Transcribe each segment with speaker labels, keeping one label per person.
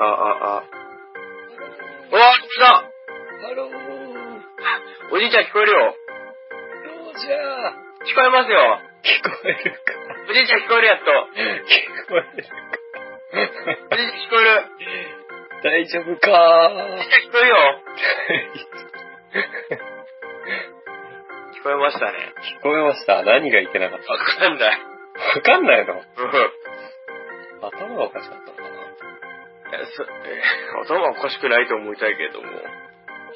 Speaker 1: あ、あ、あ。うわ、来た
Speaker 2: ハロー、ロ
Speaker 1: おじいちゃん聞こえるよ。
Speaker 2: ジャ
Speaker 1: 聞こえますよ。
Speaker 2: ー。聞こえるか
Speaker 1: おじいちゃん聞こえるやっと。
Speaker 2: 聞こえるか
Speaker 1: おじいちゃん聞こえる。
Speaker 2: 大丈夫か
Speaker 1: おじいちゃん聞こえるよ。 聞こえましたね。
Speaker 2: 聞こえました。何がいけなかっ
Speaker 1: わかんない。
Speaker 2: たわかんないの
Speaker 1: うん。
Speaker 2: 頭がおかしかったのかな
Speaker 1: いやそえ頭はおかしくないと思いたいけれども。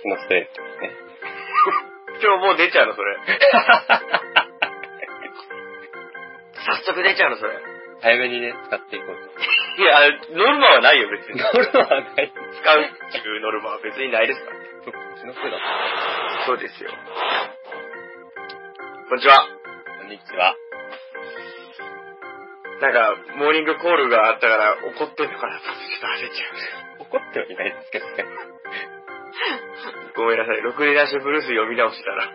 Speaker 2: 気のせいってね。
Speaker 1: 今日もう出ちゃうの、それ。早速出ちゃうの、それ。
Speaker 2: 早めにね、使っていこうと。
Speaker 1: いや、ノルマはないよ、別 に。使
Speaker 2: 乗るのはない。
Speaker 1: うっていうノルマは別にないですから。
Speaker 2: そっちのせいだ。
Speaker 1: そうですよ。こんにちは。
Speaker 2: こんにちは。
Speaker 1: なんか、モーニングコールがあったから怒ってんのかなと思ってちょっと焦っちゃ
Speaker 2: 怒ってはいないですけどね。
Speaker 1: う。ごめんなさい。ろくでなしブルース読み直したら。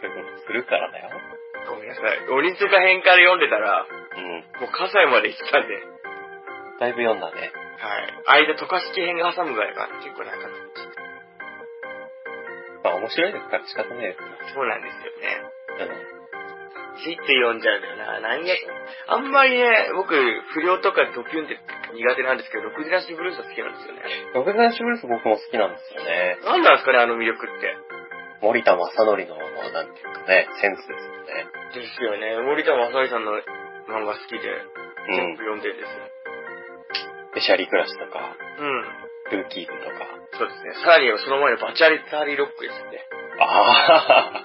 Speaker 2: そういうことするからだよ。
Speaker 1: ごめんなさい。鬼塚編から読んでたら、
Speaker 2: うん。
Speaker 1: もう火災まで来たんで。
Speaker 2: だいぶ読んだね。
Speaker 1: はい。間、渡嘉敷編が挟むぐらいかな。結構なんか、
Speaker 2: まあ面白いですから仕方ないですよ。
Speaker 1: そうなんですよね。
Speaker 2: うん。
Speaker 1: ついて読んじゃうんだよな。なんや、あんまりね、僕、不良とかドキュンって苦手なんですけど、ろくでなしブルースは好きなんですよね。
Speaker 2: ロケザンシブルース僕も好きなんですよね。
Speaker 1: なんなんですかね、あの魅力って。
Speaker 2: 森田正則の、なんていうかね、センスですよね。
Speaker 1: ですよね。森田正則さんの漫画好きで、全部
Speaker 2: う
Speaker 1: 読
Speaker 2: ん。
Speaker 1: んでるんですよ。
Speaker 2: で、シャリクラシとか、
Speaker 1: うん。
Speaker 2: ルーキーズとか。
Speaker 1: そうですね。さらにはその前のバチャリタリロックですね。
Speaker 2: ああ、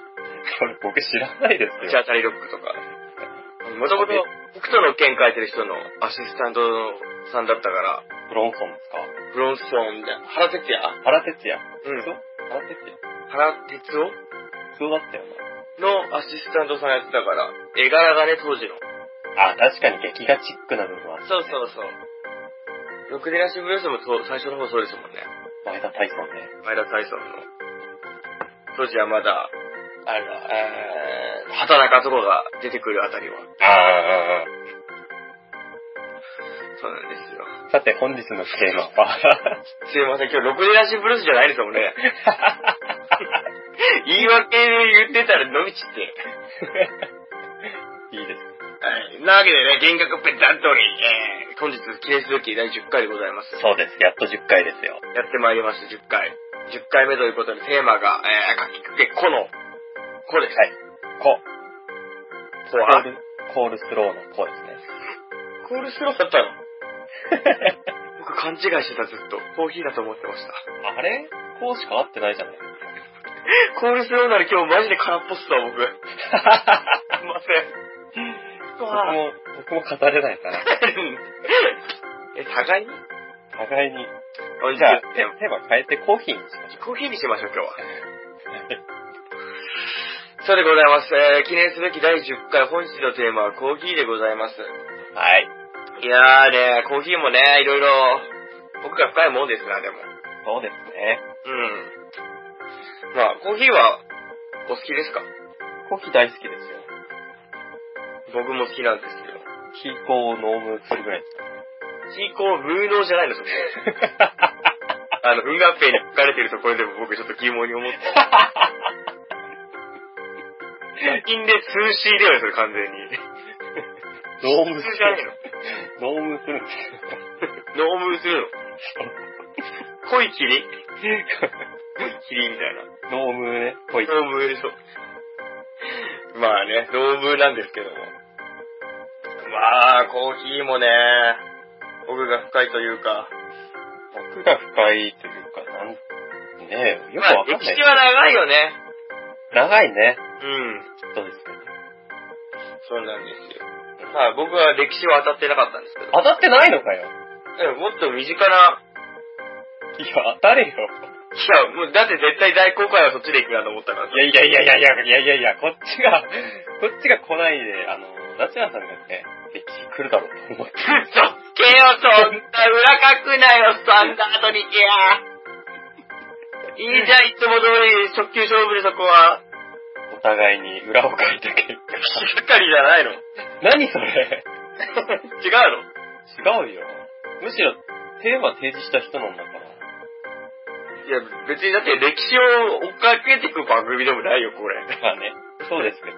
Speaker 2: これ僕知らないです
Speaker 1: バチ
Speaker 2: よ。
Speaker 1: ャタリロックとか。もともと北斗の剣書いてる人のアシスタントさんだったから、
Speaker 2: ブロンソンですか
Speaker 1: ブロンソンで、原哲也
Speaker 2: 原哲也。
Speaker 1: うん
Speaker 2: そう原哲也。
Speaker 1: 原哲夫
Speaker 2: 普通だったよな。
Speaker 1: のアシスタントさんやってたから、絵柄がね、当時の。
Speaker 2: あ、確かに劇画チックな部分は、
Speaker 1: そうそうそう。ろくでなしブルースもそう最初の方そうですもんね。
Speaker 2: 前田大尊ね。
Speaker 1: 前田大尊の。当時はまだ、あれだ、えー、畑中とかが出てくるあたりは。
Speaker 2: あ
Speaker 1: そうなんですよ。
Speaker 2: あ、さて本日のテーマは、
Speaker 1: すいません、今日ろくでなしブルースじゃないですもんね。言い訳で言ってたら伸びちって。
Speaker 2: いいですか
Speaker 1: はいなわけでね、幻覚ペタン通り、えー、本日記念すべき第10回でございます。
Speaker 2: そうです。やっと10回ですよ。
Speaker 1: やってまいりました、10回。10回目ということで、テーマが、えー、かきくけこの、こです。
Speaker 2: はい。こ、
Speaker 1: こ
Speaker 2: コ
Speaker 1: は
Speaker 2: ール、コールスローのこですね。
Speaker 1: コールスローだったの僕勘違いしてた、ずっと。コーヒーだと思ってました。
Speaker 2: あれこうしか合ってないじゃない ですか。
Speaker 1: コールスローなら今日マジで空っぽっすわ、 僕。すいません。
Speaker 2: 僕も、僕も語れないから。
Speaker 1: え、互いに
Speaker 2: 互いに。
Speaker 1: おい
Speaker 2: じゃあ、
Speaker 1: じゃあ
Speaker 2: テーマ変えてコーヒーにしましょ
Speaker 1: コーヒーにしましょう、今日は。そうでございます。えー、記念すべき第10回、本日のテーマはコーヒーでございます。
Speaker 2: う。はい。
Speaker 1: いやーね、コーヒーもね、いろいろ、僕が深いもんですな、でも。
Speaker 2: そうですね。
Speaker 1: うん。まあ、コーヒーは、お好きですか
Speaker 2: コーヒー大好きですよ。
Speaker 1: 僕も好きなんですけど。
Speaker 2: キーコーをノームするぐらい です。
Speaker 1: キーコー無能じゃないの、そこ。あの、運河ペイに書かれてるところでも僕ちょっと疑問に思って。最近で 2C だよね、それ完全に。
Speaker 2: ノー
Speaker 1: 普
Speaker 2: ム す
Speaker 1: 通じゃない
Speaker 2: る。 ノームするんです よ。
Speaker 1: のノームーするの。濃い霧霧みたいな。
Speaker 2: ノームね、ぽい。
Speaker 1: ノームーでしょ。まあね、ノームーなんですけども。まあ、コーヒーもね、奥が深いというか。
Speaker 2: 僕が深いというか、なん、ねえ、よく
Speaker 1: まあ
Speaker 2: わ、かん
Speaker 1: 歴
Speaker 2: ない
Speaker 1: 史。は長いよね。
Speaker 2: 長いね。
Speaker 1: うん。
Speaker 2: そうですね。
Speaker 1: そうなんですよ。まあ、僕は歴史は当たってなかったんですけど。
Speaker 2: 当たってないのかよ。
Speaker 1: えもっと身近な、
Speaker 2: いや、当たれよ。
Speaker 1: いや、もうだって絶対大公開はそっちで行くなと思ったから。
Speaker 2: いやいやいやいやいやいやいやいや、こっちが、こっちが来ないで、あの、ナチュラさんがね、歴史来るだろうと思って。
Speaker 1: そっけよ、そんな裏書くなよ、スタンダードにいや。いいじゃん、いつも通り、直球勝負でそこは。
Speaker 2: お互いに裏を書いた結果。
Speaker 1: ばっかりじゃないの。
Speaker 2: 何それ
Speaker 1: 違うやろ。
Speaker 2: 違うよ。むしろ、テーマ提示した人なんだから。
Speaker 1: いや、別にだって歴史を追っかけていく番組でもないよ、これ。
Speaker 2: まあね、そうですけど。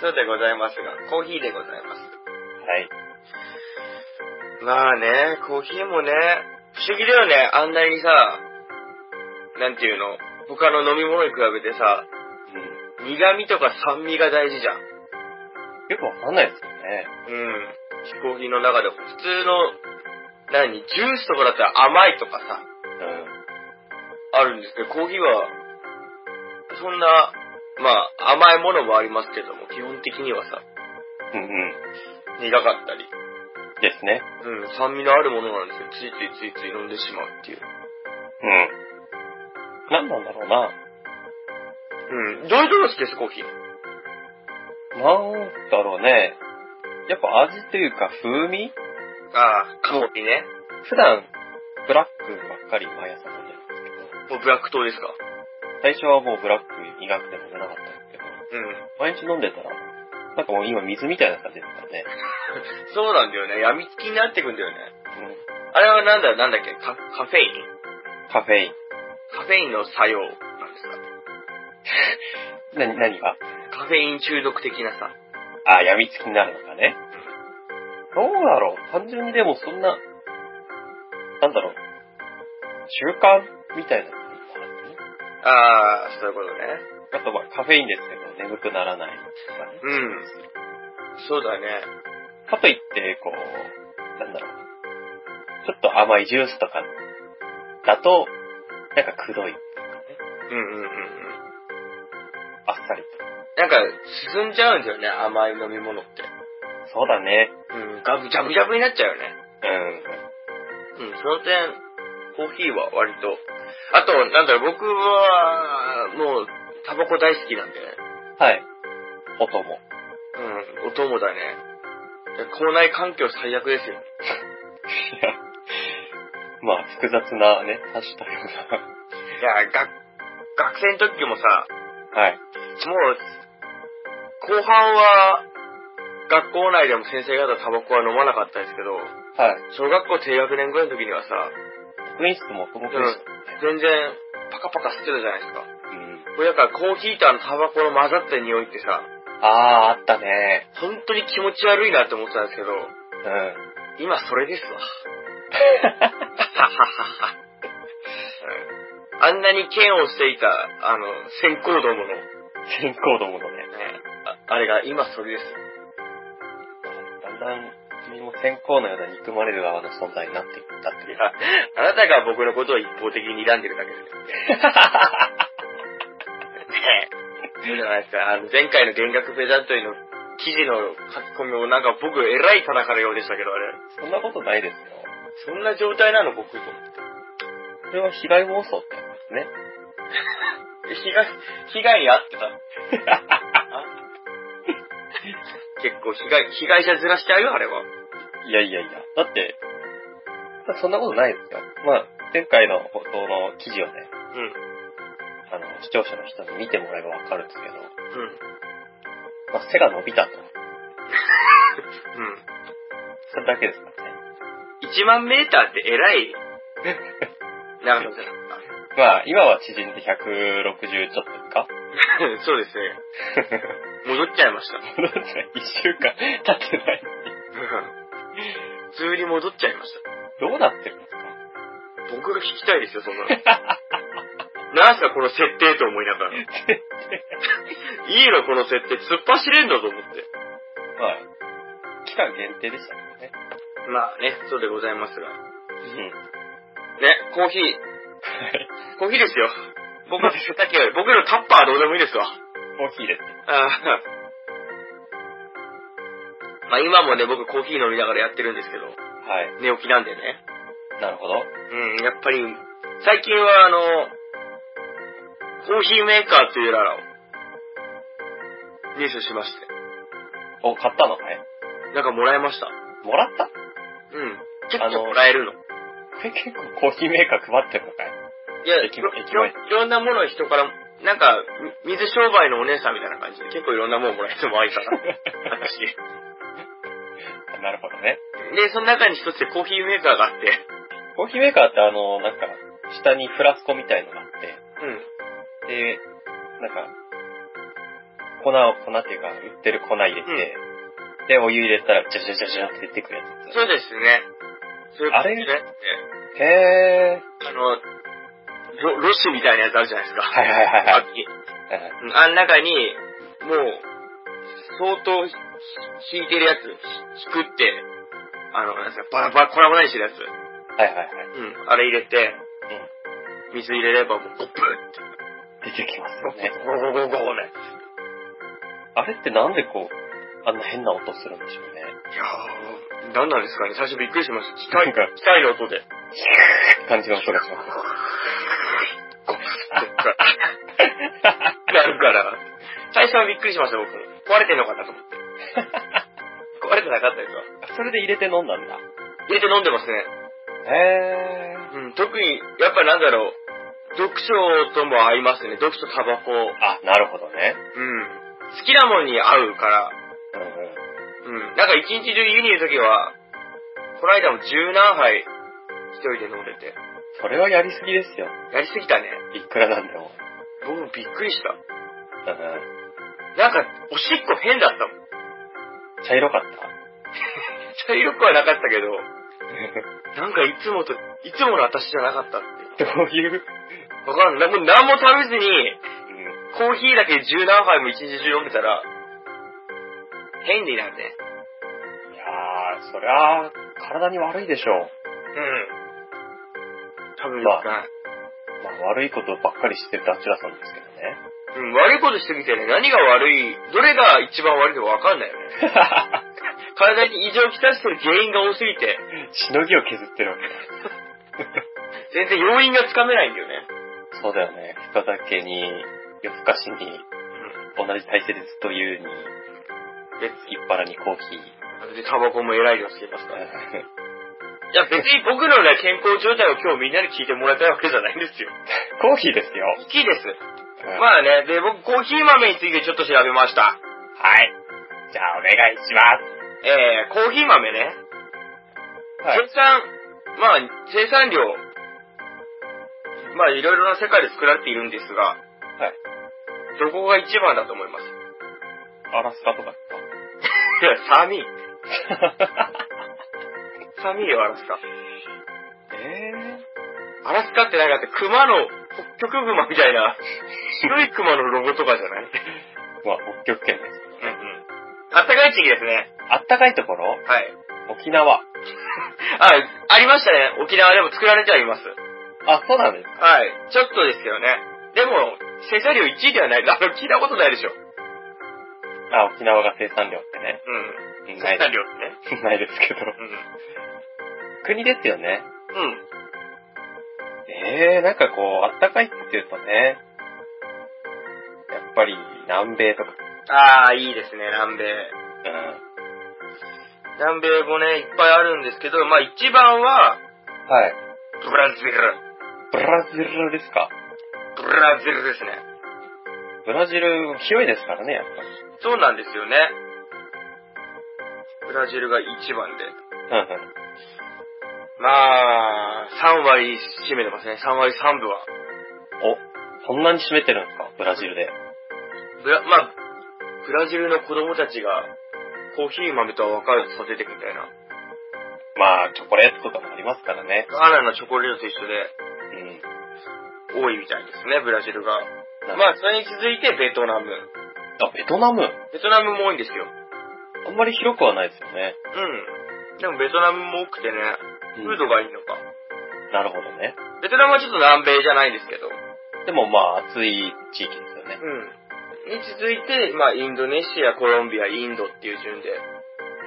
Speaker 1: そうでございますが、コーヒーでございま
Speaker 2: はい。
Speaker 1: す。まあね、コーヒーもね、不思議だよね、あんなにさ、なんていうの、他の飲み物に比べてさ、
Speaker 2: うん。
Speaker 1: 苦味とか酸味が大事じゃん。
Speaker 2: よくわかんないですよね。
Speaker 1: うん。飛行機の中で普通の、何、ジュースとかだったら甘いとかさ、
Speaker 2: うん。
Speaker 1: あるんですけど、コーヒーは、そんな、まあ、甘いものもありますけども、基本的にはさ、
Speaker 2: うんうん。
Speaker 1: 苦かったり、
Speaker 2: ですね。
Speaker 1: うん、酸味のあるものなんですよ。ついついついつい飲んでしまうっていう。
Speaker 2: うん。なんなんだろうな。
Speaker 1: うん。どういうとこ好きです、コーヒー。
Speaker 2: なんだろうね。やっぱ味というか風味
Speaker 1: ああ、香りね。
Speaker 2: 普段、ブラックばっかり毎朝飲んでるんですけど、
Speaker 1: もうブラック糖ですか。
Speaker 2: 最初はもうブラック苦くて飲めなかったんですけど、
Speaker 1: うん。
Speaker 2: 毎日飲んでたら、なんかもう今水みたいな感じですからね。
Speaker 1: そうなんだよね。病みつきになってくんだよね。あれはなんだ、なんだっけ、カカフェイン
Speaker 2: うん。カフェイン。
Speaker 1: カフェインの作用なんですか。
Speaker 2: な、何が
Speaker 1: カフェイン中毒的なさ。
Speaker 2: あ、病みつきになるのかね。どうだろう単純にでもそんな、なんだろう、習慣みたいなのもあ
Speaker 1: ああ、そういうことね。
Speaker 2: るあとまあカフェインですけど、眠くならないとかね。
Speaker 1: うん。そうだね。
Speaker 2: かといって、こう、なんだろう。ちょっと甘いジュースとかだと、なんかくどい、
Speaker 1: うんうんうんうん。
Speaker 2: あっさりと。
Speaker 1: なんか、進んじゃうんだよね、甘い飲み物って。
Speaker 2: そうだね。
Speaker 1: うん、ガブ、ジャブジャブになっちゃうよね。
Speaker 2: うん。
Speaker 1: うん、その点、コーヒーは割と。あと、なんだろう、僕は、もう、タバコ大好きなんでね。
Speaker 2: はい。音も。
Speaker 1: うん、お供だね。校内環境最悪ですよ。
Speaker 2: いや、まあ、複雑なね、多種多様な。
Speaker 1: いや、が、学生の時もさ、
Speaker 2: はい。
Speaker 1: もう、後半は、学校内でも先生方タバコは飲まなかったですけど、
Speaker 2: はい。
Speaker 1: 小学校低学年ぐらいの時にはさ、
Speaker 2: 職員室も僕もでしたね。
Speaker 1: 全然パカパカ吸ってたじゃないですか。
Speaker 2: うん。
Speaker 1: これだからコーヒーとあのタバコの混ざった匂いってさ、
Speaker 2: あー、あったね。
Speaker 1: 本当に気持ち悪いなって思ってたんですけど、
Speaker 2: うん。
Speaker 1: 今それですわ。うんあんなに剣をしていた、あの、先行どもの、ね、
Speaker 2: 先行どものね。
Speaker 1: ああれが今それですよ。
Speaker 2: だんだん、君も先行のような憎まれる側の存在になっていったっていう。
Speaker 1: あなたが僕のことを一方的に睨んでるだけです。ねえ。そうじゃないですか。あの、前回の弦楽ペダントリーの記事の書き込みもなんか僕偉いからようでしたけど、あれ。
Speaker 2: そんなことないですよ。
Speaker 1: そんな状態なの僕と思って。
Speaker 2: これは被害妄想ってやつですね。
Speaker 1: 被害、被害に遭ってた。結構被害、被害者ずらしちゃうよ、あれは。
Speaker 2: いやいやいや。だって、そんなことないですよ。まあ、前回の放送の記事をね、
Speaker 1: うん。
Speaker 2: あの、視聴者の人に見てもらえばわかるんですけど、
Speaker 1: うん。
Speaker 2: まあ、背が伸びたと。
Speaker 1: うん。
Speaker 2: それだけですからね。
Speaker 1: 1万メーターって偉い長さじゃな
Speaker 2: まあ、今は縮んで160ちょっとです
Speaker 1: いか。
Speaker 2: か
Speaker 1: そうですね。戻っちゃいました。
Speaker 2: 戻っちゃう一週間経ってない。
Speaker 1: 普通に戻っちゃいまし
Speaker 2: どうなってるんですか
Speaker 1: た。僕が聞きたいですよ、そんなの。なんすか、この設定と思いながら。いいの、この設定。突っ走れんだと思って。
Speaker 2: まあ、期間限定でしたけどね。
Speaker 1: まあね、そうでございますが。ね、
Speaker 2: うん。
Speaker 1: コーヒー。コーヒーですよ。僕の背丈より、僕のタッパーはどうでもいいですわ。
Speaker 2: コーヒーです。
Speaker 1: あーまあ今もね、僕コーヒー飲みながらやってるんですけど、
Speaker 2: はい。
Speaker 1: 寝起きなんでね。
Speaker 2: なるほど。
Speaker 1: うん、やっぱり、最近はあの、コーヒーメーカーというララを入手しまして、
Speaker 2: お、買ったのね。
Speaker 1: なんかもらいました。
Speaker 2: もらった
Speaker 1: うん。結
Speaker 2: あの
Speaker 1: 構もらえるの。
Speaker 2: これ 結構コーヒーメーカー配ってるのかい
Speaker 1: いや、い
Speaker 2: 駅
Speaker 1: ろ
Speaker 2: 前駅
Speaker 1: い
Speaker 2: 前
Speaker 1: ろいろんなものを人から、なんか、み水商 売のお姉さんみたいな感じで結構いろんなものもらえてもあいたな。私。
Speaker 2: なるほどね。
Speaker 1: で、その中に一つでコーヒーメーカーがあって、
Speaker 2: コーヒーメーカーってあの、なんか、下にフラスコみたいのがあって、
Speaker 1: うん。
Speaker 2: で、なんか、粉を、粉っていうか、売ってる粉入れて、で、お湯入れたら、ジャジャジャジャって出てくるやつ。
Speaker 1: そうですね。そ
Speaker 2: あれ
Speaker 1: ねえ
Speaker 2: へー。
Speaker 1: あの、ロロシみたいなやつあるじゃないですか。
Speaker 2: はいはいはいはい。はいはい
Speaker 1: うんあの中に、もう、相当ひ引いてるやつ、ひ引くって、あの、なんですか、バラバラ、コラボないしてるやつ。
Speaker 2: はいはいはい。
Speaker 1: うん、あれ入れて、水入れればもう、ゴップって、
Speaker 2: 出てきます
Speaker 1: ゴ
Speaker 2: よね。
Speaker 1: ゴゴゴゴね。
Speaker 2: あれってなんでこう、あんな変な音するんでしょうね。
Speaker 1: いやー、なんなんですかね、最初びっくりしました。機械
Speaker 2: なん
Speaker 1: が、機械の音で。
Speaker 2: 感じの音がします。
Speaker 1: ゴップって、なるから。最初はびっくりしました、僕も。壊れてんのかなと思 って。壊れてなかったですわ。
Speaker 2: それで入れて飲んだんだ。
Speaker 1: 入れて飲んでますね。
Speaker 2: へー。
Speaker 1: うん、特に、やっぱなんだろう、読書とも合いますね。読書、タバコ。う
Speaker 2: あ、なるほどね。
Speaker 1: ん。好きなものに合うから。
Speaker 2: うんうん。
Speaker 1: うん。なんか一日中家にいるときは、この間も十何杯、一人で飲んでて。
Speaker 2: それはやりすぎですよ。
Speaker 1: やりすぎたね。
Speaker 2: いくらなんでも。
Speaker 1: 僕もびっくりした。
Speaker 2: うん
Speaker 1: なんか、おしっこ変だったもん。
Speaker 2: うん。茶色かった。
Speaker 1: 茶色くはなかったけど、なんかいつもと、いつもの私じゃなかったって。
Speaker 2: どういう、
Speaker 1: わかんない。もう何も食べずに、
Speaker 2: うん、
Speaker 1: コーヒーだけ十何杯も一日中飲んでたら、変になるね。
Speaker 2: いやー、そりゃあ、体に悪いでしょ
Speaker 1: うん。多分、
Speaker 2: まあ。
Speaker 1: ないう
Speaker 2: まあ、悪いことばっかりしてるダチュラさんですけどね。
Speaker 1: うん、悪いことしてみてね、何が悪い、どれが一番悪いのか分かんないよね。体に異常をきたしてる原因が多すぎて、
Speaker 2: しのぎを削ってるわけだ。
Speaker 1: 全然要因がつかめないんだよね。
Speaker 2: そうだよね。深酒に、夜更かしに、同じ体勢でずっと言うに、
Speaker 1: 別
Speaker 2: 一腹にコーヒー。
Speaker 1: に。で、タバコも偉い量つけますから。い
Speaker 2: ま
Speaker 1: や、別に僕のね、健康状態を今日みんなに聞いてもらいたいわけじゃないんですよ。
Speaker 2: あコーヒーですよ。
Speaker 1: 好きです。
Speaker 2: うん
Speaker 1: まあね、で、僕、コーヒー豆についてちょっと調べました。
Speaker 2: はい。じゃあ、お願いしま
Speaker 1: えー、コーヒー豆ね。
Speaker 2: す。はい。
Speaker 1: 生産、まあ、生産量、まあ、いろいろな世界で作られているんですが、
Speaker 2: はい。
Speaker 1: どこが一番だと思いますい
Speaker 2: アラスカとか
Speaker 1: や、寒い。
Speaker 2: ですか
Speaker 1: 寒いよ、アラスカ。
Speaker 2: え
Speaker 1: アラスカってなんかって、熊の、北極熊みたいな、白い熊のロゴ とかじゃない
Speaker 2: ー、まあ、北極圏です。
Speaker 1: うんうん。あったかい地域ですね。
Speaker 2: あったかいところ
Speaker 1: はい。
Speaker 2: 沖縄。
Speaker 1: あ、ありましたね。沖縄でも作られてはいます。
Speaker 2: あ、そうなんですか
Speaker 1: はい。ちょっとですけどね。でも、生産量1位ではない。あの、聞いたことないでしょ。
Speaker 2: あ、沖縄が生産量ってね。
Speaker 1: う
Speaker 2: うん
Speaker 1: ん。
Speaker 2: な
Speaker 1: 生
Speaker 2: いで
Speaker 1: 産量ってね。
Speaker 2: す。ないですけど。国ですよね。
Speaker 1: うん。うん。
Speaker 2: ええー、なんかこう、あったかいって言うとね、やっぱり南米とか、
Speaker 1: ああ、いいですね、南米。
Speaker 2: うん。
Speaker 1: 南米もね、いっぱいあるんですけど、まあ一番は、
Speaker 2: はい。
Speaker 1: ブラジル。
Speaker 2: ブラジルですか
Speaker 1: ブラジルですね。
Speaker 2: ブラジル、広いですからね、やっぱり。
Speaker 1: そうなんですよね。ブラジルが一番で。
Speaker 2: うんうん。
Speaker 1: まあ、3割占めてますね、3割3分は。
Speaker 2: お、そんなに占めてるんですかブラジルで。
Speaker 1: ブラ、まあ、ブラジルの子供たちが、コーヒー豆とは分かると育てていくみたいな。
Speaker 2: まあ、チョコレートとかもありますからね。
Speaker 1: ガーナのチョコレートと一緒
Speaker 2: うん。
Speaker 1: で、多いみたいですね、ブラジルが。
Speaker 2: ま
Speaker 1: まあ、それに続いてベトナム。
Speaker 2: あ、ベトナム。
Speaker 1: ベトナムも多いんですよ。
Speaker 2: あんまり広くはないですよね。
Speaker 1: うん。でもベトナムも多くてね、
Speaker 2: うん
Speaker 1: フードがいいのか。
Speaker 2: なるほどね。
Speaker 1: ベトナムはちょっと南米じゃないんですけど。う
Speaker 2: でもまあ、暑い地域ですよね。
Speaker 1: ん。に続いて、まあ、インドネシア、コロンビア、インドっていう順で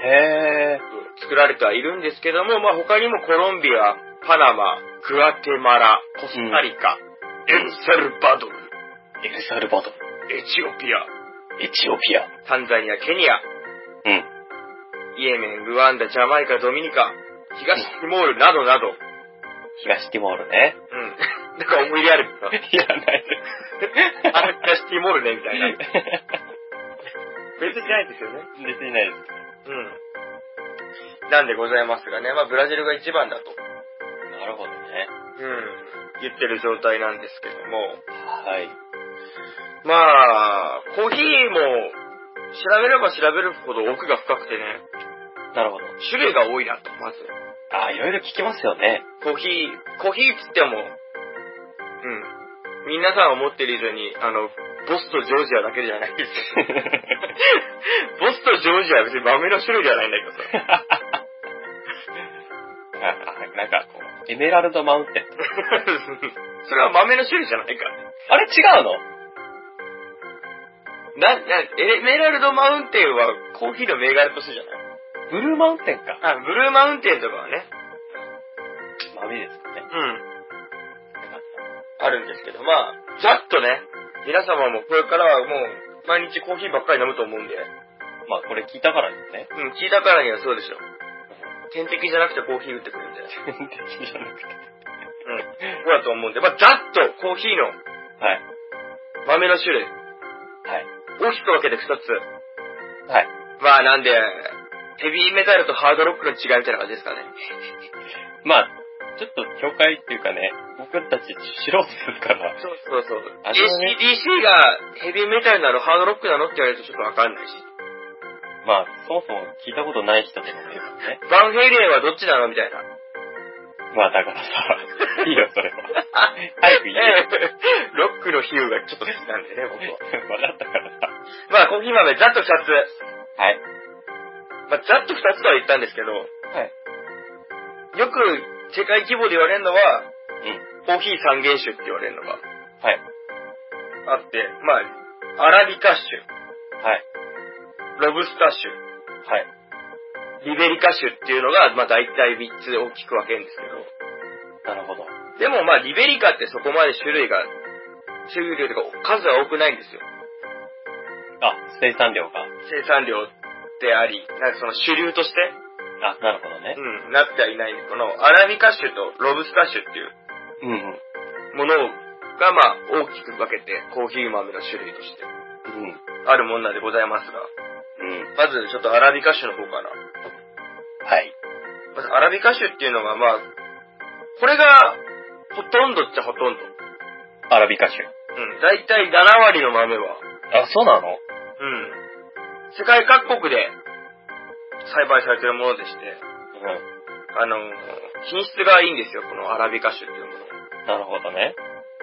Speaker 2: へえ。
Speaker 1: 作られてはいるんですけども、まあ、他にもコロンビア、パナマ、グアテマラ、コスタリカ、エルサルバドル、
Speaker 2: エルサルバドル、
Speaker 1: エチオピア、
Speaker 2: エチオピア。
Speaker 1: タンザニア、ケニア、
Speaker 2: うん。
Speaker 1: イエメン、ルワンダ、ジャマイカ、ドミニカ、東ティモールなどなど。
Speaker 2: 東ティモールね。
Speaker 1: うん。なん か思い入れある。
Speaker 2: いや、ない で
Speaker 1: あれ東ティモールね、みたいな。
Speaker 2: す。
Speaker 1: 別にないですよね。
Speaker 2: 別にないです。
Speaker 1: うん。なんでございますがね、まあブラジルが一番だと、
Speaker 2: なるほどね。
Speaker 1: うん、言ってる状態なんですけども、
Speaker 2: はい。
Speaker 1: まあ、コーヒーも調べれば調べるほど奥が深くてね、
Speaker 2: なるほど。
Speaker 1: 種類が多いなと、まず。
Speaker 2: ああ、いろいろ聞きますよね。
Speaker 1: コーヒー、コーヒーっつっても、うん。皆さん思ってる以上に、あの、ボスとジョージアだけじゃないです。 ボスとジョージアは別に豆の種類ではないんだけどさ。
Speaker 2: あ なんかこう、エメラルドマウンテン。
Speaker 1: それは豆の種類じゃないからね。
Speaker 2: あれ違うの
Speaker 1: な、な、エメラルドマウンテンはコーヒーの銘柄としてじゃない
Speaker 2: ブルーマウンテンか。
Speaker 1: あ、ブルーマウンテンとかはね、
Speaker 2: 豆ですかね。
Speaker 1: うん、あるんですけど、まあ、ざっとね、皆様もこれからはもう、毎日コーヒーばっかり飲むと思うんで、
Speaker 2: まあこれ聞いたからです ね。
Speaker 1: うん、聞いたからにはそうでしょ。点滴じゃなくてコーヒー打ってくるんで。
Speaker 2: 天敵じゃなくて。
Speaker 1: うん。そうだと思うんで、まあ、ざっとコーヒーの
Speaker 2: はい。
Speaker 1: 豆の種類、
Speaker 2: はい。
Speaker 1: 大きく分けて2つ。
Speaker 2: はい。
Speaker 1: まあ、なんで、ヘビーメタルとハードロックの違いみたいな感じですかね。
Speaker 2: まあ、ちょっと境界っていうかね、僕たち素人ですから。
Speaker 1: そうそうそう。
Speaker 2: あのね
Speaker 1: ACDC がヘビーメタルなの、ハードロックなのって言われるとちょっとわかんないし。
Speaker 2: まあ、そもそも聞いたことない人とかもいるからね。
Speaker 1: バンヘイレンはどっちなのみたいな。
Speaker 2: まあだからさ、いいよ、それは。 早く
Speaker 1: え
Speaker 2: 言えよ。
Speaker 1: え ロックの比喩がちょっと好きなんでね、僕は。
Speaker 2: わかったからさ。
Speaker 1: まあ、コーヒー豆、ざっと2つ。
Speaker 2: はい。
Speaker 1: まあ、ざっと2つとは言ったんですけど、
Speaker 2: はい。
Speaker 1: よく世界規模で言われるのは、
Speaker 2: うん。
Speaker 1: コーヒー三原種って言われるのが
Speaker 2: はい。
Speaker 1: あって、まあ、アラビカ種、
Speaker 2: はい。
Speaker 1: ロブスタ
Speaker 2: はい。
Speaker 1: 種、リベリカ種っていうのが、まあ大体3つ大きく分けるんですけど、
Speaker 2: なるほど。
Speaker 1: でもまあリベリカってそこまで種類が、種類というか数は多くないんですよ。
Speaker 2: あ、生産量が。
Speaker 1: 生産量であり、なんかその主流として、
Speaker 2: あ、なるほど ね。
Speaker 1: うん、なってはいないんで、このアラビカ種とロブスタ種っていう
Speaker 2: うんうん。
Speaker 1: ものがまあ大きく分けてコーヒー豆の種類として
Speaker 2: うん。
Speaker 1: あるもんなんでございますが、
Speaker 2: うん。
Speaker 1: まずちょっとアラビカ種の方から。
Speaker 2: はい。
Speaker 1: まずアラビカ種っていうのはまあ、これがほとんどっちゃほとんど。
Speaker 2: アラビカ種。
Speaker 1: うん。だいたい7割の豆は、
Speaker 2: あ、そうなの
Speaker 1: うん。世界各国で栽培されてるものでして、
Speaker 2: う
Speaker 1: あのー、品質がいいんですよ、このアラビカ種っていうも
Speaker 2: ん。なるほどね。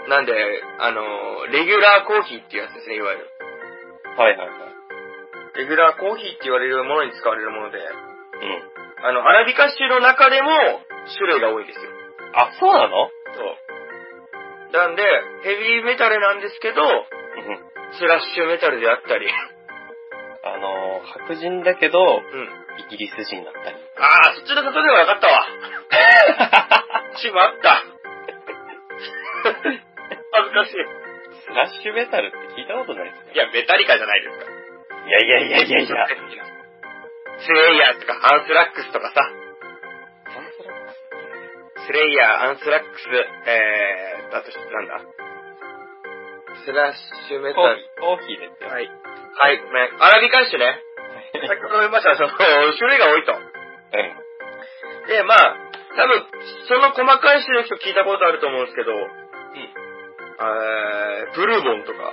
Speaker 1: の。なんで、あのー、レギュラーコーヒーっていうやつですね、いわゆる。
Speaker 2: はいはいはい。
Speaker 1: レギュラーコーヒーって言われるものに使われるもので、
Speaker 2: うん。
Speaker 1: あの、アラビカ種の中でも種類が多いんですよ。
Speaker 2: あ、そうなの
Speaker 1: そう。なんで、ヘビーメタルなんですけど、
Speaker 2: うん。
Speaker 1: スラッシュメタルであ ったり、
Speaker 2: あのー、白人だけど、
Speaker 1: うん。
Speaker 2: イギリス人だったり。
Speaker 1: ああ、そっちのことではなかったわ。しまった。 恥ずかしい。
Speaker 2: スラッシュメタルって聞いたことないですね。
Speaker 1: いや、メタリカじゃないですか。
Speaker 2: いやいやいやいやい や。
Speaker 1: スレイヤーとかアンスラックスとかさ、スレイヤー、アンスラックス、えー、あと、なんだ。スラッシュメタ
Speaker 2: コーヒ
Speaker 1: ル。
Speaker 2: ー、コーヒーですよ。
Speaker 1: はい。はい、ごめんアラビカ種ね。先ほど言いま した、その、種類が多いと。
Speaker 2: う
Speaker 1: で、まあ、多分、その細かい種類の人聞いたことあると思うんですけど、えー、ブルボンとか、
Speaker 2: ん。う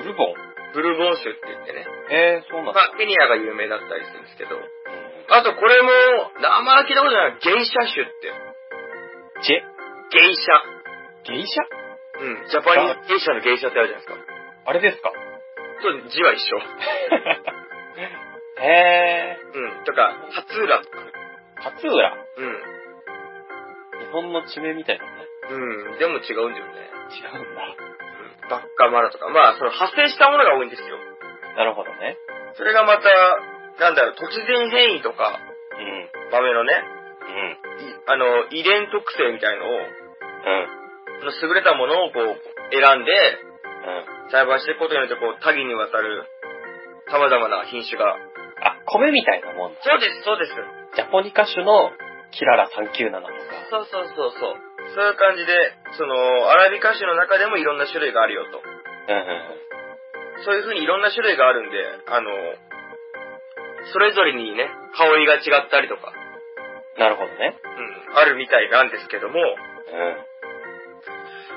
Speaker 2: ん。ブルボン。
Speaker 1: ブルボン種って言ってね、
Speaker 2: えー、そうな
Speaker 1: ま
Speaker 2: んだ。
Speaker 1: あ、ケニアが有名だったりするんですけど、
Speaker 2: うん
Speaker 1: あとこれも、あんま聞いたことない、ゲイシャ種って、
Speaker 2: ジェ、
Speaker 1: ゲイシ
Speaker 2: ゲイシャ
Speaker 1: ャ。うん、ジャパニーズゲイシャのゲイシャってあるじゃないですか。
Speaker 2: あれですか
Speaker 1: ちょっと字は一緒。
Speaker 2: え
Speaker 1: うん、とか、初浦とか。
Speaker 2: ー、勝浦。
Speaker 1: う
Speaker 2: 日本の地名みたいなね。
Speaker 1: ん。うん、でも違うんだよね。
Speaker 2: 違うんだ。
Speaker 1: うん、バッカマラとか。まあ、その派生したものが多いんですよ。
Speaker 2: なるほどね。
Speaker 1: それがまた、なんだろう、突然変異とか、
Speaker 2: うん。
Speaker 1: 豆のね、
Speaker 2: うん。
Speaker 1: いあの、遺伝特性みたいのを、
Speaker 2: うん。
Speaker 1: の優れたものをこう、選んで、
Speaker 2: うん。
Speaker 1: 栽培していくことによって、こう、多岐にわたる、様々な品種が。
Speaker 2: あ、米みたいなもんだ。
Speaker 1: そうです、そうです。
Speaker 2: ジャポニカ種のキララ397とか。
Speaker 1: そうそうそうそう。そういう感じで、その、アラビカ種の中でもいろんな種類があるよと。
Speaker 2: うんうんうん。
Speaker 1: そういう風にいろんな種類があるんで、あの、それぞれにね、香りが違ったりとか、
Speaker 2: なるほどね。
Speaker 1: うん、あるみたいなんですけども、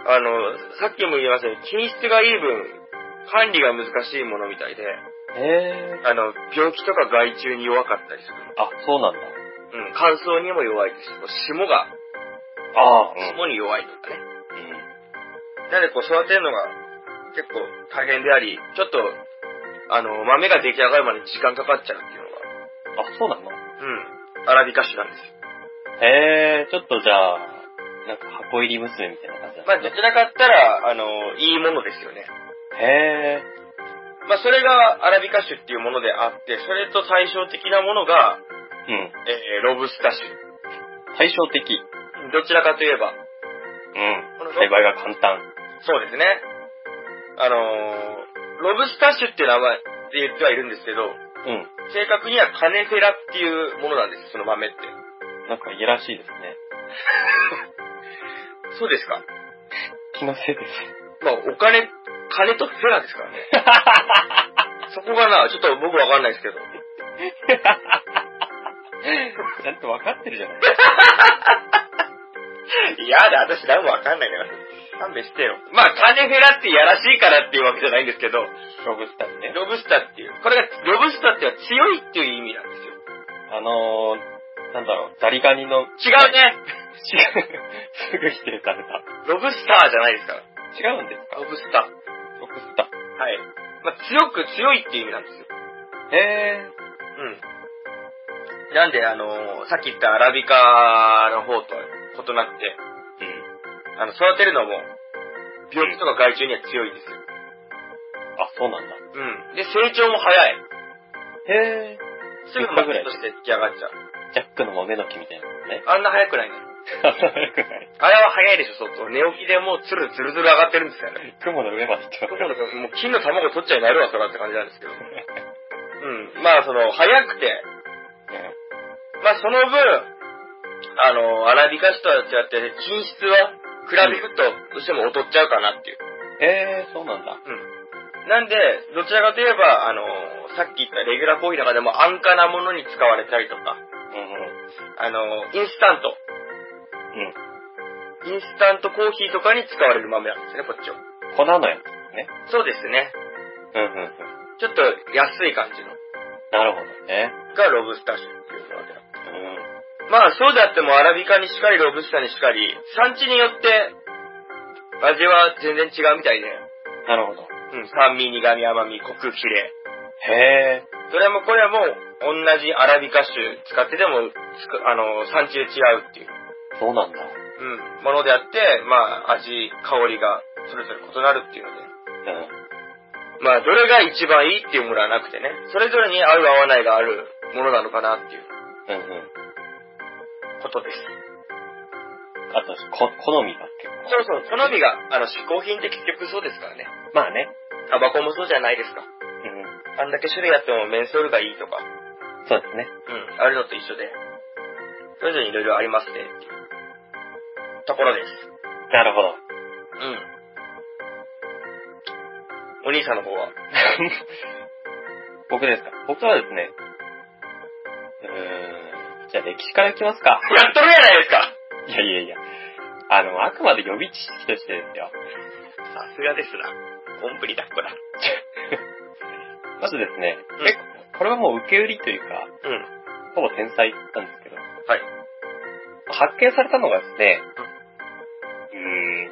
Speaker 1: あの、さっきも言いましたように、品質がいい分、管理が難しいものみたいで、
Speaker 2: うん。へえ。
Speaker 1: あの、病気とか害虫に弱かったりする。
Speaker 2: あ、そうなんだ。
Speaker 1: うん、乾燥にも弱いです。霜が、
Speaker 2: ああ、
Speaker 1: 霜に弱いとかね。
Speaker 2: うん。うん
Speaker 1: なのでこう育てるのが結構大変であり、ちょっと、あの、豆が出来上がるまでに時間かかっちゃうっていうのが、
Speaker 2: あ、そうなの
Speaker 1: うん、アラビカ種なんですよ。
Speaker 2: へえ、ちょっとじゃあ、なんか箱入り娘みたいな感じだ
Speaker 1: まあ、
Speaker 2: ね
Speaker 1: どちらかって言ったら、あの、いいものですよね。
Speaker 2: へえ。
Speaker 1: まあ、それがアラビカ種っていうものであって、それと対照的なものが、
Speaker 2: うん。
Speaker 1: えー、ロブスタ種。
Speaker 2: 対照的。
Speaker 1: どちらかといえば、
Speaker 2: うん
Speaker 1: この。
Speaker 2: 栽培が簡単。
Speaker 1: そうですね。あのーロブスタ種っていう名前で言ってはいるんですけど、
Speaker 2: うん。
Speaker 1: 正確にはカネフェラっていうものなんです、その豆って。
Speaker 2: なんかいやらしいですね。
Speaker 1: そうですか
Speaker 2: 気のせいです。
Speaker 1: まあ、お金、金とフェラですからね。そこがな、ちょっと僕わかんないですけど。
Speaker 2: ちゃんと分かってるじゃない。
Speaker 1: いやだ、私何もわかんないから。勘弁してよ。まあ、金フェラってやらしいからっていうわけじゃないんですけど、
Speaker 2: ロブスターね。
Speaker 1: ロブスタっていう、これが、ロブスタっていうのは強いっていう意味なんですよ。
Speaker 2: あのー、なんだろう、ザリガニの、違う。
Speaker 1: 違う ね。
Speaker 2: すぐ否定された。
Speaker 1: ロブスターじゃないですから。
Speaker 2: 違うんですか
Speaker 1: ロブスター。
Speaker 2: ロブスタ
Speaker 1: はい。まあ、強く強いっていう意味なんですよ。
Speaker 2: ー。へえ。
Speaker 1: うん。なんで、あのーさっき言ったアラビカの方と異なって、
Speaker 2: うん。
Speaker 1: あの、育てるのも、病気とか害虫には強いんですよ。
Speaker 2: あ、そうなんだ。
Speaker 1: うん。で、成長も早い。
Speaker 2: へえ。
Speaker 1: すぐマグネットして出来上がっちゃう。
Speaker 2: ジャックの豆の木みたいなのね。
Speaker 1: あんな早くないね。
Speaker 2: あ、それくらい。
Speaker 1: あれは早いでしょ、相当。寝起きでもうつるずるずる上がってるんですよね。
Speaker 2: 雲の上まで行ってます
Speaker 1: 僕ももう金の卵取っちゃいないわ、そらって感じなんですけど。うん。まあ、その、早くて、まあ、その分、あの、アラビカ種とは違って、品質は比べると、どうしても劣っちゃうかなっていう。
Speaker 2: へえ、そうなんだ。
Speaker 1: うん。なんで、どちらかといえば、あの、さっき言ったレギュラーコーヒーの中でも安価なものに使われたりとか、
Speaker 2: うんうん。
Speaker 1: あの、インスタント。インスタントコーヒーとかに使われる豆なんですね、こっちを。
Speaker 2: うん。粉のやつですね。
Speaker 1: そうですね。
Speaker 2: うんうんうん。
Speaker 1: ちょっと安い感じの
Speaker 2: なるほどね。
Speaker 1: がロブスター種っていうわけだ。
Speaker 2: うん。
Speaker 1: まあそうであってもアラビカにしかりロブスターにしかり、産地によって味は全然違うみたいで、
Speaker 2: なるほど。
Speaker 1: うん、酸味、苦味、甘味、コク、キレ。
Speaker 2: へえ。
Speaker 1: どれもこれも同じアラビカ種使ってでもつく、あの、産地で違うっていう、
Speaker 2: そうなんだ。
Speaker 1: うん、ものであって、まあ味、香りがそれぞれ異なるっていうので。
Speaker 2: うん。
Speaker 1: まあ、どれが一番いいっていうものはなくてね、それぞれに合う合わないがあるものなのかなっていう
Speaker 2: うんうん。
Speaker 1: ことです。
Speaker 2: あと、こ、好みが結構。
Speaker 1: そうそう、好みが、あの、嗜好品って結局そうですからね。
Speaker 2: まあね。
Speaker 1: タバコもそうじゃないですか。
Speaker 2: うん。
Speaker 1: あんだけ種類あってもメンソールがいいとか、
Speaker 2: そうですね。
Speaker 1: うん、あるのと一緒で、それぞれにいろいろありますね、っていうところです。
Speaker 2: なるほど。
Speaker 1: うん。お兄さんの方は
Speaker 2: 僕ですか僕はですね、うーん、じゃあ歴史からいきます
Speaker 1: や
Speaker 2: か。
Speaker 1: っとるやないですか
Speaker 2: いやいやいや。あの、あくまで予備知識としてですよ。
Speaker 1: さすがですな。コンプリだっこだ。
Speaker 2: まずですね、
Speaker 1: うん
Speaker 2: 結構これはもう受け売りというか、
Speaker 1: うん。
Speaker 2: ほぼ天才なんですけど、
Speaker 1: はい。
Speaker 2: 発見されたのがですね、うー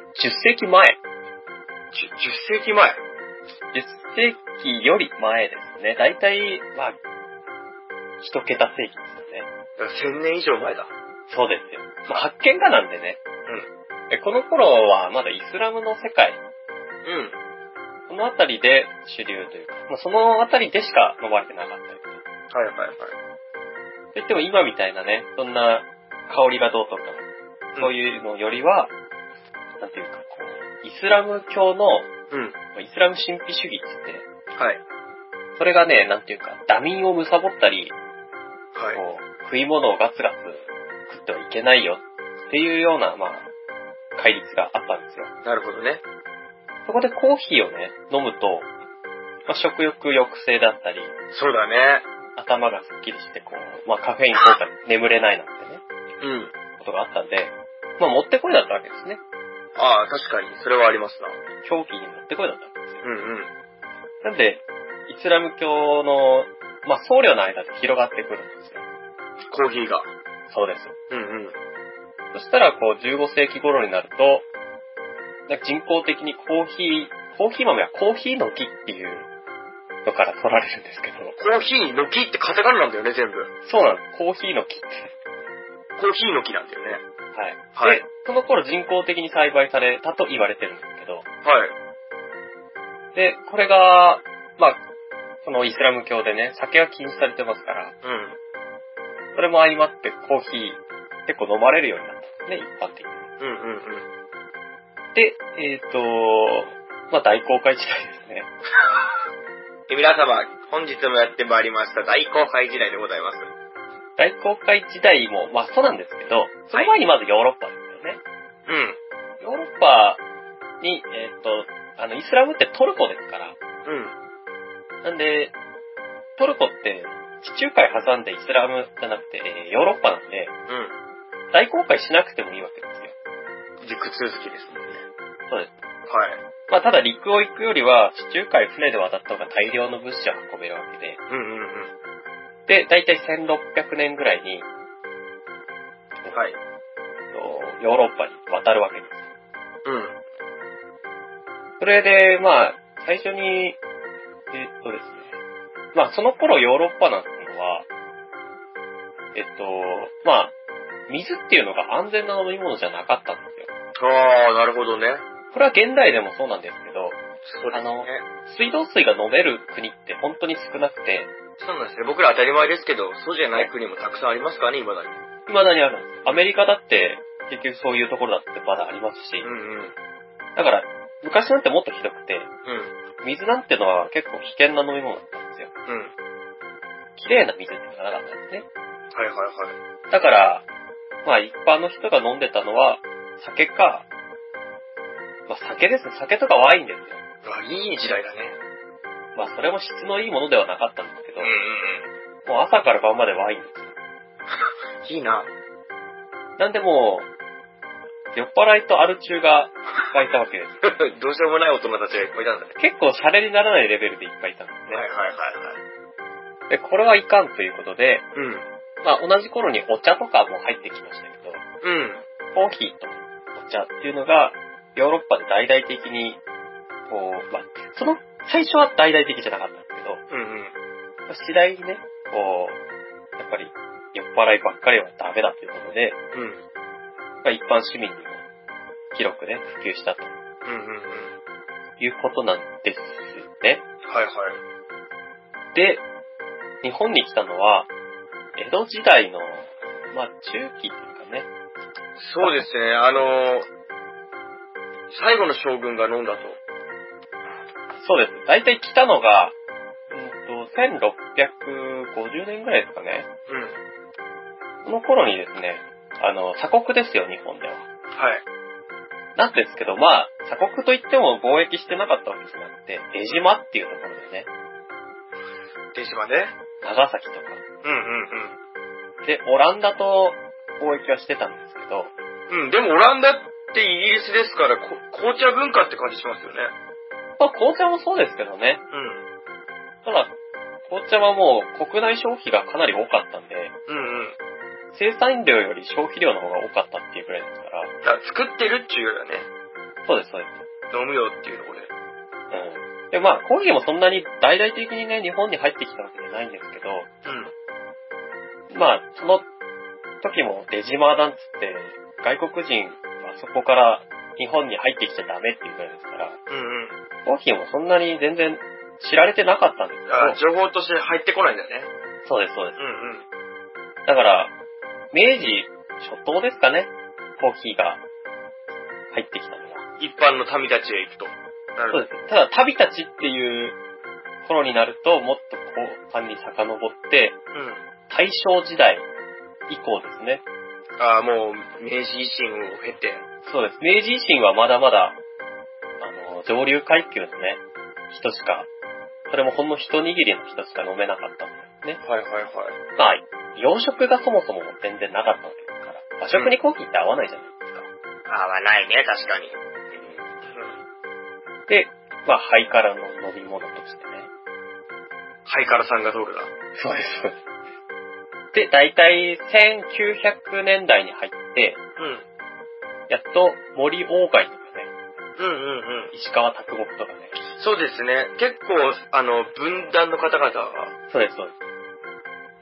Speaker 2: ん、10世紀前。
Speaker 1: 10世紀前。
Speaker 2: 10世紀より前ですね。だいたい、まあ、一桁世紀ですね。
Speaker 1: 1000年以上前だ。
Speaker 2: そうですよ。まあ、発見家なんでね。うん。この頃はまだイスラムの世界、
Speaker 1: うん。
Speaker 2: この辺りで主流というか、まあ、その辺りでしか飲まれてなかったりとか。
Speaker 1: はいはいはい。
Speaker 2: と言っても今みたいなね、そんな香りがどうとか、そういうのよりは、なんていうか、こう、イスラム教の、
Speaker 1: うん。
Speaker 2: イスラム神秘主義っつって、
Speaker 1: はい。
Speaker 2: それがね、なんていうか、ダミンを貪ったり、
Speaker 1: はい。
Speaker 2: こう、食い物をガツガツ食ってはいけないよっていうような、まあ、戒律があったんですよ。
Speaker 1: なるほどね。
Speaker 2: そこでコーヒーをね、飲むと、まあ、食欲抑制だったり、
Speaker 1: そうだね。
Speaker 2: あ頭がすっきりして、こう、まあカフェイン効果で眠れないなんてね、
Speaker 1: うん。
Speaker 2: ことがあったんで、まあ持ってこいだったわけですね。
Speaker 1: ああ、確かに、それはありますな。
Speaker 2: 狂気に持ってこいだったわけですよ。
Speaker 1: うんうん。
Speaker 2: なんで、イスラム教の、まあ僧侶の間で広がってくるんですよ。
Speaker 1: コーヒーが。
Speaker 2: そうです。
Speaker 1: うんうん。
Speaker 2: そしたら、こう、15世紀頃になると、なんか人工的にコーヒー、コーヒー豆はコーヒーの木っていうのから取られるんですけど、
Speaker 1: コーヒーの木ってカタカナなんだよね、全部。
Speaker 2: そうなんです。コーヒーの木って。
Speaker 1: コーヒーの木なんだよね。
Speaker 2: は。
Speaker 1: はいい
Speaker 2: で、その頃人工的に栽培されたと言われてるんですけど、
Speaker 1: はい。
Speaker 2: で、これが、まあ、そのイスラム教でね、酒が禁止されてますか
Speaker 1: う
Speaker 2: ら、
Speaker 1: ん。
Speaker 2: それも相まってコーヒー結構飲まれるようになったんですね、一般的に。
Speaker 1: うんうんうん。
Speaker 2: で、えっ、と、まあ大航海時代ですね。
Speaker 1: で、皆様、本日もやってまいりました、大航海時代でございます。
Speaker 2: 大航海時代も、まあそうなんですけど、その前にまずヨーロッパですよね。
Speaker 1: うん。
Speaker 2: ヨーロッパに、えーっと、あの、イスラムってトルコですから、
Speaker 1: うん。
Speaker 2: なんで、トルコって地中海挟んでイスラムじゃなくて、えーヨーロッパなんで、大航海しなくてもいいわけですよ。
Speaker 1: うん。陸続きですもんね。
Speaker 2: そうです。
Speaker 1: はい。
Speaker 2: まあただ陸を行くよりは、地中海船で渡った方が大量の物資を運べるわけで、
Speaker 1: うんうんうん。
Speaker 2: で、だいたい1600年ぐらいに、
Speaker 1: はい。
Speaker 2: えーっとヨーロッパに渡るわけです。
Speaker 1: うん。
Speaker 2: それで、まあ、最初に、えっとですね。まあ、その頃ヨーロッパなんてのは、えっと、まあ、水っていうのが安全な飲み物じゃなかったんですよ。
Speaker 1: ああ、なるほどね。
Speaker 2: これは現代でもそうなんですけど、
Speaker 1: そうです
Speaker 2: あの
Speaker 1: ね。
Speaker 2: 水道水が飲める国って本当に少なくて、
Speaker 1: そうなんですね。僕ら当たり前ですけど、そうじゃない国もたくさんありますからね、未だに。
Speaker 2: 未だにあるんです。アメリカだって、結局そういうところだってまだありますし、
Speaker 1: んうん。
Speaker 2: だから、昔なんてもっとひどくて、
Speaker 1: うん。
Speaker 2: 水なんてのは結構危険な飲み物だったんですよ。
Speaker 1: うん。
Speaker 2: 綺麗な水っていうのがなかったんですね。
Speaker 1: はいはいはい。
Speaker 2: だから、まあ一般の人が飲んでたのは、酒か、まあ酒ですね。酒とかワインですね。
Speaker 1: あ、いい時代だね。
Speaker 2: まあそれも質のいいものではなかったんですけど、
Speaker 1: ん
Speaker 2: もう朝から晩までワインですよ。
Speaker 1: うん。いいな。
Speaker 2: なんでもう、酔っ払いとアル中がいっぱいいたわけで す。
Speaker 1: どうしようもない大人たちがいっぱいいたんだね。
Speaker 2: 結構シャレにならないレベルでいっぱいいたんですね。
Speaker 1: はいはいはい
Speaker 2: で、これはいかんということで、
Speaker 1: はい。
Speaker 2: まあ同じ頃にお茶とかも入ってきましたけど、
Speaker 1: うん。うん。
Speaker 2: コーヒーとお茶っていうのが、ヨーロッパで大々的に、こう、まあ、その、最初は大々的じゃなかったんですけど、
Speaker 1: うんうん。
Speaker 2: 次第にね、こう、やっぱり、酔っ払いばっかりはダメだということで、
Speaker 1: うん。
Speaker 2: まあ、一般市民にも広くね、普及したと
Speaker 1: うんうんうん。
Speaker 2: いうことなんですね。
Speaker 1: はいはい。
Speaker 2: で、日本に来たのは、江戸時代の、まあ、中期っていうかね、
Speaker 1: そうですね、あのー、最後の将軍が飲んだと。
Speaker 2: そうです。大体来たのが、うんと、1650年ぐらいですかね。
Speaker 1: うん。
Speaker 2: この頃にですね、あの、鎖国ですよ、日本では。
Speaker 1: はい。
Speaker 2: なんですけど、まあ、鎖国といっても貿易してなかったわけじゃなくて、江島っていうところでね、
Speaker 1: 手島ね。
Speaker 2: 長崎とか。
Speaker 1: うん
Speaker 2: で、オランダと貿易はしてたんですけど、
Speaker 1: うんうん。うん、でもオランダってイギリスですから、こ紅茶文化って感じしますよね。
Speaker 2: まあ、紅茶もそうですけどね、ただ、紅茶はもう国内消費がかなり多かったんで、
Speaker 1: うん。うんうん。
Speaker 2: 生産量より消費量の方が多かったっていうぐらいですから、
Speaker 1: だから作ってるっちゅうよりはね、
Speaker 2: そうです、そうです。
Speaker 1: 飲むよっていうところで。
Speaker 2: うん。で、まあ、コーヒーもそんなに大々的にね、日本に入ってきたわけじゃないんですけど、
Speaker 1: うん。
Speaker 2: まあ、その時も出島なんつって、外国人はそこから日本に入ってきちゃダメっていうぐらいですから、
Speaker 1: うんうん。
Speaker 2: コーヒーもそんなに全然知られてなかったんですけど、
Speaker 1: あ情報として入ってこないんだよね。
Speaker 2: そうです、そうで
Speaker 1: うんうん。
Speaker 2: す。だから、明治初頭ですかね、コーヒーが入ってきたのは。
Speaker 1: 一般の民たちへ行くと。な
Speaker 2: そう
Speaker 1: る
Speaker 2: です。ただ、旅立ちっていう頃になると、もっと後半に遡って、
Speaker 1: ほど。うん。
Speaker 2: 大正時代以降ですね。
Speaker 1: ああ、もう、明治維新を経て。
Speaker 2: そうです。明治維新はまだまだ、あの、上流階級のね、人しか、それもほんの一握りの人しか飲めなかったので。
Speaker 1: うん
Speaker 2: ね。
Speaker 1: はいはいはい。
Speaker 2: まあ、洋食がそもそも全然なかったわけですから、和食にコーヒーって合わないじゃないですか。
Speaker 1: 合わないね、確かに。
Speaker 2: で、まあ、ハイカラの飲み物としてね。
Speaker 1: ハイカラさんが通るな。
Speaker 2: そうです。で、だいたい1900年代に入って、
Speaker 1: うん。
Speaker 2: やっと森鴎外とかね、
Speaker 1: うんうんうん。
Speaker 2: 石川啄木とかね。
Speaker 1: そうですね。結構、あの、分断の方々が
Speaker 2: そうです、そうで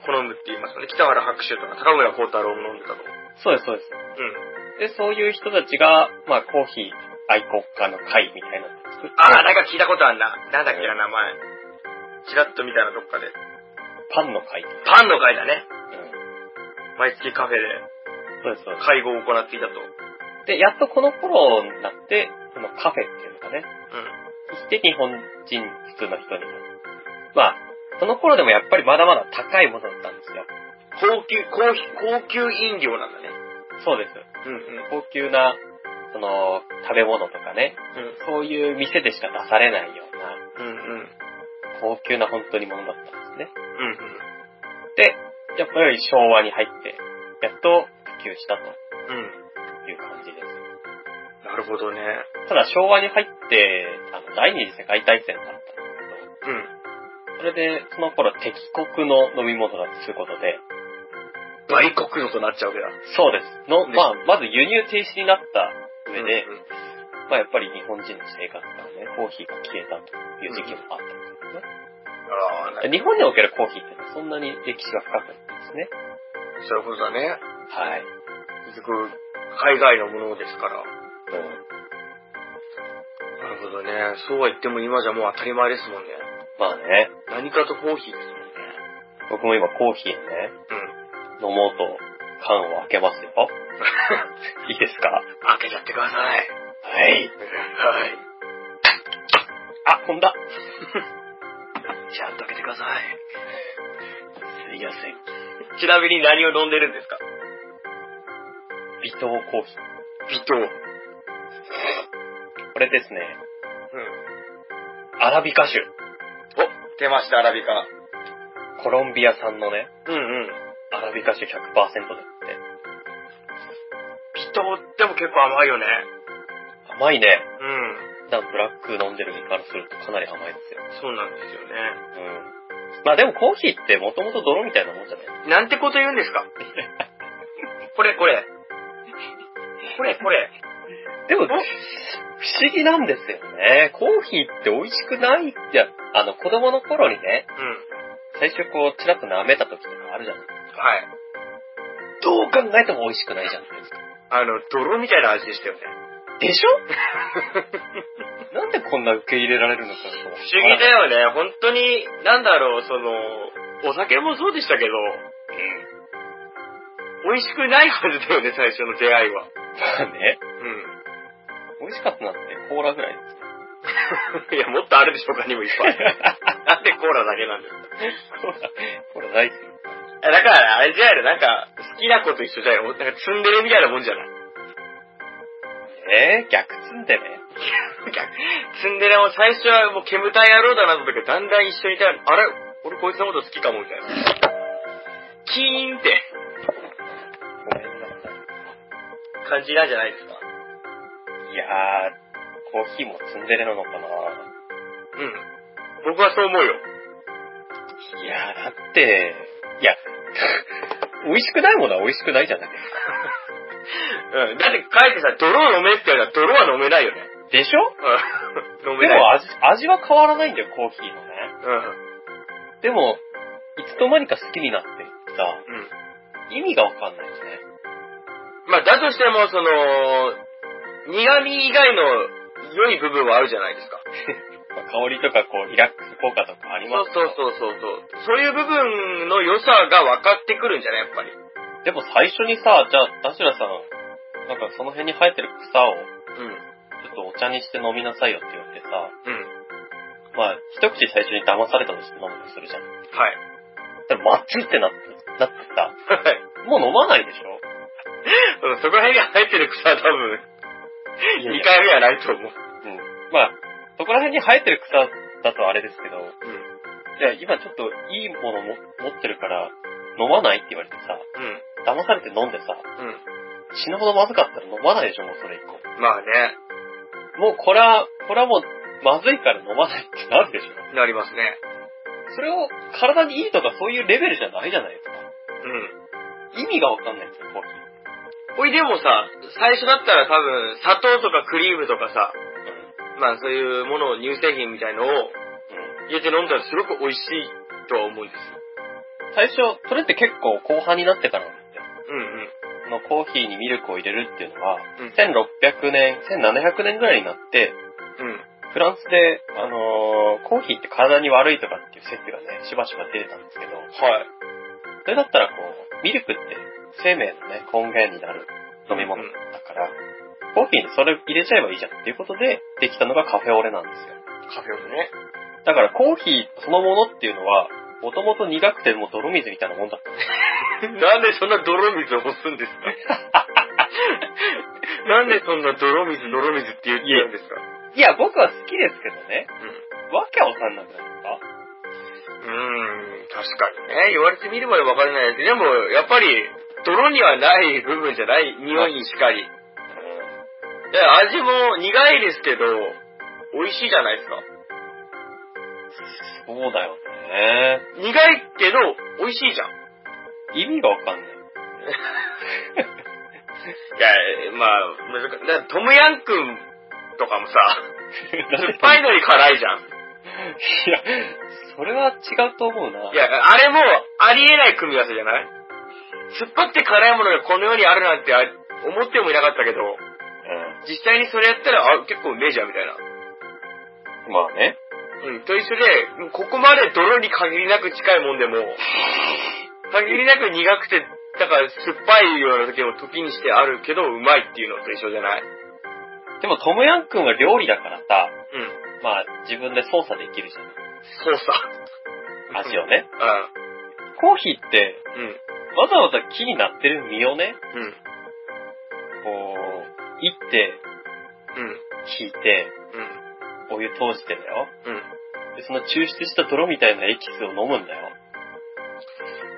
Speaker 1: 好むって言いますよね。北原白秋とか高村光太郎も飲んでたと。
Speaker 2: す。そうです、そうです。
Speaker 1: うん。
Speaker 2: で、そういう人たちが、まあ、コーヒー愛国家の会みたいなのを作って、
Speaker 1: ああ、なんか聞いたことあんな。なんだっけな、名前。チラッと見たらどっかで。
Speaker 2: パンの会。うん。
Speaker 1: パンの会だね。毎月カフェで
Speaker 2: そうです、そうで
Speaker 1: 会合を行っていたと。
Speaker 2: す。で、やっとこの頃になって、そのカフェっていうのがね、
Speaker 1: う
Speaker 2: で日本人、普通の人にも。まあ、その頃でもやっぱりまだまだ高いものだったんですよ。
Speaker 1: ん。高級、高級、高級飲料なんだね。
Speaker 2: そうです。
Speaker 1: うんうん。
Speaker 2: 高級な、その、食べ物とかね、そういう店でしか出されないような、
Speaker 1: うんうんうん。
Speaker 2: 高級な本当にものだったんですね。
Speaker 1: うんうん。
Speaker 2: で、やっぱり昭和に入って、やっと普及したと
Speaker 1: うん。
Speaker 2: いう感じです。
Speaker 1: なるほどね。
Speaker 2: ただ昭和に入って、あの、第二次世界大戦だったんです
Speaker 1: うん。
Speaker 2: けど、それで、その頃敵国の飲み物だとすることで、
Speaker 1: 売国のとなっちゃうわけだ。
Speaker 2: そうです。の、
Speaker 1: ね
Speaker 2: まあ、まず輸入停止になった上で、
Speaker 1: うんうん
Speaker 2: まあやっぱり日本人の生活からね、コーヒーが消えたという時期もあったんですね。
Speaker 1: ああ、な
Speaker 2: 日本におけるコーヒーってのはそんなに歴史が深くないんですね。
Speaker 1: そういうことだね。
Speaker 2: はい。
Speaker 1: 結局、海外のものですから。
Speaker 2: うん
Speaker 1: なるほどね。そうは言っても今じゃもう当たり前ですもんね。
Speaker 2: まあね、
Speaker 1: 何かとコーヒーですもんね。
Speaker 2: 僕も今コーヒーね、
Speaker 1: うん。
Speaker 2: 飲もうと缶を開けますよ。 いいですかは
Speaker 1: 開けちゃってください。
Speaker 2: い。
Speaker 1: はい。
Speaker 2: あ、飛んだ。
Speaker 1: ちゃんと開けてください。
Speaker 2: すいません。
Speaker 1: ちなみに何を飲んでるんですか
Speaker 2: 微糖コーヒー。
Speaker 1: 微糖。う
Speaker 2: これですね、
Speaker 1: ん。
Speaker 2: アラビカ種。
Speaker 1: お、出ました、アラビカ。
Speaker 2: コロンビア産のね、
Speaker 1: うんうん。
Speaker 2: アラビカ種100%ですって。
Speaker 1: 微糖でも結構甘いよね。
Speaker 2: 甘いね。
Speaker 1: うん。
Speaker 2: 普段ブラック飲んでる身からするとかなり甘いですよ。
Speaker 1: そうなんですよね。
Speaker 2: うん。まあでもコーヒーってもともと泥みたいなもんじゃない
Speaker 1: なんてこと言うんですか これこれ。これこれ。
Speaker 2: でも、
Speaker 1: ん
Speaker 2: 不思議なんですよね。コーヒーって美味しくないって、あの、子供の頃にね、
Speaker 1: うん。
Speaker 2: 最初こう、ちらっと舐めた時とかあるじゃない
Speaker 1: はい。
Speaker 2: どう考えても美味しくないじゃないですか。
Speaker 1: あの、泥みたいな味でしたよね。
Speaker 2: でしょ なんでこんな受け入れられるのか不思
Speaker 1: 不思議だよね。本当に、なんだろう、その、お酒もそうでしたけど、美味しくないはずだよね、最初の出会いは。
Speaker 2: まあね、
Speaker 1: う
Speaker 2: 美味しかったなんてコーラぐらいで
Speaker 1: ん。
Speaker 2: す。
Speaker 1: い や、もっとあるでしょ、他にもいっぱい。なんでコーラだけなんですか
Speaker 2: コーラ、コーラ大好き。
Speaker 1: だから、あれじゃあよ、なんか、好きな子と一緒じゃよ。なんか、ツンデレみたいなもんじゃない
Speaker 2: えー、逆積んでね。
Speaker 1: ツンデレも最初はもう煙たい野郎だなと思ったけど、だんだん一緒にいたら、あれ俺こいつのこと好きかもみたいな。キーンって
Speaker 2: ごめんなさい。
Speaker 1: 感じなんじゃないですか
Speaker 2: いやー、コーヒーもツンデレなのかな
Speaker 1: うん。僕はそう思うよ。
Speaker 2: いやー、だって、いや、 美味しくないものは美味しくないじゃない
Speaker 1: うん。だって書いてさ、泥を飲めって言われたら泥は飲めないよね。
Speaker 2: でしょ
Speaker 1: うん。飲
Speaker 2: で
Speaker 1: めない。
Speaker 2: も味、味は変わらないんだよ、コーヒーのね。
Speaker 1: うん。
Speaker 2: でも、いつの間にか好きになってるってさ、
Speaker 1: うん。
Speaker 2: 意味がわかんないよね。
Speaker 1: まあ、だとしても、その、苦味以外の良い部分はあるじゃないですか。
Speaker 2: まあ香りとかこう、リラックス効果とかあり
Speaker 1: そ
Speaker 2: ま
Speaker 1: う
Speaker 2: す
Speaker 1: そうそうそうそう。そういう部分の良さが分かってくるんじゃないやっぱり。
Speaker 2: う。でも最初にさ、じゃあ、ダシュラさん、なんかその辺に生えてる草を、
Speaker 1: う
Speaker 2: ちょっとお茶にして飲みなさいよって言われてさ、
Speaker 1: ん。うん。
Speaker 2: まあ、一口最初に騙されたとして飲むとするじゃん。
Speaker 1: はい。
Speaker 2: でも、まっつってなって、なってさ、
Speaker 1: はい。
Speaker 2: もう飲まないでしょ
Speaker 1: うんそこら辺に入ってる草は多分、
Speaker 2: い
Speaker 1: 2回目はないと思う。
Speaker 2: うん。まあ、そこら辺に生えてる草だとあれですけど、
Speaker 1: うん。
Speaker 2: いや、今ちょっといいものも持ってるから、飲まないって言われてさ、
Speaker 1: うん。
Speaker 2: 騙されて飲んでさ、死ぬほどまずかったら飲まないでしょ、もうそれ以降。
Speaker 1: うん。まあね、
Speaker 2: もうこれは、これはもう、まずいから飲まないってなるでしょ。
Speaker 1: なりますね。
Speaker 2: それを体にいいとかそういうレベルじゃないじゃないですか。
Speaker 1: うん。
Speaker 2: 意味がわかんないんですよ、コーヒー。
Speaker 1: おい、でもさ、最初だったら多分、砂糖とかクリームとかさ、まあそういうものを、乳製品みたいのを
Speaker 2: うん
Speaker 1: 入れて飲んだらすごく美味しいとは思うんですよ。
Speaker 2: 最初、それって結構後半になってからなんですよ。
Speaker 1: うんうん。
Speaker 2: このコーヒーにミルクを入れるっていうのは、
Speaker 1: うん。
Speaker 2: 1600年、1700年ぐらいになって、
Speaker 1: うん。
Speaker 2: フランスで、あのーコーヒーって体に悪いとかっていう説がね、しばしば出てたんですけど、
Speaker 1: はい。
Speaker 2: それだったらこう、ミルクって生命のね、根源になる飲み物だから、コーヒーにそれ入れちゃえばいいじゃんっていうことでできたのがカフェオレなんですよ。
Speaker 1: カフェオレね。
Speaker 2: だからコーヒーそのものっていうのは、もともと苦くてもう泥水みたいなもんだったんです
Speaker 1: なんでそんな泥水を干すんです かなんでそんな泥水、泥水って言うんですか
Speaker 2: いや、僕は好きですけどね。
Speaker 1: う
Speaker 2: わけはわかんなくないですか
Speaker 1: ん。うーん、確かにね。言われてみればわからないです。でも、やっぱり、泥にはない部分じゃない。匂いにしかり。で味も苦いですけど、美味しいじゃないですか。
Speaker 2: そうだよね。
Speaker 1: 苦いけど、美味しいじゃん。
Speaker 2: 意味がわか んない。
Speaker 1: いや、まあ、難しい。だからトムヤンくんと かもさ、酸っぱいのに辛いじゃん。
Speaker 2: いや、それは違うと思うな。
Speaker 1: いや、あれもありえない組み合わせじゃない酸っぱくて辛いものがこの世にあるなんてあ思ってもいなかったけど、
Speaker 2: う
Speaker 1: 実際にそれやったら、あ、結構うめえじゃんみたいな。
Speaker 2: ん。まあね。
Speaker 1: うん、と一緒で、ここまで泥に限りなく近いもんでも、限りなく苦くて、だから酸っぱいような時も時にしてあるけど、うまいっていうのと一緒じゃない
Speaker 2: でもトムヤン君は料理だからさ、
Speaker 1: うん。
Speaker 2: まあ自分で操作できるじゃん。
Speaker 1: そうさ。
Speaker 2: 味をね。
Speaker 1: う
Speaker 2: コーヒーって、
Speaker 1: ん。うん。
Speaker 2: わざわざ木になってる実をね、
Speaker 1: うん。
Speaker 2: こう、いって、
Speaker 1: うん。
Speaker 2: 引いて、
Speaker 1: うん。
Speaker 2: お湯通してだよ。
Speaker 1: うん。
Speaker 2: で、その抽出した泥みたいなエキスを飲むんだよ。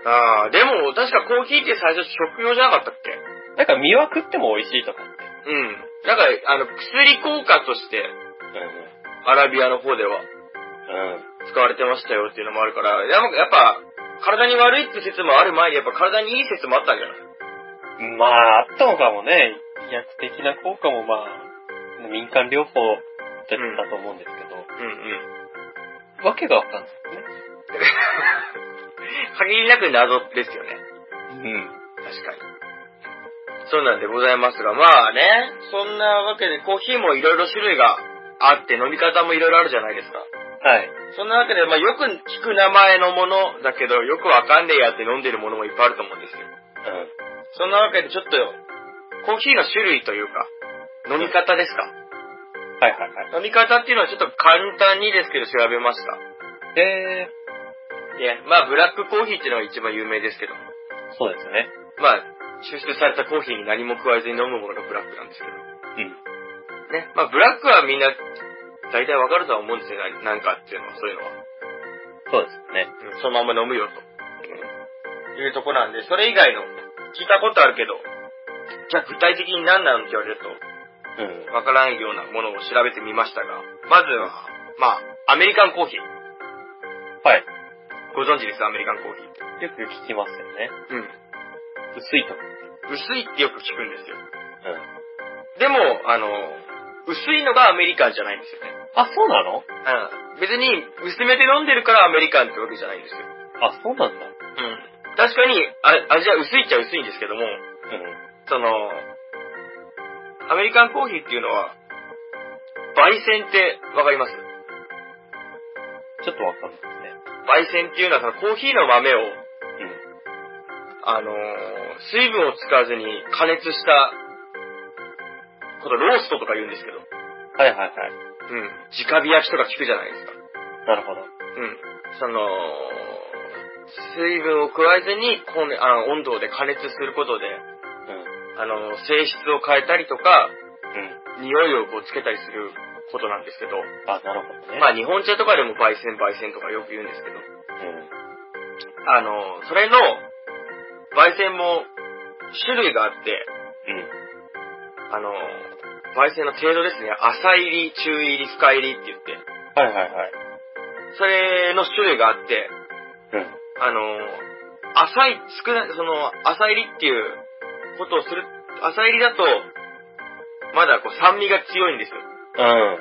Speaker 1: ああ、でも、確かコーヒーって最初食用じゃなかったっけ
Speaker 2: なんか実は食っても美味しいとかって。
Speaker 1: うん。なんか、あの、薬効果として、アラビアの方では
Speaker 2: うん。うん。
Speaker 1: 使われてましたよっていうのもあるから、やっぱやっぱ、体に悪いって説もある前に、やっぱ体にいい説もあったんじゃない
Speaker 2: まあ、あったのかもね。医薬的な効果もまあ、民間療法だったと思うんですけど、
Speaker 1: うんうん。
Speaker 2: わけがわかんないで
Speaker 1: 限りなく謎ですよね。
Speaker 2: すね。
Speaker 1: 確かに。そうなんでございますが、まあね、そんなわけでコーヒーもいろいろ種類があって、飲み方もいろいろあるじゃないですか。
Speaker 2: うん。はい。
Speaker 1: そんなわけで、まあよく聞く名前のものだけど、よくわかんねえやって飲んでるものもいっぱいあると思うんですよ。そんなわけでちょっと、コーヒーの種類というか、飲み方ですか。
Speaker 2: うん。はいはいはい。
Speaker 1: 飲み方っていうのはちょっと簡単にですけど調べました。
Speaker 2: え
Speaker 1: で、まあブラックコーヒーっていうのが一番有名ですけど、
Speaker 2: ー、そうですね。
Speaker 1: まあ抽出されたコーヒーに何も加えずに飲むものがブラックなんですけど。
Speaker 2: うん。
Speaker 1: ね。まあブラックはみんな、大体わかるとは思うんですよ、ななんかっていうのは、そういうのは。
Speaker 2: そうですね。
Speaker 1: うんそのまま飲むよと。いうとこなんで、それ以外の、聞いたことあるけど、じゃあ具体的に何なのって言われると、
Speaker 2: うん。
Speaker 1: わからないようなものを調べてみましたが、まずは、まあ、アメリカンコーヒー。
Speaker 2: はい。
Speaker 1: ご存知です、アメリカンコーヒーって。
Speaker 2: よく聞きますよね。
Speaker 1: うん。
Speaker 2: 薄いとか。
Speaker 1: 薄いってよく聞くんですよ。
Speaker 2: うん。
Speaker 1: でも、あの、薄いのがアメリカンじゃないんですよね。
Speaker 2: あ、そうなの
Speaker 1: うん。別に、薄めて飲んでるからアメリカンってわけじゃないんですよ。
Speaker 2: あ、そうなんだ。
Speaker 1: うん。確かに、あ味は薄いっちゃ薄いんですけども、
Speaker 2: うん。
Speaker 1: その、アメリカンコーヒーっていうのは、焙煎ってわかります
Speaker 2: ちょっとわかんないですね。
Speaker 1: 焙煎っていうのはそのコーヒーの豆を、
Speaker 2: うん。
Speaker 1: あのー水分を使わずに加熱した、ことローストとか言うんですけど、
Speaker 2: はいはいはい。
Speaker 1: うん。直火焼きとか聞くじゃないですか。
Speaker 2: なるほど。
Speaker 1: うん。その、水分を加えずに、こんあ温度で加熱することで、
Speaker 2: うん。
Speaker 1: あのー性質を変えたりとか、
Speaker 2: うん。
Speaker 1: 匂いをこうつけたりすることなんですけど、
Speaker 2: あ、なるほどね。
Speaker 1: ま
Speaker 2: い。
Speaker 1: あ日本茶とかでも焙煎焙煎とかよく言うんですけど、
Speaker 2: うん。
Speaker 1: あの、それの焙煎も種類があって、
Speaker 2: うん。
Speaker 1: あの、焙煎の程度ですね、浅入り、中入り、深入りって言って、
Speaker 2: はいはいはい。
Speaker 1: それの種類があって、
Speaker 2: うん。
Speaker 1: あの、浅い、少ない、その、浅入りっていうことをする、浅入りだと、まだこう酸味が強いんですよ。
Speaker 2: う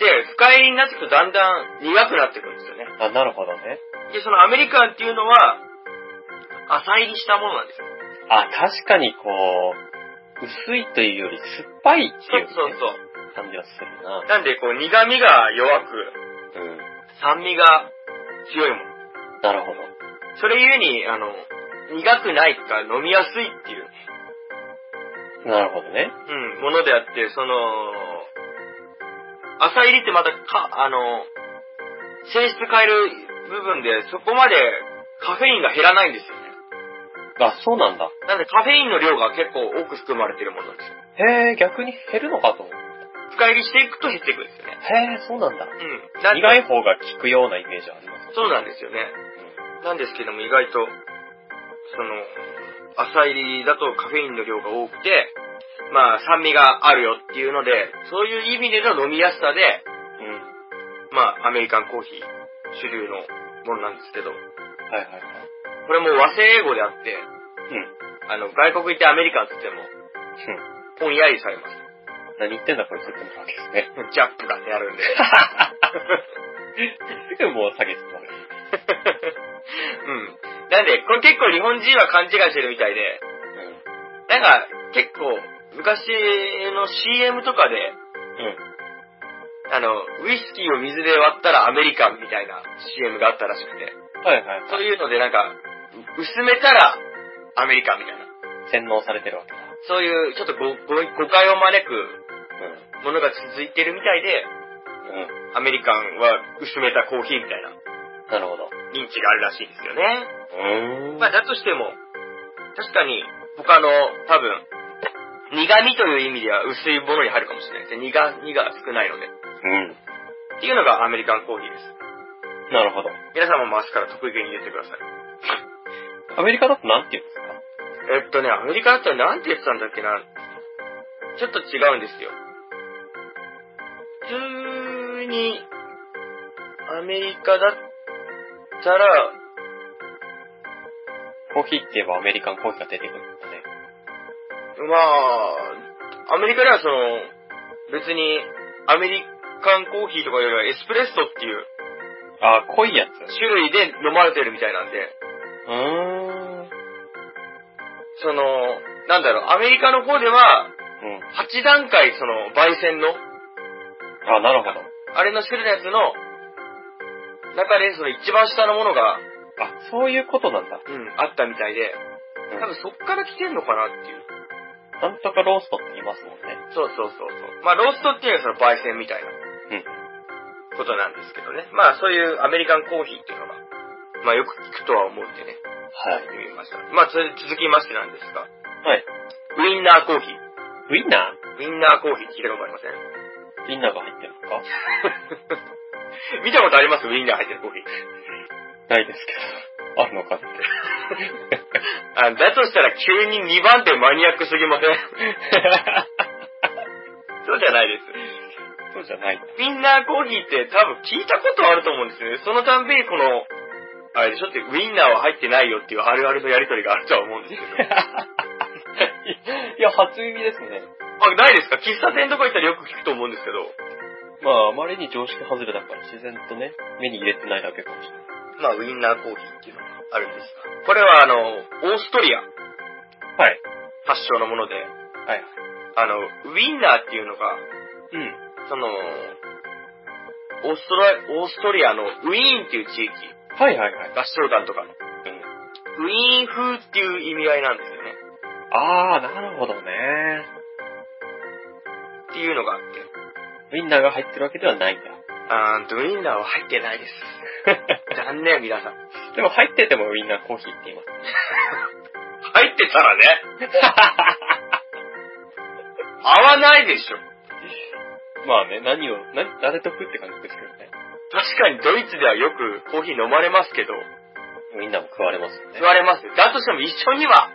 Speaker 1: で、深入りになってくるとだんだん苦くなってくるんですよね。
Speaker 2: ん。あ、なるほどね。
Speaker 1: で、そのアメリカンっていうのは、浅入りしたものなんですよ。
Speaker 2: あ、確かにこう、薄いというより酸っぱいって
Speaker 1: そ
Speaker 2: いうう、ね、
Speaker 1: そうそう。
Speaker 2: 感じがするな。
Speaker 1: なんで、こう、苦味が弱く、
Speaker 2: うん。
Speaker 1: 酸味が強いもん。
Speaker 2: なるほど。
Speaker 1: それゆえに、あの、苦くないから飲みやすいっていう、
Speaker 2: なるほどね。
Speaker 1: うん、ものであって、その、浅入りってまた、か、あの、性質変える部分で、そこまでカフェインが減らないんですよね。
Speaker 2: あ、そうなんだ。
Speaker 1: なんで、カフェインの量が結構多く含まれてるものなんですよ。
Speaker 2: へえ、逆に減るのかと思う。
Speaker 1: 深入りしていくと減っていくんですよね。
Speaker 2: へえ、そうなんだ。
Speaker 1: うん。なんで
Speaker 2: 苦い方が効くようなイメージあります。
Speaker 1: そうなんですよね。なんですけども、意外と、その、浅入りだとカフェインの量が多くて、まあ、酸味があるよっていうので、そういう意味での飲みやすさで、
Speaker 2: うん。うん。
Speaker 1: まあ、アメリカンコーヒー主流のものなんですけど、こ
Speaker 2: はいはいはい。
Speaker 1: れも和製英語であって、
Speaker 2: うん。
Speaker 1: あの、外国行ってアメリカンって言っても、
Speaker 2: うん。
Speaker 1: ぽんやりされます。
Speaker 2: 何言ってんだこいつってなるわけですね。
Speaker 1: ジャップがってやるんで。
Speaker 2: すぐもう下げてたね。
Speaker 1: うん。なんで、これ結構日本人は勘違いしてるみたいで、なんか、結構、昔の CM とかで、
Speaker 2: うん。うん。
Speaker 1: あの、ウイスキーを水で割ったらアメリカンみたいな CM があったらしくて、
Speaker 2: はいはい
Speaker 1: そ
Speaker 2: は
Speaker 1: う
Speaker 2: い。
Speaker 1: いうのでなんか、薄めたらアメリカンみたいな、
Speaker 2: 洗脳されてるわけだ。
Speaker 1: そういうちょっとごご誤解を招く
Speaker 2: う
Speaker 1: ものが続いてるみたいで、
Speaker 2: ん。うん。
Speaker 1: アメリカンは薄めたコーヒーみたいな
Speaker 2: なるほど。
Speaker 1: 認知があるらしいですよね。
Speaker 2: うーん。
Speaker 1: まあだとしても、確かに他の多分、苦味という意味では薄いものに入るかもしれないですね。苦味が少ないので。
Speaker 2: うん。
Speaker 1: っていうのがアメリカンコーヒーです。
Speaker 2: なるほど。
Speaker 1: 皆さんもマスから得意げに言ってください。
Speaker 2: アメリカだとなんて言うんですか
Speaker 1: えっとね、アメリカだったらなんて言ってたんだっけな。ちょっと違うんですよ。普通に、アメリカだったら、
Speaker 2: コーヒーって言えばアメリカンコーヒーが出てくるんだね。
Speaker 1: まあ、アメリカではその、別に、アメリカンコーヒーとかよりはエスプレッソっていう
Speaker 2: あー、濃いやつ。
Speaker 1: 種類で飲まれてるみたいなんで、
Speaker 2: うーん。
Speaker 1: その、なんだろう、アメリカの方では、
Speaker 2: うん。
Speaker 1: 8段階その、焙煎の、
Speaker 2: あ、なるほど。
Speaker 1: あれの種類のやつの、中でその一番下のものが、
Speaker 2: あ、そういうことなんだ。
Speaker 1: うん、あったみたいで、
Speaker 2: う
Speaker 1: 多分
Speaker 2: ん
Speaker 1: そっから来てんのかなっていう。
Speaker 2: なんとかローストって言いますもんね。
Speaker 1: そうそうそうそう。まあ、ローストっていうのはその焙煎みたいな
Speaker 2: うん。
Speaker 1: ことなんですけどね。まあ、そういうアメリカンコーヒーっていうのが、まあ、よく聞くとは思うんでね、
Speaker 2: は
Speaker 1: やってみました。まあ、それ続きましてなんですが、
Speaker 2: い。はい。
Speaker 1: ウインナーコーヒー。
Speaker 2: ウインナ
Speaker 1: ウインナーコーヒーって聞いたことありません
Speaker 2: ーウインナーが入ってるのか
Speaker 1: 見たことありますウインナー入ってるコーヒー。
Speaker 2: ないですけど。あるのか って。
Speaker 1: あだとしたら急に2番手マニアックすぎません そうじゃないです。
Speaker 2: そうじゃないんだ。
Speaker 1: ウィンナーコーヒーって多分聞いたことあると思うんですよね。そのたんびにこの、あれでしょって、ウィンナーは入ってないよっていうあるあるのやりとりがあるとは思うんですけど。
Speaker 2: いや、初耳ですね。
Speaker 1: あ、ないですか喫茶店とか行ったらよく聞くと思うんですけど。
Speaker 2: まあ、あまりに常識外れだから自然とね、目に入れてないだけかもしれない。
Speaker 1: まあ、ウィンナーコーヒーっていうのがあるんですが。これはあの、オーストリア
Speaker 2: はい。
Speaker 1: 発祥のもので、
Speaker 2: はい。
Speaker 1: あの、ウィンナーっていうのが、
Speaker 2: うん。
Speaker 1: その、オーストラオーストリアのウィーンっていう地域、
Speaker 2: はいはいはい。
Speaker 1: 合唱団とか、ウ
Speaker 2: うん、
Speaker 1: ィーン風っていう意味合いなんですよね。
Speaker 2: あー、なるほどね。
Speaker 1: っていうのがあって。
Speaker 2: ウインナーが入ってるわけではないんだ。
Speaker 1: あーんと、ウィンナーは入ってない です。残念、皆さん。
Speaker 2: でも入っててもウインナーコーヒーって言い ます。
Speaker 1: 入ってたらね。合わないでしょ。
Speaker 2: まあね、何を、何、誰得って感じですけどね。
Speaker 1: 確かにドイツではよくコーヒー飲まれますけど、
Speaker 2: みんなも食われますよね
Speaker 1: 言。われます。だとしても一緒には、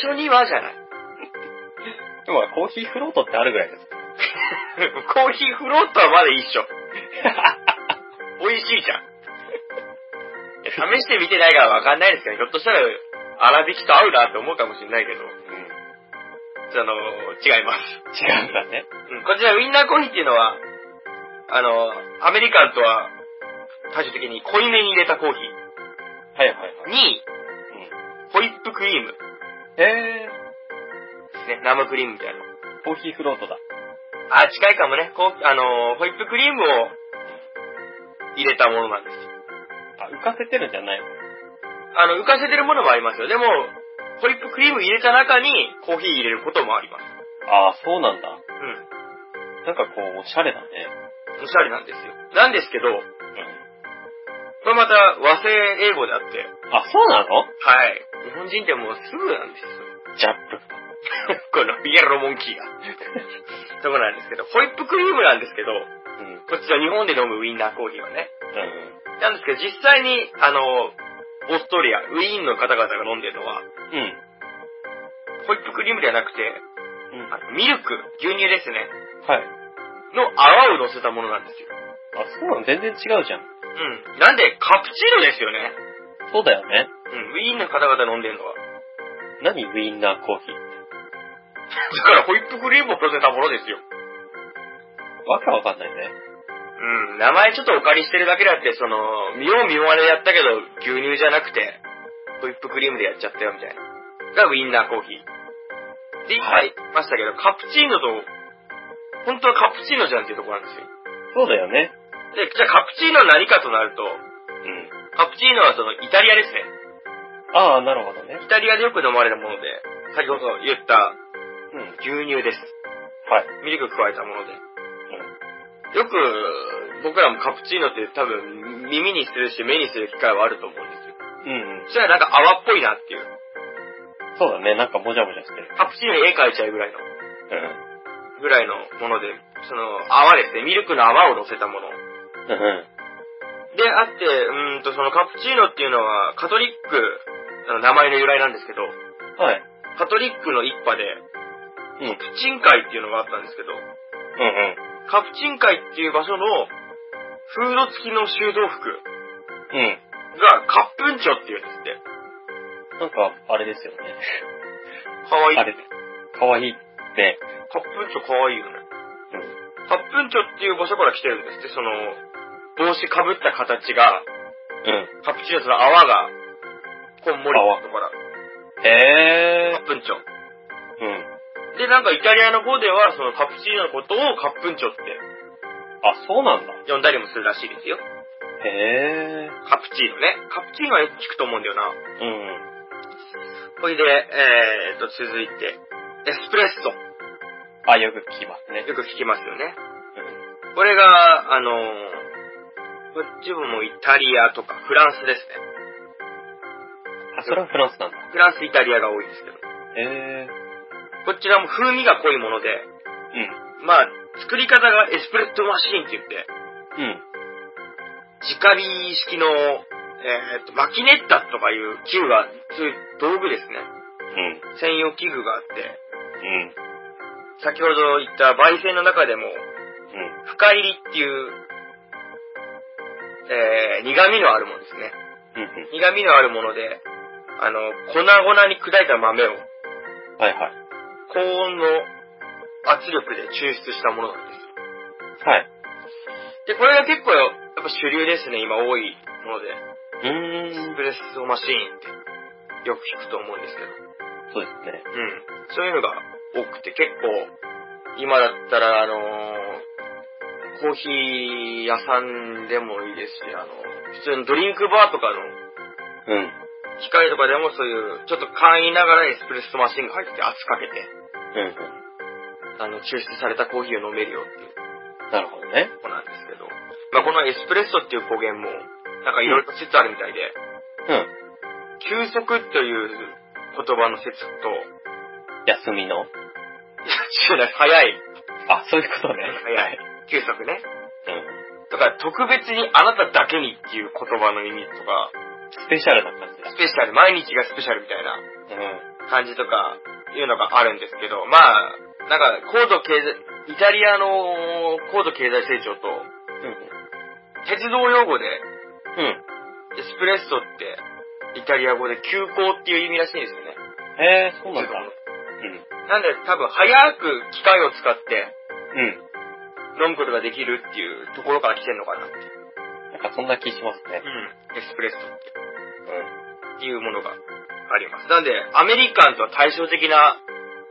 Speaker 1: 一緒にはじゃない。
Speaker 2: でもコーヒーフロートってあるぐらいです。
Speaker 1: コーヒーフロートはまだ一緒。美味しいじゃん。 いや試してみてないからわかんないですけど、ひょっとしたら、粗挽きと合うなって思うかもしれないけど、
Speaker 2: うん。違
Speaker 1: あの、違います。
Speaker 2: うんだね。
Speaker 1: うん、こちらウィンナーコーヒーっていうのは、あの、アメリカンとは、最終的に濃いめに入れたコーヒ
Speaker 2: はいはいは
Speaker 1: ー
Speaker 2: い。
Speaker 1: に、ホイップクリームで
Speaker 2: え
Speaker 1: すね。生クリームみたいな。
Speaker 2: ー、コーヒーフロートだ。
Speaker 1: あ、近いかもね。こう、あのー、ホイップクリームを入れたものなんです。
Speaker 2: あ、浮かせてるんじゃないの
Speaker 1: あの、浮かせてるものもありますよ。でも、ホイップクリーム入れた中にコーヒー入れることもあります。
Speaker 2: ああ、そうなんだ。
Speaker 1: う
Speaker 2: なんかこう、おしゃれだね。
Speaker 1: ん。おしゃれなんですよ。なんですけど、
Speaker 2: う
Speaker 1: これまた和製英語であって、
Speaker 2: ん。あ、そうなの
Speaker 1: はい。日本人ってもうすぐなんですよ。
Speaker 2: ジャップ。
Speaker 1: このイエローモンキーが。 そこなんですけど、ホイップクリームなんですけど、
Speaker 2: うん。うん。
Speaker 1: こっちの日本で飲むウィンナーコーヒーはね。なんですけど、実際に、あのー、オーストリア、ウィーンの方々が飲んでるのは、
Speaker 2: うん。
Speaker 1: ホイップクリームではなくて、
Speaker 2: うん。
Speaker 1: あ
Speaker 2: はい。
Speaker 1: のミルク、牛乳ですね、の泡を乗せたものなんですよ。
Speaker 2: あ、そうなの全然違うじゃん。
Speaker 1: うん。なんで、カプチーノですよね。
Speaker 2: そうだよね。
Speaker 1: うん、ウィーンの方々飲んでるのは。
Speaker 2: 何ウィンナーコーヒー。
Speaker 1: だから、ホイップクリームを乗せたものですよ。
Speaker 2: わけわかんないね。
Speaker 1: うん、名前ちょっとお借りしてるだけであって、その、見よう見まねでやったけど、牛乳じゃなくて、ホイップクリームでやっちゃったよ、みたいな。が、ウィンナーコーヒー。で、今
Speaker 2: はい
Speaker 1: 言いましたけど、カプチーノと、本当はカプチーノじゃんっていうところなんですよ。
Speaker 2: そうだよね。
Speaker 1: で、じゃあカプチーノは何かとなると、
Speaker 2: うん。
Speaker 1: カプチーノはその、イタリアですね。
Speaker 2: ああ、なるほどね。
Speaker 1: イタリアでよく飲まれるもので、先ほど言った
Speaker 2: うん。はい。
Speaker 1: 牛乳です。ミルク加えたもので。よく、僕らもカプチーノって多分耳にするし目にする機会はあると思うんですよ。
Speaker 2: うん。うん。
Speaker 1: そしたらなんか泡っぽいなっていう。
Speaker 2: そうだね。なんかもじゃもじゃしてる。
Speaker 1: カプチーノに絵描いちゃうぐらいの、
Speaker 2: う
Speaker 1: ぐらいのもので、その泡ですね。ミルクの泡を乗せたもの。
Speaker 2: ん。うん。
Speaker 1: で、あって、うーんと、そのカプチーノっていうのはカトリックの名前の由来なんですけど、
Speaker 2: はい。
Speaker 1: カトリックの一派で、
Speaker 2: うん。うん
Speaker 1: プチン会っていうのがあったんですけど、
Speaker 2: うん。
Speaker 1: カプチン会っていう場所のフード付きの修道服
Speaker 2: うん。
Speaker 1: がカップンチョっていうんですって。
Speaker 2: なんか、あれですよね。
Speaker 1: かわいい。
Speaker 2: あ
Speaker 1: カップ
Speaker 2: れ、かわいいね。
Speaker 1: ンチョかわいいよね。
Speaker 2: うん。
Speaker 1: カップンチョっていう場所から来てるんですって、その、帽子かぶった形が、
Speaker 2: う
Speaker 1: カプチーノスの泡が、こんもり
Speaker 2: 泡
Speaker 1: ところ
Speaker 2: ん。へ
Speaker 1: カ
Speaker 2: え
Speaker 1: ッ。プンチョ。
Speaker 2: うん。
Speaker 1: で、なんかイタリアの方では、そのカプチーノのことをカップンチョって
Speaker 2: あ、そうなんだ。
Speaker 1: 呼んだりもするらしいですよ。
Speaker 2: へえ。
Speaker 1: カプチーノね。カプチーノはよく聞くと思うんだよな。
Speaker 2: うん。
Speaker 1: ほいで、えーっと、続いて、エスプレッソ。
Speaker 2: あ、よく聞きますね。
Speaker 1: よく聞きますよね。
Speaker 2: うん。
Speaker 1: これが、あのー、こっちもイタリアとかフランスですね。
Speaker 2: あ、それはフランスなんだ。
Speaker 1: フランス、イタリアが多いですけど。
Speaker 2: へえ。
Speaker 1: こちらも風味が濃いもので、
Speaker 2: うん。
Speaker 1: まあ、作り方がエスプレッドマシーンって言って、
Speaker 2: うん。
Speaker 1: 直火式の、えーっと、マキネッタとかいう器具が、そういう道具ですね。
Speaker 2: うん。
Speaker 1: 専用器具があって、
Speaker 2: うん。
Speaker 1: 先ほど言った焙煎の中でも、
Speaker 2: うん。
Speaker 1: 深入りっていう、えー、苦味のあるものですね。
Speaker 2: うん。
Speaker 1: 苦味のあるもので、あの、粉々に砕いた豆を
Speaker 2: はいはい。
Speaker 1: 高温の圧力で抽出したものなんです。
Speaker 2: はい。
Speaker 1: で、これが結構やっぱ主流ですね、今多いので。
Speaker 2: う
Speaker 1: エ
Speaker 2: ー
Speaker 1: ス
Speaker 2: ん。
Speaker 1: プレッソマシーンってよく聞くと思うんですけど。
Speaker 2: そうですね。
Speaker 1: うん。そういうのが多くて結構、今だったらあのーコーヒー屋さんでもいいですし、あの普通のドリンクバーとかの
Speaker 2: うん。
Speaker 1: 機械とかでもそういう、ちょっと簡易ながらエスプレッソマシンが入ってて圧かけて、
Speaker 2: うん。
Speaker 1: あの、抽出されたコーヒーを飲めるよっていう
Speaker 2: なるほどね。
Speaker 1: とこなんですけど、まあ、このエスプレッソっていう語源も、なんかいろいろ説あるみたいで、
Speaker 2: うん。
Speaker 1: 休息という言葉の説と、
Speaker 2: 休みの。
Speaker 1: いや、違うな、早い。
Speaker 2: あ、そういうことね。
Speaker 1: はいはい。休息ね。
Speaker 2: うん。
Speaker 1: だから特別にあなただけにっていう言葉の意味とか、
Speaker 2: スペシャルな感じだ
Speaker 1: ス。ペシャル、毎日がスペシャルみたいな
Speaker 2: う
Speaker 1: 感じとか、いうのがあるんですけど、まあ、なんか高度経済、イタリアの高度経済成長と、
Speaker 2: ん。うん。
Speaker 1: 鉄道用語で、
Speaker 2: うん。
Speaker 1: エスプレッソって、イタリア語で急行っていう意味らしいんですよね。
Speaker 2: へえ、そうなんだ。
Speaker 1: なんで多分早く機械を使って
Speaker 2: うん。うん。
Speaker 1: 飲むことができるっていうところから来てんのかな。う
Speaker 2: なんかそんな気しますね。
Speaker 1: ん。エスプレッソって
Speaker 2: う
Speaker 1: っていうものがあります。なんで、アメリカンとは対照的な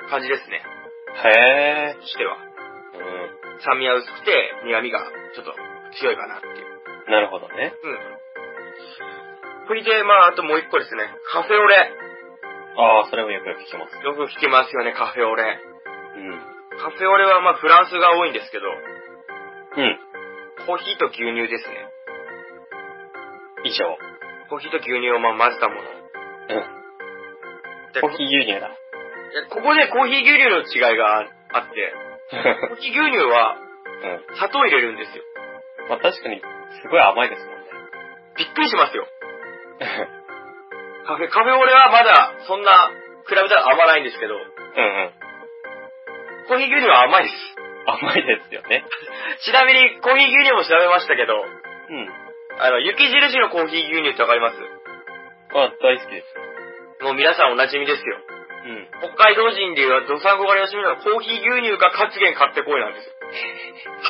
Speaker 1: 感じですね。
Speaker 2: ん。へえ。
Speaker 1: としては。
Speaker 2: う
Speaker 1: 酸味は薄くて、苦味がちょっと強いかなっていう。
Speaker 2: ん。なるほどね。
Speaker 1: うん。それで、まあ、あともう一個ですね。カフェオレ。
Speaker 2: ああ、それもよく聞きます。
Speaker 1: よく聞きますよね、カフェオレ。
Speaker 2: うん。う
Speaker 1: カフェオレはまあ、フランスが多いんですけど、
Speaker 2: ん。
Speaker 1: コーヒーと牛乳ですね。
Speaker 2: 以上。
Speaker 1: コーヒーと牛乳をまあ混ぜたもの。
Speaker 2: うん。
Speaker 1: で
Speaker 2: コーヒー牛乳 だ。
Speaker 1: でここでコーヒー牛乳の違いがあって、コーヒー牛乳は
Speaker 2: うん。
Speaker 1: 砂糖入れるんですよ。
Speaker 2: まあ確かに、すごい甘いです もんね。
Speaker 1: びっくりしますよ。カフェ、カフェオレはまだそんな、比べたら甘ないんですけど、
Speaker 2: うんうん。
Speaker 1: コーヒー牛乳は甘いです。
Speaker 2: 甘いですよね。
Speaker 1: ちなみに、コーヒー牛乳も調べましたけど、
Speaker 2: うん。
Speaker 1: あの、雪印のコーヒー牛乳ってわかります
Speaker 2: まあ大好きです。
Speaker 1: もう皆さんお馴染みですよ。
Speaker 2: うん。
Speaker 1: 北海道人でいうドサンコが吉村のコーヒー牛乳かカツゲン買ってこいなんです よ。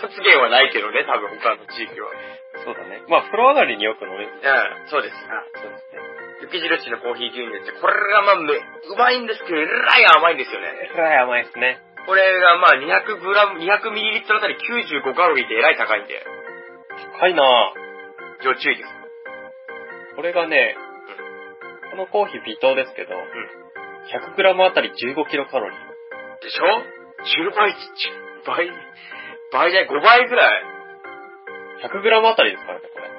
Speaker 1: カツゲンはないけどね、多分他の地域は。
Speaker 2: そうだね。まあ風呂上がりによく飲める。
Speaker 1: うん、そうです。
Speaker 2: そうですね。
Speaker 1: 雪印のコーヒー牛乳って、これがまあめ、うまいんですけど、えらい甘いんですよね。
Speaker 2: えらい甘いですね。
Speaker 1: これがまあ 200g、200ml あたり95カロリーってえらい高いんで、
Speaker 2: 高いなぁ。
Speaker 1: 要注意です。
Speaker 2: これがね、このコーヒー微糖ですけど、100g あたり15キロカロリー。
Speaker 1: でしょ ?10 倍、10倍、倍じゃない、5倍ぐらい。
Speaker 2: 100g あたりですからね、これ。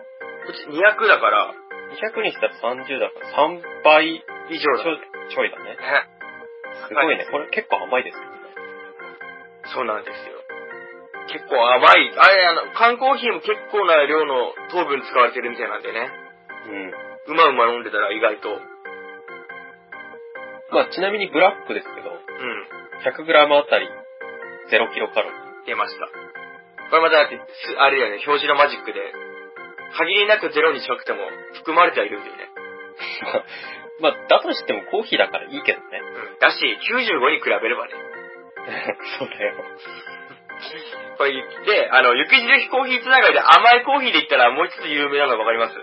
Speaker 1: うち200だから、
Speaker 2: 200にしたら30だから3倍
Speaker 1: 以
Speaker 2: ち
Speaker 1: 上
Speaker 2: ょ
Speaker 1: だね。
Speaker 2: ちょいだね。すごいね。これ結構甘いですよね。
Speaker 1: そうなんですよ。結構甘い。あれ、あの、缶コーヒーも結構な量の糖分使われてるみたいなんでね。
Speaker 2: うん。
Speaker 1: うまうま飲んでたら意外と。うん。
Speaker 2: まあちなみにブラックですけど、100g あたり0キロカロリー。
Speaker 1: 出ました。これまただって、すあれだよね、表示のマジックで、限りなくゼロにしなくても含まれてはいるんだよね。
Speaker 2: まあだとしてもコーヒーだからいいけどね。
Speaker 1: うん。だし、95に比べればね。
Speaker 2: そうだよ。
Speaker 1: これで、あの、雪印コーヒーつながりで甘いコーヒーで言ったらもう一つ有名なのわかります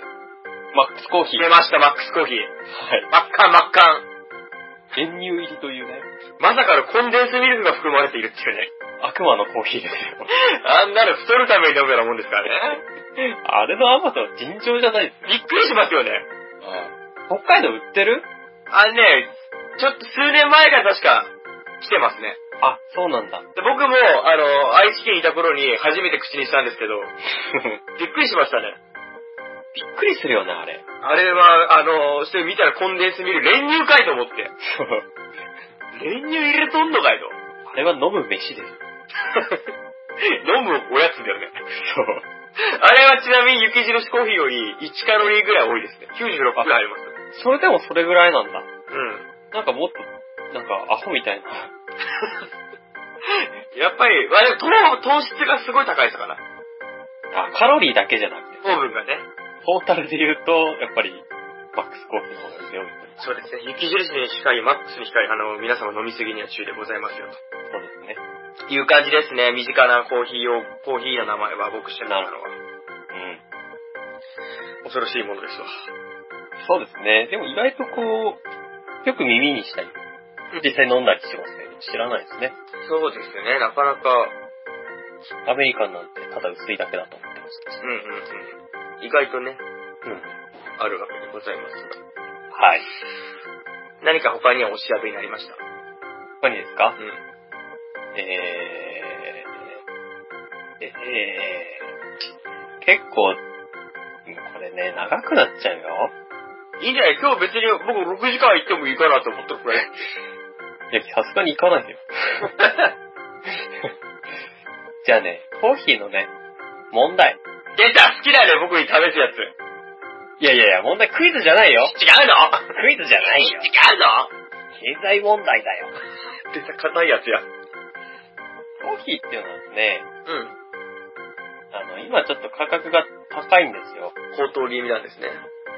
Speaker 2: マックスコーヒー。
Speaker 1: 出ました、マックスコーヒー。
Speaker 2: はい。
Speaker 1: 真っ赤真っ赤。
Speaker 2: 練乳入りというね、
Speaker 1: まさかのコンデンスミルクが含まれているっていうね。
Speaker 2: 悪魔のコーヒーですよ。
Speaker 1: あんなの太るために飲むようなもんですからね。
Speaker 2: あれの甘さは尋常じゃないです。
Speaker 1: びっくりしますよね。
Speaker 2: 北海道売ってる
Speaker 1: あのね、ちょっと数年前が確か来てますね。
Speaker 2: あ、そうなんだ。
Speaker 1: で僕も、あの、愛知県にいた頃に初めて口にしたんですけど、びっくりしましたね。
Speaker 2: びっくりするよね、あれ。
Speaker 1: あれは、あの、して見たらコンデンスミルク練乳かいと思って。練乳入れとんのかいと。
Speaker 2: あれは飲む飯です。
Speaker 1: 飲むおやつだよね。
Speaker 2: そう。
Speaker 1: あれはちなみに雪印コーヒーより1カロリーぐらい多いですね。96くらいあります。
Speaker 2: それでもそれぐらいなんだ。
Speaker 1: うん。
Speaker 2: なんかもっと、なんかアホみたいな。
Speaker 1: やっぱり、まあでも糖糖質がすごい高いですから。
Speaker 2: あ、カロリーだけじゃなくて、
Speaker 1: 糖分がね。
Speaker 2: トータルで言うと、やっぱり、マックスコーヒーの方が強い。
Speaker 1: そうですね。雪印に近い、マックスに近い、あの、皆様飲みすぎには注意でございますよ。
Speaker 2: そうですね。
Speaker 1: という感じですね。身近なコーヒーを、コーヒーの名前は僕知らないのは。
Speaker 2: うん。
Speaker 1: 恐ろしいものですわ。
Speaker 2: そうですね。でも意外とこう、よく耳にしたり、実際飲んだりしますけど、知らないですね。
Speaker 1: そうですよね。なかなか、
Speaker 2: アメリカンなんてただ薄いだけだと思ってまし
Speaker 1: うんうんうん。意外とね、
Speaker 2: た。うん。
Speaker 1: あるわけでございますが。
Speaker 2: はい。
Speaker 1: 何か他にはお調べになりました。
Speaker 2: 他にですか
Speaker 1: うん。
Speaker 2: えー、えー、結構、これね、長くなっちゃうよ。
Speaker 1: いいんじゃない今日別に僕6時間行ってもいいかなと思ったくらい。
Speaker 2: いや、さすがに行かないよ。じゃあね、コーヒーのね、問題。
Speaker 1: 出た好きだよね、僕に試すやつ。
Speaker 2: いやいやいや、問題クイズじゃないよ。
Speaker 1: 違うの
Speaker 2: クイズじゃない
Speaker 1: 違。
Speaker 2: よ
Speaker 1: うの
Speaker 2: 経済問題だよ。
Speaker 1: 出た、硬いやつや。
Speaker 2: コーヒーっていうのはね、
Speaker 1: うん。
Speaker 2: あの、今ちょっと価格が高いんですよ。
Speaker 1: 高騰気味なんですね。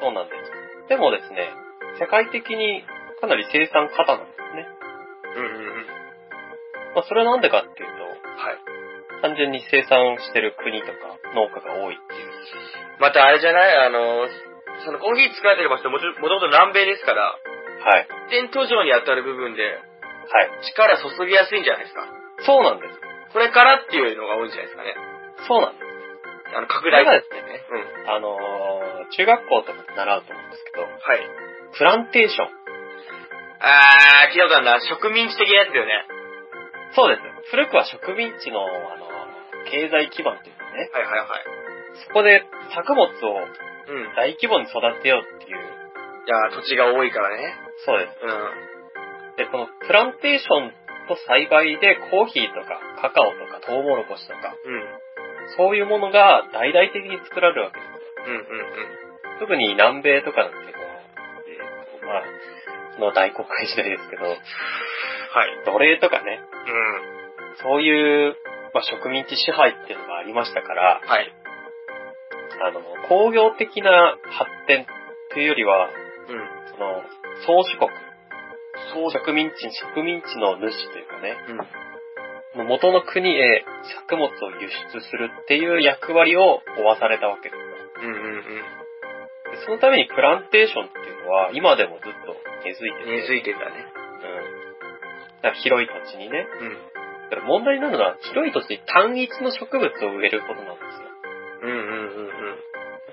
Speaker 2: そうなんです。でもですね、世界的にかなり生産過多なんですね。
Speaker 1: うんうんうん。
Speaker 2: まあ、それはなんでかっていう
Speaker 1: はい。
Speaker 2: と、単純に生産してる国とか農家が多いっていう。
Speaker 1: またあれじゃないあの、そのコーヒー作られてる場所ってもちろんもともと南米ですから、
Speaker 2: はい。
Speaker 1: 点途上に当たる部分で
Speaker 2: はい。
Speaker 1: 力注ぎやすいんじゃないですか。
Speaker 2: そうなんです。
Speaker 1: これからっていうのが多いんじゃないですかね。
Speaker 2: そうなんです。
Speaker 1: あの、拡大
Speaker 2: ただで
Speaker 1: です
Speaker 2: ね、
Speaker 1: すね。うん。
Speaker 2: あのー中学校とかで習うと思うんですけど、
Speaker 1: はい。
Speaker 2: プランテーション。
Speaker 1: あー、聞いたことあるな。植民地的なやつだよね。
Speaker 2: そうです。古くは植民地の、あのー経済基盤っていうかね、
Speaker 1: はいはいはい。
Speaker 2: そこで作物を
Speaker 1: うん。
Speaker 2: 大規模に育てようって
Speaker 1: い
Speaker 2: いう。
Speaker 1: やー、土地が多いからね。
Speaker 2: そうです。
Speaker 1: うん。
Speaker 2: で、このプランテーションと栽培でコーヒーとかカカオとかトウモロコシとか、
Speaker 1: うん。
Speaker 2: そういうものが大々的に作られるわけですよ。
Speaker 1: うんうんうん。
Speaker 2: 特に南米とかなんていうのは、えーとまあ、その大航海時代ですけど、
Speaker 1: はい。
Speaker 2: 奴隷とかね、
Speaker 1: うん。
Speaker 2: そういう、まあ、植民地支配っていうのがありましたから、
Speaker 1: はい。
Speaker 2: あの、工業的な発展というよりは、
Speaker 1: うん。
Speaker 2: その、宗主国、
Speaker 1: そうだ。
Speaker 2: 植民地、植民地の主というかね、
Speaker 1: うん。
Speaker 2: 元の国へ作物を輸出するっていう役割を負わされたわけです。
Speaker 1: うんうん
Speaker 2: でそのためにプランテーションっていうのは今でもずっと根付いて
Speaker 1: うん。
Speaker 2: て、
Speaker 1: 根付いてんだね。
Speaker 2: うん。だから広い土地にね。
Speaker 1: うん。
Speaker 2: だから問題なのは広い土地に単一の植物を植えることなんですよ。
Speaker 1: うんうんうんうん。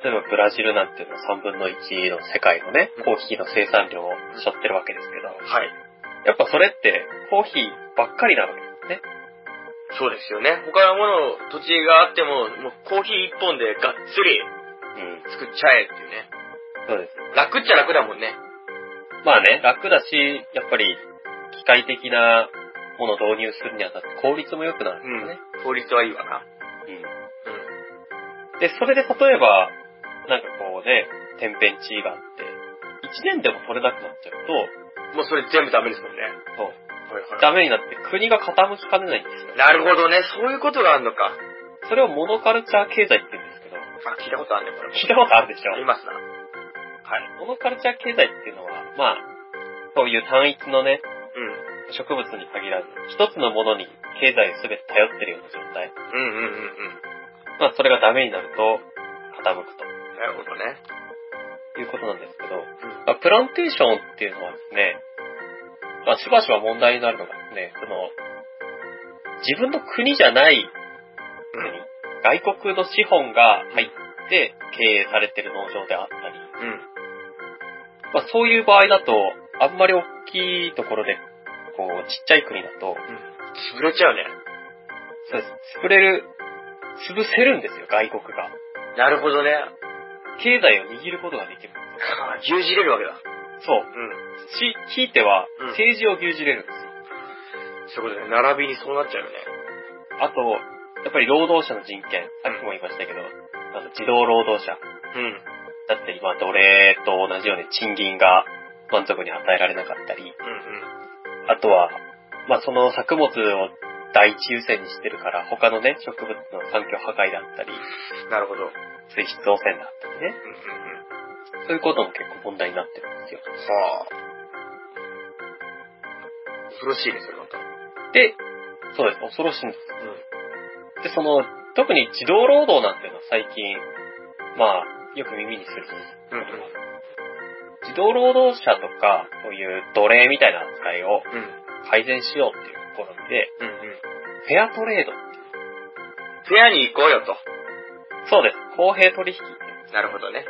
Speaker 2: 例えばブラジルなんていうのは3分の1の世界のね、コーヒーの生産量を背負ってるわけですけど、
Speaker 1: はい。
Speaker 2: やっぱそれってコーヒーばっかりなわけですね。
Speaker 1: そうですよね。他のもの、土地があっても、もうコーヒー一本でがっつり
Speaker 2: うん。
Speaker 1: 作っちゃえっていうね。
Speaker 2: そうです。
Speaker 1: 楽っちゃ楽だもんね。
Speaker 2: まあね、楽だし、やっぱり機械的なものを導入するにあたって効率も良くなるんですよね。
Speaker 1: うん。効率はいいわな。
Speaker 2: うんで、それで例えば、なんかこうね、天変地異があって、1年でも取れなくなっちゃう
Speaker 1: うん。もうそれ全部ダメですもんね。
Speaker 2: と、そう、
Speaker 1: はい
Speaker 2: ダメになって国が傾きかねないんですよ。
Speaker 1: なるほどね。そういうことがあるのか。
Speaker 2: それをモノカルチャー経済って言うんですけど、
Speaker 1: あ、聞いたことあるね、これ。
Speaker 2: 聞いたことあるでしょ
Speaker 1: ありますな。はい。
Speaker 2: モノカルチャー経済っていうのは、まあ、そういう単一のね、
Speaker 1: う
Speaker 2: 植物に限らず、一つのものに経済を全て頼ってるような状態。
Speaker 1: ん。うんうんうんうん。
Speaker 2: まあ、それがダメになると、傾くと
Speaker 1: なるほどね。
Speaker 2: いうことなんですけど、
Speaker 1: うん。
Speaker 2: まあ、プランテーションっていうのはですね、まあ、しばしば問題になるのがですね、その、自分の国じゃない
Speaker 1: うん
Speaker 2: 国、外国の資本が入って経営されてる農場であったり、
Speaker 1: うん。
Speaker 2: まあ、そういう場合だと、あんまり大きいところで、こう、ちっちゃい国だと、
Speaker 1: 潰れちゃうね。
Speaker 2: そうです。潰れる、潰せるんですよ、外国が。
Speaker 1: なるほどね。
Speaker 2: 経済を握ることができるんですよ。
Speaker 1: あ牛耳れるわけだ。
Speaker 2: そう。
Speaker 1: うん。
Speaker 2: し、ひいては
Speaker 1: うん、
Speaker 2: 政治を牛耳れるんですよ。
Speaker 1: そういうことね。並びにそうなっちゃうよね。
Speaker 2: あと、やっぱり労働者の人権、さっきも言いましたけど、あの自動労働者。
Speaker 1: うん。
Speaker 2: だって今、奴隷と同じように賃金が満足に与えられなかったり、
Speaker 1: うん
Speaker 2: あとは、まあ、その作物を第一優先にしてるから、他のね、植物の環境破壊だったり、
Speaker 1: うん。なるほど。うん
Speaker 2: 水質汚染だったりね、
Speaker 1: うんうん。
Speaker 2: そういうことも結構問題になってるんですよ。
Speaker 1: はあ。恐ろしいね、それまた。う
Speaker 2: で、そうです、恐ろしいんです
Speaker 1: ん。
Speaker 2: で、その、特に自動労働なんていうのは最近、まあ、よく耳にする。
Speaker 1: うん
Speaker 2: 自動労働者とか、そういう奴隷みたいな扱いを
Speaker 1: うん。
Speaker 2: 改善しようっていう試みで、
Speaker 1: うんうん。
Speaker 2: フェアトレード。
Speaker 1: フェアに行こうよと。
Speaker 2: そうです。公平取引っていう。
Speaker 1: なるほどね。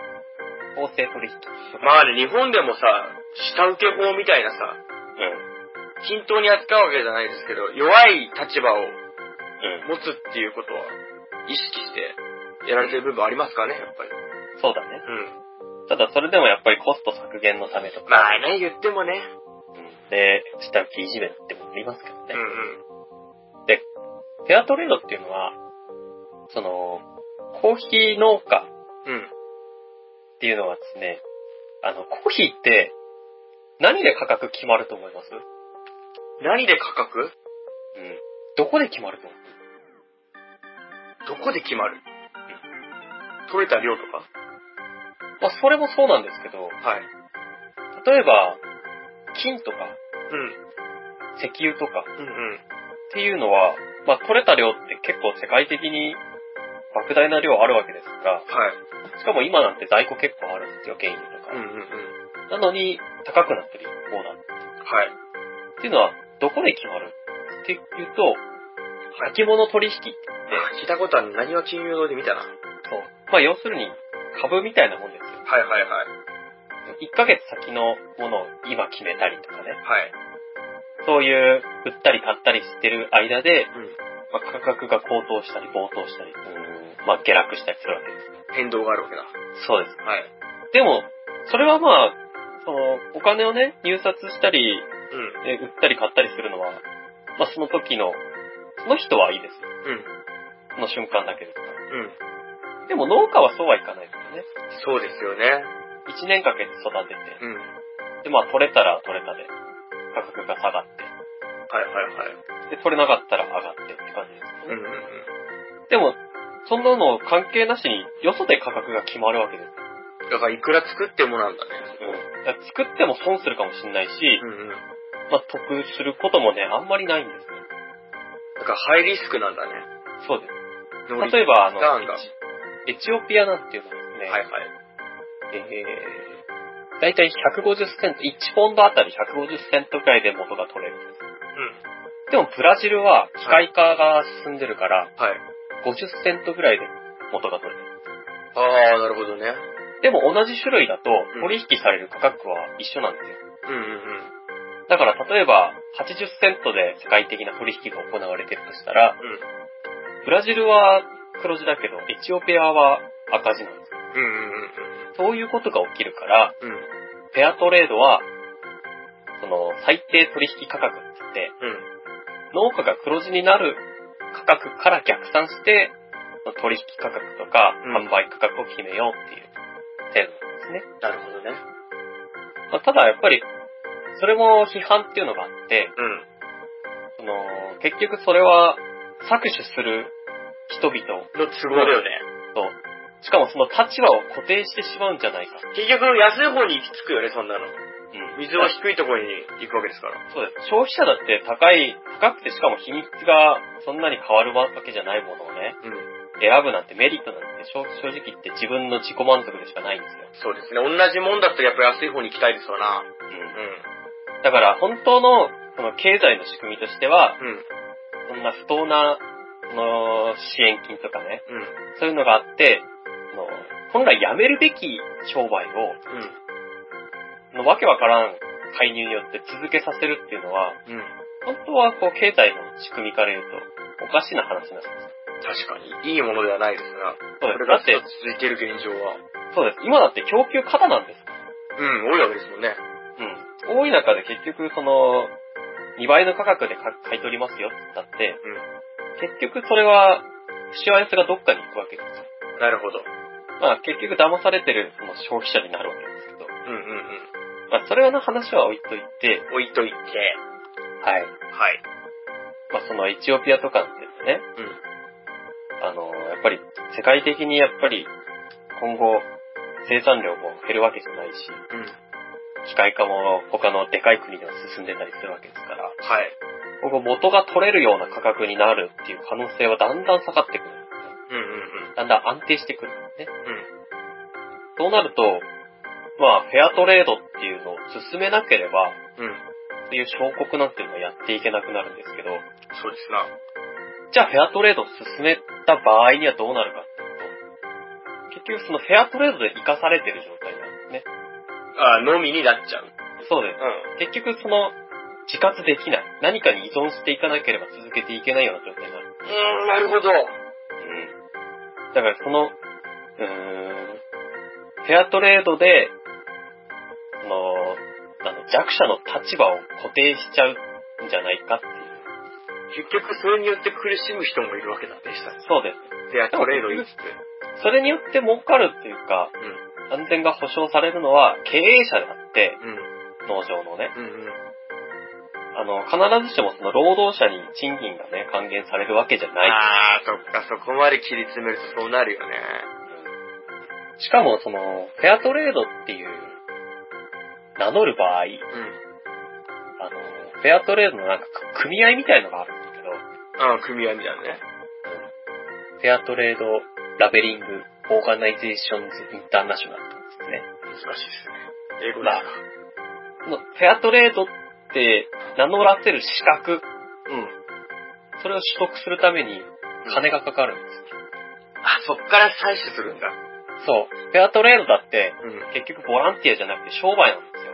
Speaker 2: 公正取引。
Speaker 1: まあね、日本でもさ、下請け法みたいなさ、
Speaker 2: うん。
Speaker 1: 均等に扱うわけじゃないですけど、弱い立場を
Speaker 2: う
Speaker 1: 持つっていうことは意識してやられてる部分ありますかね、やっぱり。
Speaker 2: ん。そうだね。
Speaker 1: う
Speaker 2: ただ、それでもやっぱりコスト削減のためとか。
Speaker 1: ん。まあね、言ってもね。
Speaker 2: うんで、下請けいじめってもありますけどね
Speaker 1: う。んうん。
Speaker 2: フェアトレードっていうのは、その、コーヒー農家
Speaker 1: うん。
Speaker 2: っていうのはですね、あの、コーヒーって、何で価格決まると思います
Speaker 1: 何で価格
Speaker 2: うん。どこで決まると思う
Speaker 1: どこで決まる取れた量とか
Speaker 2: まあ、それもそうなんですけど、
Speaker 1: はい。
Speaker 2: 例えば、金とか
Speaker 1: うん。
Speaker 2: 石油とかっ
Speaker 1: うんうん。
Speaker 2: ていうのは、まあ、取れた量って結構世界的に莫大な量あるわけですが、
Speaker 1: はい。
Speaker 2: しかも今なんて在庫結構あるんですよ、原油とか。
Speaker 1: うんうんうん。
Speaker 2: なのに、高くなってる一方だ
Speaker 1: はい。
Speaker 2: っていうのは、どこで決まるっていうと、先物取引って、
Speaker 1: あ聞いたことある。何は金融堂で見たな。はい
Speaker 2: そう。まあ、要するに、株みたいなもんですよ。
Speaker 1: はいはい。
Speaker 2: 1ヶ月先のものを今決めたりとかね。
Speaker 1: はい。
Speaker 2: そういう、売ったり買ったりしてる間で、
Speaker 1: うん。
Speaker 2: まあ、価格が高騰したり、暴騰したり、うーんまあ、下落したりするわけで
Speaker 1: 変動があるわけだ。
Speaker 2: す。そうです。
Speaker 1: はい。
Speaker 2: でも、それはまあ、その、お金をね、入札したり、
Speaker 1: うん。
Speaker 2: え売ったり買ったりするのは、まあ、その時の、その人はいいですよ。
Speaker 1: うん。
Speaker 2: その瞬間だけですから。
Speaker 1: うん。
Speaker 2: でも農家はそうはいかないからね。
Speaker 1: そうですよね。
Speaker 2: 1年かけて育てて、
Speaker 1: うん。はい
Speaker 2: で、まあ、取れたら取れたで、価格が下がって、
Speaker 1: はいはい。
Speaker 2: で、取れなかったら上がってって感じです
Speaker 1: う
Speaker 2: よ
Speaker 1: ん
Speaker 2: ね。
Speaker 1: うんうん。
Speaker 2: でも、そんなの関係なしに、よそで価格が決まるわけです。
Speaker 1: だからいくら作ってもなんだね。
Speaker 2: うん。だから作っても損するかもしれないし、
Speaker 1: うんうん。
Speaker 2: まあ、得することもね、あんまりないんですね。
Speaker 1: だからハイリスクなんだね。
Speaker 2: そうです。
Speaker 1: ノリ
Speaker 2: 例えば、あの
Speaker 1: ダウンが。は、
Speaker 2: エチエチオピアなんていうのはですね、
Speaker 1: いはい。
Speaker 2: えー、だいたい150セント、1ポンドあたり150セントくらいで元が取れるんです。
Speaker 1: うん。
Speaker 2: でもブラジルは機械化が進んでるから、
Speaker 1: はい。
Speaker 2: 50セントぐらいで元が取れる。
Speaker 1: ああ、なるほどね。
Speaker 2: でも同じ種類だと
Speaker 1: ん
Speaker 2: 取引される価格は一緒なんですよ。
Speaker 1: うんうんうん。
Speaker 2: だから例えば80セントで世界的な取引が行われてるとしたら、ブラジルは黒字だけどエチオピアは赤字なんですよ。
Speaker 1: うん。うんうん
Speaker 2: そういうことが起きるから、
Speaker 1: うんうん。うん。
Speaker 2: ペアトレードは、その最低取引価格って言って、
Speaker 1: うん。
Speaker 2: 農家が黒字になる価格から逆算して、その取引価格とか
Speaker 1: うん
Speaker 2: 販売価格を決めようっていう制度なんですね。
Speaker 1: なるほどね。
Speaker 2: まあ、ただやっぱり、それも批判っていうのがあって、
Speaker 1: うん。
Speaker 2: その、結局それは搾取する人々
Speaker 1: の都合だよね。
Speaker 2: と、しかもその立場を固定してしまうんじゃないか。
Speaker 1: 結局、安い方に行き着くよね、そんなの。
Speaker 2: うん
Speaker 1: 水は低いところに行くわけですから。
Speaker 2: そうです。消費者だって高い、高くてしかも品質がそんなに変わるわけじゃないものをね、
Speaker 1: うん。
Speaker 2: 選ぶなんてメリットなんて正正直言って自分の自己満足でしかないんですよ。
Speaker 1: そうですね。同じもんだったらやっぱ安い方に行きたいですわな。う
Speaker 2: だから本当のその経済の仕組みとしては、
Speaker 1: ん。うん。
Speaker 2: そんな不当なその支援金とかね、
Speaker 1: うん。
Speaker 2: そういうのがあって、その本来やめるべき商売
Speaker 1: う
Speaker 2: を、
Speaker 1: ん。
Speaker 2: そのわけわからん介入によって続けさせるっていうのは、
Speaker 1: うん。
Speaker 2: 本当はこう経済の仕組みから言うと、おかしな話なんです。
Speaker 1: 確かに。いいものではないですが。
Speaker 2: そ
Speaker 1: これ
Speaker 2: うです。だ
Speaker 1: が
Speaker 2: っ
Speaker 1: ずってと、続いている現状は。
Speaker 2: そうです。今だって供給過多なんですから。
Speaker 1: うん、多いわけですもんね。
Speaker 2: うん。多い中で結局その、2倍の価格でか買い取りますよって言ったって、結局それは、しわ寄せがどっかに行くわけですよ。
Speaker 1: なるほど。
Speaker 2: まあ結局騙されてるその消費者になるわけですけど、
Speaker 1: うんうんうん。
Speaker 2: まあそれの話は置いといて、
Speaker 1: 置いといて。
Speaker 2: は
Speaker 1: は
Speaker 2: い。
Speaker 1: い。
Speaker 2: まあそのエチオピアとかってね、
Speaker 1: うん。
Speaker 2: あの、やっぱり世界的にやっぱり今後生産量も減るわけじゃないし、
Speaker 1: うん。
Speaker 2: 機械化も他のでかい国では進んでたりするわけですから、
Speaker 1: はい。
Speaker 2: 今後元が取れるような価格になるっていう可能性はだんだん下がってくる。
Speaker 1: うんうん
Speaker 2: だんだん安定してくるんですね。
Speaker 1: うん。
Speaker 2: そうなると、まあ、フェアトレードっていうのを進めなければ、
Speaker 1: うん。うん。
Speaker 2: そういう小国なんていうのはやっていけなくなるんですけど、
Speaker 1: そうですな。
Speaker 2: じゃあフェアトレードを進めた場合にはどうなるかっていうと、結局そのフェアトレードで生かされてる状態なんですね。
Speaker 1: あ、のみになっちゃう。
Speaker 2: そうで
Speaker 1: う
Speaker 2: す。結局その、自活できない。何かに依存していかなければ続けていけないような状態になる。
Speaker 1: ん。うん、なるほど。
Speaker 2: うん。だからその、うーん、フェアトレードで、その、あの弱者の立場を固定しちゃうんじゃないかっていう
Speaker 1: 結局それによって苦しむ人もいるわけだね、下に。
Speaker 2: そうです。
Speaker 1: で、トレードいいっつって。
Speaker 2: それによって儲かるっていうか、安全が保障されるのは経営者であって、
Speaker 1: うん。
Speaker 2: 農場のね。
Speaker 1: うん。うんうん。
Speaker 2: あの、必ずしもその労働者に賃金がね、還元されるわけじゃない。
Speaker 1: ああ、そっか、そこまで切り詰めるとそうなるよね。
Speaker 2: しかも、その、フェアトレードっていう、名乗る場合、
Speaker 1: うん。
Speaker 2: あの、フェアトレードのなんか組合みたいのがあるんですけど、
Speaker 1: ああ、組合みたいなね。
Speaker 2: フェアトレードラベリングオーガナイゼーションズインターナショナルとかですね。
Speaker 1: 難しいですね。英語で
Speaker 2: まあこのフェアトレードって名乗らせる資格、
Speaker 1: うん。
Speaker 2: それを取得するために金がかかるんですよ。
Speaker 1: あ、そっから採取するんだ。
Speaker 2: そう。フェアトレードだって
Speaker 1: うん。はい。
Speaker 2: 結局ボランティアじゃなくて商売なんですよ。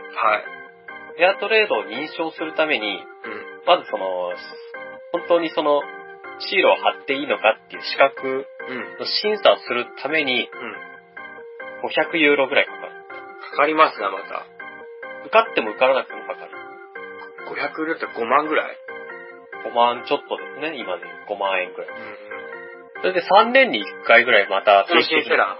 Speaker 2: フェアトレードを認証するために、
Speaker 1: うん。
Speaker 2: まずその、本当にその、シールを貼っていいのかっていう資格
Speaker 1: うん。
Speaker 2: の審査をするために
Speaker 1: うん。
Speaker 2: 500ユーロぐらいかかる。
Speaker 1: かかりますな、また。
Speaker 2: 受かっても受からなくてもかかる。
Speaker 1: 500ルート5万ぐらい
Speaker 2: 5万ちょっとですね、今で5万円ぐらい。
Speaker 1: うん。
Speaker 2: それで3年に1回ぐらいまた
Speaker 1: 更新して
Speaker 2: そう、
Speaker 1: な。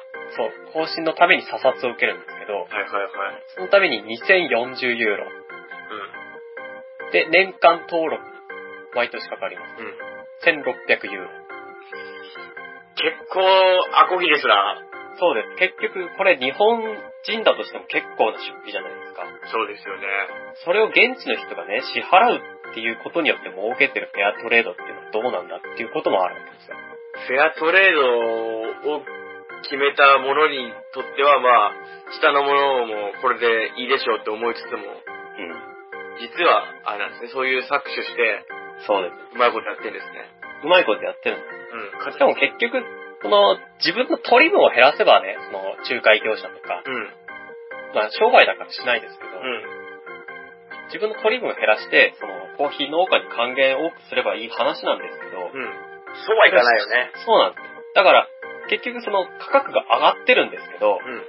Speaker 2: 更新のために査察を受けるんですけど、
Speaker 1: はいはいはい。
Speaker 2: そのために2040ユーロ。
Speaker 1: う
Speaker 2: で、年間登録。毎年かかります。
Speaker 1: ん。うん。
Speaker 2: 1600ユーロ。
Speaker 1: 結構、アコギですな。
Speaker 2: そうです。結局、これ日本人だとしても結構な出費じゃないですか。
Speaker 1: そうですよね。
Speaker 2: それを現地の人がね、支払うっていうことによって儲けてるフェアトレードっていうのはどうなんだっていうこともあるわけですよ。
Speaker 1: フェアトレードを決めたものにとっては、まあ、下のものもこれでいいでしょうって思いつつも、
Speaker 2: うん。
Speaker 1: 実は、あれなんですね、そういう搾取して、
Speaker 2: そうです。
Speaker 1: うまいことやってるんですね。
Speaker 2: うまいことやってるんです
Speaker 1: うん。
Speaker 2: しかも結局、その、自分の取り分を減らせばね、その、仲介業者とか、
Speaker 1: うん。
Speaker 2: まあ、商売だからしないですけど、
Speaker 1: うん。
Speaker 2: 自分の取り分を減らして、その、コーヒー農家に還元を多くすればいい話なんですけど、
Speaker 1: うん。そうはいかないよね。
Speaker 2: そうなんですよ。だから、結局その、価格が上がってるんですけど、
Speaker 1: うん。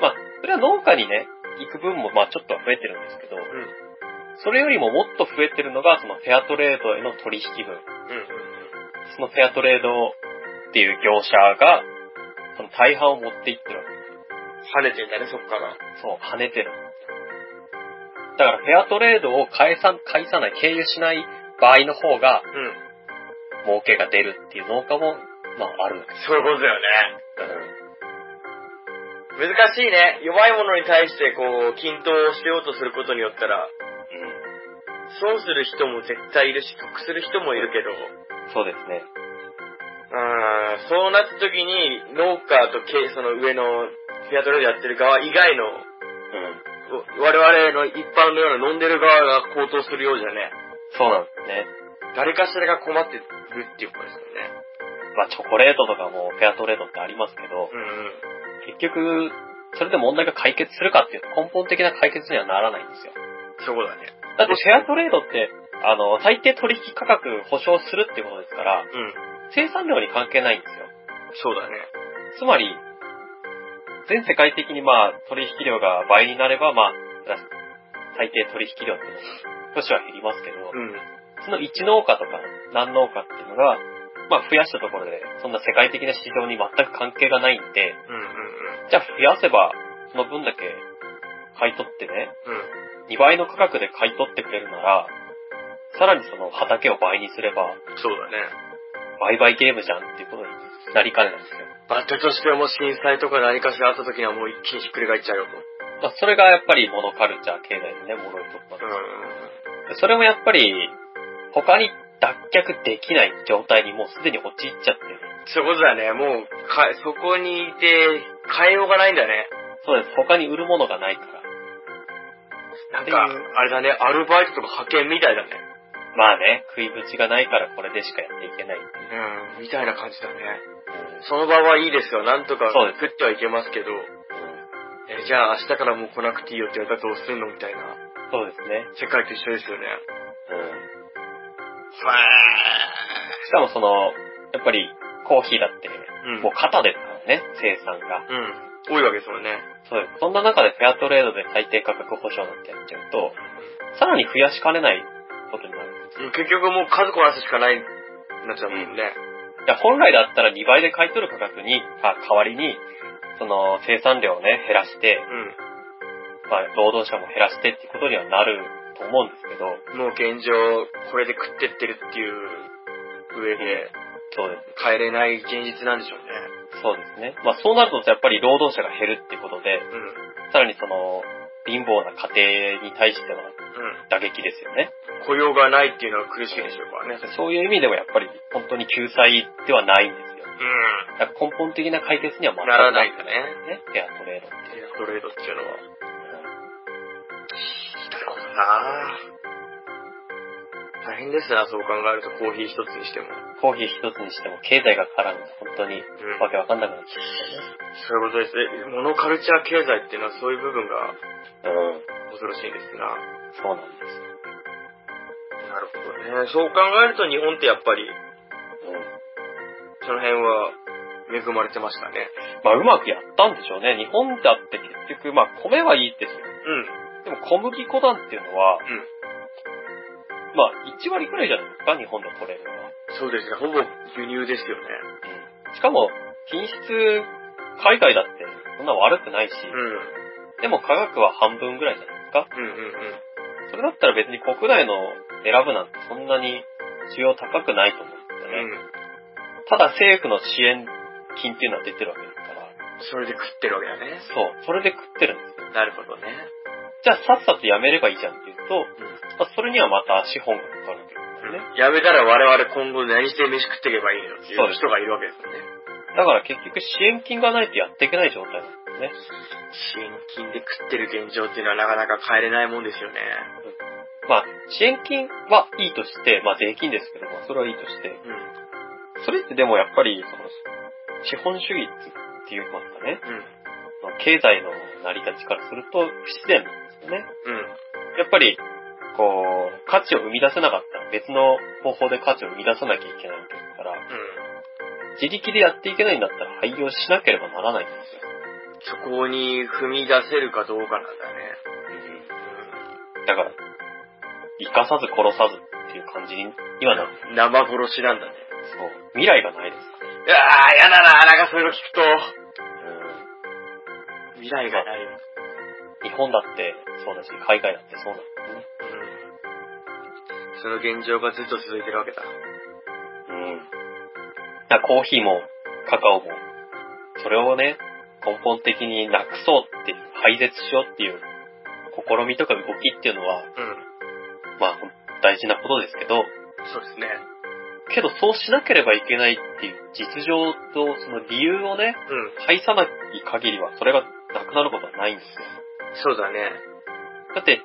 Speaker 2: まあ、それは農家にね、行く分も、まあ、ちょっとは増えてるんですけど、
Speaker 1: うん。
Speaker 2: それよりももっと増えてるのが、その、フェアトレードへの取引分。
Speaker 1: うん。
Speaker 2: そのフェアトレードっていう業者が、その大半を持っていってるわけです
Speaker 1: 跳ねてんだね、そっから。
Speaker 2: そう、跳ねてる。だから、フェアトレードを返さ、返さない、経由しない場合の方が、
Speaker 1: うん。
Speaker 2: 儲けが出るっていう農家も、まあ、あるわけです。
Speaker 1: そういうことだよね。難しいね。弱いものに対して、こう、均等をしようとすることによったら、損する人も絶対いるし、得する人もいるけど、
Speaker 2: うん。そうですね。
Speaker 1: あーそうなった時に、農家と経その上のフェアトレードやってる側以外の、
Speaker 2: うん。
Speaker 1: お我々の一般のような飲んでる側が高騰するようじゃね、
Speaker 2: そうなんですね。
Speaker 1: 誰かしらが困ってるっていうことですよね。
Speaker 2: まあ、チョコレートとかもフェアトレードってありますけど
Speaker 1: う、んうん。
Speaker 2: 結局、それで問題が解決するかっていうと根本的な解決にはならないんですよ。
Speaker 1: そうだね。
Speaker 2: だってフェアトレードって、あの、最低取引価格保証するってことですから、
Speaker 1: うん。
Speaker 2: 生産量に関係ないんですよ。
Speaker 1: そうだね。
Speaker 2: つまり、全世界的にまあ、取引量が倍になれば、まあ、最低取引量っていうのは、少しは減りますけど、
Speaker 1: うん。
Speaker 2: その1農家とか何農家っていうのが、まあ増やしたところで、そんな世界的な市場に全く関係がないんで、
Speaker 1: うんうん
Speaker 2: じゃあ増やせば、その分だけ買い取ってね、
Speaker 1: うん。
Speaker 2: 2倍の価格で買い取ってくれるなら、さらにその畑を倍にすれば、
Speaker 1: うん。そうだね。
Speaker 2: 倍々ゲームじゃんっていうことになりかねないんですよ。
Speaker 1: バッテとしても震災とか何かしらあった時にはもう一気にひっくり返っちゃうよと。
Speaker 2: まあそれがやっぱりモノカルチャー経済のね、もろいところなんで
Speaker 1: うんうん
Speaker 2: それもやっぱり、他に脱却できない状態にもうすでに陥っちゃってる。
Speaker 1: うん。そういうことだね。もう、か、そこにいて、変えようがないんだね。
Speaker 2: そうです。他に売るものがないから。
Speaker 1: なんか、あれだね、アルバイトとか派遣みたいだね。
Speaker 2: まあね、食いぶちがないからこれでしかやっていけない。
Speaker 1: うん、みたいな感じだね。その場はいいですよ。なんとか
Speaker 2: そうです
Speaker 1: 食ってはいけますけど、えじゃあ明日からもう来なくていいよって言われたらどうするのみたいな。
Speaker 2: そうですね。
Speaker 1: 世界と一緒ですよね。
Speaker 2: しかもその、やっぱりコーヒーだって、
Speaker 1: うん。
Speaker 2: もう肩ですからね、生産が。
Speaker 1: うん。多いわけですもんね。
Speaker 2: そうです。そんな中でフェアトレードで最低価格保証なんてやっちゃうと、さらに増やしかねないことになるんですよ。
Speaker 1: 結局もう数こなすしかない、なっちゃうもんね。
Speaker 2: いや本来だったら2倍で買い取る価格に、あ代わりに、その生産量をね、減らして、まあ、労働者も減らしてってことにはなると思うんですけど、
Speaker 1: うん。もう現状、これで食ってってるっていう上で、
Speaker 2: そうです。
Speaker 1: 変えれない現実なんでしょうね。
Speaker 2: そうですね。まあ、そうなるとやっぱり労働者が減るってことで、
Speaker 1: うん。うん。
Speaker 2: さらにその、貧乏な家庭に対しては打撃ですよね。
Speaker 1: 雇用がないっていうのは苦しいでしょうからね。
Speaker 2: そういう意味でもやっぱり本当に救済ではないんですよ。
Speaker 1: う
Speaker 2: だから根本的な解決には全
Speaker 1: ん。
Speaker 2: く
Speaker 1: ならないん
Speaker 2: ん
Speaker 1: だ
Speaker 2: だ
Speaker 1: ね。
Speaker 2: ね。フェアトレードって。
Speaker 1: テアトレードっていうのは。ひどいことなぁ。大変ですな、そう考えるとコーヒー一つにしても。うん。
Speaker 2: コーヒー一つにしても経済が絡むと本当にわけわかんなくなっちゃ
Speaker 1: そういうことです。えモノカルチャー経済っていうのはそういう部分が
Speaker 2: うんです
Speaker 1: 恐
Speaker 2: よね。
Speaker 1: ろしいですな。
Speaker 2: うん。そうなんですよ。
Speaker 1: なるほどね。そう考えると日本ってやっぱり、その辺は恵まれてましたね。
Speaker 2: まあうまくやったんでしょうね。日本だって結局、まあ米はいいですよ。
Speaker 1: うん。
Speaker 2: でも小麦粉なんていうのは、
Speaker 1: うん。
Speaker 2: まあ1割くらいじゃないですか、日本で取れるのは。
Speaker 1: そうですね。ほぼ輸入ですよね。
Speaker 2: しかも、品質、海外だってそんな悪くないし、
Speaker 1: うん。
Speaker 2: でも価格は半分ぐらいじゃないですか。
Speaker 1: うんうんうん。
Speaker 2: それだったら別に国内の選ぶなんてそんなに需要高くないと思うんですよね。
Speaker 1: うん。
Speaker 2: ただ政府の支援金っていうのは出てるわけですから、
Speaker 1: それで食ってるわけだね。
Speaker 2: そう、それで食ってるんですよ。
Speaker 1: なるほどね。
Speaker 2: じゃあさっさとやめればいいじゃんっていうと、
Speaker 1: うん。
Speaker 2: まあ、それにはまた資本がかかるわけですよね。
Speaker 1: やめたら我々今後何して飯食っていけばいいのっていう人がいるわけですもんね。
Speaker 2: だから結局支援金がないとやっていけない状態なんですね。
Speaker 1: 支援金で食ってる現状っていうのはなかなか変えれないもんですよね。
Speaker 2: まあ、支援金はいいとして、まあ税金ですけども、それはいいとして、
Speaker 1: うん。
Speaker 2: それってでもやっぱり、その、資本主義っていうますかね、
Speaker 1: うん。
Speaker 2: まあ経済の成り立ちからすると不自然なんですよね。
Speaker 1: うん。
Speaker 2: やっぱり、こう、価値を生み出せなかったら別の方法で価値を生み出さなきゃいけないわけですから、
Speaker 1: うん。
Speaker 2: 自力でやっていけないんだったら廃業しなければならないんですよ。
Speaker 1: そこに踏み出せるかどうかなんだね。
Speaker 2: だから、生かさず殺さずっていう感じにはなって、
Speaker 1: うん。生殺しなんだね。
Speaker 2: そう、未来がないですか
Speaker 1: いやー、やだな、なんかそういうの聞くと。
Speaker 2: ら、
Speaker 1: 未来がないよ。
Speaker 2: 日本だってそうだし、海外だってそうなんですね。
Speaker 1: うん。その現状がずっと続いてるわけだ。
Speaker 2: うん。だからコーヒーもカカオも、それをね、根本的になくそうっていう、廃絶しようっていう試みとか動きっていうのは、
Speaker 1: うん。
Speaker 2: まあ大事なことですけど、
Speaker 1: そうですね。
Speaker 2: けどそうしなければいけないっていう実情とその理由をね、
Speaker 1: うん。
Speaker 2: 返さない限りはそれがなくなることはないんですよ。
Speaker 1: そうだね。
Speaker 2: だって、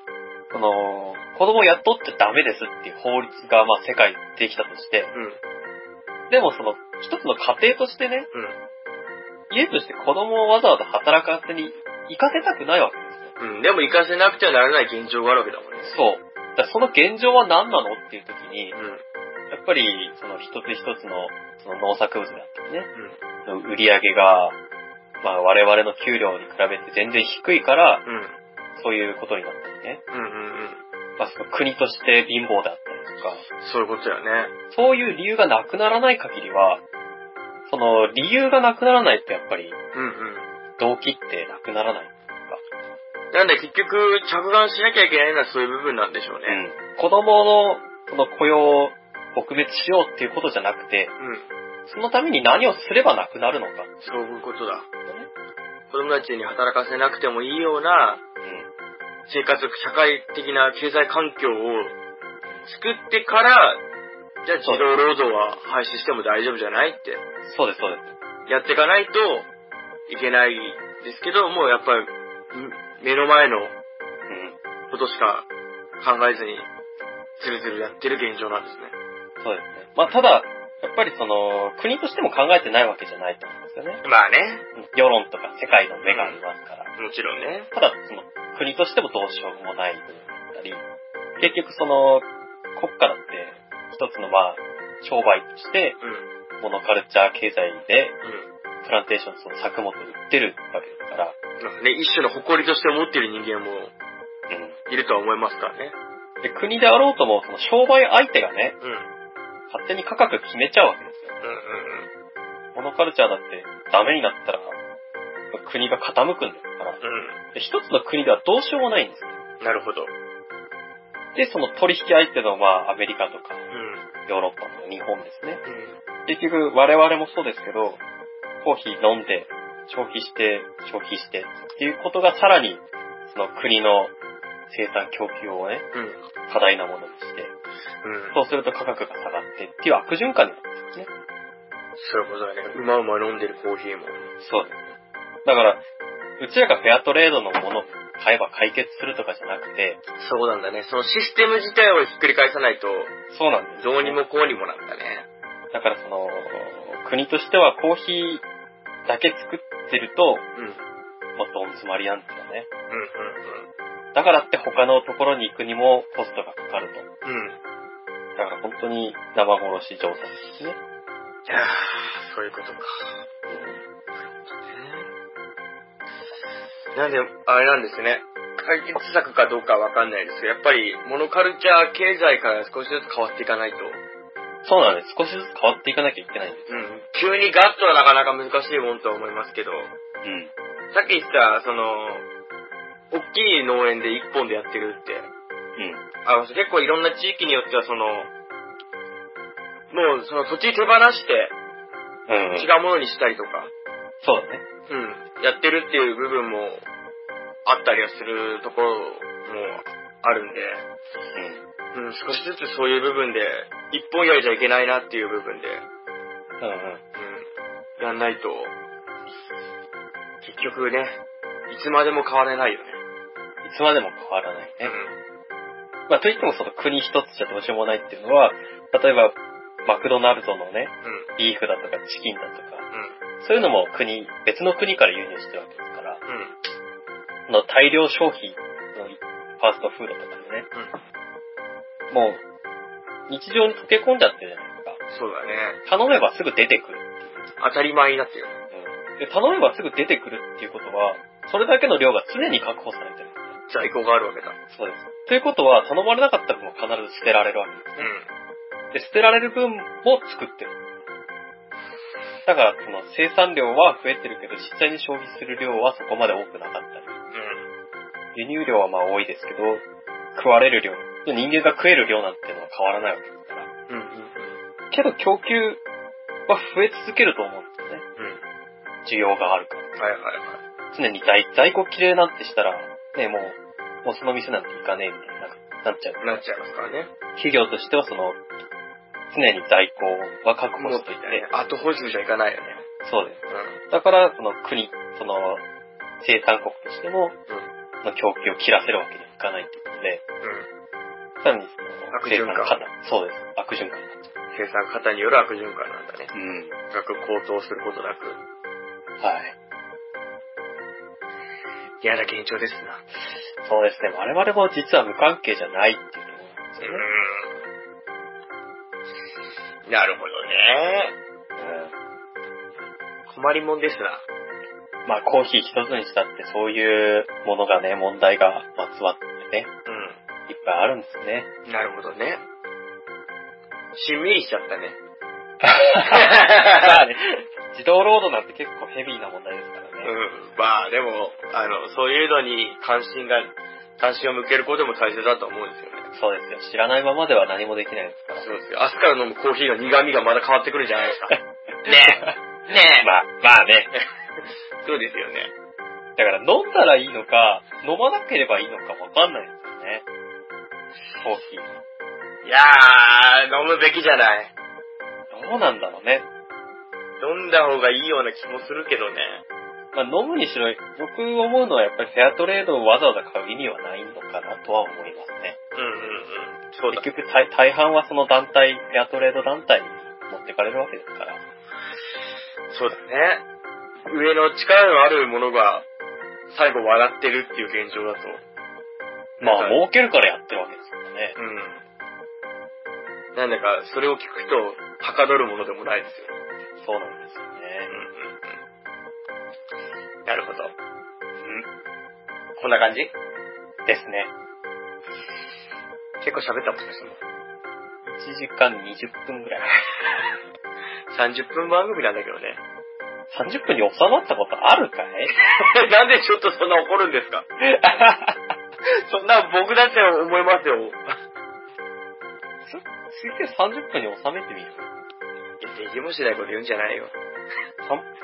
Speaker 2: その、子供を雇っちゃダメですっていう法律がまあ世界にできたとして、
Speaker 1: うん。
Speaker 2: でもその一つの家庭としてね、
Speaker 1: うん。
Speaker 2: 家として子供をわざわざ働かせに行かせたくないわけですよ。
Speaker 1: うん。でも行かせなくてはならない現状があるわけだもんね。
Speaker 2: そう。だからその現状は何なのっていう時に、や
Speaker 1: うん。
Speaker 2: っぱりその一つ一つのその農作物だったりね、
Speaker 1: うん。
Speaker 2: の売り上げが、まあ我々の給料に比べて全然低いから、
Speaker 1: うん。
Speaker 2: そういうことになったりね。
Speaker 1: うんうんうん。
Speaker 2: まあその国として貧乏だったりとか、
Speaker 1: そういうことだよね。
Speaker 2: そういう理由がなくならない限りは、その理由がなくならないとやっぱり
Speaker 1: うんうん。
Speaker 2: 動機ってなくならない。
Speaker 1: なんで結局、着眼しなきゃいけないのはそういう部分なんでしょうね。
Speaker 2: 子供のその雇用を撲滅しようっていうことじゃなくて、
Speaker 1: うん。
Speaker 2: そのために何をすればなくなるのか。
Speaker 1: そういうことだ。子供たちに働かせなくてもいいような生活、社会的な経済環境を作ってから、じゃあ児童労働は廃止しても大丈夫じゃないって、
Speaker 2: そうです、そうです。
Speaker 1: やっていかないといけないですけど、もうやっぱり、ん目の前のことしか考えずに、ずるずるやってる現状なんですね。
Speaker 2: そうですね。まあ、ただ、やっぱりその、国としても考えてないわけじゃないと思うんですよね。
Speaker 1: まあね、
Speaker 2: 世論とか世界の目がありますから。
Speaker 1: もちろんね。
Speaker 2: ただ、その、国としてもどうしようもないとったり、結局その、国家だって、一つのまあ、商売として、
Speaker 1: うん、
Speaker 2: モノカルチャー経済で、
Speaker 1: うん。
Speaker 2: プランテーション、その作物を売ってるわけですから、
Speaker 1: なんかね、一種の誇りとして持っている人間も
Speaker 2: うん
Speaker 1: いるとは思いますからね。
Speaker 2: で、国であろうとも、その商売相手がね、
Speaker 1: うん。うん
Speaker 2: 勝手に価格決めちゃうわけですよ。モノカルチャーだってダメになったら、国が傾くんですから。
Speaker 1: うんうん。
Speaker 2: で、一つの国ではどうしようもないんですよ。
Speaker 1: うん。なるほど。
Speaker 2: で、その取引相手の、まあ、アメリカとか、
Speaker 1: うん。
Speaker 2: ヨーロッパとか日本ですね。
Speaker 1: う
Speaker 2: 結局、我々もそうですけど、コーヒー飲んで、消費して、消費して、っていうことがさらに、その国の生産供給をね、
Speaker 1: ん。うん。
Speaker 2: 多大なものにして、
Speaker 1: うん。
Speaker 2: そうすると価格が下がってっていう悪循環になる。
Speaker 1: そういうことだね。うまうま飲んでるコーヒーも。
Speaker 2: そうです。だから、うちらがフェアトレードのものを買えば解決するとかじゃなくて、
Speaker 1: そうなんだね。そのシステム自体をひっくり返さないと、
Speaker 2: そうなんです、
Speaker 1: どうに。もこうにもなんだね。
Speaker 2: だからその、国としてはコーヒーだけ作ってると、
Speaker 1: うん。うんうん
Speaker 2: もっとおつまりなんですよね。
Speaker 1: う
Speaker 2: だからって他のところに行くにもコストがかかると。
Speaker 1: ん。うん。
Speaker 2: だから本当に生殺し状態ですね。
Speaker 1: いやー、そういうことか。なんで、あれなんですね。解決策かどうかわかんないですけど、やっぱり、モノカルチャー経済から少しずつ変わっていかないと。う
Speaker 2: そうなんです。少しずつ変わっていかなきゃいけないんです。
Speaker 1: ん。急にガッとはなかなか難しいもんとは思いますけど、
Speaker 2: うん。
Speaker 1: さっき言った、その、大きい農園で一本でやってるって、あの、結構いろんな地域によってはその、もうその土地手放して
Speaker 2: うん。うん。
Speaker 1: 違うものにしたりとか、
Speaker 2: そうだね。
Speaker 1: うん、やってるっていう部分もあったりはするところもあるんで、うん、少しずつそういう部分で、一本やりじゃいけないなっていう部分で、
Speaker 2: うん。うんうん。
Speaker 1: うん、やんないと、結局ね、いつまでも変われないよね。
Speaker 2: いつまでも変わらないね。
Speaker 1: う
Speaker 2: まあ、といってもその国一つじゃどうしようもないっていうのは、例えば、マクドナルドのね、
Speaker 1: ん、うん、
Speaker 2: ビーフだとかチキンだとか、
Speaker 1: うん、
Speaker 2: そういうのも国、別の国から輸入してるわけですか
Speaker 1: う
Speaker 2: ら、
Speaker 1: ん、
Speaker 2: その大量消費のファーストフードとかでね、
Speaker 1: うん、
Speaker 2: もう、日常に溶け込んじゃってるじゃないですか。
Speaker 1: そうだね。
Speaker 2: 頼めばすぐ出てくる。
Speaker 1: 当たり前になってるよね。
Speaker 2: で頼めばすぐ出てくるっていうことは、それだけの量が常に確保されてる。
Speaker 1: 在庫があるわけだ。
Speaker 2: そうです。ということは、頼まれなかった分も必ず捨てられるわけです。
Speaker 1: うん。
Speaker 2: で、捨てられる分も作ってる。だから、その生産量は増えてるけど、実際に消費する量はそこまで多くなかったり、
Speaker 1: う
Speaker 2: 輸入量はまあ多いですけど、食われる量、人間が食える量なんてのは変わらないわけですから。
Speaker 1: ん。うん。うん。
Speaker 2: けど、供給は増え続けると思うんですよね。需要があるから。
Speaker 1: はいはいはい。
Speaker 2: 常に在在庫切れなんてしたら、ね、もう、もうその店なんて行かねえみたいにななっちゃう。
Speaker 1: なっちゃいますからね。
Speaker 2: 企業としてはその、常に在庫は確
Speaker 1: も
Speaker 2: 保
Speaker 1: っと
Speaker 2: しとい
Speaker 1: い
Speaker 2: て、
Speaker 1: ね。後補充じゃいかないよね。
Speaker 2: そうです。
Speaker 1: うん。
Speaker 2: だから、その国、その、生産国としても、その供給を切らせるわけにはいかないってことで、
Speaker 1: う
Speaker 2: さらにその、
Speaker 1: 悪
Speaker 2: 生
Speaker 1: 循環
Speaker 2: 産過多。そうです。悪循環になっちゃ
Speaker 1: ん。生産過多による悪循環なんだね。
Speaker 2: う。うん。
Speaker 1: 価格高騰することなく。
Speaker 2: はい。
Speaker 1: 嫌な現状ですな。
Speaker 2: そうですね。我々も実は無関係じゃないっていうところなんですよね。
Speaker 1: うーん。なるほどね。困りもんですな。
Speaker 2: うんまあ、コーヒー一つにしたって、そういうものがね、問題がまつわってね、いっぱいあるんです ね。
Speaker 1: うん。なるほどね。しんみりしちゃったね。
Speaker 2: まあね、自動ロードなんて結構ヘビーな問題ですから
Speaker 1: う
Speaker 2: ね。
Speaker 1: ん。まあでも、あの、そういうのに関心が、関心を向けることも大切だと思うんですよね。
Speaker 2: そうですよ。知らないままでは何もできないですから。
Speaker 1: そうですよ。明日から飲むコーヒーの苦味がまだ変わってくるじゃないですか。 ねえ。 ね
Speaker 2: まあ、まあね。
Speaker 1: そうですよね。
Speaker 2: だから飲んだらいいのか、飲まなければいいのかわかんないですよね。コーヒ
Speaker 1: いやー、飲むべきじゃない。
Speaker 2: ー。どうなんだろうね。
Speaker 1: 飲んだ方がいいような気もするけどね。
Speaker 2: まあ飲むにしろ、僕思うのはやっぱりフェアトレードをわざわざ買う意味はないのかなとは思いますね。
Speaker 1: うんうんうん。そうだ。
Speaker 2: 結局大大半はその団体、フェアトレード団体に持ってかれるわけですから。
Speaker 1: そうだね。上の力のあるものが、最後笑ってるっていう現状だと。
Speaker 2: まあ
Speaker 1: も
Speaker 2: 儲けるからやってるわけですからね。
Speaker 1: う。うん。なんだか、それを聞くと、はかどるものでもないですよね。
Speaker 2: そうなんですよ
Speaker 1: うん
Speaker 2: ね。
Speaker 1: うんうん。なるほど。うん。こんな感じ
Speaker 2: ですね。
Speaker 1: 結構喋ったもんね、その。
Speaker 2: 1時間20分ぐらい。
Speaker 1: 30分番組なんだけどね。
Speaker 2: 30分に収まったことあるかい
Speaker 1: なんでちょっとそんな怒るんですか そんな僕だって思いますよ。
Speaker 2: すすげえ30分に収めてみる
Speaker 1: いや、できもしないこと言うんじゃないよ。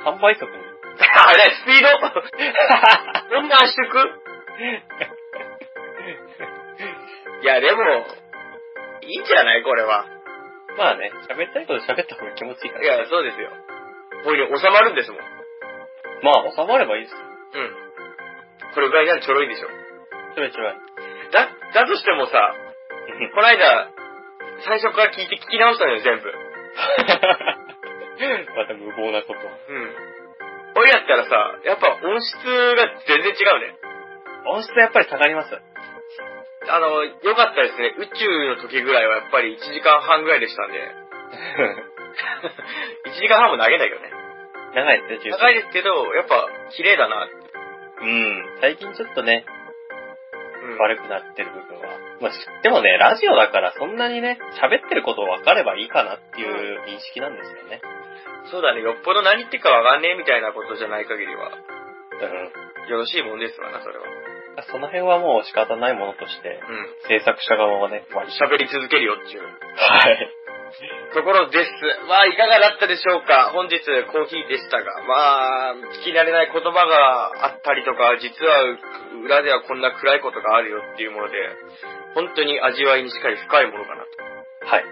Speaker 2: 3, 3倍 速に。
Speaker 1: あれ、スピードそんな圧縮いや、でも、いいんじゃないこれは。
Speaker 2: まあね、喋りたいこと喋った方が気持ちいいか
Speaker 1: い
Speaker 2: ら。
Speaker 1: や、そうですよ。これに収まるんですもん。
Speaker 2: まあ、収まればいいですよ。
Speaker 1: うん。これぐらいなんでちょろいんでしょ。
Speaker 2: ちょいちょ い。
Speaker 1: だ、だとしてもさ、この間、最初から聞いて聞き直したのよ、全部。
Speaker 2: また無謀なこと。
Speaker 1: うん。俺やったらさ、やっぱ音質が全然違うね。
Speaker 2: 音質やっぱり下がり ます。
Speaker 1: あの、良かったですね。宇宙の時ぐらいはやっぱり1時間半ぐらいでしたんで。1時間半も投げないけどね。
Speaker 2: 長いですね、
Speaker 1: 高い
Speaker 2: で
Speaker 1: ですけど、やっぱ綺麗だなって。
Speaker 2: うん。最近ちょっとね、
Speaker 1: うん
Speaker 2: 悪くなってる部分は。まあ、しでもね、ラジオだからそんなにね、喋ってること分かればいいかなっていう認識なんですよね。
Speaker 1: そうだね、よっぽど何言ってるかわかんねえみたいなことじゃない限りは、
Speaker 2: うん。
Speaker 1: よろしいもんですわな、それは。
Speaker 2: その辺はもう仕方ないものとして、
Speaker 1: うん。
Speaker 2: 制作者側はね、割と
Speaker 1: 喋り続けるよっていう。
Speaker 2: はい。
Speaker 1: ところです。まあ、いかがだったでしょうか本日コーヒーでしたが、まあ、聞き慣れない言葉があったりとか、実は裏ではこんな暗いことがあるよっていうもので、本当に味わいにしっかり深いものかなと。
Speaker 2: はい。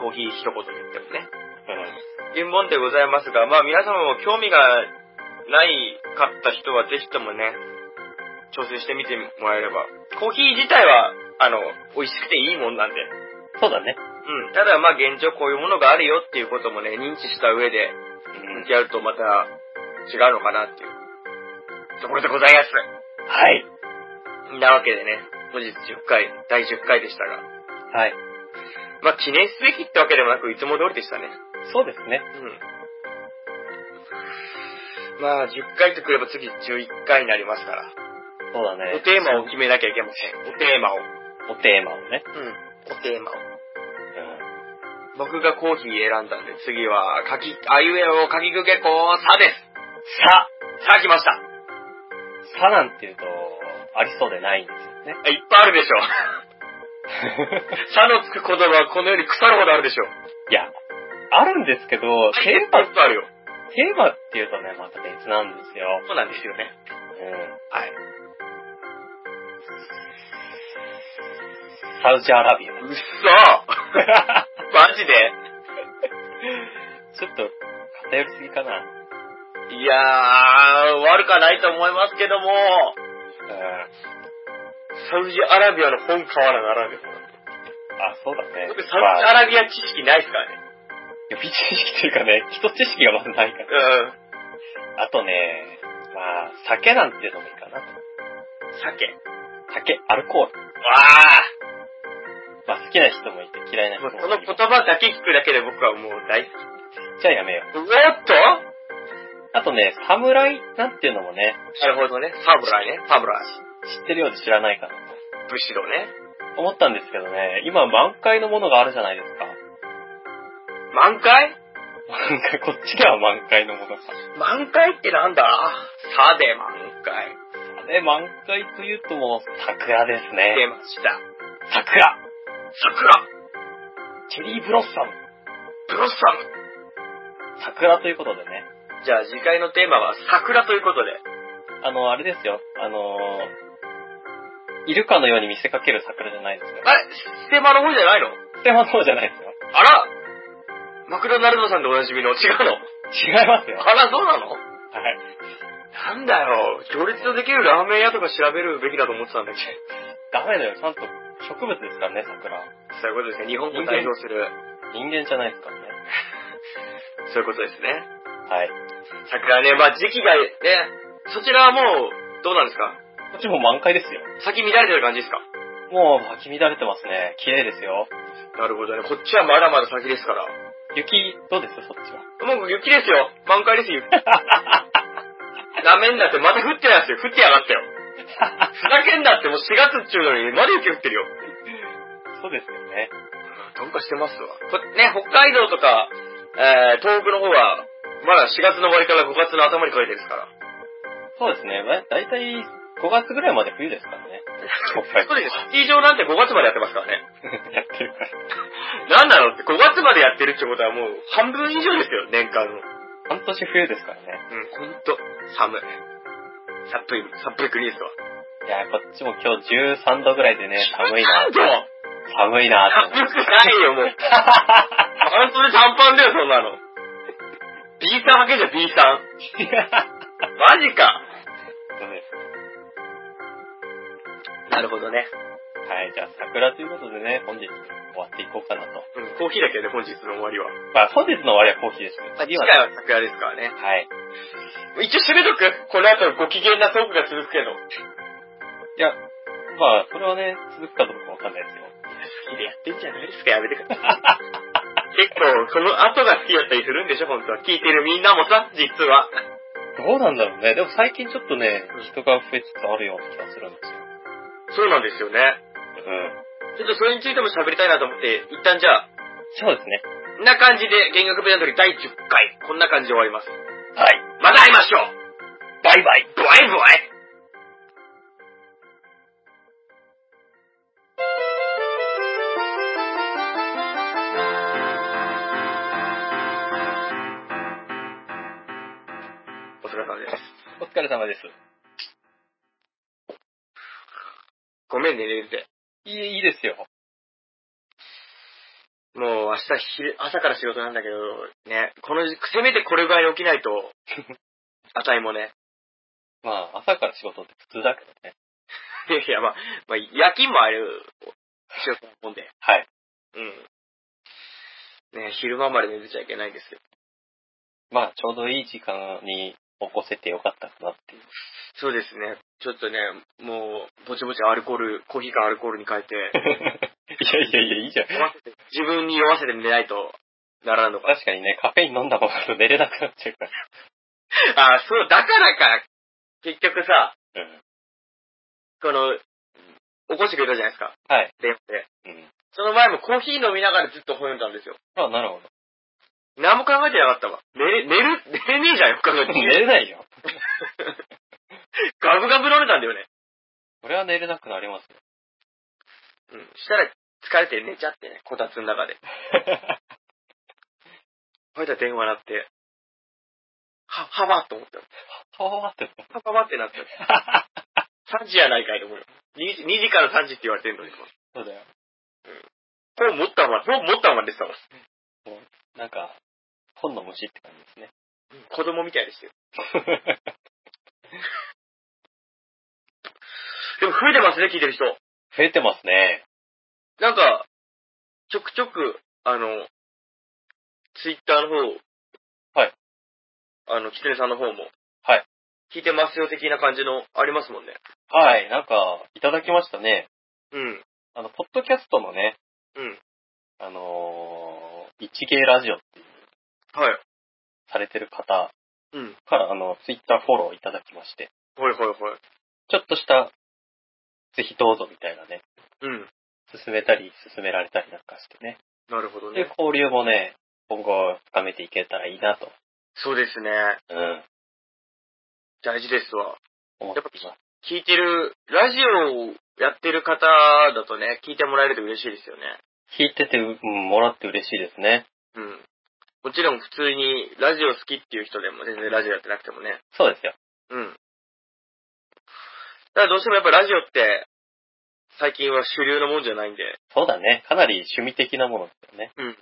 Speaker 1: コーヒー一言で言ってもね。
Speaker 2: う
Speaker 1: いうもんでございますが、まあ皆様も興味がないかった人はぜひともね、挑戦してみてもらえれば。コーヒー自体は、あの、美味しくていいもんなんで。
Speaker 2: ん。そうだね。
Speaker 1: うん。ただまあ現状こういうものがあるよっていうこともね、認知した上で、
Speaker 2: うん。
Speaker 1: やるとまた違うのかなっていう。ところでございます。
Speaker 2: はい。
Speaker 1: なわけでね、本日10回、第10回でしたが、
Speaker 2: はい。
Speaker 1: まあ記念すべきってわけでもなく、いつも通りでしたね。
Speaker 2: そうですね。
Speaker 1: うん。まあ10回とくれば次11回になりますから、
Speaker 2: そうだね。
Speaker 1: おテーマを決めなきゃいけません。おテーマを。
Speaker 2: おテーマをね。
Speaker 1: うん。おテーマを。
Speaker 2: う
Speaker 1: 僕がコーヒー選んだんで、次は、かき、あゆえをかきくけこさです。
Speaker 2: ん。さ
Speaker 1: さあ来ました。
Speaker 2: さなんていうと、ありそうでないんですよ ね。
Speaker 1: あいっぱいあるでしょ。 さのつく言葉はこのように腐るほどあるでしょ。
Speaker 2: いや、あるんですけど、テーマ、
Speaker 1: いっぱいあるよ。
Speaker 2: テーマっていうとね、また別なんですよ。
Speaker 1: そうなんですよね。
Speaker 2: うん。
Speaker 1: はい。
Speaker 2: サウジアラビア。
Speaker 1: うっそマジで
Speaker 2: ちょっと、偏りすぎかな。
Speaker 1: いやー、悪くはないと思いますけども、
Speaker 2: うん。
Speaker 1: サウジアラビアの本買わなならんです
Speaker 2: あ、そうだね。
Speaker 1: 僕、サウジアラビア知識ないですからね。
Speaker 2: 予備知識というかね、基礎知識がまずないから。
Speaker 1: う
Speaker 2: あとね、まあ、酒なんていうのもいいかな。
Speaker 1: ん。酒。
Speaker 2: 酒、アルコール。
Speaker 1: わあ
Speaker 2: まあ、好きな人もいて嫌いな人
Speaker 1: もう
Speaker 2: もいて。
Speaker 1: その言葉だけ聞くだけで僕はもう大好き。
Speaker 2: じゃあやめよう。
Speaker 1: おっとな
Speaker 2: あとね、侍なんていうのもね、
Speaker 1: るほどね。サブライね。サブライ。
Speaker 2: 知ってるようで知らないかな
Speaker 1: 武士道ね。
Speaker 2: と思ったんですけどね、今満開のものがあるじゃないですか。
Speaker 1: 満開
Speaker 2: 満開、こっちでは満開のものか。
Speaker 1: 満開ってなんださで満開。
Speaker 2: で、満開というともう桜です
Speaker 1: 出
Speaker 2: ね。
Speaker 1: ました。
Speaker 2: 桜
Speaker 1: 桜
Speaker 2: チェリーブロッサム
Speaker 1: ブロッサム
Speaker 2: 桜ということでね。
Speaker 1: じゃあ次回のテーマは桜ということで。
Speaker 2: あの、あれですよ。あのー、イルカのように見せかける桜じゃないですよ。
Speaker 1: あれ、ステマの方じゃないの
Speaker 2: ステマの方じゃないですよ。
Speaker 1: あらマクドナルドさんでおなじみの違うの
Speaker 2: 違いますよ。は
Speaker 1: あら、そうなの
Speaker 2: い。
Speaker 1: なんだよ。行列のできるラーメン屋とか調べるべきだと思ってたんだけど。
Speaker 2: ダメだよ。ちゃんと植物ですからね、桜。
Speaker 1: そういうことですね。日本を代表する。
Speaker 2: 人間じゃないですからね。
Speaker 1: そういうことですね。
Speaker 2: はい。
Speaker 1: 桜ね、まあ時期がね、そちらはもう、どうなんですか
Speaker 2: こっちも満開ですよ。
Speaker 1: 先乱れてる感じですか
Speaker 2: もう、咲き乱れてますね。綺麗ですよ。
Speaker 1: なるほどね。こっちはまだまだ先ですから。
Speaker 2: 雪、どうですそっちは。
Speaker 1: もう雪ですよ。満開です よ。なめんなって、また降ってないですよ。降ってやがったよ。ふざけんなって、もう4月っちゅうのに、まだ雪降ってるよ。
Speaker 2: そうですよね。
Speaker 1: うん、どんかしてますわ。こね、北海道とか、えー、東北の方は、まだ4月の終わりから5月の頭にかけてですから。
Speaker 2: そうですね。まだいたい5月ぐらいまで冬ですからね。北海
Speaker 1: そうです。スキー場なんて5月までやってますからね。
Speaker 2: 道 やってるから。
Speaker 1: なんだろうって、5月までやってるってことはもう半分以上ですよ、年間の。
Speaker 2: 半年冬ですからね。
Speaker 1: うん、ほんと、寒い。さっぷり、さっぷりグリーンですわ。
Speaker 2: いや、こっちも今日13度ぐらいでね、寒いな
Speaker 1: なん。と
Speaker 2: 寒いなって思
Speaker 1: 寒くないよ、もう。 半袖短パンだよ、そんなの。B さんはけじゃん、B さん。
Speaker 2: って。
Speaker 1: マジか。
Speaker 2: そうです。
Speaker 1: なるほどね。
Speaker 2: はい、じゃあ桜ということでね、本日終わっていこうかなと。
Speaker 1: うん、コーヒーだけどね、本日の終わりは。
Speaker 2: まあ、本日の終わりはコーヒーですけど、
Speaker 1: 次
Speaker 2: 次は、
Speaker 1: 回は桜ですからね。
Speaker 2: はい。
Speaker 1: 一応締めとくこの後ご機嫌なトークが続くけど。好
Speaker 2: いや、まあ、それはね、続くかどうかわかんないですよ。
Speaker 1: きでやってんじゃないですか、やめてください。 結構、その後が好きだったりするんでしょ、本当は。聞いてるみんなもさ、実は。
Speaker 2: どうなんだろうね。でも最近ちょっとね、人が増えつつあるような気がするんですよ。
Speaker 1: そうなんですよね。
Speaker 2: うん。
Speaker 1: ちょっとそれについても喋りたいなと思って、一旦じゃあ、
Speaker 2: そうですね。
Speaker 1: こんな感じで、弦楽ペダントリー第10回、こんな感じで終わります。
Speaker 2: はい。
Speaker 1: また会いましょう
Speaker 2: バイバイ
Speaker 1: バイバイお疲れ様です。
Speaker 2: お疲れ様です。
Speaker 1: ごめんね、寝れて。
Speaker 2: いい、いいですよ。
Speaker 1: もう明日昼、朝から仕事なんだけど、ね、この時、せめてこれぐらいに起きないと、 あたいもね。
Speaker 2: まあ、朝から仕事って普通だけどね。
Speaker 1: いやいや、まあ、まあ、夜勤もある、仕事なもんで。
Speaker 2: はい。
Speaker 1: うん。ね昼間まで寝てちゃいけないんですよ。
Speaker 2: まあ、ちょうどいい時間に起こせてよかったかなっていう。
Speaker 1: そうですね。ちょっとね、もう、ぼちぼちアルコール、コーヒーかアルコールに変え て、
Speaker 2: いやいやいや、いいじゃん。
Speaker 1: 酔わせて自分に酔わせて寝ないとならんのか。
Speaker 2: 確かにね、カフェイン飲んだままだと 寝れなくなっちゃうから。
Speaker 1: あー、そう、だからか。結局さ、
Speaker 2: うん。
Speaker 1: この、起こしてくれたじゃないですか。
Speaker 2: はい。
Speaker 1: 電話で。
Speaker 2: うん。
Speaker 1: その前もコーヒー飲みながらずっと本読んだんですよ。
Speaker 2: まあ、なるほど。
Speaker 1: 何も考えてなかったわ。寝れ、寝る、寝れねえじゃんよ、考えて。
Speaker 2: 寝れないよ。
Speaker 1: ガブガブ飲んでたんだよね。
Speaker 2: これは寝れなくなります よ。
Speaker 1: うん。したら、疲れて寝ちゃってね、こたつの中で。こういった電話鳴って、は、はばっと思ったよ。
Speaker 2: そうなって
Speaker 1: はばばってなったよ。
Speaker 2: た。
Speaker 1: 3時やないかいと思うよ。2時、2時から3時って言われてんのに。こ
Speaker 2: そうだよ。
Speaker 1: う持ったまま、こう持ったままでしたもん。
Speaker 2: なんか、本の虫 って感じですね。
Speaker 1: 子供みたいでしたよ。でも増えてますね、聞いてる人。
Speaker 2: 増えてますね。
Speaker 1: なんか、ちょくちょく、あの、ツイッターの方、
Speaker 2: はい。
Speaker 1: あの、きつねさんの方も、
Speaker 2: はい。
Speaker 1: 聞いてますよ的な感じの、ありますもんね。
Speaker 2: はい、なんか、いただきましたね。
Speaker 1: うん。
Speaker 2: あの、ポッドキャストのね、
Speaker 1: うん。
Speaker 2: あのー、一芸ラジオ
Speaker 1: はい。
Speaker 2: されてる方
Speaker 1: うん。
Speaker 2: から、あの、ツイッターフォローいただきまして、
Speaker 1: ほいほいほい。
Speaker 2: ちょっとした、ぜひどうぞみたいなね、
Speaker 1: うん。
Speaker 2: 勧めたり、勧められたりなんかしてね。
Speaker 1: なるほど
Speaker 2: で
Speaker 1: ね。、
Speaker 2: 交流もね、今後深めていけたらいいなと、
Speaker 1: そうですね。
Speaker 2: うん、
Speaker 1: 大事ですわ。
Speaker 2: 思っています。
Speaker 1: 聞いてる、ラジオをやってる方だとね、聞いてもらえると嬉しいですよね。
Speaker 2: 聞いてて、うん、もらって嬉しいですね。
Speaker 1: うん。もちろん普通にラジオ好きっていう人でも全然ラジオやってなくてもね。
Speaker 2: そうですよ。
Speaker 1: うん。ただどうしてもやっぱラジオって、最近は主流のもんじゃないんで。
Speaker 2: そうだね。かなり趣味的なものですよね。
Speaker 1: うん。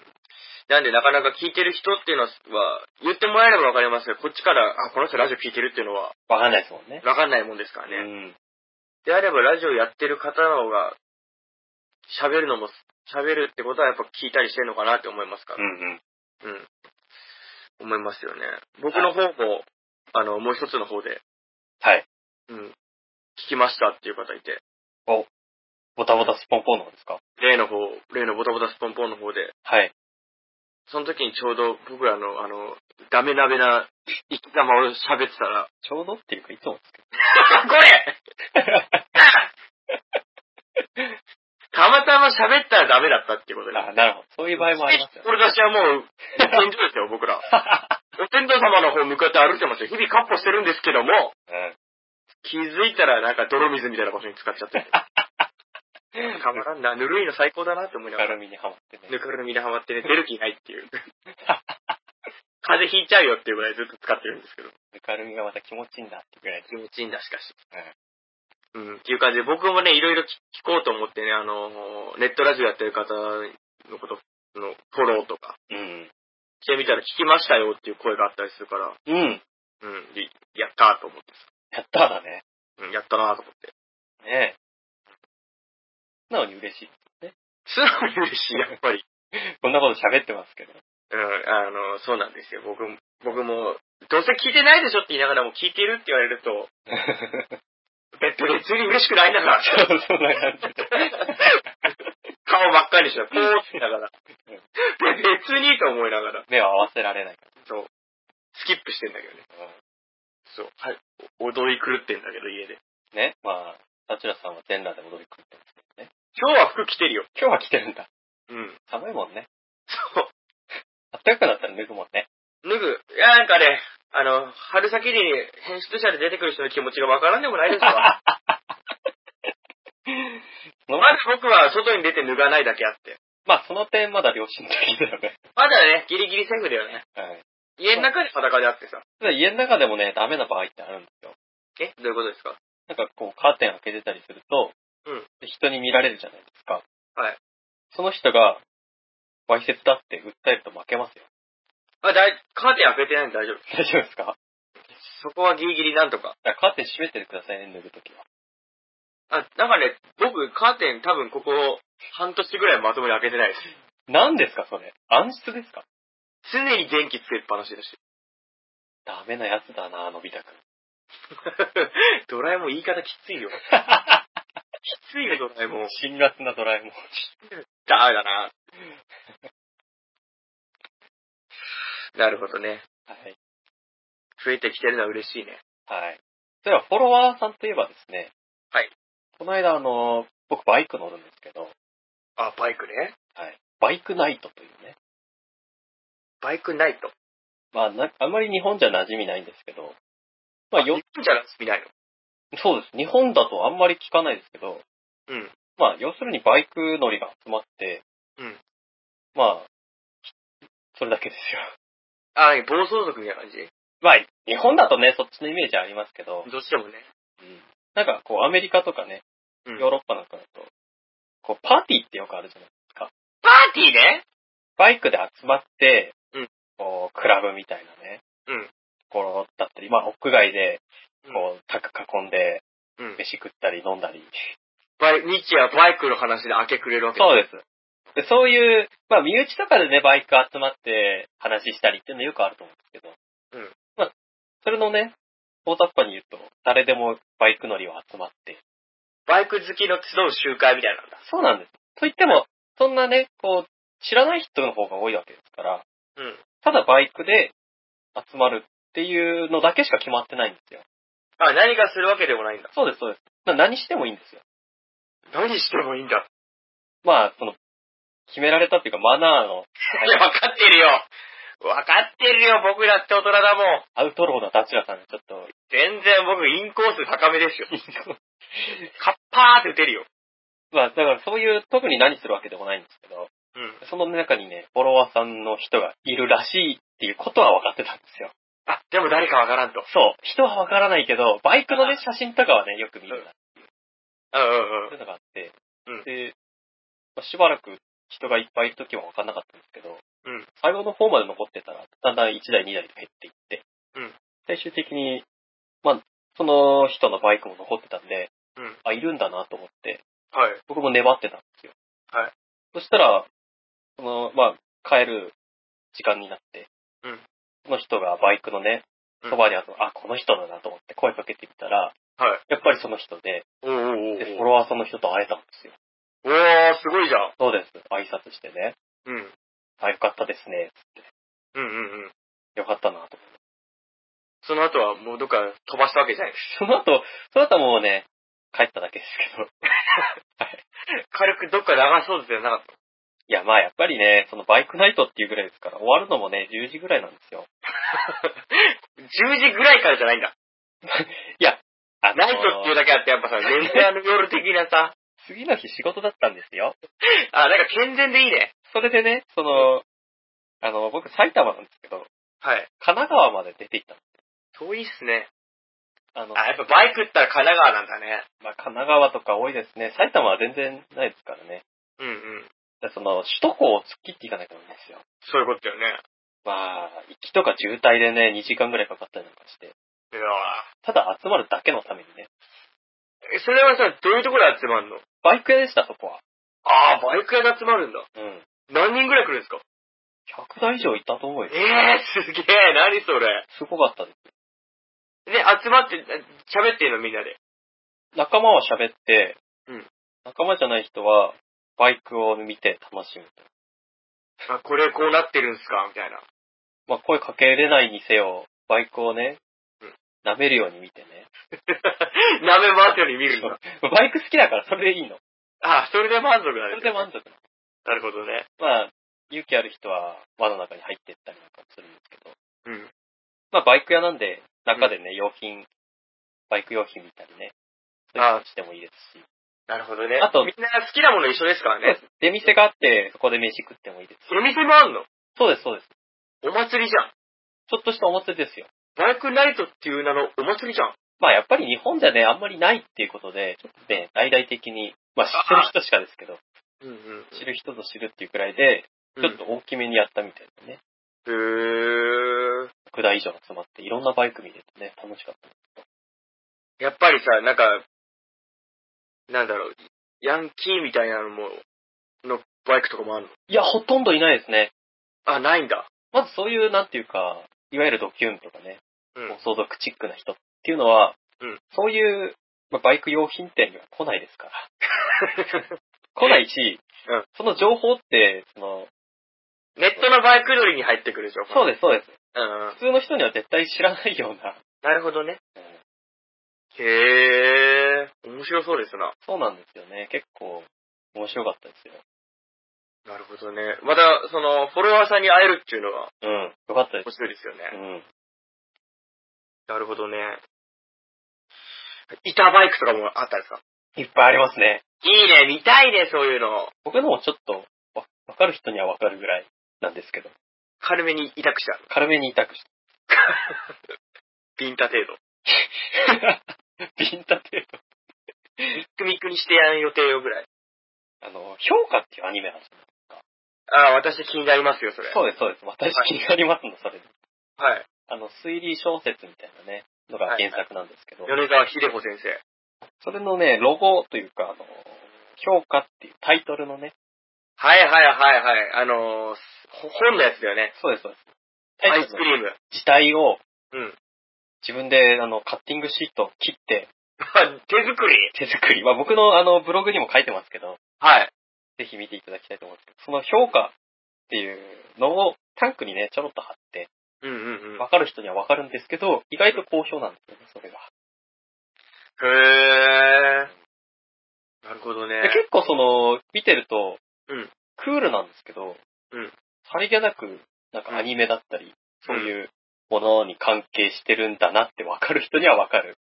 Speaker 1: なんでなかなか聞いてる人っていうのは、言ってもらえればわかりますけど、こっちから、あ、この人ラジオ聞いてるっていうのは、
Speaker 2: わかんないですもんね。
Speaker 1: わかんないもんですからね。
Speaker 2: うん。
Speaker 1: であればラジオやってる方の方が、喋るのも、喋るってことはやっぱ聞いたりしてるのかなって思いますか
Speaker 2: う
Speaker 1: ら。
Speaker 2: んうん。
Speaker 1: うん。思いますよね。僕の方も、あの、もう一つの方で、
Speaker 2: はい。
Speaker 1: うん。聞きましたっていう方いて、
Speaker 2: ボタボタスポンポンの方ですか
Speaker 1: 例の方、例のボタボタスポンポンの方で、
Speaker 2: はい。
Speaker 1: その時にちょうど僕らの、あの、ダメダメな生き様を喋ってたら、
Speaker 2: ちょうどっていうか、いつ もですけ
Speaker 1: これ たまたま喋ったらダメだったっていうことで。
Speaker 2: あ、なるほど。そういう場合もありますよね。
Speaker 1: 俺たちはもう、保健所ですよ、僕ら。お天道様の方向かって歩いてますよ。日々カッポしてるんですけども、
Speaker 2: うん
Speaker 1: 気づいたらなんか泥水みたいな場所に使っちゃ ってる。たまらんな、ぬるいの最高だなって思いながら
Speaker 2: 軽。みにハマってね。
Speaker 1: ぬかるみでハマってね、出る気ないっていう。 風邪ひいちゃうよっていうぐらいずっと使ってるんですけど。
Speaker 2: ぬかるみがまた気持ちいいんだってぐらい。
Speaker 1: 気持ちいいんだ、しかし。うん、っていう感じで、僕もね、いろいろ聞聞こうと思ってね、あのー、ネットラジオやってる方のことのフォローとか
Speaker 2: うん。
Speaker 1: してみたら聞きましたよっていう声があったりするから、
Speaker 2: うん。
Speaker 1: うん、でやったーと思って
Speaker 2: やったーだね。
Speaker 1: さ、うん、やったなーと思って。
Speaker 2: ねえ。素直に嬉しい。
Speaker 1: 素直に嬉しい、やっぱり。
Speaker 2: こんなこと喋ってますけ ど。
Speaker 1: うん、あのー、そうなんですよ。僕も、僕も、どうせ聞いてないでしょって言いながらも聞いてるって言われると、別に嬉しくないんだから。
Speaker 2: そう、そんな感じで。
Speaker 1: 顔ばっかりして、ポーってながら。別にと思いながら。
Speaker 2: 目を合わせられないか
Speaker 1: そう。スキップしてんだけどね。
Speaker 2: ら。
Speaker 1: そう。はい。踊り狂ってんだけど、家で。
Speaker 2: ね。まあ、サチュラさんは全裸で踊り狂ってますけどね。
Speaker 1: 今日は服着てるよ。
Speaker 2: 今日は来てるんだ。
Speaker 1: うん。
Speaker 2: 寒いもんね。
Speaker 1: そ
Speaker 2: 暖かくなったら脱ぐもん ね。
Speaker 1: う。脱ぐ。いや、なんかね、あの、春先に編集者で出てくる人の気持ちがわからんでもないです わ。
Speaker 2: そ
Speaker 1: ま
Speaker 2: の
Speaker 1: ず僕は外に出て脱がないだけあって。
Speaker 2: まあ、その点まだ良心的だよね。
Speaker 1: まだね、ギリギリセーフだよね。
Speaker 2: はい。
Speaker 1: 家の中で裸であってさ。
Speaker 2: ただ家の中でもね、ダメな場合ってあるんですよ。
Speaker 1: えどういうことですか
Speaker 2: なんかこう、カーテン開けてたりすると、
Speaker 1: うん
Speaker 2: で人に見られるじゃないですか。
Speaker 1: はい。
Speaker 2: その人が、わいせつだって訴えると負けますよ。
Speaker 1: あ、だい、カーテン開けてないんで大丈夫。
Speaker 2: 大丈夫ですか
Speaker 1: そこはギリギリなんとか。
Speaker 2: だからカーテン閉めてくださいね、脱ぐときは。
Speaker 1: あ、なんかね、僕、カーテン多分ここ、半年ぐらいまともに開けてないです。
Speaker 2: 何ですか、それ。暗室ですか
Speaker 1: 常に電気つけっぱなしだ し。
Speaker 2: ダメなやつだな、のび太 くん。
Speaker 1: ドラえもん言い方きついよ。きついよ、ドラえもん。
Speaker 2: 辛辣な ドラえもん。
Speaker 1: ダメだな。 なるほどね。
Speaker 2: はい。
Speaker 1: 増えてきてるのは嬉しいね。
Speaker 2: はい。それはフォロワーさんといえばですね。
Speaker 1: はい。
Speaker 2: この間、あの、僕バイク乗るんですけど、
Speaker 1: あ、バイクね。
Speaker 2: はい。バイクナイトというね。
Speaker 1: バイクないと。
Speaker 2: まあ、なあんまり日本じゃ馴染みないんですけど、まあ、よ
Speaker 1: 日、本じゃなくてないの。
Speaker 2: そうです。日本だとあんまり聞かないですけど、
Speaker 1: うん。
Speaker 2: まあ、要するにバイク乗りが集まって、
Speaker 1: うん。
Speaker 2: まあ、それだけですよ。
Speaker 1: あ、何暴走族みたいな感じ
Speaker 2: まあ、日本だとね、そっちのイメージありますけど、
Speaker 1: どうしてもね。
Speaker 2: なんかこう、アメリカとかね、
Speaker 1: うん
Speaker 2: ヨーロッパなんかだと、こう、パーティーってよくあるじゃない
Speaker 1: パーティーね
Speaker 2: バイクで集まって、
Speaker 1: うん
Speaker 2: こう、クラブみたいなね、
Speaker 1: うん
Speaker 2: ところだったり、まあ、屋外で、
Speaker 1: うん
Speaker 2: こう、宅囲んで、
Speaker 1: うん。
Speaker 2: 飯食ったり飲んだり。
Speaker 1: バイ日夜バイクの話で明け暮れるわけ
Speaker 2: そうです。で、そういう、まあ、身内とかでね、バイク集まって話したりっていうのよくあると思うんですけど。
Speaker 1: うん
Speaker 2: まあ、それのね、大雑把に言うと、誰でもバイク乗りは集まって。
Speaker 1: バイク好きの集う集会みたいなんだ。
Speaker 2: そうなんです。と言っても、そんなね、こう、知らない人の方が多いわけですから、
Speaker 1: うん。
Speaker 2: ただバイクで集まるっていうのだけしか決まってないんですよ。
Speaker 1: あ、何かするわけでもないんだ。
Speaker 2: そうです、そうです。まあ、何してもいいんですよ。
Speaker 1: 何してもいいんだ。
Speaker 2: まあ、その、決められたっていうか、マナー の
Speaker 1: いや、分かってるよ。分かってるよ、僕だって大人だもん。
Speaker 2: アウトローなダチュラさんがちょっ と、
Speaker 1: 全然僕、インコース高めですよ。カッパーって打てるよ。
Speaker 2: まあ、だからそういう、特に何するわけでもないんですけど、
Speaker 1: うん。
Speaker 2: その中にね、フォロワーさんの人がいるらしいっていうことは分かってたんですよ。
Speaker 1: あ、でも誰か分からんと。
Speaker 2: そう。人は分からないけど、バイクのね、写真とかはね、よく見るな。
Speaker 1: うんうん
Speaker 2: そういうのがあって、
Speaker 1: うん
Speaker 2: で、まあしばらく人がいっぱいいる時は分かんなかったんですけど、
Speaker 1: うん
Speaker 2: 最後の方まで残ってたら、だんだん1台2台と減っていって、
Speaker 1: うん
Speaker 2: 最終的に、まあ、その人のバイクも残ってたんで、
Speaker 1: うん
Speaker 2: あ、いるんだなと思って、
Speaker 1: はい。
Speaker 2: 僕も粘ってたんですよ。
Speaker 1: はい。
Speaker 2: そしたら、その、まあ、帰る時間になって、
Speaker 1: うん
Speaker 2: その人がバイクのね、
Speaker 1: うん
Speaker 2: そばにあるの、あ、この人だなと思って声かけてみたら、
Speaker 1: はい。
Speaker 2: やっぱりその人で、
Speaker 1: おーお
Speaker 2: で、
Speaker 1: ー
Speaker 2: フォロワーさんの人と会えたんですよ。
Speaker 1: おー、すごいじゃん。
Speaker 2: そうです。挨拶してね、
Speaker 1: うん。
Speaker 2: あ、よかったですね。
Speaker 1: うんうんうん。
Speaker 2: よかったなと。
Speaker 1: その後はもうどっか飛ばしたわけじゃない。
Speaker 2: その後、その後はもうね、帰っただけですけど、
Speaker 1: 軽くどっか流そうぜなかった。
Speaker 2: いや、まあやっぱりね、そのバイクナイトっていうぐらいですから、終わるのもね、10時ぐらいなんですよ。
Speaker 1: 10時ぐらいからじゃないんだ。
Speaker 2: いや、あの
Speaker 1: ナイトっていうだけあって、やっぱさ、年齢の夜的なさ、
Speaker 2: 次の日仕事だったんですよ。
Speaker 1: あ、なんか健全でいいね。
Speaker 2: それでね、その、あの、僕埼玉なんですけど、
Speaker 1: はい。
Speaker 2: 神奈川まで出て行った
Speaker 1: 遠いっすね。
Speaker 2: の。あの、
Speaker 1: あ、やっぱバイクったら神奈川なんだね。
Speaker 2: まあ、神奈川とか多いですね。埼玉は全然ないですからね。
Speaker 1: うんうん。
Speaker 2: だからその、首都高を突っ切っていかなきゃなんですよ。
Speaker 1: そういうことだよね。
Speaker 2: まあ、行きとか渋滞でね、2時間ぐらいかかったりなんかして。
Speaker 1: いや
Speaker 2: ただ集まるだけのためにね。
Speaker 1: ーえそれはさ、どういうところで集まるの
Speaker 2: バイク屋でした、そこは。
Speaker 1: ああ、バイク屋で集まるんだ。
Speaker 2: うん。
Speaker 1: 何人ぐらい来るんですか
Speaker 2: 100台以上いたと思うよ
Speaker 1: え。えー、すげえ、何それ。
Speaker 2: すごかったです。
Speaker 1: で、集まって、喋ってんのみんなで。
Speaker 2: 仲間は喋って、
Speaker 1: うん
Speaker 2: 仲間じゃない人は、バイクを見て楽しむ。
Speaker 1: あ、これこうなってるんすかみたいな。
Speaker 2: まあ、声かけれないにせよ、バイクをね
Speaker 1: うん、
Speaker 2: 舐めるように見てね。
Speaker 1: 舐め回すように見るんだ。
Speaker 2: バイク好きだからそれでいいの。
Speaker 1: あ、それで満足だ
Speaker 2: そ
Speaker 1: ね。
Speaker 2: れで満足。
Speaker 1: なるほどね。
Speaker 2: まあ、勇気ある人は輪の中に入ってったりなんかもするんですけど、
Speaker 1: うん。
Speaker 2: まあバイク屋なんで、中でね、用品、バイク用品見たりね、そういう
Speaker 1: あ
Speaker 2: のしてもいいですし、
Speaker 1: なるほどね。
Speaker 2: あと
Speaker 1: みんな好きなもの一緒ですからね。
Speaker 2: 出店があって、そこで飯食ってもいいですし、
Speaker 1: お店もあんの
Speaker 2: そうです、そうです。
Speaker 1: お祭りじゃん。
Speaker 2: ちょっとしたお祭りですよ。
Speaker 1: バイクナイトっていう名のお祭りじゃん。
Speaker 2: まあやっぱり日本じゃね、あんまりないっていうことで、ちょっとね、大々的に、まあ知ってる人しかですけど、
Speaker 1: うんうん。
Speaker 2: 知る人ぞ知るっていうくらいで、ち
Speaker 1: ちょ
Speaker 2: ょっ
Speaker 1: っと。
Speaker 2: と大きめにやったみたいでね、
Speaker 1: へー。
Speaker 2: 100台以上集まって、いろんなバイク見れてね、楽しかった。
Speaker 1: やっぱりさ、なんか、なんだろう、ヤンキーみたいなのも、のバイクとかもあるの
Speaker 2: いや、ほとんどいないですね。
Speaker 1: あ、ないんだ。
Speaker 2: まずそういう、なんていうか、いわゆるドキュンとかね、
Speaker 1: うん
Speaker 2: 暴走族チックな人っていうのは、
Speaker 1: うん
Speaker 2: そういう、まあ、バイク用品店には来ないですから。来ないし、
Speaker 1: うん
Speaker 2: その情報って、その、
Speaker 1: ネットのバイク乗りに入ってくるでしょ
Speaker 2: そう
Speaker 1: で
Speaker 2: です、そうです。
Speaker 1: す。うん。
Speaker 2: 普通の人には絶対知らないような、
Speaker 1: なるほどね。
Speaker 2: うん
Speaker 1: へー。面白そうですな。
Speaker 2: そうなんですよね。結構、面白かったですよ。
Speaker 1: なるほどね。また、その、フォロワーさんに会えるっていうのは
Speaker 2: うん。よかったで
Speaker 1: 面
Speaker 2: す。
Speaker 1: 白いですよね。
Speaker 2: うん。
Speaker 1: なるほどね。板バイクとかもあったんですか
Speaker 2: いっぱいありますね。
Speaker 1: いいね、見たいね、そういうの。
Speaker 2: 僕のもちょっと、わわかる人にはわかるぐらいなんですけど、
Speaker 1: 軽めに痛くした。
Speaker 2: 軽めに痛 くして。
Speaker 1: ビンタ程度。
Speaker 2: ビンタテープ。
Speaker 1: ミックミックにしてやる予定よぐらい。
Speaker 2: あの、評価っていうアニメなんですよ
Speaker 1: ああ、私気になりますよ、それ。
Speaker 2: そうです、そうです。私気になりますの、それ。
Speaker 1: はい。
Speaker 2: あの、推理小説みたいなね、のが原作なんですけど、
Speaker 1: 米沢秀穂先生。
Speaker 2: それのね、ロゴというか、あの、評価っていうタイトルのね、
Speaker 1: はいはいはいはい。あのー、ほ本のやつだよね。
Speaker 2: そうです、そうです。タ
Speaker 1: ア
Speaker 2: イ
Speaker 1: イス
Speaker 2: ト
Speaker 1: ク
Speaker 2: ルの
Speaker 1: リーム。
Speaker 2: 自体を
Speaker 1: うん。
Speaker 2: 自分で、あの、カッティングシートを切って、
Speaker 1: 手作り
Speaker 2: 手作り。まあ、僕の、あの、ブログにも書いてますけど、
Speaker 1: はい。
Speaker 2: ぜひ見ていただきたいと思うんですけど、その評価っていうのをタンクにね、ちょろっと貼って、
Speaker 1: うんうんうん。
Speaker 2: わかる人にはわかるんですけど、意外と好評なんですよね、それが。
Speaker 1: へー。なるほどね
Speaker 2: で。結構その、見てると、
Speaker 1: うん
Speaker 2: クールなんですけど、
Speaker 1: うん
Speaker 2: さりげなく、なんかアニメだったり、そういうものに関係してるんだなって分かる人には分かる。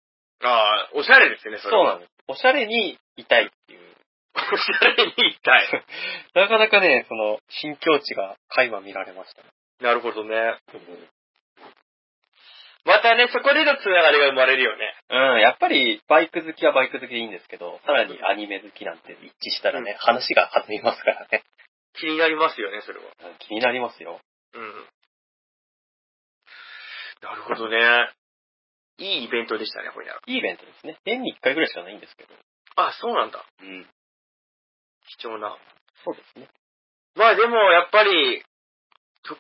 Speaker 1: ああ、おしゃれですね、それ。
Speaker 2: そうなん
Speaker 1: の。
Speaker 2: です。おしゃれに痛いっていう。
Speaker 1: おしゃれに言いたい。
Speaker 2: なかなかね、その、新境地が垣間見られましたね。
Speaker 1: なるほどね。またね、そこでのつながりが生まれるよね。
Speaker 2: うん、やっぱりバイク好きはバイク好きでいいんですけど、さらにアニメ好きなんて一致したらね、話が弾みますからね。
Speaker 1: 気になりますよね、それは。
Speaker 2: 気になりますよ。
Speaker 1: うん。なるほどね。いいイベントでしたね、ほいなら。
Speaker 2: いいイベントですね。年に1回ぐらいしかないんですけど。
Speaker 1: あ、そうなんだ。
Speaker 2: うん。
Speaker 1: 貴重な。
Speaker 2: そうですね。
Speaker 1: まあでも、やっぱり、と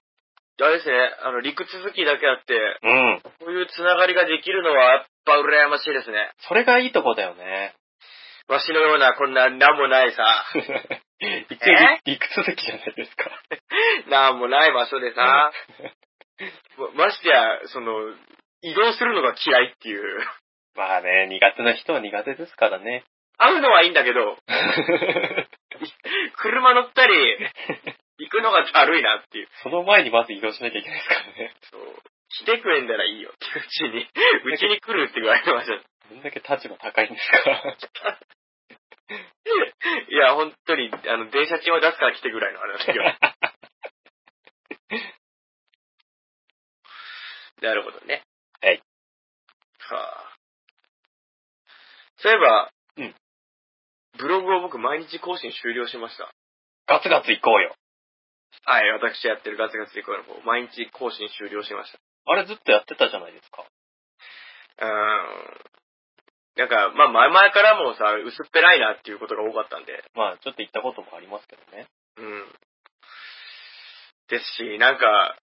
Speaker 1: あれですね、あの、陸続きだけあって、
Speaker 2: うん。
Speaker 1: こういうつながりができるのは、やっぱ羨ましいですね。
Speaker 2: それがいいとこだよ ね。
Speaker 1: わしのような、こんな、なんもないさ、
Speaker 2: 一応、理屈的じゃないですか。
Speaker 1: なんもない場所で さ、まましてや、その、移動するのが嫌いっていう。
Speaker 2: まあ ね、苦手な人は苦手ですからね。
Speaker 1: 会うのはいいんだけど、車乗ったり、 行くのがだるいなっていう。
Speaker 2: その前にまず移動しなきゃいけないですからね。
Speaker 1: そう。来てくれんだらいいよっていううち に、うちに来るって言われてました。
Speaker 2: どんだけ立場高いんですか。
Speaker 1: いや、本当に、あの、電車賃を出すから来てぐらいのあれなんだけ ど。なるほどね。
Speaker 2: はい。
Speaker 1: はあ。そういえば、
Speaker 2: うん。
Speaker 1: ブログを僕毎日更新終了しました。
Speaker 2: ガツガツ行こうよ。
Speaker 1: はい、私やってるガツガツでこの方、毎日更新終了しまし
Speaker 2: あれずっとやってたじゃないですか。
Speaker 1: た。うーん。なんか、まあ前々からもさ、薄っぺらいなっていうことが多かったんで、
Speaker 2: まあ、ちょっと行ったこともありますけどね。
Speaker 1: うん。ですし、なんか、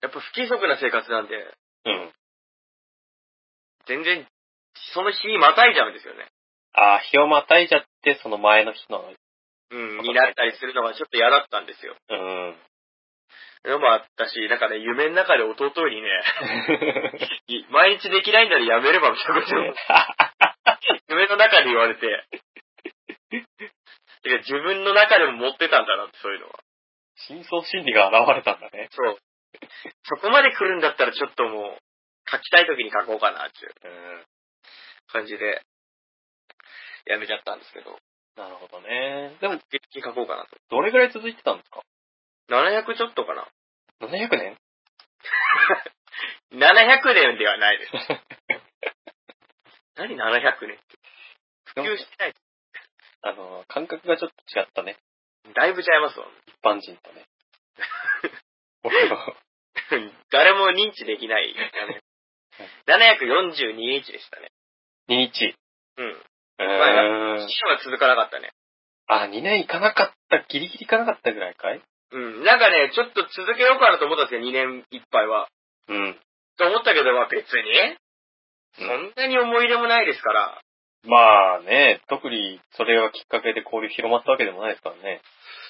Speaker 1: やっぱ不規則な生活なんで、
Speaker 2: うん。
Speaker 1: 全然、その日またいじゃうんですよね。
Speaker 2: ああ、日をまたいじゃって、その前の日の、
Speaker 1: うん、になったりするのがちょっと嫌だったんですよ。
Speaker 2: うん。
Speaker 1: のもあったし、なんかね、夢の中で弟にね、い 毎日できないんだらやめればみたいなことを夢の中で言われて、てか自分の中でも持ってたんだなって、そういうのは。
Speaker 2: 真相心理が現れたんだね。
Speaker 1: そう。そこまで来るんだったらちょっともう、書きたい時に書こうかなっていう
Speaker 2: うん。
Speaker 1: 感じで、やめちゃったんですけど、
Speaker 2: なるほどね。でも、
Speaker 1: 月に書こうかなと。
Speaker 2: どれぐらい続いてたんですか
Speaker 1: 700ちょっとかな
Speaker 2: ?700 年
Speaker 1: ?700 年ではない です。何700年って。普及してない。
Speaker 2: あの、感覚がちょっと違ったね。
Speaker 1: だいぶちゃい ますわ。
Speaker 2: 一般人とね。俺は
Speaker 1: 誰も認知できない。742日でしたね。
Speaker 2: 21。
Speaker 1: うん。
Speaker 2: う
Speaker 1: ま期
Speaker 2: ーん。
Speaker 1: 間は続かなかったね。
Speaker 2: あ、2年行かなかった、ギリギリ行かなかったぐらいかい
Speaker 1: うん。なんかね、ちょっと続けようかなと思ったんですよ、2年いっぱいは。
Speaker 2: うん。
Speaker 1: と思ったけど、まあ別に、そ
Speaker 2: うん
Speaker 1: んなに思い入れもないですから、
Speaker 2: まあね、特にそれがきっかけで交流広まったわけでもないですからね。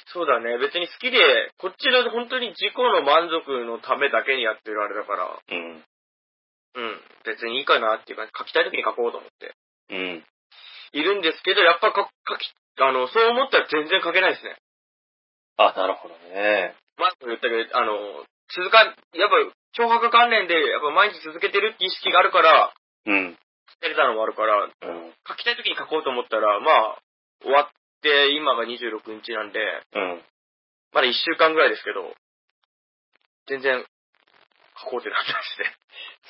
Speaker 1: そうだね、別に好きで、こっちの本当に自己の満足のためだけにやってるあれだから、
Speaker 2: うん。
Speaker 1: うん、別にいいかなっていうか、書きたい時に書こうと思って。
Speaker 2: うん。
Speaker 1: いるんですけど、やっぱ書書き、あの、そう思ったら全然書けないですね。
Speaker 2: あ、なるほどね。
Speaker 1: 前も言ったけど、あの、続か、やっぱ、脅迫関連で、やっぱ毎日続けてるって意識があるから、
Speaker 2: うん。
Speaker 1: やれたのもあるから、
Speaker 2: うん。
Speaker 1: 書きたい時に書こうと思ったら、まあ、終わって、今が26日なんで、
Speaker 2: うん。
Speaker 1: まだ1週間ぐらいですけど、全然、書こうってなったんですね。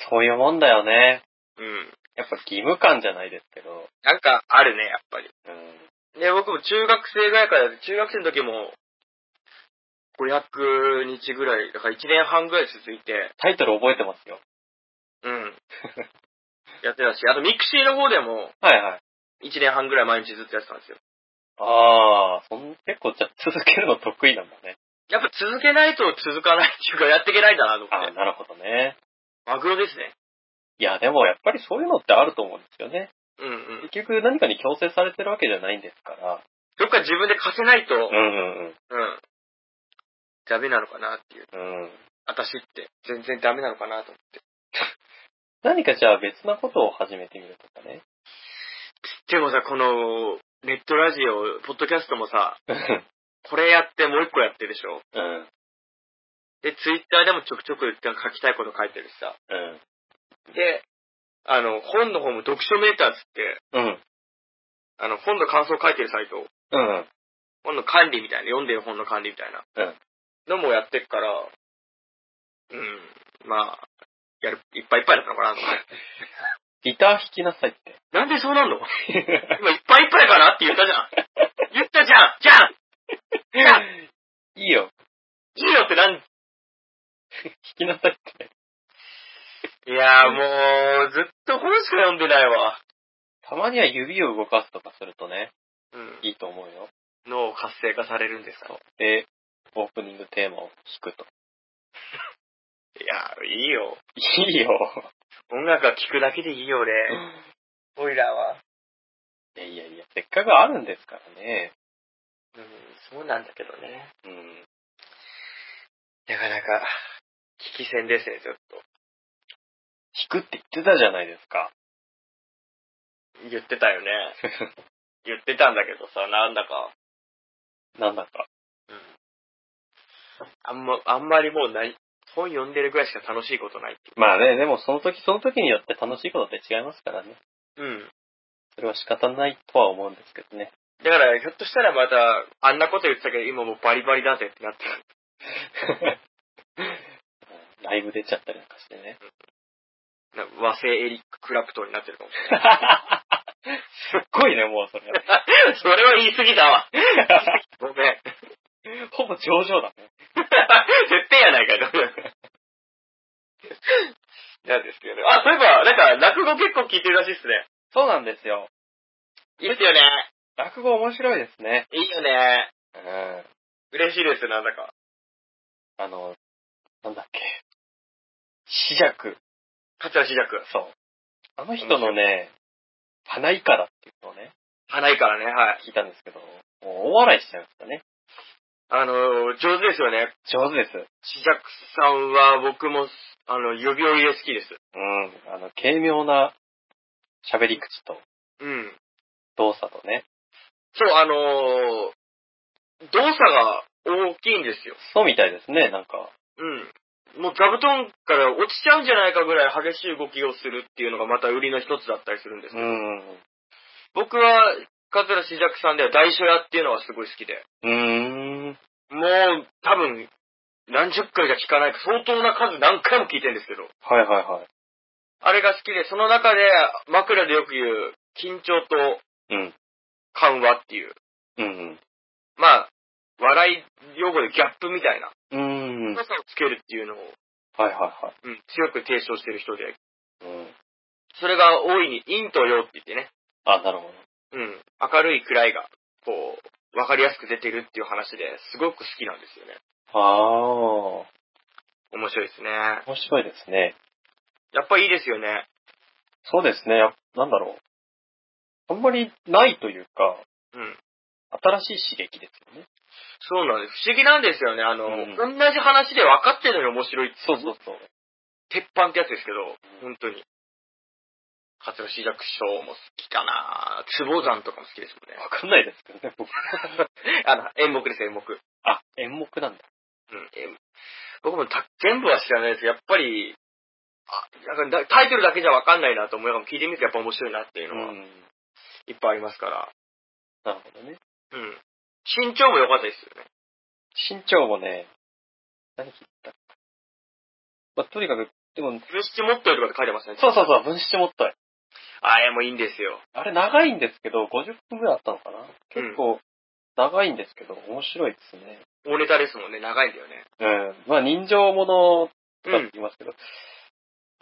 Speaker 2: そういうもんだよね。
Speaker 1: うん。
Speaker 2: やっぱ義務感じゃないですけど。
Speaker 1: なんか、あるね、やっぱり。
Speaker 2: うん。
Speaker 1: で、僕も中学生ぐらいから、中学生の時も、500日ぐらい、だから1年半ぐらい続いて、
Speaker 2: タイトル覚えてますよ。
Speaker 1: うん。やってたし、あとミクシーの方でも、
Speaker 2: はいはい。
Speaker 1: 1年半ぐらい毎日ずっとやってたんですよ。
Speaker 2: ああ、そん結構じゃあ続けるの得意なんだね。
Speaker 1: やっぱ続けないと続かないっていうか、やっていけないんだなと思
Speaker 2: あ
Speaker 1: っ
Speaker 2: あ、
Speaker 1: て。
Speaker 2: なるほどね。
Speaker 1: マグロですね。
Speaker 2: いや、でもやっぱりそういうのってあると思うんですよね。
Speaker 1: うんうん。
Speaker 2: 結局何かに強制されてるわけじゃないんですから。
Speaker 1: どっか自分で貸せないと、う
Speaker 2: うんうん
Speaker 1: ん。ダメなのかなっていう。
Speaker 2: うん。うん。
Speaker 1: 私って全然ダメなのかなと。
Speaker 2: 何かじゃあ別なことを始めてみるとかね。
Speaker 1: でもさ、この、ネットラジオ、ポッドキャストもさ、
Speaker 2: うん
Speaker 1: これやってもう一個やってるでしょ。
Speaker 2: うん。
Speaker 1: で、ツイッターでもちょくちょく書きたいこと書いてるしさ。
Speaker 2: うん。
Speaker 1: で、あの、本の方も読書メーターっつって、
Speaker 2: うん。
Speaker 1: あの、本の感想書いてるサイト、
Speaker 2: うん。
Speaker 1: 本の管理みたいな、読んでる本の管理みたいな、
Speaker 2: うん
Speaker 1: のもやってっから、うん、まあ、やる、いっぱいいっぱいだったのかなと思って。
Speaker 2: ギター弾きなさい って。
Speaker 1: なんでそうなんの今いっぱいいっぱいかなって言ったじ ゃん。言ったじゃんじゃんじゃん
Speaker 2: いいよ。
Speaker 1: いいよってなん、
Speaker 2: 弾きなさいって。
Speaker 1: いやーもう、ずっとこれしか読んでないわ。
Speaker 2: たまには指を動かすとかするとね、
Speaker 1: うん。
Speaker 2: いいと思うよ。
Speaker 1: 脳活性化されるんですか
Speaker 2: そうで、オープニングテーマを弾くと。
Speaker 1: いやー、いいよ。
Speaker 2: いいよ。
Speaker 1: 音楽は聴くだけでいいよ、俺。オイラは。
Speaker 2: いやいやいや、せっかくあるんですからね。
Speaker 1: うん、そうなんだけどね。
Speaker 2: うん。
Speaker 1: なかなか、危機戦ですね、ちょっと。
Speaker 2: 弾くって言ってたじゃないですか。
Speaker 1: 言ってたよね。言ってたんだけどさ、なんだか、
Speaker 2: なんだか。
Speaker 1: あんま、あんまりもうない、本読んでるぐらいしか楽しいことないってい
Speaker 2: まあね、でもその時その時によって楽しいことって違いますからね。
Speaker 1: う。うん。
Speaker 2: それは仕方ないとは思うんですけど ね。
Speaker 1: だから、ひょっとしたらまた、あんなこと言ってたけど、今もうバリバリだぜってなってる。
Speaker 2: ライブ出ちゃったりなんかしてね。
Speaker 1: な和製エリック・クラプトンになってるかもしれ ない。
Speaker 2: すっごいね、もうそれ。
Speaker 1: それは言い過ぎだわ。ごめん。
Speaker 2: ほぼ上々だね。
Speaker 1: 絶対やない かと。なんですけどね。あ、そういえば、なんか、落語結構聞いてるらしいっすね。
Speaker 2: そうなんですよ。
Speaker 1: いいっすよね。
Speaker 2: 落語面白いですね。
Speaker 1: いいよね。
Speaker 2: うん。
Speaker 1: 嬉しいです、なんだか。
Speaker 2: あの、なんだっけ。死弱。
Speaker 1: 桂志尺。
Speaker 2: そう。あの人のね、花以下だっていうのをね、
Speaker 1: 花いからね、はい。
Speaker 2: 聞いたんですけど、もう大笑いしちゃいましたね。
Speaker 1: あのー、上手ですよね。
Speaker 2: 上手です。
Speaker 1: 志尺さんは僕も、あの、呼び寄りで好きです。
Speaker 2: うん。あの、軽妙な喋り口と
Speaker 1: うん。
Speaker 2: 動作とね、
Speaker 1: そう、あのー、動作が大きいんですよ。
Speaker 2: そうみたいですね、なんか。
Speaker 1: うん。もう座布団から落ちちゃうんじゃないかぐらい激しい動きをするっていうのがまた売りの一つだったりするんですけど
Speaker 2: ん。
Speaker 1: 僕は、桂志尺さんでは大書屋っていうのはすごい好きで、
Speaker 2: うーん。
Speaker 1: もう多分、何十回じゃ聞かないか、相当な数何回も聞いてるんですけど、
Speaker 2: はいはいはい。
Speaker 1: あれが好きで、その中で枕でよく言う、緊張と
Speaker 2: うん。
Speaker 1: 緩和っていう、
Speaker 2: うん。
Speaker 1: まあ、笑い用語でギャップみたいな、
Speaker 2: うん。はい
Speaker 1: 良さをつけるっていうのを、
Speaker 2: はいは
Speaker 1: うん強く提唱してる人で、
Speaker 2: い。うん。
Speaker 1: それが大いに陰と陽って言ってね、
Speaker 2: あ、なるほど。
Speaker 1: うん、明るい暗いが、こう、わかりやすく出てるっていう話ですごく好きなんですよね。
Speaker 2: ああ、
Speaker 1: 面白いですね。
Speaker 2: 面白いですね。
Speaker 1: やっぱいいですよね。
Speaker 2: そうですね。やっなんだろう。あんまりないというか、
Speaker 1: うん。
Speaker 2: 新しい刺激ですよね。
Speaker 1: そうなんです。不思議なんですよね。あの、
Speaker 2: うん
Speaker 1: 同じ話で分かってるのに面白いって
Speaker 2: そうそうそう。
Speaker 1: 鉄板ってやつですけど、本当に。桂志尺師匠も好きかな壺山とかも好きですもんね。
Speaker 2: わかんないですけどね、僕。
Speaker 1: あの、演目です、演目。う
Speaker 2: あ、演目なんだ。
Speaker 1: ん、演目僕もた全部は知らないですけど、やっぱり、あなんかだタイトルだけじゃ分かんないなと思いながら聞いてみるとやっぱ面白いなっていううのは
Speaker 2: ん。
Speaker 1: いっぱいありますから。
Speaker 2: なるほどね。
Speaker 1: うん。身長も良かったですよね。
Speaker 2: 身長もね、何切ったまあ、とにかく、でも、
Speaker 1: 分子持ってるとかって書いてますね。
Speaker 2: そうそうそう、分子もったい。
Speaker 1: あれもいいんですよ。
Speaker 2: あれ長いんですけど、50分ぐらいあったのかな結構、長いんですけど、面白いですね。
Speaker 1: 大ネタですもんね。長いんだよね。
Speaker 2: うん。まあ、人情もの
Speaker 1: う
Speaker 2: とかって言いますけど、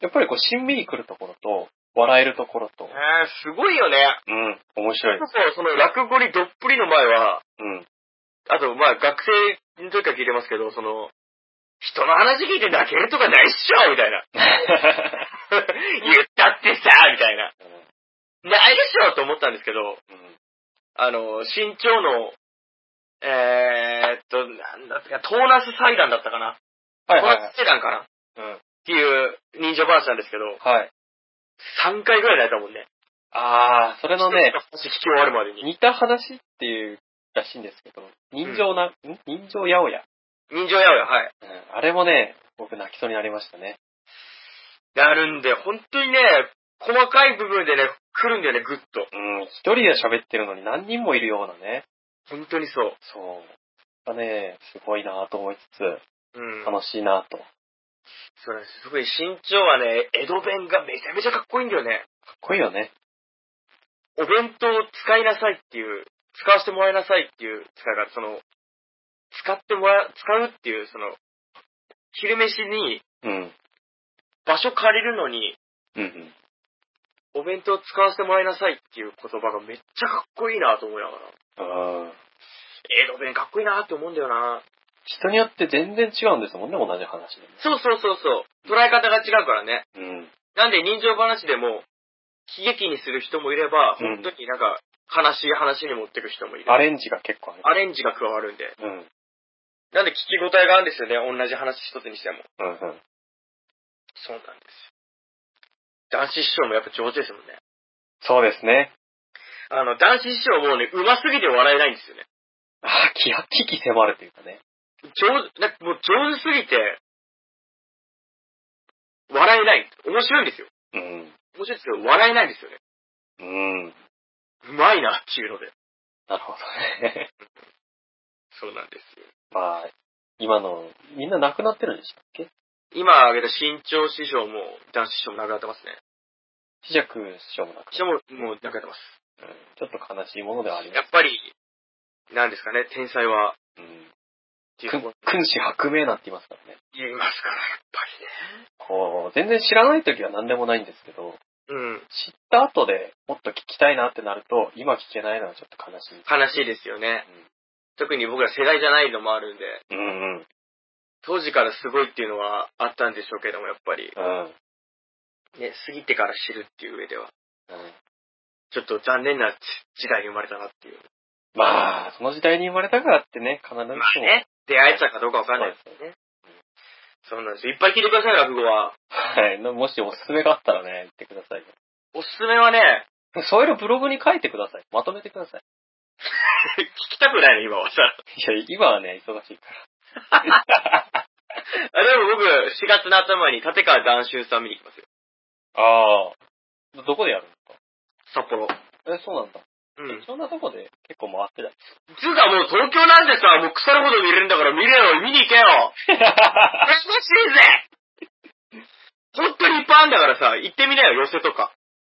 Speaker 2: やっぱりこう、しんみり来るところと、笑えるところと
Speaker 1: え、ー、すごいよね。
Speaker 2: うん、面白い
Speaker 1: そ。うそう、その落語にどっぷりの前は、
Speaker 2: うん。
Speaker 1: あと、まあ、学生の時から聞いてますけど、その、人の話聞いて泣けるとかないっしょみたい な。言ったってさみたいな。ないでしょと思ったんですけど、あの、身長の、えー、っと、なんだっけ、トーナス祭壇だったかな。
Speaker 2: はい
Speaker 1: ト
Speaker 2: は
Speaker 1: ー
Speaker 2: いは
Speaker 1: ナ
Speaker 2: い
Speaker 1: ス。祭壇かな。
Speaker 2: うん。
Speaker 1: っていう人情話なんですけど、
Speaker 2: はい。
Speaker 1: 3回ぐらい泣いたもんね。
Speaker 2: あー、それのね、
Speaker 1: 話聞き終わるまでに。
Speaker 2: 似た話っていうらしいんですけど、人情な、ん人情八百屋。
Speaker 1: 人情やわよ、はい。
Speaker 2: うんあれもね、僕泣きそうになりましたね。
Speaker 1: なるんで、本当にね、細かい部分でね、来るんだよね、ぐっと。
Speaker 2: うん、一人で喋ってるのに何人もいるようなね。
Speaker 1: 本当にそう。
Speaker 2: そう。がね、すごいなと思いつつ、
Speaker 1: うん。
Speaker 2: 楽しいなと。か
Speaker 1: そうなんです。すごい身長はね、江戸弁がめちゃめちゃかっこいいんだよね。
Speaker 2: っこいいよね。
Speaker 1: お弁当を使いなさいっていう、使わせてもらいなさいっていう使い方、その、使ってもら、使うっていう、その、昼飯に
Speaker 2: うん。
Speaker 1: 場所借りるのに、
Speaker 2: うんうん。
Speaker 1: お弁当を使わせてもらいなさいっていう言葉がめっちゃかっこいいなと思いながら。
Speaker 2: あー
Speaker 1: 江戸弁かっこいいなって思うんだよな。
Speaker 2: 人によって全然違うんですもんね、同じ話
Speaker 1: そうそうそうそう。捉え方が違うからね。
Speaker 2: でも。うん。
Speaker 1: なんで人情話でも、喜劇にする人もいれば、
Speaker 2: うん
Speaker 1: 本当になんか、悲しい話に持ってく人もいる。
Speaker 2: アレンジが結構ある。
Speaker 1: アレンジが加わるんで。
Speaker 2: うん。うん
Speaker 1: なんで聞き応えがあるんですよね。同じ話一つにしても。
Speaker 2: うん。
Speaker 1: そうなんです。男子師匠もやっぱ上手ですもんね。
Speaker 2: そうですね。
Speaker 1: あの、男子師匠もうね、上手すぎて笑えないんですよね。
Speaker 2: ああ、気が、危機迫るというかね。
Speaker 1: 上手、なんかもう上手すぎて、笑えない。面白いんですよ。
Speaker 2: うん。
Speaker 1: 面白いですけど、笑えないんですよね。
Speaker 2: うん。
Speaker 1: うまいなっていうので。
Speaker 2: なるほどね。
Speaker 1: そうなんですよ。
Speaker 2: まあ、今の、みんな亡くなってるんでしたっけ
Speaker 1: 今挙げた新潮師匠も、男子師匠も亡くなってますね。
Speaker 2: 死者君師匠も亡く
Speaker 1: 師
Speaker 2: な
Speaker 1: 匠
Speaker 2: っ
Speaker 1: ももう亡くなってます。
Speaker 2: てる。うんちょっと悲しいものではありま
Speaker 1: やっぱり、なんですかね、天才は、
Speaker 2: す。うん。
Speaker 1: 自
Speaker 2: 君
Speaker 1: 分を
Speaker 2: 君子薄命なんて言いますからね。
Speaker 1: 言いますから、やっぱ
Speaker 2: こう、全然知らない時は何でもないんですけど、
Speaker 1: りね。うん。
Speaker 2: 知った後でもっと聞きたいなってなると、今聞けないのはちょっと悲しい。
Speaker 1: 悲しいですよね。特に僕ら世代じゃないのもあるんで、
Speaker 2: うん。うんうん。
Speaker 1: 当時からすごいっていうのはあったんでしょうけども、やっぱり、
Speaker 2: うん。
Speaker 1: ね、過ぎてから知るっていう上では、ちょっと残念な時時代に生まれたなっていう。
Speaker 2: まあ、その時代に生まれたからってね、必ずしも。
Speaker 1: まあね、出会えたかどうかわかんないですよね。そうなんですよ。いっぱい聞いてください、落語は。
Speaker 2: はい。のもしおすすめがあったらね、言ってくださいよ。
Speaker 1: おすすめはね、
Speaker 2: そういうのブログに書いてください。まとめてください。
Speaker 1: 聞きたくないの、今はさ。
Speaker 2: いや、今はね、忙しいから。
Speaker 1: あでも僕、4月の頭に立川談春さん見に行きますよ。
Speaker 2: ああ。どこでやるんです
Speaker 1: 札幌。
Speaker 2: かえ、そうなんだ。
Speaker 1: うん。
Speaker 2: そんなとこで結構回って た。
Speaker 1: つうかもう東京なんてさ、もう腐るほど見れるんだから見れよ、見に行けよ。楽しいぜ本当にいっぱいあるんだからさ、行ってみなよ、寄せとか。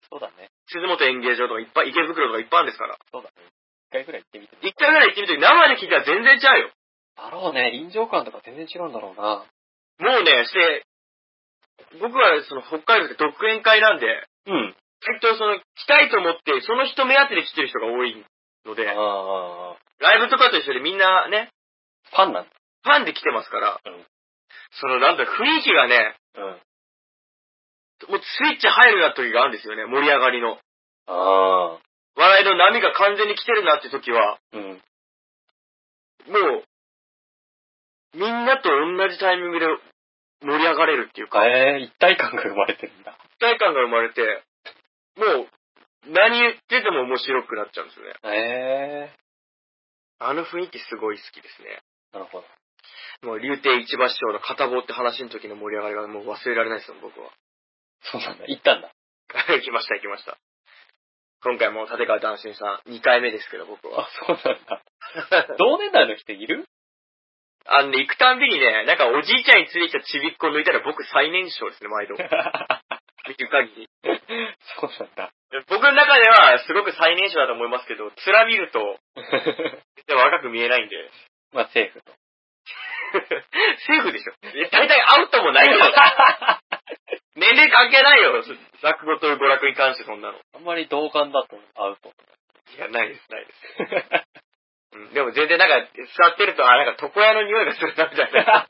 Speaker 2: そうだね。
Speaker 1: 鈴本演芸場とかいっぱい、池袋とかいっぱいあるんですから。
Speaker 2: そうだね。一回ぐらい行ってみて。
Speaker 1: 一回ぐらい行ってみて、生で聞いたら全然違うよ。
Speaker 2: だろうね。臨場感とか全然違うんだろうな。
Speaker 1: もうね、して、僕はその北海道で独演会なんで、
Speaker 2: うん。
Speaker 1: 割とその、来たいと思って、その人目当てで来てる人が多いので、
Speaker 2: ああ。
Speaker 1: ライブとかと一緒でみんなね、
Speaker 2: ファンなんだ。
Speaker 1: ファンで来てますから、
Speaker 2: うん
Speaker 1: そのなんだ、雰囲気がね、
Speaker 2: うん。
Speaker 1: もうスイッチ入るな時があるんですよね、盛り上がりの。
Speaker 2: ああ。
Speaker 1: 笑いの波が完全に来てるなって時は、
Speaker 2: うん。
Speaker 1: もう、みんなと同じタイミングで盛り上がれるっていうか、
Speaker 2: ええ一体感が生まれてるんだ。
Speaker 1: 一体感が生まれて、もう、何言ってても面白くなっちゃうんですよね。
Speaker 2: ええ
Speaker 1: あの雰囲気すごい好きですね。
Speaker 2: なるほど。
Speaker 1: もう、竜亭一馬師匠の片棒って話の時の盛り上がりがもう忘れられないですもん、僕は。
Speaker 2: そうなんだ。行ったんだ。
Speaker 1: 来ました、来ました。今回も立川談心さん、2回目ですけど、僕は。
Speaker 2: あ、そうなんだ。同年代の人いる
Speaker 1: あのね、行くたんびにね、なんかおじいちゃんについてきたちびっこ抜いたら僕最年少ですね、毎 度
Speaker 2: そ。う
Speaker 1: 見てる限り。
Speaker 2: なんだ。
Speaker 1: 僕の中ではすごく最年少だと思いますけど、面見ると、で若く見えないんで。
Speaker 2: まあ、セーフと。
Speaker 1: セーフでしょ。いや大体アウトも ないよ。年齢関係ないよ。落語という娯楽に関してそんなの。い
Speaker 2: あんまり同感だとア ウト。
Speaker 1: や、ないです、ないです。うん、でも全然なんか、座ってると、あ、なんか床屋の匂いがするな、みたい な。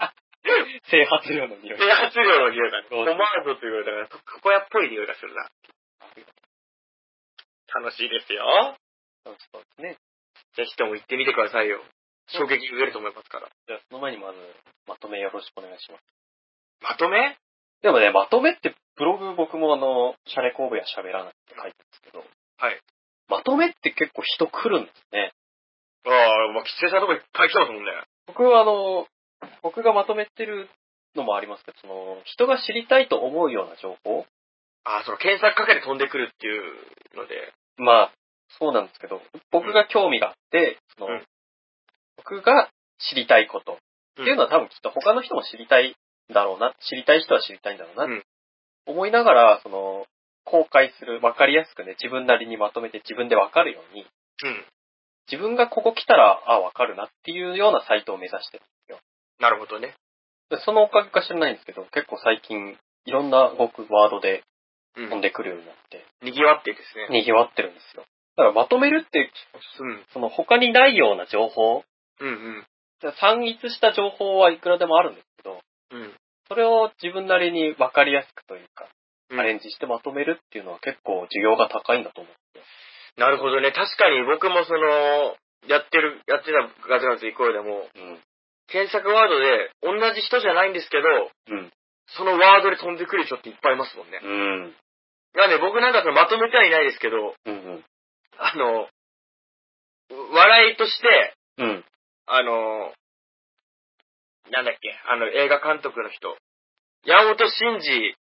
Speaker 2: 整髪量の匂い。
Speaker 1: 低発量の匂いだね。
Speaker 2: そ
Speaker 1: オ
Speaker 2: うです
Speaker 1: マーゾというか、だから床屋っぽい匂いがするな。楽しいですよ。
Speaker 2: そうですね。
Speaker 1: ぜひとも行ってみてくださいよ。衝撃受けると思いますから。
Speaker 2: じゃあ、その前にまず、まとめよろしくお願いします。
Speaker 1: まとめ
Speaker 2: でもね、まとめって、ブログ僕もあの、シャレ神戸や喋らないって書いてるんですけど。
Speaker 1: はい。
Speaker 2: まとめって結構人来るんですね。
Speaker 1: ああ、まあ、喫茶さんとかいっぱい来てますもんね。
Speaker 2: 僕はあの、僕がまとめてるのもありますけど、その、人が知りたいと思うような情報
Speaker 1: ああ、その検索かけて飛んでくるっていうので。
Speaker 2: まあ、そうなんですけど、僕が興味があって、その、
Speaker 1: うん
Speaker 2: 僕が知りたいことっていうのは多分きっと他の人も知りたいんだろうな、知りたい人は知りたいんだろうな、
Speaker 1: うん
Speaker 2: 思いながら、その、公開する、わかりやすくね、自分なりにまとめて自分でわかるように、
Speaker 1: うん。
Speaker 2: 自分がここ来たら、あ、わかるなっていうようなサイトを目指して
Speaker 1: なるほどね。
Speaker 2: る。でそのおかげか知らないんですけど、結構最近、いろんな動くワードで
Speaker 1: う
Speaker 2: 飛ん
Speaker 1: ん。
Speaker 2: でくるようになって、
Speaker 1: 賑わってですね。
Speaker 2: 賑わってるんですよ。だからまとめるって、
Speaker 1: うん。
Speaker 2: その他にないような情報
Speaker 1: うん
Speaker 2: 散逸した情報はいくらでもあるんですけど、
Speaker 1: うん。うん。
Speaker 2: それを自分なりに分かりやすくというか、
Speaker 1: うん
Speaker 2: アレンジしてまとめるっていうのは結構需要が高いんだと思う。
Speaker 1: なるほどね。確かに僕もその、やってる、やってたガツガツ行こうでも、
Speaker 2: うん。
Speaker 1: 検索ワードで同じ人じゃないんですけど、
Speaker 2: うん。
Speaker 1: そのワードで飛んでくる人っていっぱいいますもんね。
Speaker 2: うん。
Speaker 1: なんで僕なんかそのまとめてはいないですけど、
Speaker 2: うん。
Speaker 1: あの、笑いとして、
Speaker 2: うん。
Speaker 1: あの、なんだっけ、あの、映画監督の人、山本慎二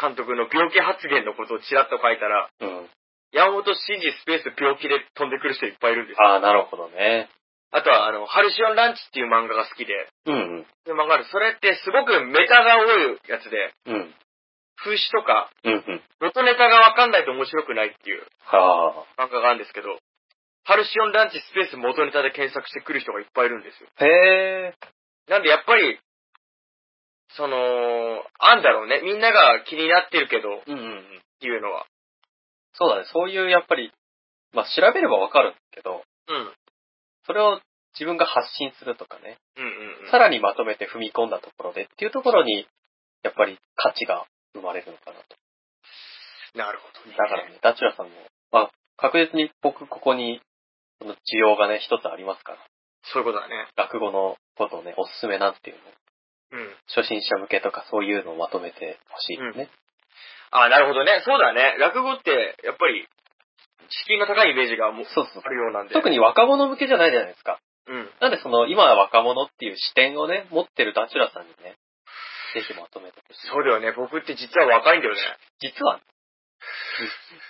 Speaker 1: 監督の病気発言のことをちらっと書いたら、
Speaker 2: うん。
Speaker 1: 山本慎二スペース病気で飛んでくる人いっぱいいるんですよ。
Speaker 2: ああ、なるほどね。
Speaker 1: あとは、あの、ハルシオンランチっていう漫画が好きで、
Speaker 2: うん。
Speaker 1: で漫画ある。それってすごくメタが多いやつで、
Speaker 2: うん。
Speaker 1: 風刺とか、
Speaker 2: うん。うん。
Speaker 1: 元ネタがわかんないと面白くないっていう
Speaker 2: は
Speaker 1: 漫画があるんですけど、ハルシオンランチスペース元ネタで検索してくる人がいっぱいいるんですよ。
Speaker 2: あ。へえ。
Speaker 1: なんでやっぱり、その、あんだろうね。みんなが気になってるけど、っ
Speaker 2: うんうんうん。
Speaker 1: ていうのは。
Speaker 2: そうだね。そういう、やっぱり、まあ、調べればわかるけど、
Speaker 1: うん。
Speaker 2: それを自分が発信するとかね、
Speaker 1: うんうん、うん。
Speaker 2: さらにまとめて踏み込んだところでっていうところに、やっぱり価値が生まれるのかなと。
Speaker 1: なるほどね。
Speaker 2: だからね、ダチュラさんも、まあ、確実に僕ここに、その需要がね、一つありますから、
Speaker 1: そういうことだね。
Speaker 2: 落語のことをね、おすすめなんていうの、
Speaker 1: うん。
Speaker 2: 初心者向けとかそういうのをまとめてほしいですね。
Speaker 1: あ、なるほどね。そうだね。落語って、やっぱり、敷居の高いイメージがもう
Speaker 2: そうそう
Speaker 1: あるようなんで。
Speaker 2: 特
Speaker 1: に。
Speaker 2: に若者向けじゃないじゃないですか。
Speaker 1: うん。
Speaker 2: なんでその、今は若者っていう視点をね、持ってるダチュラさんにね、ぜひまとめてほしい。
Speaker 1: そうだよね。僕って実は若いんだよね。
Speaker 2: 実は、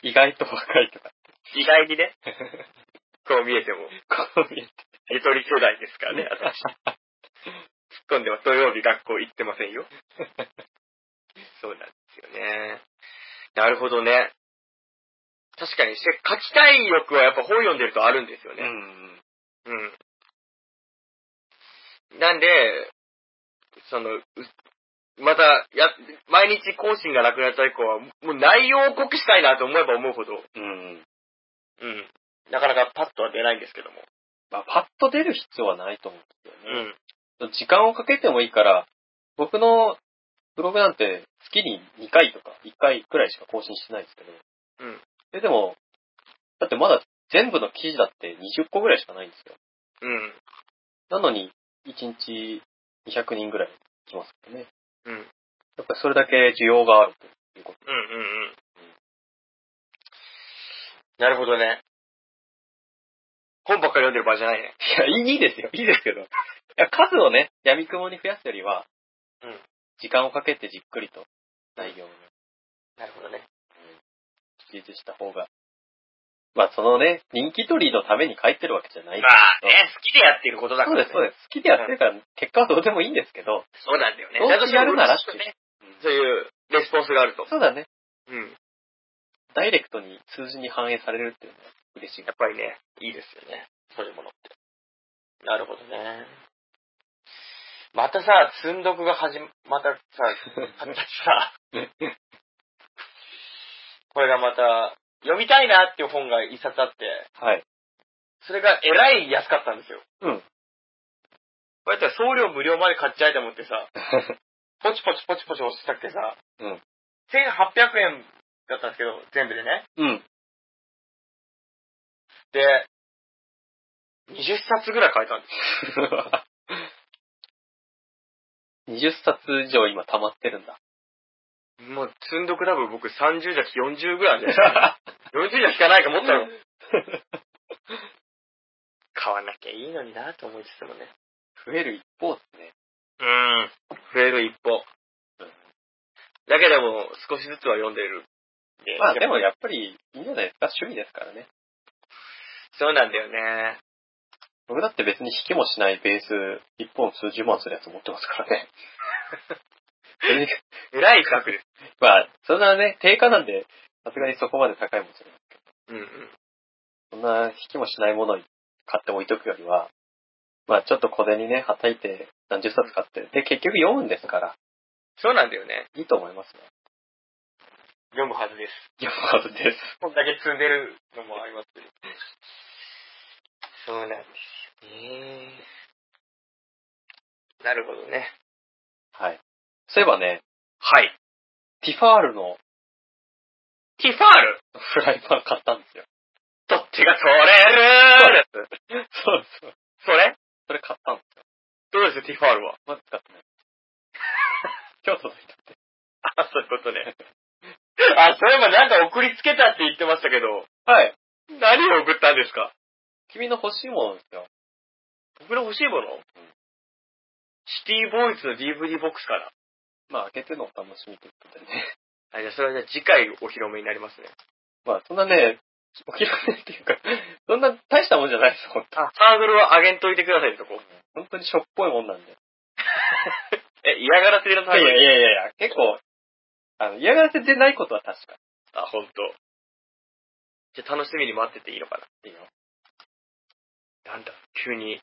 Speaker 2: 意外と若いとか、
Speaker 1: 意外にね。 こう見えても。
Speaker 2: こう見えて
Speaker 1: ゆとり兄弟ですから ね。私突っ込んでは土曜日学校行ってません よ。そうなんですよね。なるほどね。確かに、して書きたい欲はやっぱ本読んでるとあるんですよ
Speaker 2: う
Speaker 1: ね。
Speaker 2: ん。
Speaker 1: うん。なんで、その、うまた、や、毎日更新がなくなった以降は、もう内容を濃くしたいなと思えば思うほど、
Speaker 2: うん。
Speaker 1: うん。なかなかパッとは出ないんですけども。
Speaker 2: まあ、パッと出る必要はないと思うんです
Speaker 1: う
Speaker 2: よね。
Speaker 1: ん。
Speaker 2: 時間をかけてもいいから、僕のブログなんて月に2回とか1回くらいしか更新してないんですけど。
Speaker 1: うん。
Speaker 2: え、でも、だってまだ全部の記事だって20個くらいしかないんですよ。
Speaker 1: うん。
Speaker 2: なのに、1日200人くらい来ますからね。
Speaker 1: うん。
Speaker 2: やっぱりそれだけ需要があるということ。
Speaker 1: うんうんうん。なるほどね。本ばっかり読んでる場合じゃないね。
Speaker 2: いや、いいいいですよ。いいですけど。いや、数をね、闇雲に増やすよりは、
Speaker 1: うん
Speaker 2: 時間をかけてじっくりと内容をね
Speaker 1: なるほどね。
Speaker 2: 充実した方が、まあ、そのね、人気取りのために書いてるわけじゃな
Speaker 1: ま
Speaker 2: い。
Speaker 1: あね、好きでやってることだか
Speaker 2: そう
Speaker 1: ら、
Speaker 2: で
Speaker 1: ね。
Speaker 2: す、そうです。好きでやってるから、結果はどうでもいいんですけど、
Speaker 1: す。そうなんだよね。
Speaker 2: どう
Speaker 1: だとしても
Speaker 2: やるなら
Speaker 1: 嬉しくね。そういうレスポンスがあると。
Speaker 2: そうだね、
Speaker 1: うん。
Speaker 2: ダイレクトに数字に反映されるっていうのは嬉しい
Speaker 1: や。っぱりね、いいですよね。そういうものって。なるほどね。またさ、積んどくが始ま、またさ、またさ、 これがまた、読みたいなっていう本が一冊あって、
Speaker 2: はい。
Speaker 1: それがえらい安かったんですよ。
Speaker 2: うん。
Speaker 1: こうやって送料無料まで買っちゃえと思ってさ、ポチポチポチポチ押したっけさ、
Speaker 2: うん。
Speaker 1: 1800円だったんですけど、全部でね。
Speaker 2: うん。
Speaker 1: で、20冊ぐらい買えたんですよ。
Speaker 2: 20冊以上今溜まってるん だ。
Speaker 1: もう、積んどく多分僕30じゃ40ぐらいで、40じゃ引かないかもっと買わなきゃいいのになと思いつつもね。
Speaker 2: 増える一方ですね。
Speaker 1: うん。増える一歩。だけども、少しずつは読んでいる。
Speaker 2: まあでもやっぱりいいんじゃないですか趣味ですからね。
Speaker 1: そうなんだよね。
Speaker 2: 僕だって別に引きもしないベース一本数十万するやつ持ってますからね。 全然
Speaker 1: えらい額です。
Speaker 2: まあ、そんなね、定価なんで、さすがにそこまで高いもんじゃない。
Speaker 1: うんうん。
Speaker 2: そんな引きもしないものを買って置いとくよりは、まあちょっと小銭ね、はたいて何十冊買って、で結局読むんですから、
Speaker 1: そうなんだよね。
Speaker 2: いいと思いますね。
Speaker 1: 読むはずです。
Speaker 2: 読むはずです。
Speaker 1: こんだけ積んでるのもありますけど。そうなんですよね。なるほどね。
Speaker 2: はい。そういえばね、
Speaker 1: はい。
Speaker 2: ティファールの
Speaker 1: ティファール
Speaker 2: フライパン買ったんですよ。
Speaker 1: どっちが取れる
Speaker 2: そうそう。
Speaker 1: それ
Speaker 2: それ買ったんですよ。
Speaker 1: どうですティファールは。
Speaker 2: まず買 ってない。今日届いた。
Speaker 1: あ、そういうことね。 あ、そういえばなんか送りつけたって言ってましたけど、
Speaker 2: はい。
Speaker 1: 何を送ったんですか
Speaker 2: 君の欲しいものですよ。
Speaker 1: 僕の欲しいもの、シティボーイズの DVD ボックスから。
Speaker 2: まあ、開けてのお楽しみということでね。
Speaker 1: あ、じゃあそれはじゃあ次回お披露目になりますね。
Speaker 2: まあ、そんなね、お披露目っていうか、そんな大したもんじゃないです、ほんと
Speaker 1: あ、ハードルは上げんといてください、そこ。
Speaker 2: 本当にしょっぽいもんなんで。
Speaker 1: え、嫌がらせでなさい。
Speaker 2: いやいやいやいや、結構、あの、嫌がらせでないことは確か。
Speaker 1: あ、ほんと。じゃあ楽しみに待ってていいのかな。いいよ。なんだ、急に。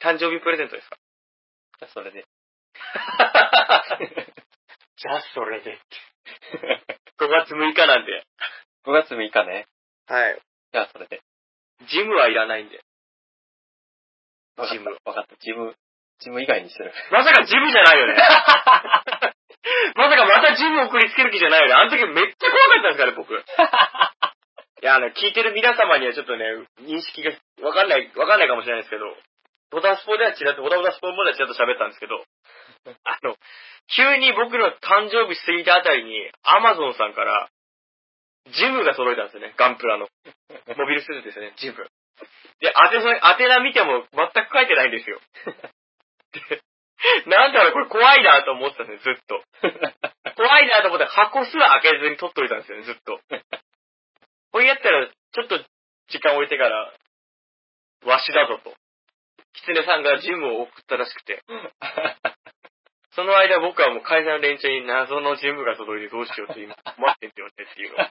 Speaker 1: 誕生日プレゼント ですか
Speaker 2: じゃあそれで。
Speaker 1: じゃあそれ で。5月6日なんで。
Speaker 2: 5月6日ね。
Speaker 1: はい。
Speaker 2: じゃあそれで。
Speaker 1: ジムはいらないんで。
Speaker 2: わか
Speaker 1: ジ
Speaker 2: っ
Speaker 1: ム
Speaker 2: た。わかった。ジム、ジム以外にす る。
Speaker 1: まさかジムじゃないよね。 まさかまたジム送りつける気じゃないよね。あの時めっちゃ怖かったんですから、僕。いや、あの、聞いてる皆様にはちょっとね、認識がわかんない、わかんないかもしれないですけど、ボタスポではちらっと、ボタボタスポもではちらっと喋ったんですけど、あの、急に僕の誕生日過ぎたあたりに、アマゾンさんから、ジムが届いたんですよね、ガンプラの。モビルスーツですよね、ジム。で、当て、宛名見ても全く書いてないんですよ。なんだろう、これ怖いなと思ってたんですよ、ずっと。怖いなと思って箱すら開けずに取っといたんですよね、ずっと。これやったら、ちょっと時間置いてから、わしだぞと。狐さんがジムを送ったらしくて、その間僕はもう会社の連中に謎のジムが届いてどうしようって今待ってんだよねっていうのを。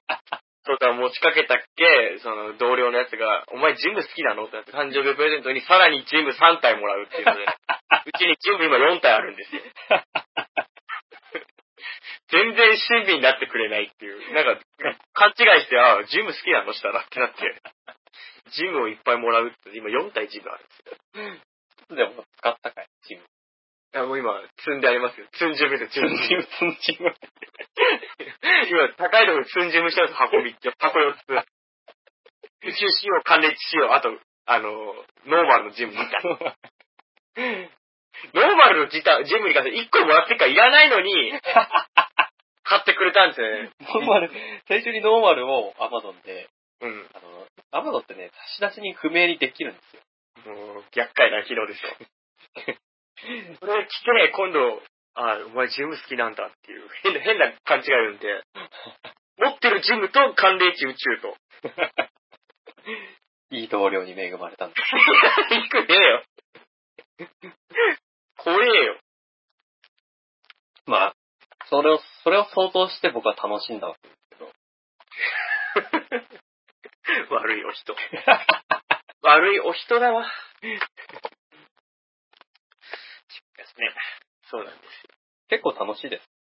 Speaker 1: それから持ちかけたっけ、その同僚のやつが、お前ジム好きなのってなって誕生日プレゼントにさらにジム3体もらうっていうので、うちにジム今4体あるんですよ。全然親身になってくれないっていう。なんか、勘違いして、ああ、ジム好きなのしたらってなって、ジムをいっぱいもらうって、今4体ジムあるんですよ。
Speaker 2: でも使ったかいジム。
Speaker 1: いや、もう今、積んでありますよ。積んじむです、積んじむ。
Speaker 2: ム、そのジム。
Speaker 1: 今、高いところに積んじむしてます、箱3つ、箱4つ。宇宙仕様、関連仕様、あと、あの、ノーマルのジムみたいな。ノーマルのジタジムに関して1個もらってっからいらないのに、買ってくれたんですよね。
Speaker 2: ノーマル、最初にノーマルをアマゾンで、
Speaker 1: うん。
Speaker 2: あの、アマゾンってね、差し出しに不明にできるんですよ。
Speaker 1: もう、厄介な機能ですよ。それ聞けねえ、今度、あ、お前ジム好きなんだっていう、変な、変な勘違いなんで、持ってるジムと寒冷地宇宙と。
Speaker 2: いい同僚に恵まれたんで
Speaker 1: 行くねえよ。怖えよ。
Speaker 2: す。まあ、それを、それを想像して僕は楽しんだわけ。
Speaker 1: 悪いお 人。悪いお人だわ。ですね。そうなんで
Speaker 2: 結構楽しいです。
Speaker 1: す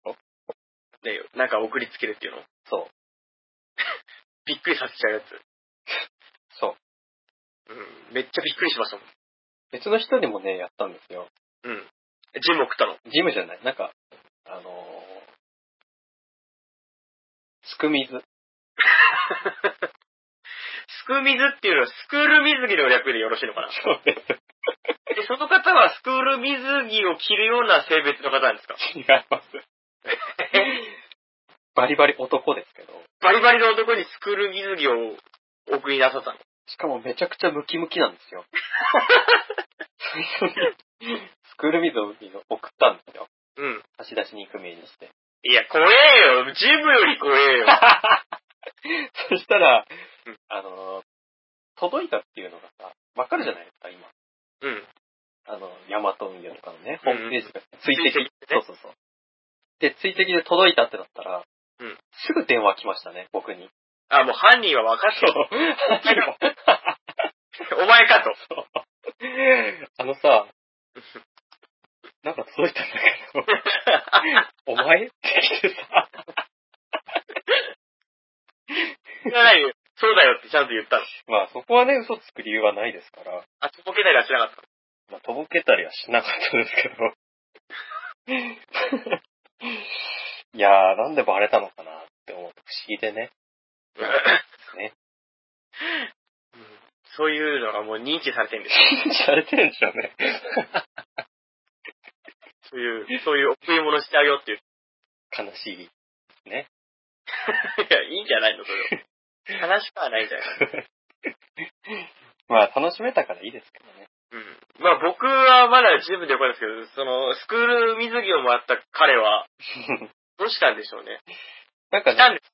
Speaker 1: ね。なんか送りつけるっていうの
Speaker 2: そう。
Speaker 1: びっくりさせちゃうやつ。
Speaker 2: そう。
Speaker 1: うん。めっちゃびっくりしましたもん。
Speaker 2: 別の人にもね、やったんですよ。
Speaker 1: うん。ジム送 ったの。
Speaker 2: ジムじゃない。なんか、あのー、すく水。
Speaker 1: スクミズっていうのはスクール水着の略でよろしいのかな
Speaker 2: そうです。
Speaker 1: で、その方はスクール水着を着るような性別の方なんですか
Speaker 2: 違います。 バリバリ男ですけど、
Speaker 1: バリバリの男にスクール水着をお送りなさったの。
Speaker 2: しかもめちゃくちゃムキムキなんです よ。最初にスクール水を送ったんですよ。
Speaker 1: うん。
Speaker 2: 差し出しに行く名にして。
Speaker 1: いや、怖えよ。ジムより怖えよ。
Speaker 2: そしたら
Speaker 1: うん、
Speaker 2: あのー、届いたっていうのがさ、わかるじゃないですか、今。
Speaker 1: うん。
Speaker 2: あの、ヤマト運輸とかのね、ホームページが追
Speaker 1: つい
Speaker 2: 跡
Speaker 1: てきて
Speaker 2: そう
Speaker 1: ね。
Speaker 2: そうそう。で、追跡で届いたってなったら、
Speaker 1: うん
Speaker 2: すぐ電話来ましたね、僕に。
Speaker 1: あ、もう犯人は分かって る。お前か と。
Speaker 2: あのさ、なんか届いたんだけど、お前って来てさ、
Speaker 1: いやないよそうだよってちゃんと言ったの。
Speaker 2: まあそこはね、嘘つく理由はないですから、
Speaker 1: あ、とぼけたりはしなかったの。
Speaker 2: まあ、とぼけたりはしなかったですけど。いやー、なんでバレたのかなって思うと不思議でね。 ね
Speaker 1: うんそういうのがもう認知されてるんですよ。
Speaker 2: 信じられてるんでしょうね。
Speaker 1: そういう、そういう贈り物してあげよう っていう。
Speaker 2: 悲しい。
Speaker 1: い や、いいんじゃないの、それは。悲しくはないじゃない。
Speaker 2: まあ、楽しめたからいいですけどね。
Speaker 1: うん。まあ僕はまだジムでよかったですけど、その、スクール水着をもらった彼は、どうしたんでしょうね。
Speaker 2: なんか
Speaker 1: 来た
Speaker 2: ね、
Speaker 1: んです。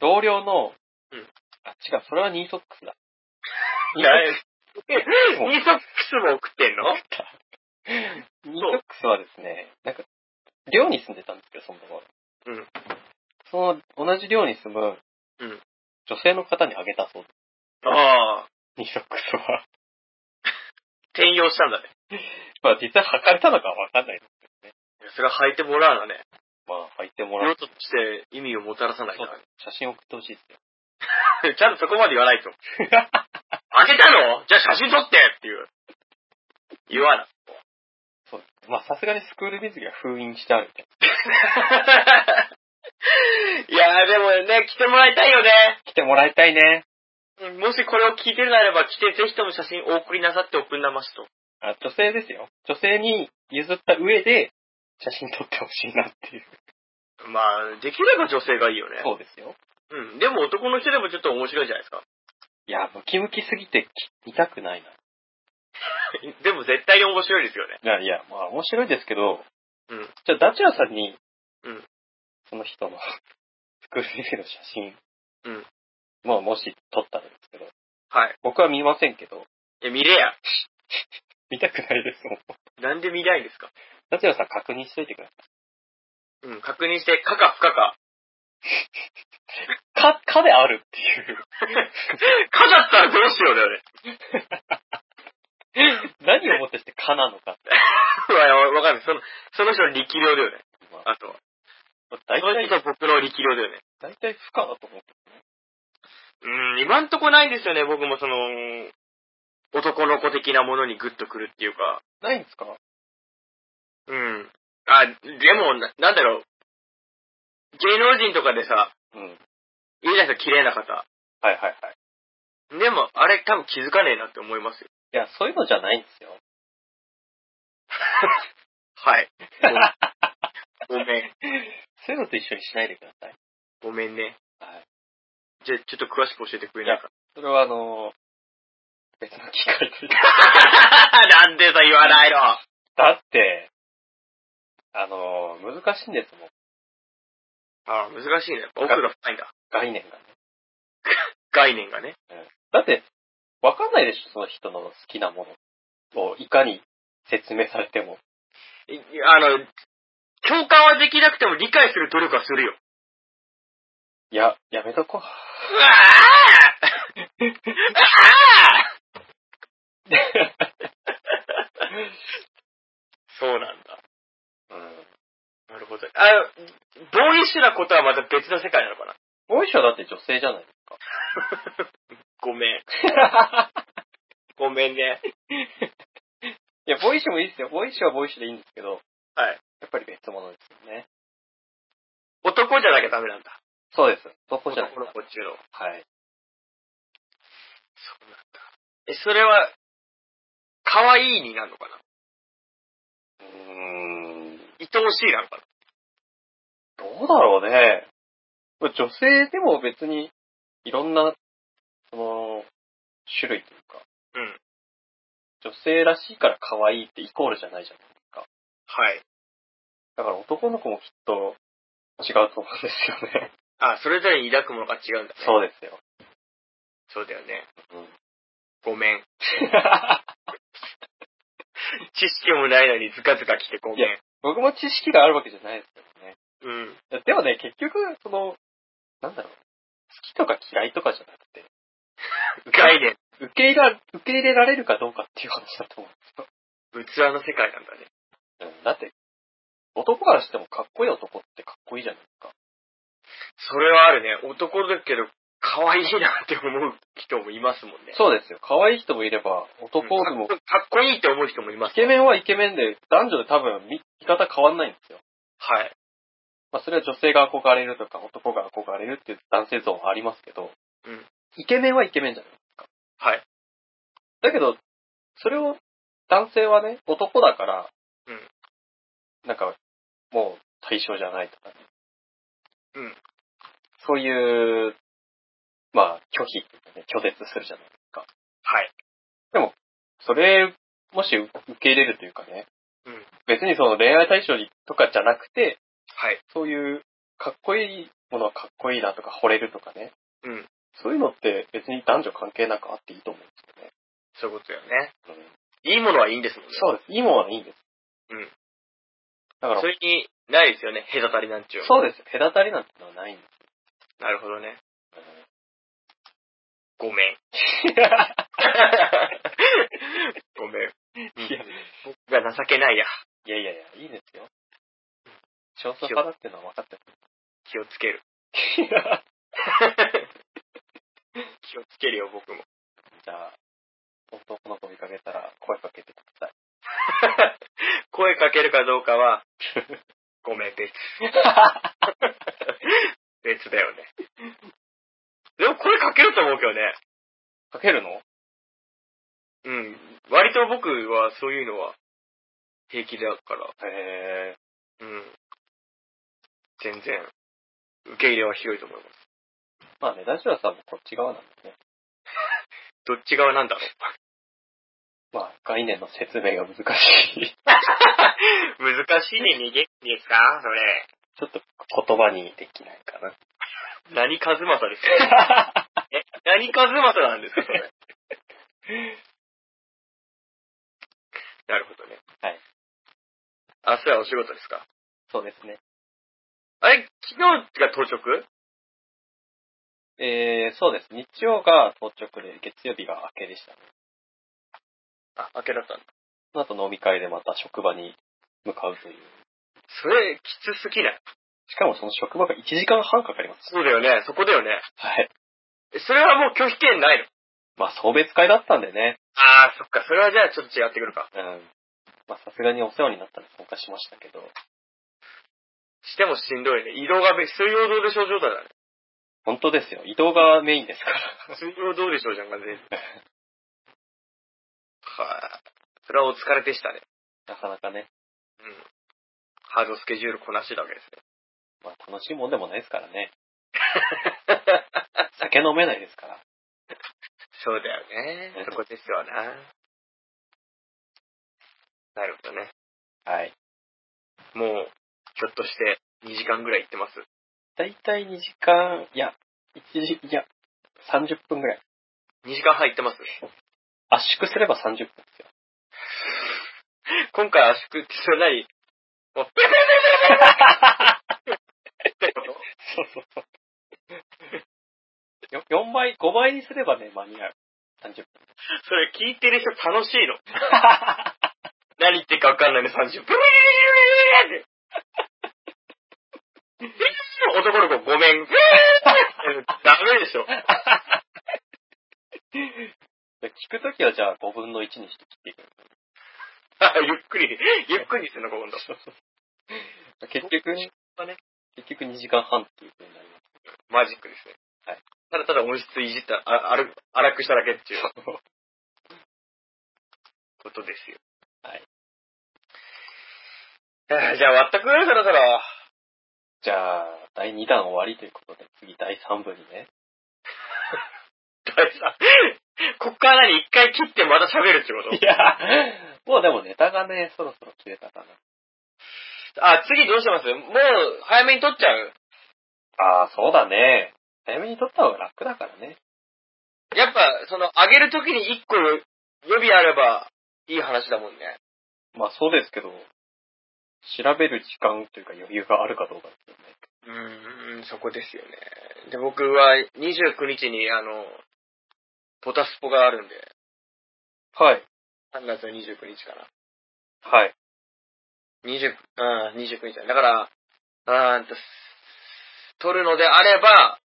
Speaker 2: 同僚の、
Speaker 1: うん
Speaker 2: あ、違う、それはニーソックスだ。ニーソ
Speaker 1: な
Speaker 2: ック
Speaker 1: い
Speaker 2: スも
Speaker 1: ニーソックスも送ってんの
Speaker 2: ニーソックスはですね、なんか、寮に住んでたんですけど、その頃。
Speaker 1: うん
Speaker 2: その、同じ寮に住む、
Speaker 1: うん
Speaker 2: 女性の方にあげたそうです。
Speaker 1: ああ、
Speaker 2: ニーソックスは。
Speaker 1: 転用したんだね。
Speaker 2: まあ、実際履かれたのかはわかんないです。
Speaker 1: それは履いてもらうのね。
Speaker 2: まあ、履いてもら
Speaker 1: 用
Speaker 2: う。
Speaker 1: 途として意味をもたらさない
Speaker 2: そう
Speaker 1: か
Speaker 2: 写真送ってほしいですよ。
Speaker 1: ら。ちゃんとそこまで言わ ないと。あげたのじゃあ写真撮ってっていう。言わな。
Speaker 2: そうです。まあ、さすがにスクール水着は封印してあるみたい な。
Speaker 1: いやーでもね、来てもらいたいよね。
Speaker 2: 来てもらいたいね。
Speaker 1: うんもしこれを聞いてるならば来て、ぜひとも写真お送りなさっておくんなますと。
Speaker 2: あ、女性ですよ。女性に譲った上で、写真撮ってほしいなっていう。
Speaker 1: まあ、できれば女性がいいよね。
Speaker 2: そうですよ。
Speaker 1: うん。でも男の人でもちょっと面白いじゃないですか。
Speaker 2: いや、ムキムキすぎてき見たくないな。
Speaker 1: でも絶対に面白いですよね。
Speaker 2: いや、いや、まあ面白いですけど、
Speaker 1: うん
Speaker 2: じゃあダチュラさんに、
Speaker 1: うん
Speaker 2: その人の スクールレベルの写真、
Speaker 1: うん
Speaker 2: まあもし撮ったらですけど、
Speaker 1: はい。
Speaker 2: 僕は見ませんけど、
Speaker 1: いや、見れや。
Speaker 2: 見たくないですもん。
Speaker 1: なんで見ないんですか
Speaker 2: ダチュラさん確認しといてくだ
Speaker 1: うん、確認して、かか不可か。
Speaker 2: さい。か、かであるっていう。
Speaker 1: かだったらどうしようだよね。
Speaker 2: 何をもってしてかなのか。
Speaker 1: わわかんない。その、その人の力量だよね。あとは。
Speaker 2: 大
Speaker 1: その
Speaker 2: 体
Speaker 1: 人、は僕の力量だよね。
Speaker 2: 大体不可だと思って。
Speaker 1: うん、今んとこないんですよね、僕もその、男の子的なものにグッとくるっていうか。
Speaker 2: ないんですか
Speaker 1: うん。あ、でも、ななんだろう。芸能人とかでさ、
Speaker 2: うん。
Speaker 1: い
Speaker 2: はい
Speaker 1: いじゃないですか、綺麗な方。
Speaker 2: はいはい。
Speaker 1: でも、あれ多分気づかねえなって思いますよ。
Speaker 2: いや、そういうのじゃない んですよ。
Speaker 1: はい。ごめん。
Speaker 2: そういうのと一緒にしないでください。
Speaker 1: ごめんね。
Speaker 2: はい。
Speaker 1: じゃあ、ちょっと詳しく教えてくれないか。
Speaker 2: それはあの別の機会 で。
Speaker 1: なんでさ、言わないの。
Speaker 2: だって、あの難しいんですもん、
Speaker 1: あ難しいね。奥が深いんだ。
Speaker 2: 概念がね。
Speaker 1: 概念がね。
Speaker 2: だって、わかんないでしょ、その人の好きなものを、いかに説明されても。
Speaker 1: いあの、共感はできなくても理解する努力はするよ。
Speaker 2: いや、やめと こ
Speaker 1: うわあああ
Speaker 2: う。
Speaker 1: そうなんだ。
Speaker 2: うん。
Speaker 1: なるほど。あの、ボーイッシュなことはまた別の世界なのかな。
Speaker 2: もう一はだって女性 じゃないですか。
Speaker 1: ごめん。ごめんね。
Speaker 2: いや、ボイシュもいいですよ。ボイシュはボイシュでいいんですけど、
Speaker 1: はい。
Speaker 2: やっぱり別物ですよね。
Speaker 1: 男じゃなきゃダメなんだ。
Speaker 2: そうです。そこじゃない
Speaker 1: 男の子っちゅうのは。
Speaker 2: はい。
Speaker 1: そうなんだ。え、それは、可愛いになるのかな
Speaker 2: うーん。
Speaker 1: 愛おしいなのかな
Speaker 2: どうだろうね。まあ女性でも別に、いろんな、その、種類というか、
Speaker 1: うん。
Speaker 2: 女性らしいから可愛いってイコールじゃないじゃん。
Speaker 1: はい。
Speaker 2: だから男の子もきっと違うと思うんですよね。
Speaker 1: あ、それぞれに抱くものが違うんだ。
Speaker 2: そうですよ。
Speaker 1: そうだよね。
Speaker 2: うん
Speaker 1: ごめん。知識もないのにずかずか来てごめ
Speaker 2: い
Speaker 1: ん。
Speaker 2: 僕も知識があるわけじゃないですけどね
Speaker 1: うん。
Speaker 2: いや。でもね、結局、その、なんだろう。好きとか嫌いとかじゃなくて、
Speaker 1: 概念。
Speaker 2: 受け入れら、受け入れられるかどうかっていう話だと思
Speaker 1: 器の世界なんだね。
Speaker 2: う。うん、だって、男からしてもかっこいい男ってかっこいいじゃないですか。
Speaker 1: それはあるね。男だけど、可愛いなって思う人もいますもんね。
Speaker 2: そうですよ。可愛い人もいれば、男でも、
Speaker 1: かっこかっこいいって思う人もいま
Speaker 2: イ
Speaker 1: す。
Speaker 2: ケメンはイケメンで、男女で多分見、見方変わんないんですよ。
Speaker 1: はい。
Speaker 2: まあ、それは女性が憧れるとか、男が憧れるっていう男性像はありますけど、
Speaker 1: うん
Speaker 2: イケメンはイケメンじゃない。
Speaker 1: はい。
Speaker 2: だけど、それを、男性はね、男だから、
Speaker 1: うん
Speaker 2: なんか、もう対象じゃないとかね。
Speaker 1: うん
Speaker 2: そういう、まあ、拒否、ね、拒絶するじゃない。
Speaker 1: はい。
Speaker 2: それもし受け入れるというかね、
Speaker 1: うん
Speaker 2: 別にその恋愛対象にとかじゃなくて、
Speaker 1: はい。
Speaker 2: そういうかっこいいものはかっこいいなとか惚れるとかね、
Speaker 1: うん。
Speaker 2: そういうのって別に男女関係なくあっていいと思うんですよね。
Speaker 1: そういうことだよね。
Speaker 2: うん
Speaker 1: いいものはいいんですもんね。
Speaker 2: そうです。いいものはいいんです。
Speaker 1: うん。
Speaker 2: だから、
Speaker 1: それに、ないですよね。隔たりなんちゅうの。
Speaker 2: そうです。隔たりなんてのはないんです。
Speaker 1: なるほどね。ごめん。 ごめん。
Speaker 2: いや、
Speaker 1: 僕が情けないや。
Speaker 2: いやいやいや、いいですよ。少数派だってのは分かって
Speaker 1: 気をつける。
Speaker 2: る。
Speaker 1: 気をつけるよ、僕も。
Speaker 2: じゃあ、男の子見かけたら声かけてくだ
Speaker 1: 声かけるかどうかは、ごめん、別。
Speaker 2: さい。
Speaker 1: 別だよね。でも声かけると思うけどね。
Speaker 2: かけるの
Speaker 1: うん。割と僕はそういうのは平気だから。
Speaker 2: へえ。
Speaker 1: うん。全然、受け入れは広いと思います。
Speaker 2: まあね、ラジオさんもこっち側なんですね。
Speaker 1: どっち側なんだろう。
Speaker 2: まあ、概念の説明が難し い。
Speaker 1: 難しいね、逃げんですかそれ。
Speaker 2: ちょっと言葉にできないか な。
Speaker 1: 何カズマサですかえ何カズマサなんですかそれ。 なるほどね。
Speaker 2: はい。
Speaker 1: 明日はお仕事ですか
Speaker 2: そうですね。
Speaker 1: あれ、昨日が当直
Speaker 2: えー、そうです。日曜が当直で、月曜日が明けでしたね。
Speaker 1: あ、明けだったんだ。
Speaker 2: その後飲み会でまた職場に向かうという。
Speaker 1: それ、きつすぎない。
Speaker 2: しかもその職場が1時間半かかります。
Speaker 1: そうだよね、そこだよね。
Speaker 2: はい。
Speaker 1: えそれはもう拒否権ないの
Speaker 2: まあ、送別会だったんでね。
Speaker 1: ああ、そっか、それはじゃあちょっと違ってくるか。
Speaker 2: うん。まあ、さすがにお世話になったんで参加しましたけど。
Speaker 1: してもしんどいね。移動がめ、水曜どうでしょう状態だね。
Speaker 2: 本当ですよ。移動がメインですから。
Speaker 1: 水曜どうでしょうじゃん、完 全に。はい。それはお疲れでしたね。
Speaker 2: なかなかね。
Speaker 1: うん。ハードスケジュールこなしてたわけですね。
Speaker 2: まあ、楽しいもんでもないですからね。酒飲めないですから。
Speaker 1: そうだよね。そこですよな。なるほどね。
Speaker 2: はい。
Speaker 1: もう、ひょっとして2時間ぐらい行ってます。
Speaker 2: だいたい2時間、いや、1時、いや、30分ぐらい。
Speaker 1: 2時間半行ってます。
Speaker 2: 圧縮すれば30分ですよ。
Speaker 1: 今回圧縮ってそれ何もう、ペペペペペペってこと
Speaker 2: そうそうそう。よ4倍、5倍にすればね、間に合う。30分。
Speaker 1: それ聞いてる人楽しいの何言ってるか分かんないね、30分。男の子ごめん。ダメでしょ。
Speaker 2: で聞くときはじゃあ5分の1にして切っていく。
Speaker 1: ゆっくり、ゆっくりするのか、今度。
Speaker 2: 結局、
Speaker 1: はね
Speaker 2: 結局2時間半っていう風になりま
Speaker 1: マジックですね。
Speaker 2: はい
Speaker 1: ただただ音質いじった、あ、ある、荒くしただけっていう
Speaker 2: す。
Speaker 1: ことですよ。
Speaker 2: はい
Speaker 1: えー。じゃあ、全くそろそろ。
Speaker 2: じゃあ、第2弾終わりということで、次第3部にね。
Speaker 1: 大丈 夫こっから何一回切ってまた喋るってこと
Speaker 2: いや、もうでもネタがね、そろそろ切れたか
Speaker 1: あ、次どうしますもう、早めに撮っちゃう
Speaker 2: な。ああ、そうだね。早めに撮った方が楽だからね。
Speaker 1: やっぱ、その、上げるときに一個予備あれば、いい話だもんね。
Speaker 2: まあそうですけど、調べる時間というか余裕があるかどうかですよね。
Speaker 1: うん、そこですよね。で、僕は29日に、あの、ポタスポがあるんで、
Speaker 2: はい。
Speaker 1: 3月の29日かな。
Speaker 2: はい。
Speaker 1: 20、うん、29日だ。だから、うーんと、取るのであれば、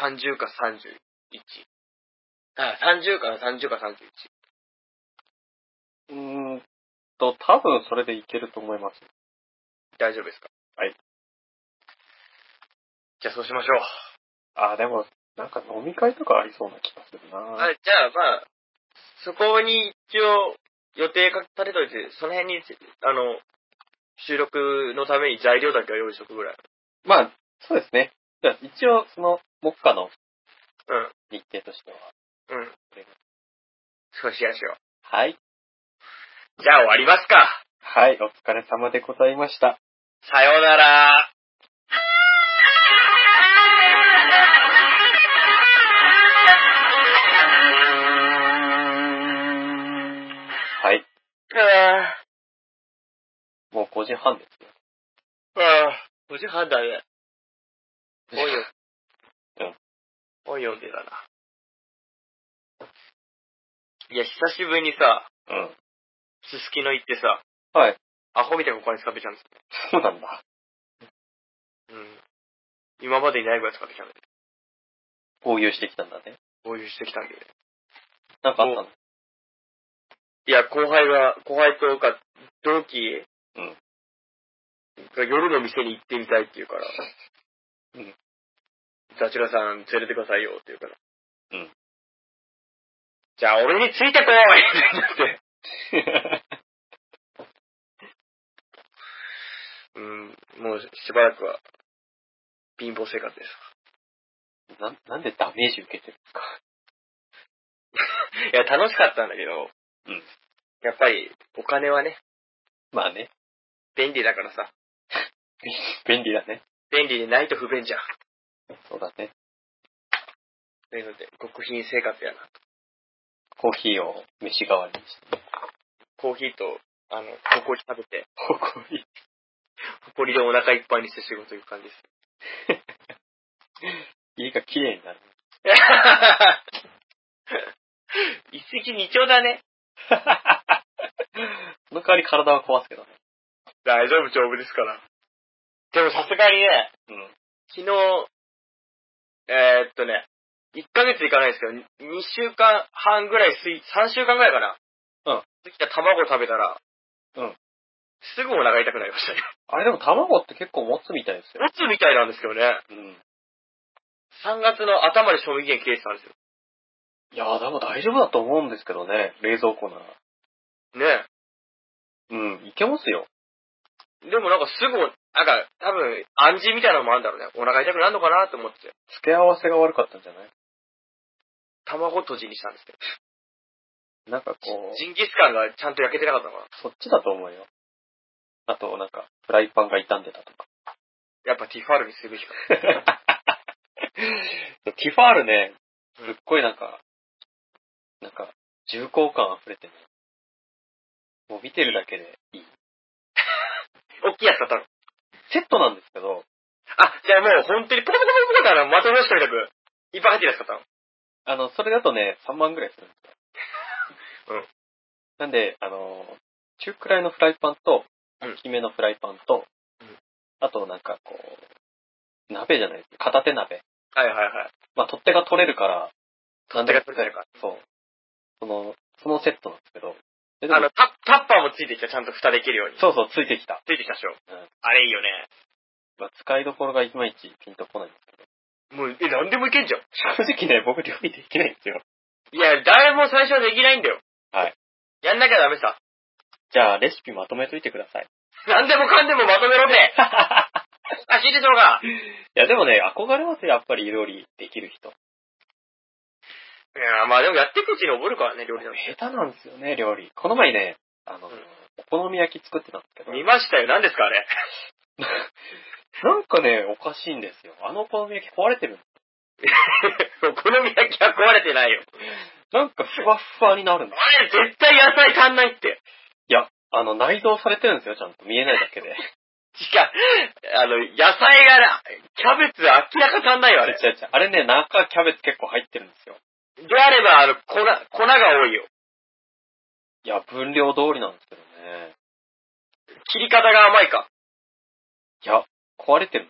Speaker 1: 30か31。あ、30か30か31。
Speaker 2: うーんと、多分それでいけると思います。
Speaker 1: 大丈夫ですか
Speaker 2: はい。
Speaker 1: じゃあそうしましょう。
Speaker 2: ああ、でも、なんか飲み会とかありそうな気がするな。
Speaker 1: あじゃあまあ、そこに一応予定か立てといて、その辺に、あの、収録のために材料だけは用意しとくぐらい。
Speaker 2: まあ、そうですね。じゃあ、一応、その、目下の
Speaker 1: うん。
Speaker 2: 日程としては。
Speaker 1: うん。そうしやしよう。
Speaker 2: はい。
Speaker 1: じゃあ終わりますか。
Speaker 2: はい、お疲れ様でございました。
Speaker 1: さようなら。
Speaker 2: はい、もう5時半ですよ。
Speaker 1: ああ、5時半だね。本読
Speaker 2: うん。
Speaker 1: 本読んでたな。いや、久しぶりにさ、
Speaker 2: うん。
Speaker 1: すすきの行ってさ、
Speaker 2: はい。
Speaker 1: アホみたいなお金使ってきたんです
Speaker 2: そうなんだ。
Speaker 1: よ。うん。今までにないぐらい使ってきたんだよ。
Speaker 2: 合流してきたんだね。
Speaker 1: 合流してきたんだけど。
Speaker 2: なんかあったの
Speaker 1: いや、後輩が、後輩とか、同期
Speaker 2: うん
Speaker 1: が夜の店に行ってみたいって言うから、
Speaker 2: うん
Speaker 1: ザチュラさん連れてくださいよって言うから。
Speaker 2: うん
Speaker 1: じゃあ俺についてこいって。うん、もうしばらくは、貧乏生活です。
Speaker 2: な、なんでダメージ受けてるんですか
Speaker 1: いや、楽しかったんだけど、
Speaker 2: うん
Speaker 1: やっぱり、お金はね、
Speaker 2: まあね、
Speaker 1: 便利だからさ、
Speaker 2: 便利だね。
Speaker 1: 便利でないと不便じゃん。
Speaker 2: そうだね。
Speaker 1: というので、極貧生活やな。
Speaker 2: コーヒーを飯代わりにして。
Speaker 1: コーヒーと、あの、ホコリ食べて、
Speaker 2: コーヒー
Speaker 1: ホコリでお腹いっぱいにして仕事行く感じです。
Speaker 2: 家が綺麗になる。
Speaker 1: 一石二鳥だね。
Speaker 2: その代わり体は壊すけどね。
Speaker 1: 大丈夫、丈夫ですから。でもさすがにね、
Speaker 2: うん。
Speaker 1: 昨日、えー、っとね、1ヶ月いかないですけど、2週間半ぐらい水、3週間ぐらいかな。
Speaker 2: うん。
Speaker 1: きた卵食べたら、
Speaker 2: うん。
Speaker 1: すぐお腹痛くなりましたね。
Speaker 2: あれでも卵って結構持つみたいですよ。
Speaker 1: うつみたいなんですけどね。
Speaker 2: うん。
Speaker 1: 3月の頭で賞味期限切れてたんですよ。
Speaker 2: いやーでも大丈夫だと思うんですけどね。冷蔵庫なら。
Speaker 1: ねえ。
Speaker 2: うん、いけますよ。
Speaker 1: でもなんかすぐ、なんか多分暗示みたいなのもあるんだろうね。お腹痛くなるのかなと思って、
Speaker 2: 付け合わせが悪かったんじゃない
Speaker 1: 卵とじにしたんですけど。
Speaker 2: なんかこう、
Speaker 1: ジンギスカンがちゃんと焼けてなかったのかな。
Speaker 2: そっちだと思うよ。あと、なんか、フライパンが傷んでたとか。
Speaker 1: やっぱティファールにすべきか。
Speaker 2: ティファールね、すっごいなんか、なんか、重厚感溢れてね。もう見てるだけでいい。
Speaker 1: 大きいやつだったの。
Speaker 2: セットなんですけど、
Speaker 1: あ、じゃあもう本当にポコポコポコポコだな、まとめましたみたく。いっぱい入ってるやつだったの。
Speaker 2: あの、それだとね、3万ぐらいするんですよ。
Speaker 1: うん。
Speaker 2: なんで、あの、中くらいのフライパンと、
Speaker 1: うん
Speaker 2: 大きめのフライパンと、
Speaker 1: うん
Speaker 2: あとなんかこう、鍋じゃないですか。片手鍋。
Speaker 1: はいはいはい。
Speaker 2: まあ、取っ手が取れるから、取
Speaker 1: っ手が取れるから。
Speaker 2: そう。その、そのセットなんですけど。えでも
Speaker 1: あの、タタッパーもついてきた、ちゃんと蓋できるように。
Speaker 2: そうそう、ついてきた。
Speaker 1: ついてきたでしょ。
Speaker 2: うん
Speaker 1: あれいいよね。
Speaker 2: まあ、使いどころがいまいちピンとこないんですけど。
Speaker 1: もう、え、なんでもいけんじゃん。
Speaker 2: 正直ね、僕料理できないんですよ。
Speaker 1: いや、誰も最初はできないんだよ。
Speaker 2: はい。
Speaker 1: やんなきゃダメさ。
Speaker 2: じゃあ、レシピまとめといてくださ い。
Speaker 1: なんでもかんでもまとめろって。あ、聞いてたのか。
Speaker 2: いや、でもね、憧れますよ、やっぱり料理できる人。
Speaker 1: いやー、まあでもやっていくうちに覚えるからね、料理なんて。
Speaker 2: 下手なんですよね、料理。この前ね、あの、
Speaker 1: うん
Speaker 2: お好み焼き作ってたんですけど、
Speaker 1: 見ましたよ、何ですかあ れ。
Speaker 2: なんかね、おかしいんですよ。あのお好み焼き壊れてるんです
Speaker 1: お好み焼きは壊れてないよ。
Speaker 2: なんかふわっふわになるんです
Speaker 1: あれ、絶対野菜足んないって。
Speaker 2: あの、内蔵されてるんですよ、ちゃんと。見えないだけで。
Speaker 1: しか、あの、野菜がな、キャベツ明らか足んないよ、あれ。
Speaker 2: 違う違うあれね、中キャベツ結構入ってるんですよ。
Speaker 1: であれば、あの、粉、粉が多いよ。
Speaker 2: いや、分量通りなんですけどね。
Speaker 1: 切り方が甘い か。
Speaker 2: いや、壊れてる。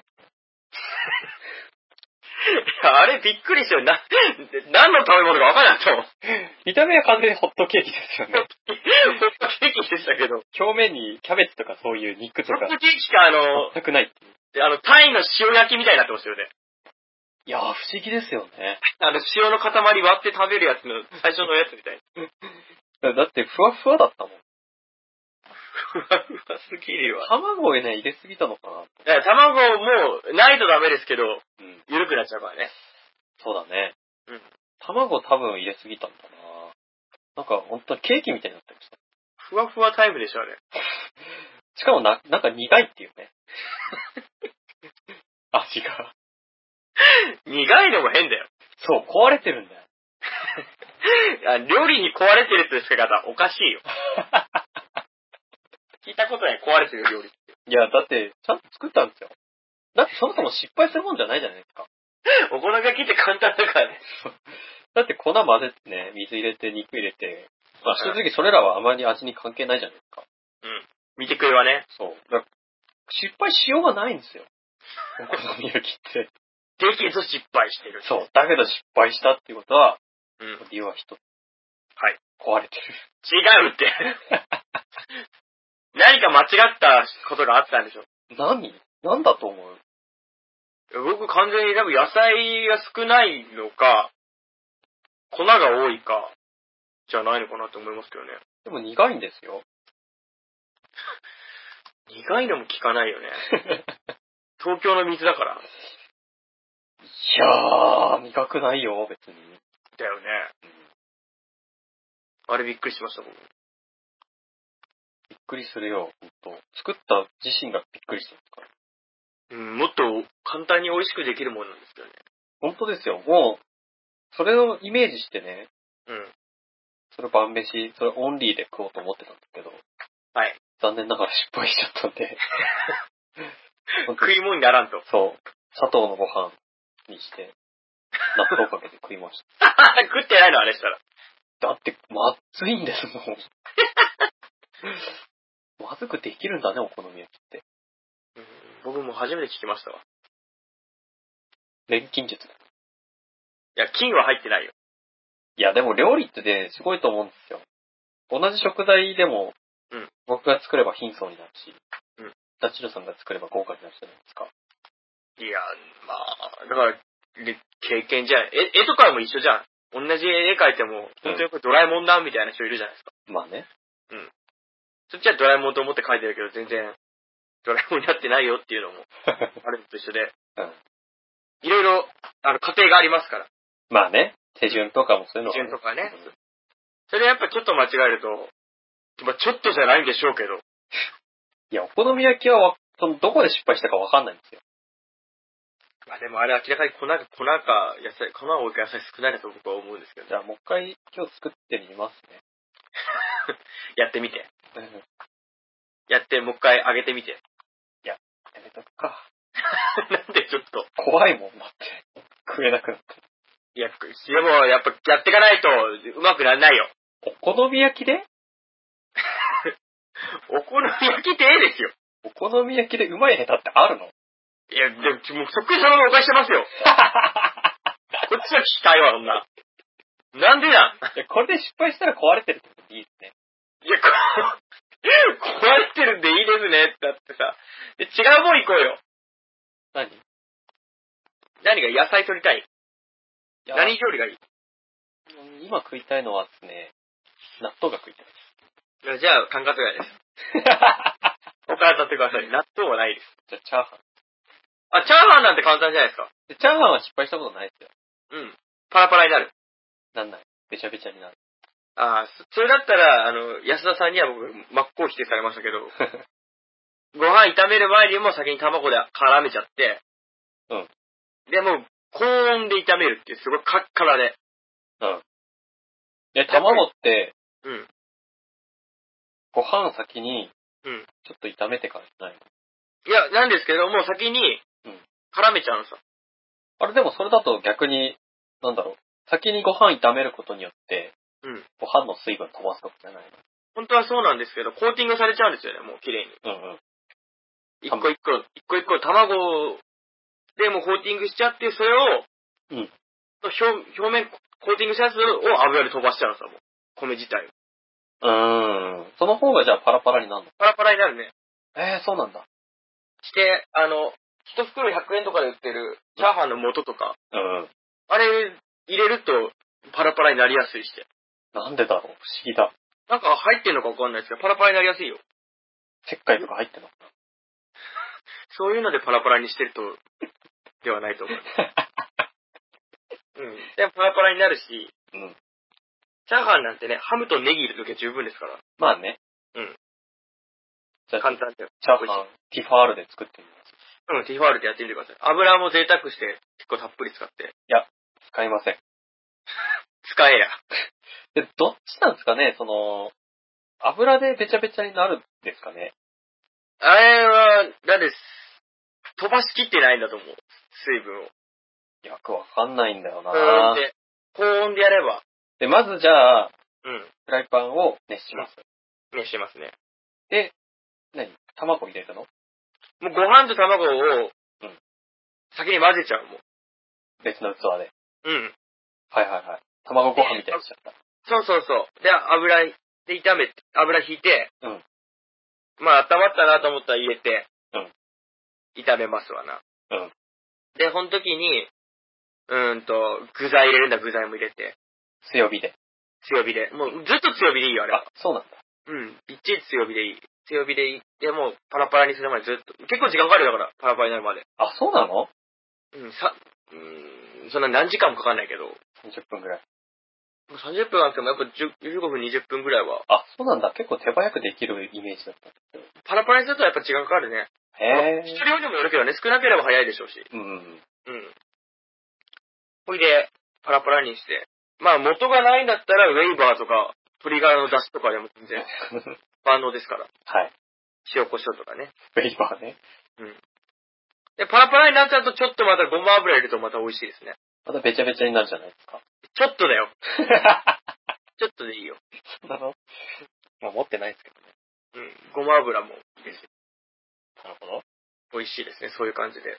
Speaker 1: あれ、びっくりしたよ。な、何の食べ物か分からなかったもん。
Speaker 2: 見た目は完全にホットケーキですよね。
Speaker 1: ホットケーキでしたけど。ホ
Speaker 2: 表面にキャベツとかそういう肉と
Speaker 1: ッ
Speaker 2: か
Speaker 1: トケーキか、あの、
Speaker 2: 全くない。
Speaker 1: あの、タイの塩焼きみたいになってますよね。
Speaker 2: いやー、不思議ですよね。
Speaker 1: あの、塩の塊割って食べるやつの最初のやつみた いな。
Speaker 2: だって、ふわふわだったもん。
Speaker 1: ふわふわすぎるわ。
Speaker 2: 卵をね、入れすぎたのかな。
Speaker 1: だから卵もうないとダメですけど、
Speaker 2: うん。
Speaker 1: 緩くなっちゃうからね。
Speaker 2: そうだね。
Speaker 1: うん。
Speaker 2: 卵多分入れすぎたんだななんか、本当にケーキみたいになってました。
Speaker 1: ふわふわタイムでしょ、あれ。
Speaker 2: しかもな、なんか苦いっていう ね。味が。
Speaker 1: 苦いのも変だよ。
Speaker 2: そう、壊れてるんだよ。
Speaker 1: あ料理に壊れてるって使い方、おかしいよ。聞いたことない、壊れてる料理。
Speaker 2: いや、だって、ちゃんと作ったんですよ。だってそもそも失敗するもんじゃないじゃないですか。
Speaker 1: お好み焼きって簡単だからね。
Speaker 2: だって粉混ぜてね、水入れて、肉入れて、まあ正直それらはあまり味に関係ないじゃないですか。
Speaker 1: 見てくれはね。
Speaker 2: そう。だから失敗しようがないんです よ。お好み焼きって。
Speaker 1: できず失敗してる。
Speaker 2: そう。だけど失敗したっていうことは、
Speaker 1: うん。違う
Speaker 2: 理由は一つ。
Speaker 1: はい。
Speaker 2: 壊れて
Speaker 1: って。 何か間違ったことがあったんでしょ。
Speaker 2: る。何何だと思う
Speaker 1: 僕完全に多分野菜が少ないのか、粉が多いか、じゃないのかなって思いますけどね。
Speaker 2: でも苦いんです よ。
Speaker 1: 苦いのも効かないよね。東京の水だから。
Speaker 2: いやー、苦くないよ、別に。
Speaker 1: だよね。あれびっくりしました、僕。
Speaker 2: びっくりするよ、ほんと。作った自身がびっくりしたから。
Speaker 1: うん、もっと簡単に美味しくできるもんなんですけどね。
Speaker 2: 本当ですよ、もう、それをイメージしてね、
Speaker 1: うん。
Speaker 2: それ晩飯、それオンリーで食おうと思ってたんですけど。
Speaker 1: はい。
Speaker 2: 残念ながら失敗しちゃったんで。 本当
Speaker 1: 食
Speaker 2: に
Speaker 1: い物にならんと。
Speaker 2: そう。砂糖のご飯にして、納豆かけて食いま し
Speaker 1: 食ってないの、あれしたら。
Speaker 2: た。だって、まずいんで すもん。まずくできるんだね、お好み焼きって。
Speaker 1: 僕も初めて聞きましたわ。
Speaker 2: 錬金術。
Speaker 1: いや、金は入ってないよ。
Speaker 2: いや、でも料理ってね、すごいと思うんですよ。同じ食材でも、
Speaker 1: うん
Speaker 2: 僕が作れば貧相になるし、
Speaker 1: うん
Speaker 2: ダッチュルさんが作れば豪華になるじゃないですか。
Speaker 1: いや、まあ、だから、で経験じゃん。絵、絵とかも一緒じゃん。同じ絵描いても、本当にこれドラえもんだみたいな人いるじゃないですか。
Speaker 2: まあ ね。
Speaker 1: そっちはドラえもんと思って描いてるけど、全然、ドラえもんになってないよっていうのも、あるのと一緒で。
Speaker 2: うん
Speaker 1: いろいろ、あの、過程がありますから。
Speaker 2: まあね。手順とかもそういうの
Speaker 1: 基
Speaker 2: はね
Speaker 1: 準とかね
Speaker 2: う。ん
Speaker 1: それやっぱちょっと間違えると、まあちょっとじゃないんでしょうけど、
Speaker 2: いや、お好み焼きはわ、その、どこで失敗したかわかんないんですよ。
Speaker 1: まあでもあれ明らかに粉が、粉か野菜、粉が多いか野菜少ないかと僕は思うんですけど、
Speaker 2: じゃあ、もう一回今日作ってみます
Speaker 1: やってみて。
Speaker 2: ね。うん。
Speaker 1: やって、もう一回揚げてみて。
Speaker 2: やめとくか。
Speaker 1: なんでちょっと。
Speaker 2: 怖いもんだって。食えなくなって。
Speaker 1: いや、でもやっぱやっていかないとうまくならないよ。
Speaker 2: お好み焼きで
Speaker 1: お好み焼きってええですよ。
Speaker 2: お好み焼きでうまい下手ってあ るの
Speaker 1: いや、でも、もうそっくりそのままお返ししてますよ。こっちは聞きたいわ、そんな。なんでなん
Speaker 2: いやこれで失敗したら壊れてるってことでいいですね。
Speaker 1: いや、こ 壊れてるんでいいですねってなってさ。で、違う方行こうよ。
Speaker 2: 何
Speaker 1: 何が野菜取りたい何料理がいい
Speaker 2: うん今食いたいのはですね、納豆が食いたい
Speaker 1: じゃあ、管轄外です。
Speaker 2: です。じゃ
Speaker 1: お母さんってください。納豆はないです。
Speaker 2: あ、チャーハン。
Speaker 1: あ、チャーハンなんて簡単じゃないですか。
Speaker 2: でチャーハンは失敗したことないですよ。
Speaker 1: うん。パラパラになる。
Speaker 2: なんない。べちゃべちゃになる。
Speaker 1: ああ、そそれだったら、あの、安田さんには僕、真っ向否定されましたけ ど、ご飯炒める前にも先に卵で絡めちゃって、
Speaker 2: うん。
Speaker 1: で、もう、高温で炒めるっていう、すごいカッカラで。
Speaker 2: で、卵って、
Speaker 1: うん。
Speaker 2: ご飯先に、
Speaker 1: うん
Speaker 2: ちょっと炒めてからじゃないの
Speaker 1: いや、なんですけど、もう先に
Speaker 2: うん、
Speaker 1: 絡めちゃうのさ。
Speaker 2: あれでもそれだと逆に、なんだろう。先にご飯炒めることによって、
Speaker 1: うん
Speaker 2: ご飯の水分飛ばすとかじゃない
Speaker 1: 本当はそうなんですけど、コーティングされちゃうんですよね、もう綺麗に。
Speaker 2: のうんうん。
Speaker 1: 一個一個、一個一個卵でもうコーティングしちゃって、それを、
Speaker 2: うん
Speaker 1: 表表面コーティングしたやつを油で飛ばしちゃうのさ、もう。米自体を。
Speaker 2: うーん。その方がじゃあパラパラになるの
Speaker 1: パラパラになるね。
Speaker 2: えー、そうなんだ。
Speaker 1: して、あの、一袋100円とかで売ってるチャーハンの素とか、
Speaker 2: うん。
Speaker 1: あれ入れるとパラパラになりやすいして。
Speaker 2: なんでだろう不思議だ。
Speaker 1: なんか入ってんのかわかんないですけど、パラパラになりやすいよ。
Speaker 2: 石灰とか入ってんの
Speaker 1: そういうのでパラパラにしてると、ではないと 思う。うん。でもパラパラになるし、
Speaker 2: うん
Speaker 1: チャーハンなんてね、ハムとネギ入れるだけ十分ですから。
Speaker 2: まあね。
Speaker 1: うん。
Speaker 2: じゃあ、
Speaker 1: 簡単で。
Speaker 2: チャーハン、ティファールで作ってみます。
Speaker 1: うん、ティファールでやってみてください。油も贅沢して、結構たっぷり使って。
Speaker 2: 使いません。
Speaker 1: 使えや。
Speaker 2: で、どっちなんですかねその、油でべちゃべちゃになるんですかね
Speaker 1: あれは、だって、飛ばしきってないんだと思う。水分を。
Speaker 2: よくわかんないんだよ
Speaker 1: 高
Speaker 2: な
Speaker 1: 温で。高温でやれば。
Speaker 2: で、まずじゃあ、
Speaker 1: うん。
Speaker 2: フライパンを熱します。
Speaker 1: 熱してますね。
Speaker 2: 何卵入れるの
Speaker 1: もうご飯と卵を
Speaker 2: うん、
Speaker 1: 先に混ぜちゃうもん。
Speaker 2: 別の器で。
Speaker 1: うん。
Speaker 2: はいはいはい。卵ご飯みたいにしちゃった。
Speaker 1: そうそうそう。で、油で炒めて、油引いて、
Speaker 2: うん
Speaker 1: まあ、温まったなと思ったら入れて、
Speaker 2: うん
Speaker 1: 炒めますわな。
Speaker 2: うん
Speaker 1: で、この時に、うーんと、具材入れるんだ、具材も入れて。
Speaker 2: 強火で。
Speaker 1: 強火で。もう、ずっと強火でいいよ、あれは
Speaker 2: あ。、そうなんだ。
Speaker 1: うん。いちいち強火でいい。強火でいい。でもう、パラパラにするまでずっと。結構時間かかるよだから、パラパラになるまで。
Speaker 2: あ、そうなの
Speaker 1: うん、さ、うーん、そんな何時間もかかんないけど。
Speaker 2: ?30 分ぐらい。
Speaker 1: 30分あってもやっぱ10 15分、20分ぐらいは。
Speaker 2: あ、そうなんだ。結構手早くできるイメージだった。
Speaker 1: パラパラにするとやっぱ時間かかるね。
Speaker 2: へ
Speaker 1: 一人用にもよるけどね、少なければ早いでしょうし。
Speaker 2: ー。うん。
Speaker 1: うん。ほいで、パラパラにして。まあ、元がないんだったら、ウェイバーとか、トリガーの出汁とかでも全然万能ですから。
Speaker 2: はい。
Speaker 1: 塩コショウとかね。
Speaker 2: ウェイバーね。
Speaker 1: で、パラパラになっちゃうと、ちょっとまたごま油入れるとまた美味しいですね。
Speaker 2: またべちゃべちゃになるじゃないですか。
Speaker 1: ちょっとだよ。ちょっとでいいよ。
Speaker 2: そうなのまあ持ってないですけどね。
Speaker 1: うん。ごま油も
Speaker 2: なるほど。
Speaker 1: 美味しいですね。そういう感じで。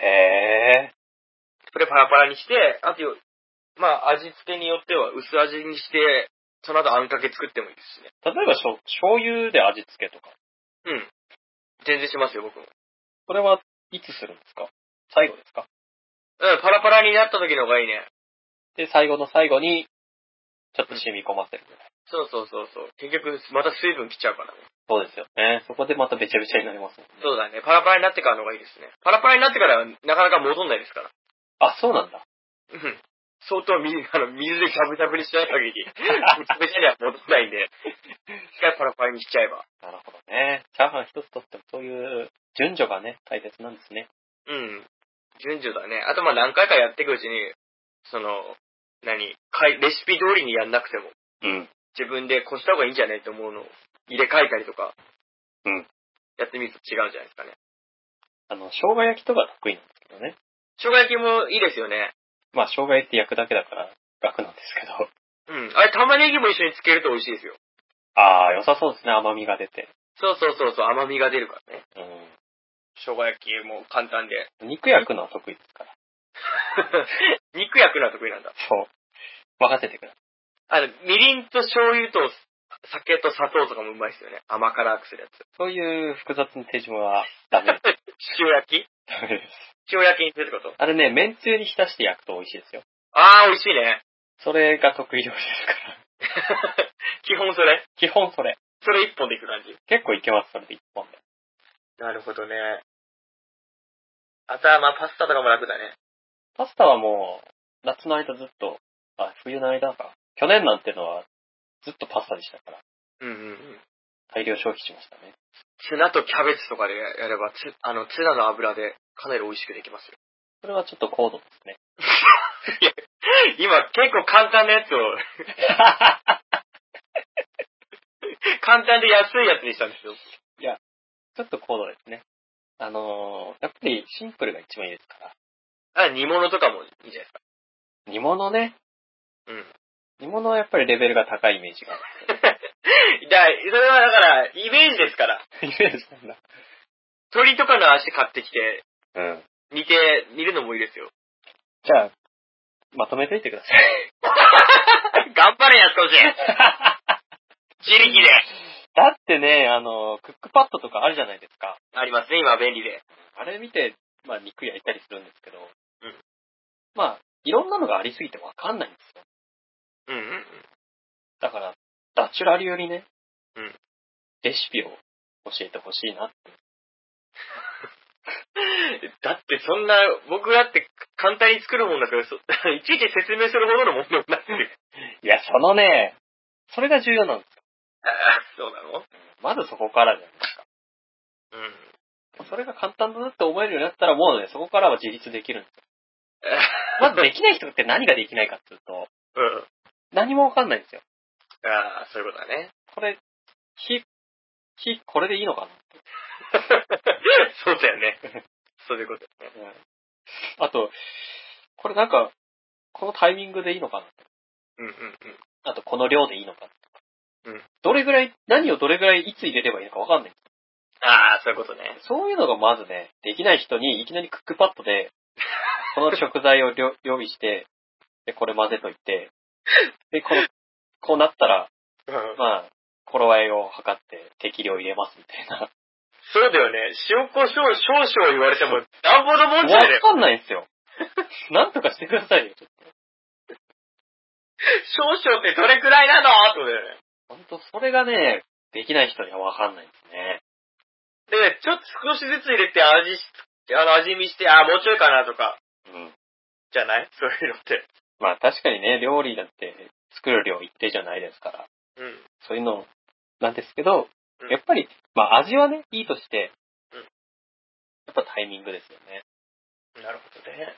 Speaker 2: へ
Speaker 1: それパラパラにして、あとよ、まあ、味付けによっては薄味にして、その後あんかけ作ってもいいですしね。
Speaker 2: ー。例えばしょ、醤油で味付けとか。
Speaker 1: うん。全然しますよ、僕も。
Speaker 2: それはいつするんですか最後ですか
Speaker 1: うん、パラパラになった時の方がいいね。
Speaker 2: で、最後の最後に、ちょっと染み込ませるぐらい。
Speaker 1: そうそうそうそう。結局、また水分切っちゃうからね。
Speaker 2: そうですよね。そこでまたべちゃべちゃになりますもんね。
Speaker 1: そうだね。パラパラになってからの方がいいですね。パラパラになってからはなかなか戻んないですから。
Speaker 2: あ、そうなんだ。
Speaker 1: うん。相当水、あの、水でしゃぶしゃぶにしない限り、めちゃめちゃには戻んないんで、一回パラパラにしちゃえば。
Speaker 2: なるほどね。チャーハン一つとってもそういう順序がね、大切なんですね。
Speaker 1: うん。順序だね。あとまあ何回かやっていくうちに、その、何、かいレシピ通りにやんなくても、
Speaker 2: うん。
Speaker 1: 自分でこうした方がいいんじゃないと思うのを入れ替えたりとか、
Speaker 2: うん。
Speaker 1: やってみると違うんじゃないですかね。
Speaker 2: あの、生姜焼きとか得意なんですけどね。
Speaker 1: 生姜焼きもいいですよね。
Speaker 2: まあ、生姜焼きって焼くだけだから楽なんですけど。
Speaker 1: うん。あれ、玉ねぎも一緒につけると美味しいですよ。
Speaker 2: ああ、良さそうですね。甘みが出て。
Speaker 1: そうそうそうそう、甘みが出るからね。
Speaker 2: う
Speaker 1: 生姜焼きも簡単で。
Speaker 2: ん。肉焼くのは得意ですから。
Speaker 1: 肉焼くのは得意なんだ。
Speaker 2: そう。任せてください。
Speaker 1: あの、みりんと醤油と酒と砂糖とかもうまいですよね。甘辛くするやつ。
Speaker 2: そういう複雑な手順は ダメです。
Speaker 1: 塩焼き
Speaker 2: ダメです。
Speaker 1: 塩焼きにするってこと
Speaker 2: あれね、麺つゆに浸して焼くと美味しいですよ。
Speaker 1: あー、美味しいね。
Speaker 2: それが得意料理ですから。
Speaker 1: 基本それ
Speaker 2: 基本それ。
Speaker 1: それ一本でいく感じ。
Speaker 2: 結構いけます、それで一本で。
Speaker 1: なるほどね。あとは、まあ、パスタとかも楽だね。
Speaker 2: パスタはもう、夏の間ずっと、あ、冬の間か。去年なんてのは、ずっとパスタでしたから、
Speaker 1: うんうんうん。
Speaker 2: 大量消費しましたね。
Speaker 1: ツナとキャベツとかでやれば、ツあのツナの油でかなり美味しくできますよ。
Speaker 2: それはちょっと 高度ですね。
Speaker 1: 今、結構簡単なやつを、 簡単で安いやつにしたんですよ。
Speaker 2: ちょっと高度ですね。あのーやっぱりシンプルが一番いいですから。
Speaker 1: あ煮物とかもいいんじゃないですか。
Speaker 2: 煮物ね。
Speaker 1: うん。
Speaker 2: 煮物はやっぱりレベルが高いイメ ージがある。
Speaker 1: だそれはだから、イメージですから。
Speaker 2: イメージなんだ。
Speaker 1: 鶏とかの足買ってきて、
Speaker 2: うん。
Speaker 1: 煮て、煮るのもいいですよ。
Speaker 2: じゃあ、まとめといてください。
Speaker 1: 頑張れや、少し。自力で。
Speaker 2: だってね、あの、クックパッドとかあるじゃないですか。
Speaker 1: ありますね、今便利で。
Speaker 2: あれ見て、まあ肉焼いたりするんですけど。
Speaker 1: うん
Speaker 2: まあ、いろんなのがありすぎてわかんないんですよ。
Speaker 1: うんうん。
Speaker 2: だから、ダチュラ流にね、
Speaker 1: うん
Speaker 2: レシピを教えてほしいな。
Speaker 1: だってそんな、僕だって簡単に作るもんだ から、そいちいち説明するほどのもんでもない。
Speaker 2: いや、そのね、それが重要なんですよ。
Speaker 1: そうなの
Speaker 2: まずそこからじゃないですか。
Speaker 1: うん。
Speaker 2: それが簡単だなって思えるようになったら、もうね、そこからは自立できるんですよ。まずできない人って何ができないかっていうと、
Speaker 1: うん。
Speaker 2: 何もわかんないんですよ。
Speaker 1: ああ、そういうことだ ね。
Speaker 2: これ、火、火、これでいいのかな
Speaker 1: そうだよね。そういうことだよね。
Speaker 2: あと、これなんか、このタイミングでいいのか
Speaker 1: うんうん
Speaker 2: なあと、この量でいいのかな
Speaker 1: うん
Speaker 2: どれぐらい、何をどれぐらいいつ入れればいいのかわかんない。
Speaker 1: うん。ああ、そういうことね。
Speaker 2: そういうのがまずね、できない人にいきなりクックパッドで、この食材をりょ用意して、で、これ混ぜといて、で、この、こうなったら、
Speaker 1: うん。
Speaker 2: まあ、頃合いを測って適量入れますみたいな。
Speaker 1: そうだよね。塩コショウ少々言われても、なんぼのもんじゃ
Speaker 2: わ
Speaker 1: ねえよ。
Speaker 2: かんないんですよ。なんとかしてくださいよ。
Speaker 1: 少々ってどれくらいなのってことだよね。
Speaker 2: ほんと、それがね、できない人にはわかんないですね。
Speaker 1: で、ちょっと少しずつ入れて味し、あの、味見して、ああ、もうちょいかなとか、
Speaker 2: うん。
Speaker 1: じゃないそういうのって。
Speaker 2: まあ確かにね、料理だって作る量一定じゃないですから、
Speaker 1: うん。
Speaker 2: そういうのなんですけど
Speaker 1: う、ん
Speaker 2: やっぱり、まあ味はね、いいとして
Speaker 1: うん、
Speaker 2: やっぱタイミングですよね。
Speaker 1: なるほどね。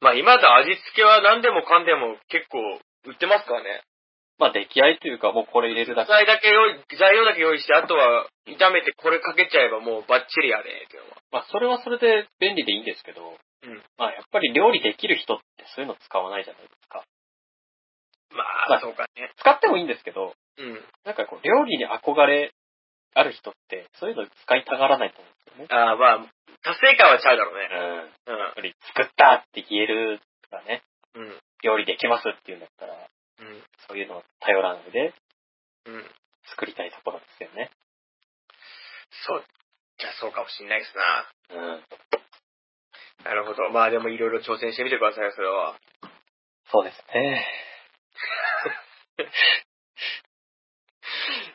Speaker 1: まあ今だ味付けは何でもかんでも結構売ってますからね。
Speaker 2: まあ出来合いというか、もうこれ入れるだ
Speaker 1: 具
Speaker 2: け。
Speaker 1: 材だけ用意、材料だけ用意して、あとは炒めてこれかけちゃえばもうバッチリやで、っていうのは。
Speaker 2: まあそれはそれで便利でいいんですけど、
Speaker 1: うん
Speaker 2: まあやっぱり料理できる人ってそういうの使わないじゃないですか。
Speaker 1: ま
Speaker 2: ま
Speaker 1: あ、
Speaker 2: あ
Speaker 1: そうかね。
Speaker 2: 使ってもいいんですけど、
Speaker 1: うん。
Speaker 2: なんかこう料理に憧れある人って、そういうの使いたがらないと思うんですよね。
Speaker 1: ああ、まあ、達成感はちゃうだろうね。
Speaker 2: うん。やっぱり作ったって言えるとかね、
Speaker 1: うん。うん。
Speaker 2: 料理できますっていうんだったら、
Speaker 1: うん。
Speaker 2: そういうのを頼らないで
Speaker 1: うん。
Speaker 2: 作りたいところですよね。
Speaker 1: そう。じゃあそうかもしんないですな。
Speaker 2: うん。
Speaker 1: なるほど。まあでもいろいろ挑戦してみてくださいよ、それは。
Speaker 2: そうですね。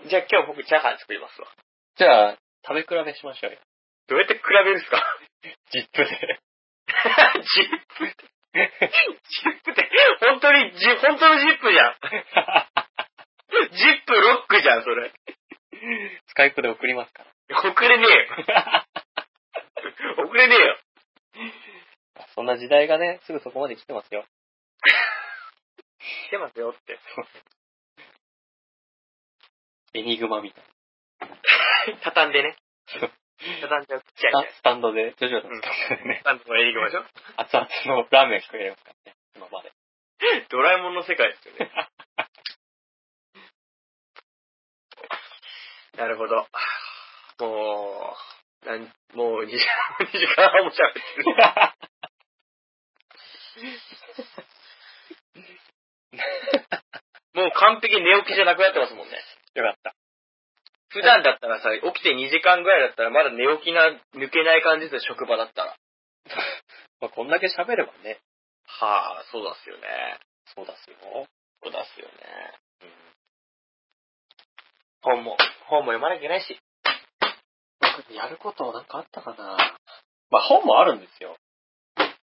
Speaker 1: じゃあ今日僕チャーハン作りますわ。
Speaker 2: じゃあ、食べ比べしましょうよ。
Speaker 1: どうやって比べるんですか
Speaker 2: ジップで。
Speaker 1: ジップって。ジップって、本当にジ、本当のジップじゃん。ジップロックじゃん、それ。
Speaker 2: スカイプで送りますか
Speaker 1: 遅れね
Speaker 2: ら。
Speaker 1: えよ。遅れねえよ。
Speaker 2: そんな時代がね、すぐそこまで来てますよ。
Speaker 1: 来てますよって。
Speaker 2: エニグマみたい
Speaker 1: 畳んでね。畳んじゃう。ちっちゃい
Speaker 2: な。
Speaker 1: ね。
Speaker 2: スタンドで、ジョジョのスタンドでね、
Speaker 1: 畳んでもええ行きましょう。
Speaker 2: 熱々のラーメン食えますからね、その場で。
Speaker 1: ドラえもんの世界ですよね。なるほど。もう、なんもう2時間、2時間半も喋ってる。 もう完璧に寝起きじゃなくなってますもんね。
Speaker 2: よかった。
Speaker 1: 普段だったらさ、起きて2時間ぐらいだったらまだ寝起きな、抜けない感じですよ、職場だったら。
Speaker 2: まあ、こんだけ喋ればね、
Speaker 1: はあ、そうだっすよね。
Speaker 2: そうだっすよ。
Speaker 1: そうだっすよね。本も、本も読まなきゃいけないし。
Speaker 2: 僕やることなんかあったかなまあ、本もあるんですよ。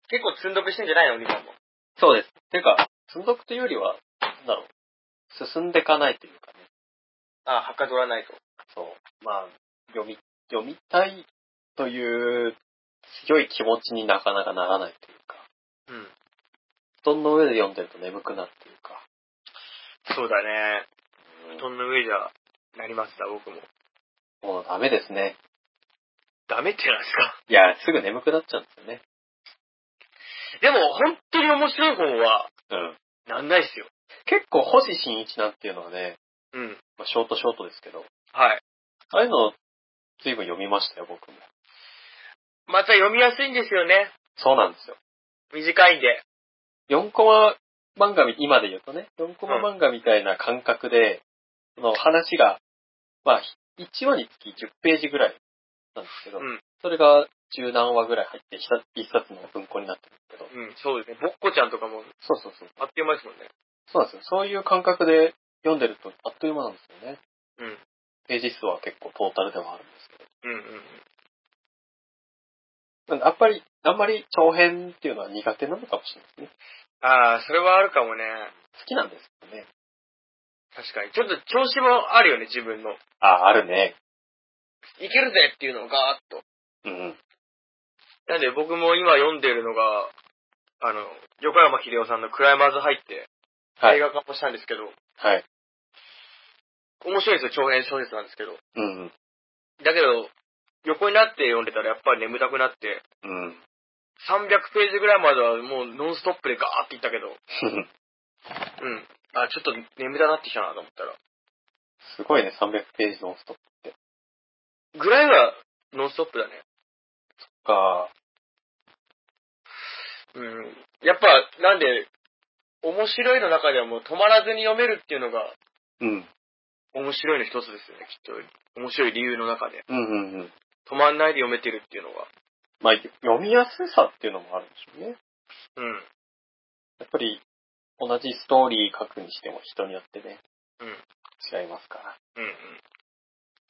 Speaker 1: 結構積んどくしてんじゃないの、お兄さんも。
Speaker 2: そうです。ていうか、積んどくというよりは、なんだろう、進んでいかないというかね。
Speaker 1: ああ、はかどらないと。
Speaker 2: そう。まあ、読み、読みたいという強い気持ちになかなかならないというか、
Speaker 1: うん。
Speaker 2: 布団の上で読んでると眠くなるというか。
Speaker 1: そうだね。
Speaker 2: うん
Speaker 1: 布団の上じゃ、なりました、僕も。
Speaker 2: もうダメですね。
Speaker 1: ダメってなんですか。
Speaker 2: いや、すぐ眠くなっちゃうんですよね。
Speaker 1: でも、本当に面白い本は、
Speaker 2: うん。
Speaker 1: なんないっすよ。
Speaker 2: 結構、星新一なんていうのはね、
Speaker 1: うん。
Speaker 2: まあ、ショートショートですけど、
Speaker 1: はい。
Speaker 2: ああいうの、随分読みましたよ、僕も。
Speaker 1: また読みやすいんですよね。
Speaker 2: そうなんですよ。
Speaker 1: 短いんで。
Speaker 2: 4コマ漫画み、今で言うとね、4コマ漫画みたいな感覚で、その話が、まあ、1話につき10ページぐらいなんですけど、
Speaker 1: うん
Speaker 2: それが十何話ぐらい入って、ひた一冊の文庫になってるんですけど、
Speaker 1: うん、そうですね。ぼっこちゃんとかも、
Speaker 2: そうそうそう。
Speaker 1: あっという間ですもんね。
Speaker 2: そうなんですよ。そういう感覚で読んでると、あっという間なんですよね。
Speaker 1: うん。
Speaker 2: ページ数は結構トータルではあるんですけ
Speaker 1: うんうん。
Speaker 2: ど。なんで、やっぱり、あんまり長編っていうのは苦手なのかもしれないですね。
Speaker 1: ああ、それはあるかもね。
Speaker 2: 好きなんですけどね。
Speaker 1: 確かに。ちょっと調子もあるよね、自分の。
Speaker 2: あ、あるね。
Speaker 1: いけるぜっていうのをガーッと。
Speaker 2: うん。
Speaker 1: なんで僕も今読んでるのが、あの、横山秀夫さんのクライマーズ入って、
Speaker 2: はい
Speaker 1: 映。画化もしたんですけど、
Speaker 2: はい。
Speaker 1: 面白いですよ、長編小説なんですけど。
Speaker 2: うん。
Speaker 1: だけど、横になって読んでたらやっぱり眠たくなって、
Speaker 2: うん。
Speaker 1: 300ページぐらいまではもうノンストップでガーっていったけど、うん。あ、ちょっと眠たなってきたなと思ったら。
Speaker 2: すごいね、300ページのストップ
Speaker 1: ぐらいはノンストップだね。
Speaker 2: か。
Speaker 1: うん。やっぱ、なんで、面白いの中ではもう止まらずに読めるっていうのが
Speaker 2: うん。
Speaker 1: 面白いの一つですよね、きっと。面白い理由の中で。
Speaker 2: うんうんうん。
Speaker 1: 止まんないで読めてるっていうのが。
Speaker 2: まあ、読みやすさっていうのもあるんでしょうね。
Speaker 1: うん。
Speaker 2: やっぱり、同じストーリー書くにしても人によってね、
Speaker 1: うん。
Speaker 2: 違いますから。
Speaker 1: うんうん。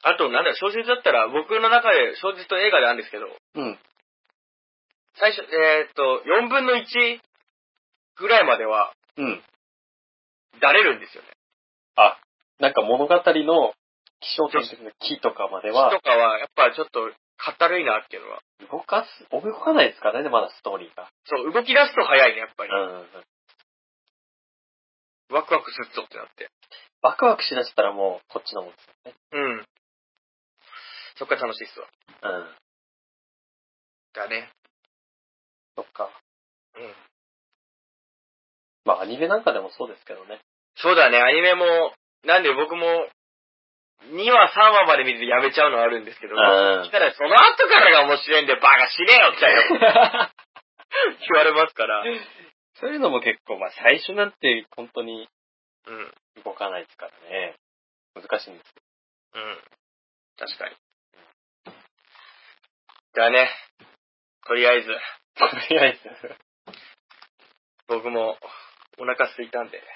Speaker 1: あと、なんだ、小説だったら、僕の中で小説と映画であるんですけど、
Speaker 2: うん。
Speaker 1: 最初、えーっと、4分の1ぐらいまでは、
Speaker 2: うん。
Speaker 1: だれるんですよね。
Speaker 2: なんか物語の気象点的な木とかまで
Speaker 1: と
Speaker 2: は、
Speaker 1: かは、やっぱちょっと、かったるいなっていうのは。
Speaker 2: 動かす、動かないですからね、まだストーリーが。
Speaker 1: そう、動き出すと早いね、やっぱり。
Speaker 2: うん。
Speaker 1: ワクワクするぞってなって。
Speaker 2: ワクワクしだしたらもう、こっちのもんですよね。
Speaker 1: うん。そっから楽しいっすわ。
Speaker 2: うん。
Speaker 1: だね。
Speaker 2: そっか。
Speaker 1: うん。
Speaker 2: まあ、アニメなんかでもそうですけどね。
Speaker 1: そうだね、アニメも、なんで僕も、2話、3話まで見てやめちゃうのはあるんですけど、
Speaker 2: ん
Speaker 1: し。たらその後からが面白いんで、バカ死ねよみたいな言われますから。う
Speaker 2: そういうのも結構、まあ、最初なんて本当に
Speaker 1: ん。うん。
Speaker 2: 動かないですからね。難しいん です
Speaker 1: 確かに。じゃあね、とりあえず、
Speaker 2: けど。とりあえず。
Speaker 1: 僕もお腹空いたんで。だ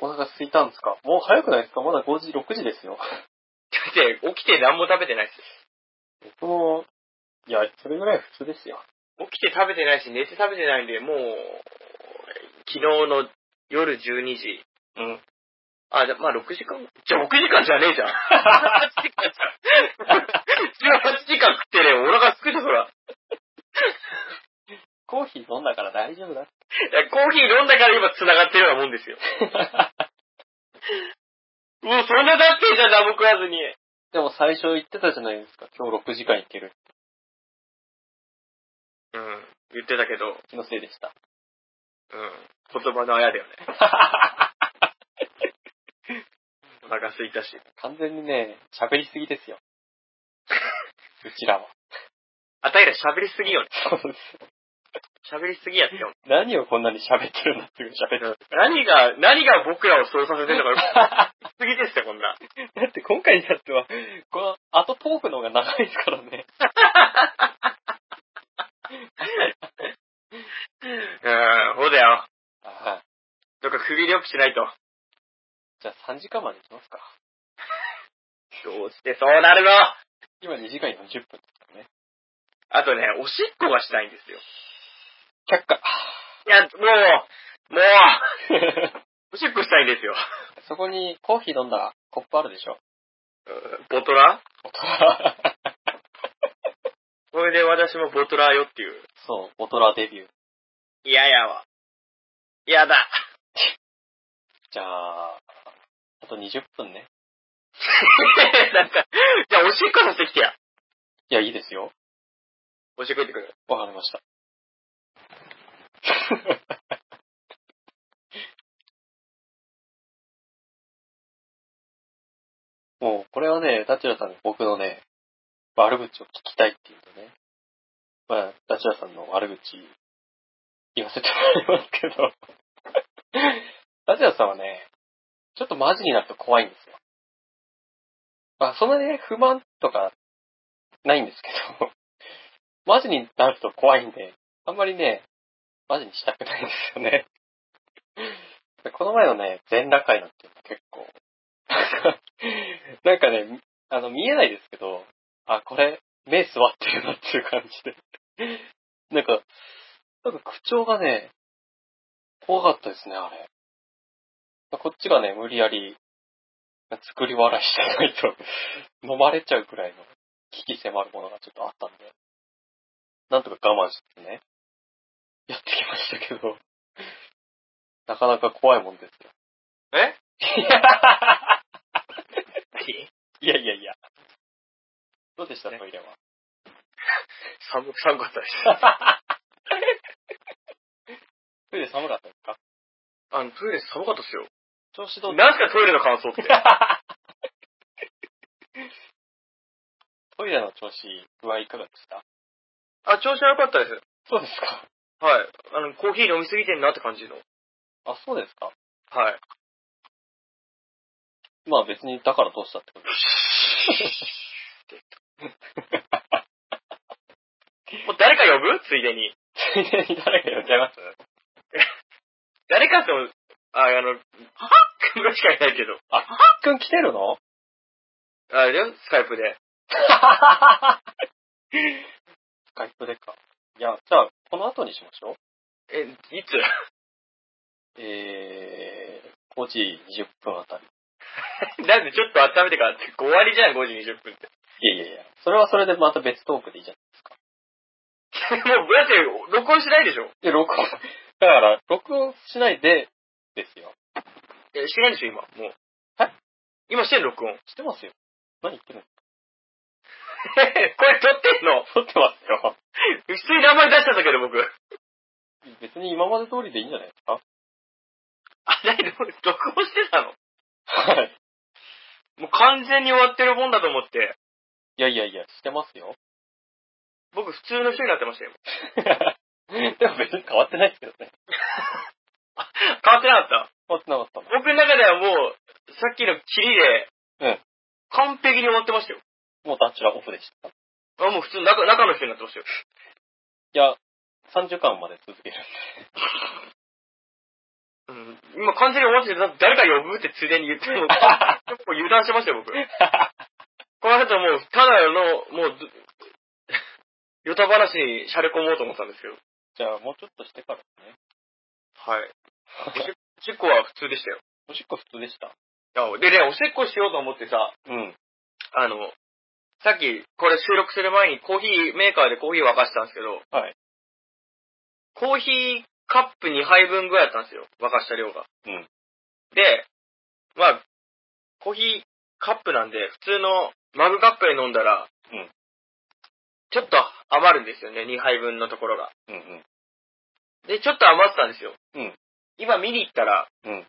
Speaker 2: お腹空いたんですかもう早くないですかまだ5時、6時ですよ。
Speaker 1: って、起きて何も食べてないっす。
Speaker 2: 僕も、いや、それぐらい普通です よ。
Speaker 1: 起きて食べてないし、寝て食べてないんで、もう、昨日の夜12時。
Speaker 2: うん。
Speaker 1: あ、じゃあ、まあ6時間じゃあ6時間じゃねえ じゃん。18時間じゃん。18時間食ってね、お腹空くじゃん、そら。
Speaker 2: コーヒー飲んだから大丈夫だ。
Speaker 1: いやコーヒー飲んだから今繋がってるようなもんですよ。もうそんなだってんじゃん、何も食わずに。
Speaker 2: でも最初言ってたじゃないですか。今日6時間いける。
Speaker 1: うん。言ってたけど、
Speaker 2: 気のせいで した。
Speaker 1: うん。言葉のあやだよね。お腹空いたし。
Speaker 2: 完全にね、喋りすぎですよ。うちらは。
Speaker 1: あたいら喋りすぎよね。
Speaker 2: そうです。
Speaker 1: 喋りすぎやってよ。
Speaker 2: 何をこんなに喋ってるんだっていう喋ってる。
Speaker 1: 何が、何が僕らをそうさせてんのか、すぎですよ、こん な。
Speaker 2: だって今回になっては、この後トークの方が長いですからね。
Speaker 1: うん、そうだよ。
Speaker 2: はい。
Speaker 1: どっか区切りよくしないと。
Speaker 2: じゃあ3時間までいきますか。
Speaker 1: どうしてそうなるの
Speaker 2: 今2時間40分。
Speaker 1: あとね、おしっこがしたいんですよ。
Speaker 2: 却下。
Speaker 1: いや、もう、もう、おしっこしたいんですよ。
Speaker 2: そこにコーヒー飲んだコップあるでしょ。
Speaker 1: ボトラそれで私もボトラーよっていう。
Speaker 2: そう、ボトラデビュー。
Speaker 1: 嫌やわ。嫌だ。
Speaker 2: じゃあ、あと20分ね。
Speaker 1: なんか、じゃあおしっこさせてきてや。
Speaker 2: いや、いいですよ。
Speaker 1: おしっこ行ってくる。
Speaker 2: わかりました。 もう、これはね、ダチュラさんに僕のね、悪口を聞きたいっていうとね、まあ、ダチュラさんの悪口言わせてもらいますけど、 ダチュラさんはね、ちょっとマジになると怖いんですよ。まあ、そんなにね、不満とか、ないんですけど、マジになると怖いんで、あんまりね、マジにしたくないんですよね。 でこの前のね、全裸会なんていうのは結構、なんかね、あの、見えないですけど、あ、これ、目座ってるなっていう感じで。なんか、なんか口調がね、怖かったですね、あれ。こっちがね、無理やり作り笑いしてないと飲まれちゃうくらいの危機迫るものがちょっとあったんで、なんとか我慢してね、やってきましたけど、なかなか怖いもんですよ。
Speaker 1: え
Speaker 2: いやいやいや。どうでした、
Speaker 1: ね
Speaker 2: トイレは。
Speaker 1: 寒寒かったです。
Speaker 2: トイレ寒かったですか
Speaker 1: あの、トイレ寒かったですよ。
Speaker 2: 調子どう
Speaker 1: なんすかトイレの感想って。
Speaker 2: トイレの調子はいかがでした
Speaker 1: あ、調子は良かったです。
Speaker 2: そうですか。
Speaker 1: はい。あの、コーヒー飲みすぎてんなって感じの。
Speaker 2: あ、そうですか。
Speaker 1: はい。
Speaker 2: まあ別に、だからどうした ってこと
Speaker 1: もう誰か呼ぶついでに。
Speaker 2: ついでに 誰か呼んじゃいます
Speaker 1: 誰かと、あ、あの、母くんぐらいしかいないけど。
Speaker 2: あ、ハッくん来てるの
Speaker 1: あれだよ、スカイプで。
Speaker 2: スカイプでか。いや、じゃあ、この後にしましょう。
Speaker 1: え、いつ
Speaker 2: えー、5時20分あたり。
Speaker 1: なんでちょっと温めてからって5割じゃん、5時20分って。
Speaker 2: いやいやいや、それはそれでまた別トークでいいじゃん。
Speaker 1: もう、だって、録音しないでしょ
Speaker 2: で、録音、だから、録音しないで、ですよ。
Speaker 1: え、してないでしょ、今。もう。
Speaker 2: え
Speaker 1: 今してんの録音。
Speaker 2: してますよ。何言っ てるの
Speaker 1: これ撮ってんの
Speaker 2: 撮ってますよ。
Speaker 1: 普通に名前出したんだけど、僕。
Speaker 2: 別に今まで通りでいいんじゃないですか
Speaker 1: あ、ないの録音してたの
Speaker 2: はい。
Speaker 1: もう完全に終わってるもんだと思って。
Speaker 2: いやいやいや、してますよ。
Speaker 1: 僕、普通の人になってましたよ。
Speaker 2: でも別に変わってないですけどね。
Speaker 1: 変わってなかった。
Speaker 2: 変わってなかったの。
Speaker 1: 僕の中ではもう、さっきのキリで、
Speaker 2: うん
Speaker 1: 完璧に終わってましたよ。
Speaker 2: もうダッチはオフでした。い
Speaker 1: あ、もう普通の中、中の人になってましたよ。
Speaker 2: や、30巻まで続 ける。
Speaker 1: うん、今完全に終わってて、だ誰か呼ぶってついでに言って も、結構油断してましたよ、僕。この後もう、ただの、もう、ず ヨタ話にしゃれ込もうと思ったんですけど。
Speaker 2: じゃあ、もうちょっとしてからね。
Speaker 1: はい。おしっこは普通でしたよ。
Speaker 2: おしっこ普通でした。
Speaker 1: あでね、おしっこしようと思ってさ、
Speaker 2: うん。
Speaker 1: あの、さっきこれ収録する前にコーヒーメーカーでコーヒー沸かしたんですけど、
Speaker 2: はい。
Speaker 1: コーヒーカップ2杯分ぐらいだったんですよ、沸かした量が。
Speaker 2: うん。
Speaker 1: で、まあ、コーヒーカップなんで、普通のマグカップで飲んだら、
Speaker 2: うん。
Speaker 1: ちょっと余るんですよね、2杯分のところが。
Speaker 2: うん うん。
Speaker 1: で、ちょっと余ってたんですよ。
Speaker 2: うん。
Speaker 1: 今見に行ったら、
Speaker 2: うん。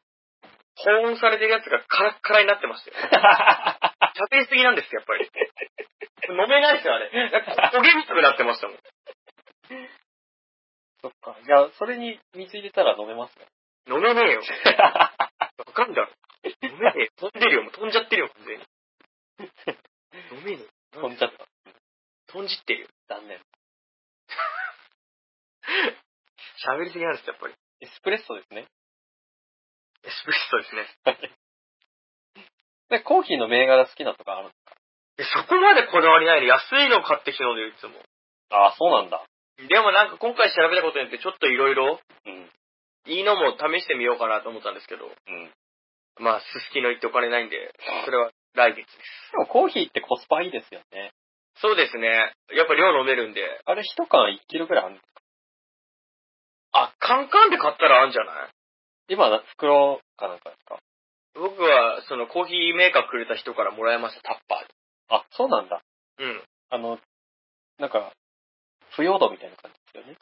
Speaker 1: 保温されてるやつがカラッカラになってましたよ。喋りすぎなんですよ、やっぱり。飲めないですよ、あれ。焦げみたくなってましたもん。
Speaker 2: そっか。じゃあ、それに水入れたら飲めま すよ。
Speaker 1: 飲めねえよ。わかんだろ。飲めねえよ。飛んでるよ、もう飛んじゃってるよ、完全に。飲めねえよ。
Speaker 2: 飛んじゃった。
Speaker 1: 飛んじってるよ。
Speaker 2: 残念。
Speaker 1: 喋りすぎなんですよ、やっぱり。
Speaker 2: エスプレッソですね。
Speaker 1: エスプレッソですね。
Speaker 2: で、コーヒーの銘柄好きなとかある
Speaker 1: でそこまでこだわりないの。安いの買ってきて飲んでる、いつも。
Speaker 2: ああ、そうなんだ。
Speaker 1: でもなんか今回調べたことによって、ちょっといろいろ、
Speaker 2: うん。
Speaker 1: いいのも試してみようかなと思ったんですけど、
Speaker 2: うん。で
Speaker 1: まあ、すすきの行ってお金ないんで、それは来月です。
Speaker 2: もコーヒーってコスパいいですよね。
Speaker 1: そうですね。やっぱ量飲めるんで。
Speaker 2: あれ一缶1キロぐらいある
Speaker 1: あ、カンカンで買ったらあんじゃない
Speaker 2: 今、袋かなんかですか
Speaker 1: 僕は、そのコーヒーメーカーくれた人からもらいました、タッパ
Speaker 2: あ、そうなんだ。
Speaker 1: ーで。うん。
Speaker 2: あの、なんか、腐葉土みたいな感じですよね。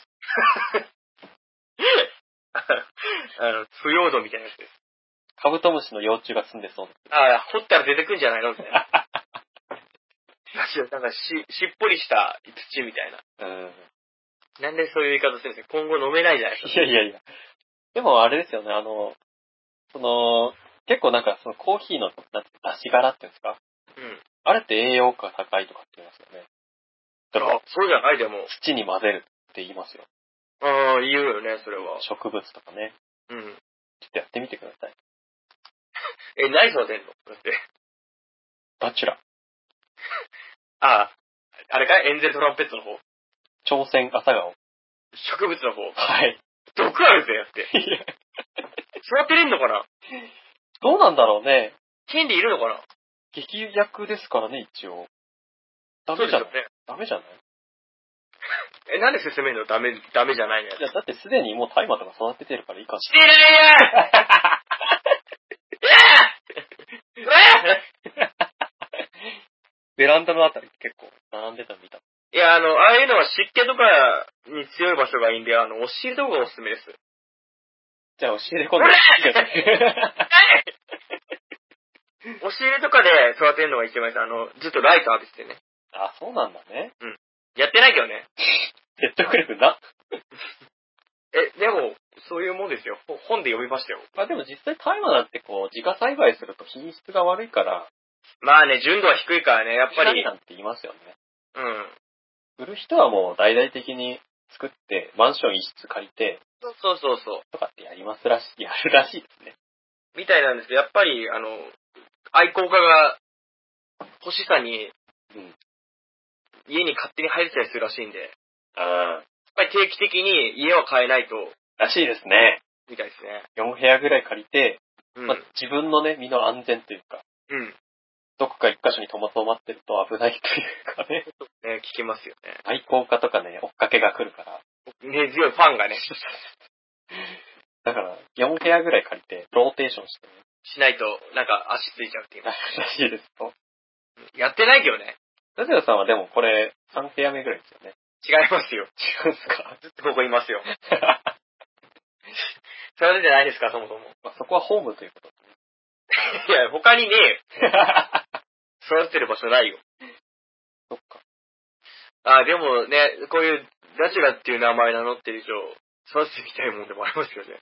Speaker 1: あの、腐葉土みたいなやつです。
Speaker 2: カブトムシの幼虫が住んでそうな。
Speaker 1: あ掘ったら出てくんじゃないのみた いな。なんかし、しっぽりした土みたいな。
Speaker 2: うん。
Speaker 1: なんでそういう言い方するんですか今後飲めないじゃないです
Speaker 2: いやいやいや。でもあれですよね、あの、その、結構なんかそのコーヒーの、なんて、出し柄っていうんですか
Speaker 1: か。うん。
Speaker 2: あれって栄養価が高いとかって言いますよね。だから
Speaker 1: あ、、そうじゃないでも。
Speaker 2: 土に混ぜるって言いますよ。
Speaker 1: ああ、言うよね、それは。
Speaker 2: 植物とかね。
Speaker 1: うん。
Speaker 2: ちょっとやってみてください。
Speaker 1: え、何育てんのだって。
Speaker 2: バチュラ。
Speaker 1: ああ、あれかいエンゼルトランペットの方。
Speaker 2: 朝鮮朝顔。
Speaker 1: 植物の方。
Speaker 2: はい。
Speaker 1: 毒あるぜ、やって。
Speaker 2: いや
Speaker 1: 育てれんのかな
Speaker 2: どうなんだろうね。
Speaker 1: 権利いるのかな
Speaker 2: 激逆ですからね、一応。ダ
Speaker 1: そう
Speaker 2: メ
Speaker 1: です
Speaker 2: じゃ
Speaker 1: よ
Speaker 2: ない、
Speaker 1: ね。
Speaker 2: ダメじゃない
Speaker 1: え、なんで進めるのダメ、ダメじゃないのやつ
Speaker 2: いや、だってすでにもう大麻とか育ててるからいいかし
Speaker 1: してないやーうわー
Speaker 3: ベランダのあたり結構。
Speaker 2: ら。並んでたの見た。
Speaker 1: いや、あの、ああいうのは湿気とかに強い場所がいいんで、あの、お尻とかがおすすめです。
Speaker 2: じゃあ教えて今度。
Speaker 1: う
Speaker 2: い
Speaker 1: ら
Speaker 2: いか
Speaker 1: お尻とかで育てるのが一番いいです。あの、ずっとライト浴びててね。
Speaker 2: あ、そうなんだね。
Speaker 1: やってないけどね。
Speaker 2: 説得力な。
Speaker 1: え、でも、そういうもんですよ。ほ本で読みましたよ。
Speaker 2: まあでも実際大麻なんてこう、自家栽培すると品質が悪いから、
Speaker 1: まあね、純度は低いからね、やっぱり、
Speaker 2: り
Speaker 1: う
Speaker 2: なんて言いますよね。
Speaker 1: ん。
Speaker 2: 売る人はもう大々的に作って、マンション一室借りて、
Speaker 1: そうそうそうそう。
Speaker 2: とかってやりますらしい、やるらしいですね。
Speaker 1: みたいなんですけど、やっぱり、あの、愛好家が欲しさに、
Speaker 2: うん
Speaker 1: 家に勝手に入れたりするらしいんで、やっ
Speaker 2: うん。
Speaker 1: ぱり定期的に家は買えないと、
Speaker 2: らしいですね。
Speaker 1: みたいですね。
Speaker 2: 4部屋ぐらい借りて、
Speaker 1: うん。
Speaker 2: まあ、自分のね、身の安全というか、
Speaker 1: うん。
Speaker 2: どこか一箇所にとまとまってると危ないというか ね、
Speaker 1: ね、聞きますよね。
Speaker 2: 愛好家とかね、追っかけが来る から。
Speaker 1: 根強いファンがね、
Speaker 2: だから、4部屋ぐらい借りて、ローテーションしてね、
Speaker 1: しないと、なんか足ついちゃうっていう
Speaker 2: ら。しいですと。
Speaker 1: やってないけどね。
Speaker 2: ラジオさんはでもこれ、3部屋目ぐらいですよね。
Speaker 1: 違いますよ。
Speaker 2: 違うんですか
Speaker 1: ずっとここいますよ。それじゃないですか、そもそも。
Speaker 2: まあそこはホームということ。
Speaker 1: いや、他にねえよ、 育ててる場所ないよ。
Speaker 2: そっか。
Speaker 1: あ、でもね、こういう、ダチュラっていう名前名乗ってる以上、育ててみたいもんでもありますよね。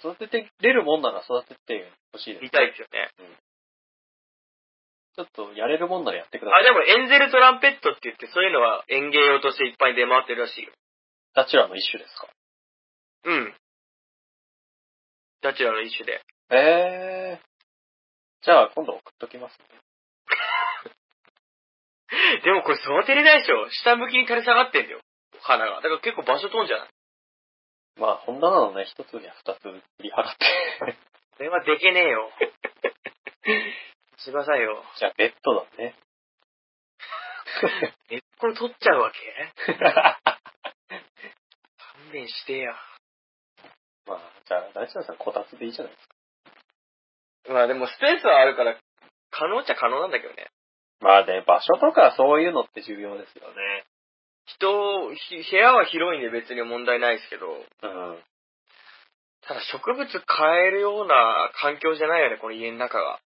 Speaker 2: 育ててれるもんなら育ててほしいです。
Speaker 1: 見たいですよね。
Speaker 2: ちょっとやれるもんならやってくださ
Speaker 1: あ、
Speaker 2: い。
Speaker 1: でもエンゼルトランペットって言って、そういうのは園芸用としていっぱい出回ってるらしいよ。
Speaker 2: ダチュラの一種ですか
Speaker 1: うん。ダチュラの一種で。
Speaker 2: ええー。じゃあ今度送っときます、
Speaker 1: でもこれ育てれないでしょ。下向きに垂れ下がってんだよ。花が。だから結構場所飛んじゃない
Speaker 2: まあ、本棚のね、一つや二つ売り払 って。
Speaker 1: これはでけねえ よ。してくださいよ。
Speaker 2: じゃあベッドだね。
Speaker 1: え、これ取っちゃうわけ勘弁してや。
Speaker 2: まあ、じゃあ、ダチュラさんこたつでいいじゃないですか。
Speaker 1: まあでもスペースはあるから、可能っちゃ可能なんだけどね。
Speaker 2: まあね、場所とかそういうのって重要ですよね。
Speaker 1: 人、ひ部屋は広いんで別に問題ないですけど、
Speaker 2: うん。
Speaker 1: ただ植物変えるような環境じゃないよね、この家の中が。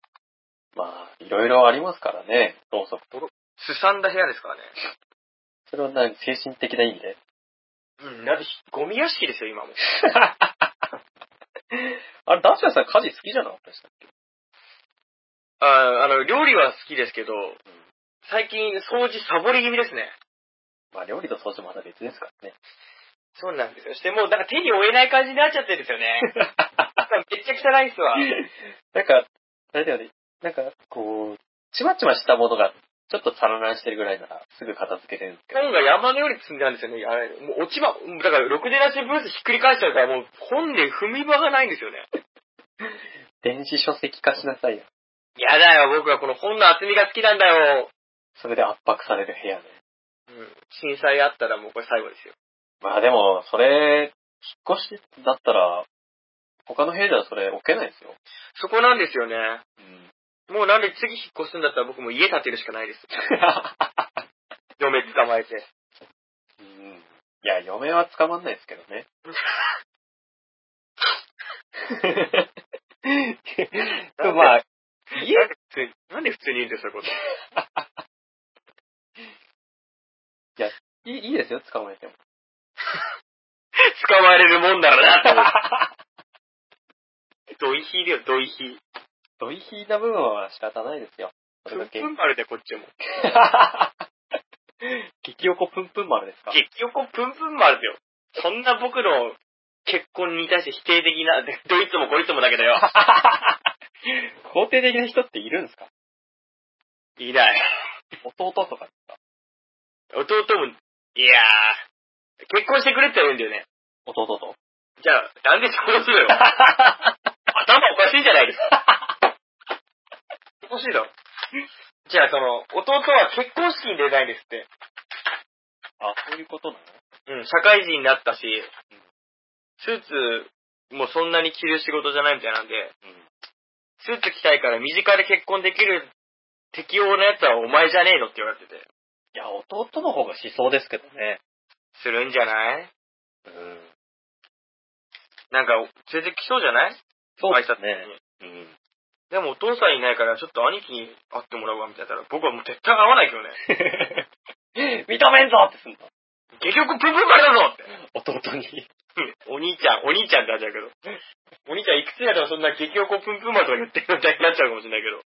Speaker 2: まあ、いろいろありますからね、ろうそく。
Speaker 1: すさんだ部屋ですからね。
Speaker 2: それは何、精神的な意 味で。
Speaker 1: うん、だってひゴミ屋敷ですよ、今も。
Speaker 2: あれ、ダチュラさん家事好きじゃなかったでしたっけ
Speaker 1: ああの、料理は好きですけど、最近掃除サボり気味ですね。
Speaker 2: まあ、料理と掃除また別ですから ね。
Speaker 1: そうなんですよ。してもうなんか手に負えない感じになっちゃってるんですよ ね。めっちゃ汚いっすわ。
Speaker 2: なんか、あれだよね。なんか、こう、ちまちましたものが、ちょっと散乱してるぐらいなら、すぐ片付けれるんですけど。
Speaker 1: 本が山のように積んであるんですよね。あれ、もう落ち葉、だから、ろくでなしブースひっくり返しちゃうから、もう本で踏み場がないんですよね。
Speaker 2: 電子書籍化しなさいよ。
Speaker 1: やだよ、僕はこの本の厚みが好きなんだよ。
Speaker 2: それで圧迫される部屋ね。
Speaker 1: うん。震災あったらもうこれ最後ですよ。
Speaker 2: まあでも、それ、引っ越しだったら、他の部屋ではそれ置けないですよ。
Speaker 1: そこなんですよね。
Speaker 2: うん。
Speaker 1: もうなんで次引っ越すんだったら僕も家建てるしかない です。 嫁捕まえて。
Speaker 2: うん。いや、嫁は捕まんないですけどね。 まあ、
Speaker 1: 家なんで普通に、なんで普通に言うんですよ、そういうこと。
Speaker 2: いいいいですよ、捕まえ ても。
Speaker 1: 捕まえれるもんだろうな、と思 って。ドイヒーだよ、ドイヒー。
Speaker 2: ドイヒーな部分は仕方ないですよ。そ
Speaker 1: プ
Speaker 2: れだ
Speaker 1: ン
Speaker 2: け
Speaker 1: プ。ン丸でこっちも。
Speaker 2: 激横プンプン丸ですか
Speaker 1: 激横プンプン丸だよ。そんな僕の結婚に対して否定的な、でどいつもこいつもだけどよ。
Speaker 2: 肯定的な人っているんですか
Speaker 1: いない。
Speaker 2: 弟とか。
Speaker 1: 弟も、いやー、結婚してくれって言うんだよね。
Speaker 2: 弟と。
Speaker 1: じゃあ、 なんで結婚するのよ。頭おかしいんじゃないですか。おかしいだろ。じゃあ、その、弟は結婚式に出ないんですって。
Speaker 2: あ、そういうことなの
Speaker 1: うん、社会人になったし、スーツもそんなに着る仕事じゃないみたいなんで、
Speaker 2: うん。
Speaker 1: スーツ着たいから身近で結婚できる適応なやつはお前じゃねえのって言われてて。
Speaker 2: いや、弟の方がしそうですけどね。
Speaker 1: するんじゃない
Speaker 2: うん。
Speaker 1: なんか、連れてきそうじゃない
Speaker 2: そうです
Speaker 1: 挨拶
Speaker 2: ね。
Speaker 1: に
Speaker 2: うん。
Speaker 1: でもお父さんいないから、ちょっと兄貴に会ってもらうわ、みたいな。僕はもう絶対会わないけどね。
Speaker 2: 認めんぞってすんの。
Speaker 1: 結局、プンプンからだぞって。
Speaker 2: 弟に。
Speaker 1: うんお兄ちゃん、お兄ちゃんってなっちゃうけど。お兄ちゃんいくつやでもそんな激おこプンプンマンとか言ってるみたいになっちゃうかもしれない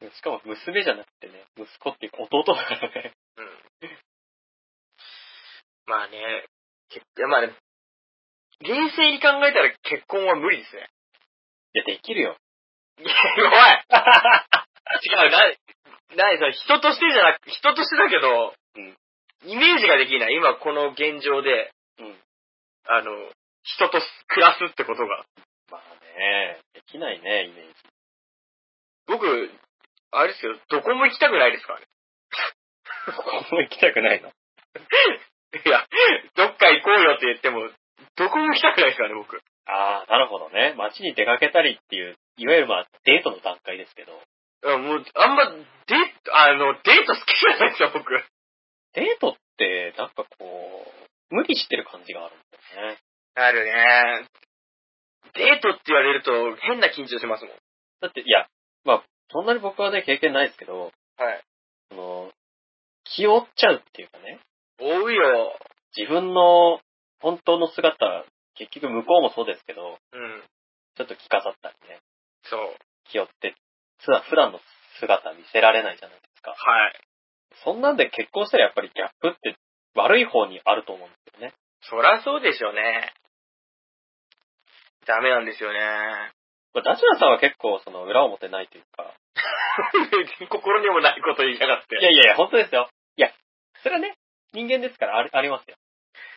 Speaker 1: けど。
Speaker 2: しかも娘じゃなくてね、息子っていうか弟だからね。
Speaker 1: うん。まあね、けいやまあね、冷静に考えたら結婚は無理です ね。
Speaker 2: いや、できる よ。
Speaker 1: いや、おい違う、な、なにそれ、人としてじゃなく、人としてだけど、
Speaker 2: うん
Speaker 1: イメージができない。今この現状で、
Speaker 2: うん
Speaker 1: あの、人と暮らすってことが。
Speaker 2: まあね、できないね、イメージ。
Speaker 1: 僕、あれですけど、どこも行きたくないですからね
Speaker 2: ここも行きたくないの。
Speaker 1: いや、どっか行こうよって言っても、どこも行きたくないですからね、僕。
Speaker 2: ああ、なるほどね。街に出かけたりっていう、いわゆるまあ、デートの段階ですけど、
Speaker 1: うんもう、あんま、デート、あの、デート好きじゃないですよ、僕。あ
Speaker 2: デートって、なんかこう、無理してる感じがあるんだよね。
Speaker 1: るね。デートって言われると、変な緊張しますもん。
Speaker 2: だって、いや、まあ、そんなに僕はね、経験ないですけど、
Speaker 1: はい。
Speaker 2: その、気負っちゃうっていうかね、
Speaker 1: 追うよ。
Speaker 2: 自分の本当の姿、結局向こうもそうですけど、
Speaker 1: うん。
Speaker 2: ちょっと着飾ったりね、
Speaker 1: そう。
Speaker 2: 気負って、普段普段の姿見せられないじゃないですか。
Speaker 1: はい。
Speaker 2: そんなんで結婚したらやっぱりギャップって悪い方にあると思うんですよね。
Speaker 1: そらそうでしょうね。ダメなんですよね。
Speaker 2: まあ、ダチュラさんは結構その裏表ないというか、
Speaker 1: 心にもないこと言いやがって。
Speaker 2: いやいやいや、本当ですよ。いや、それはね、人間ですからありありますよ。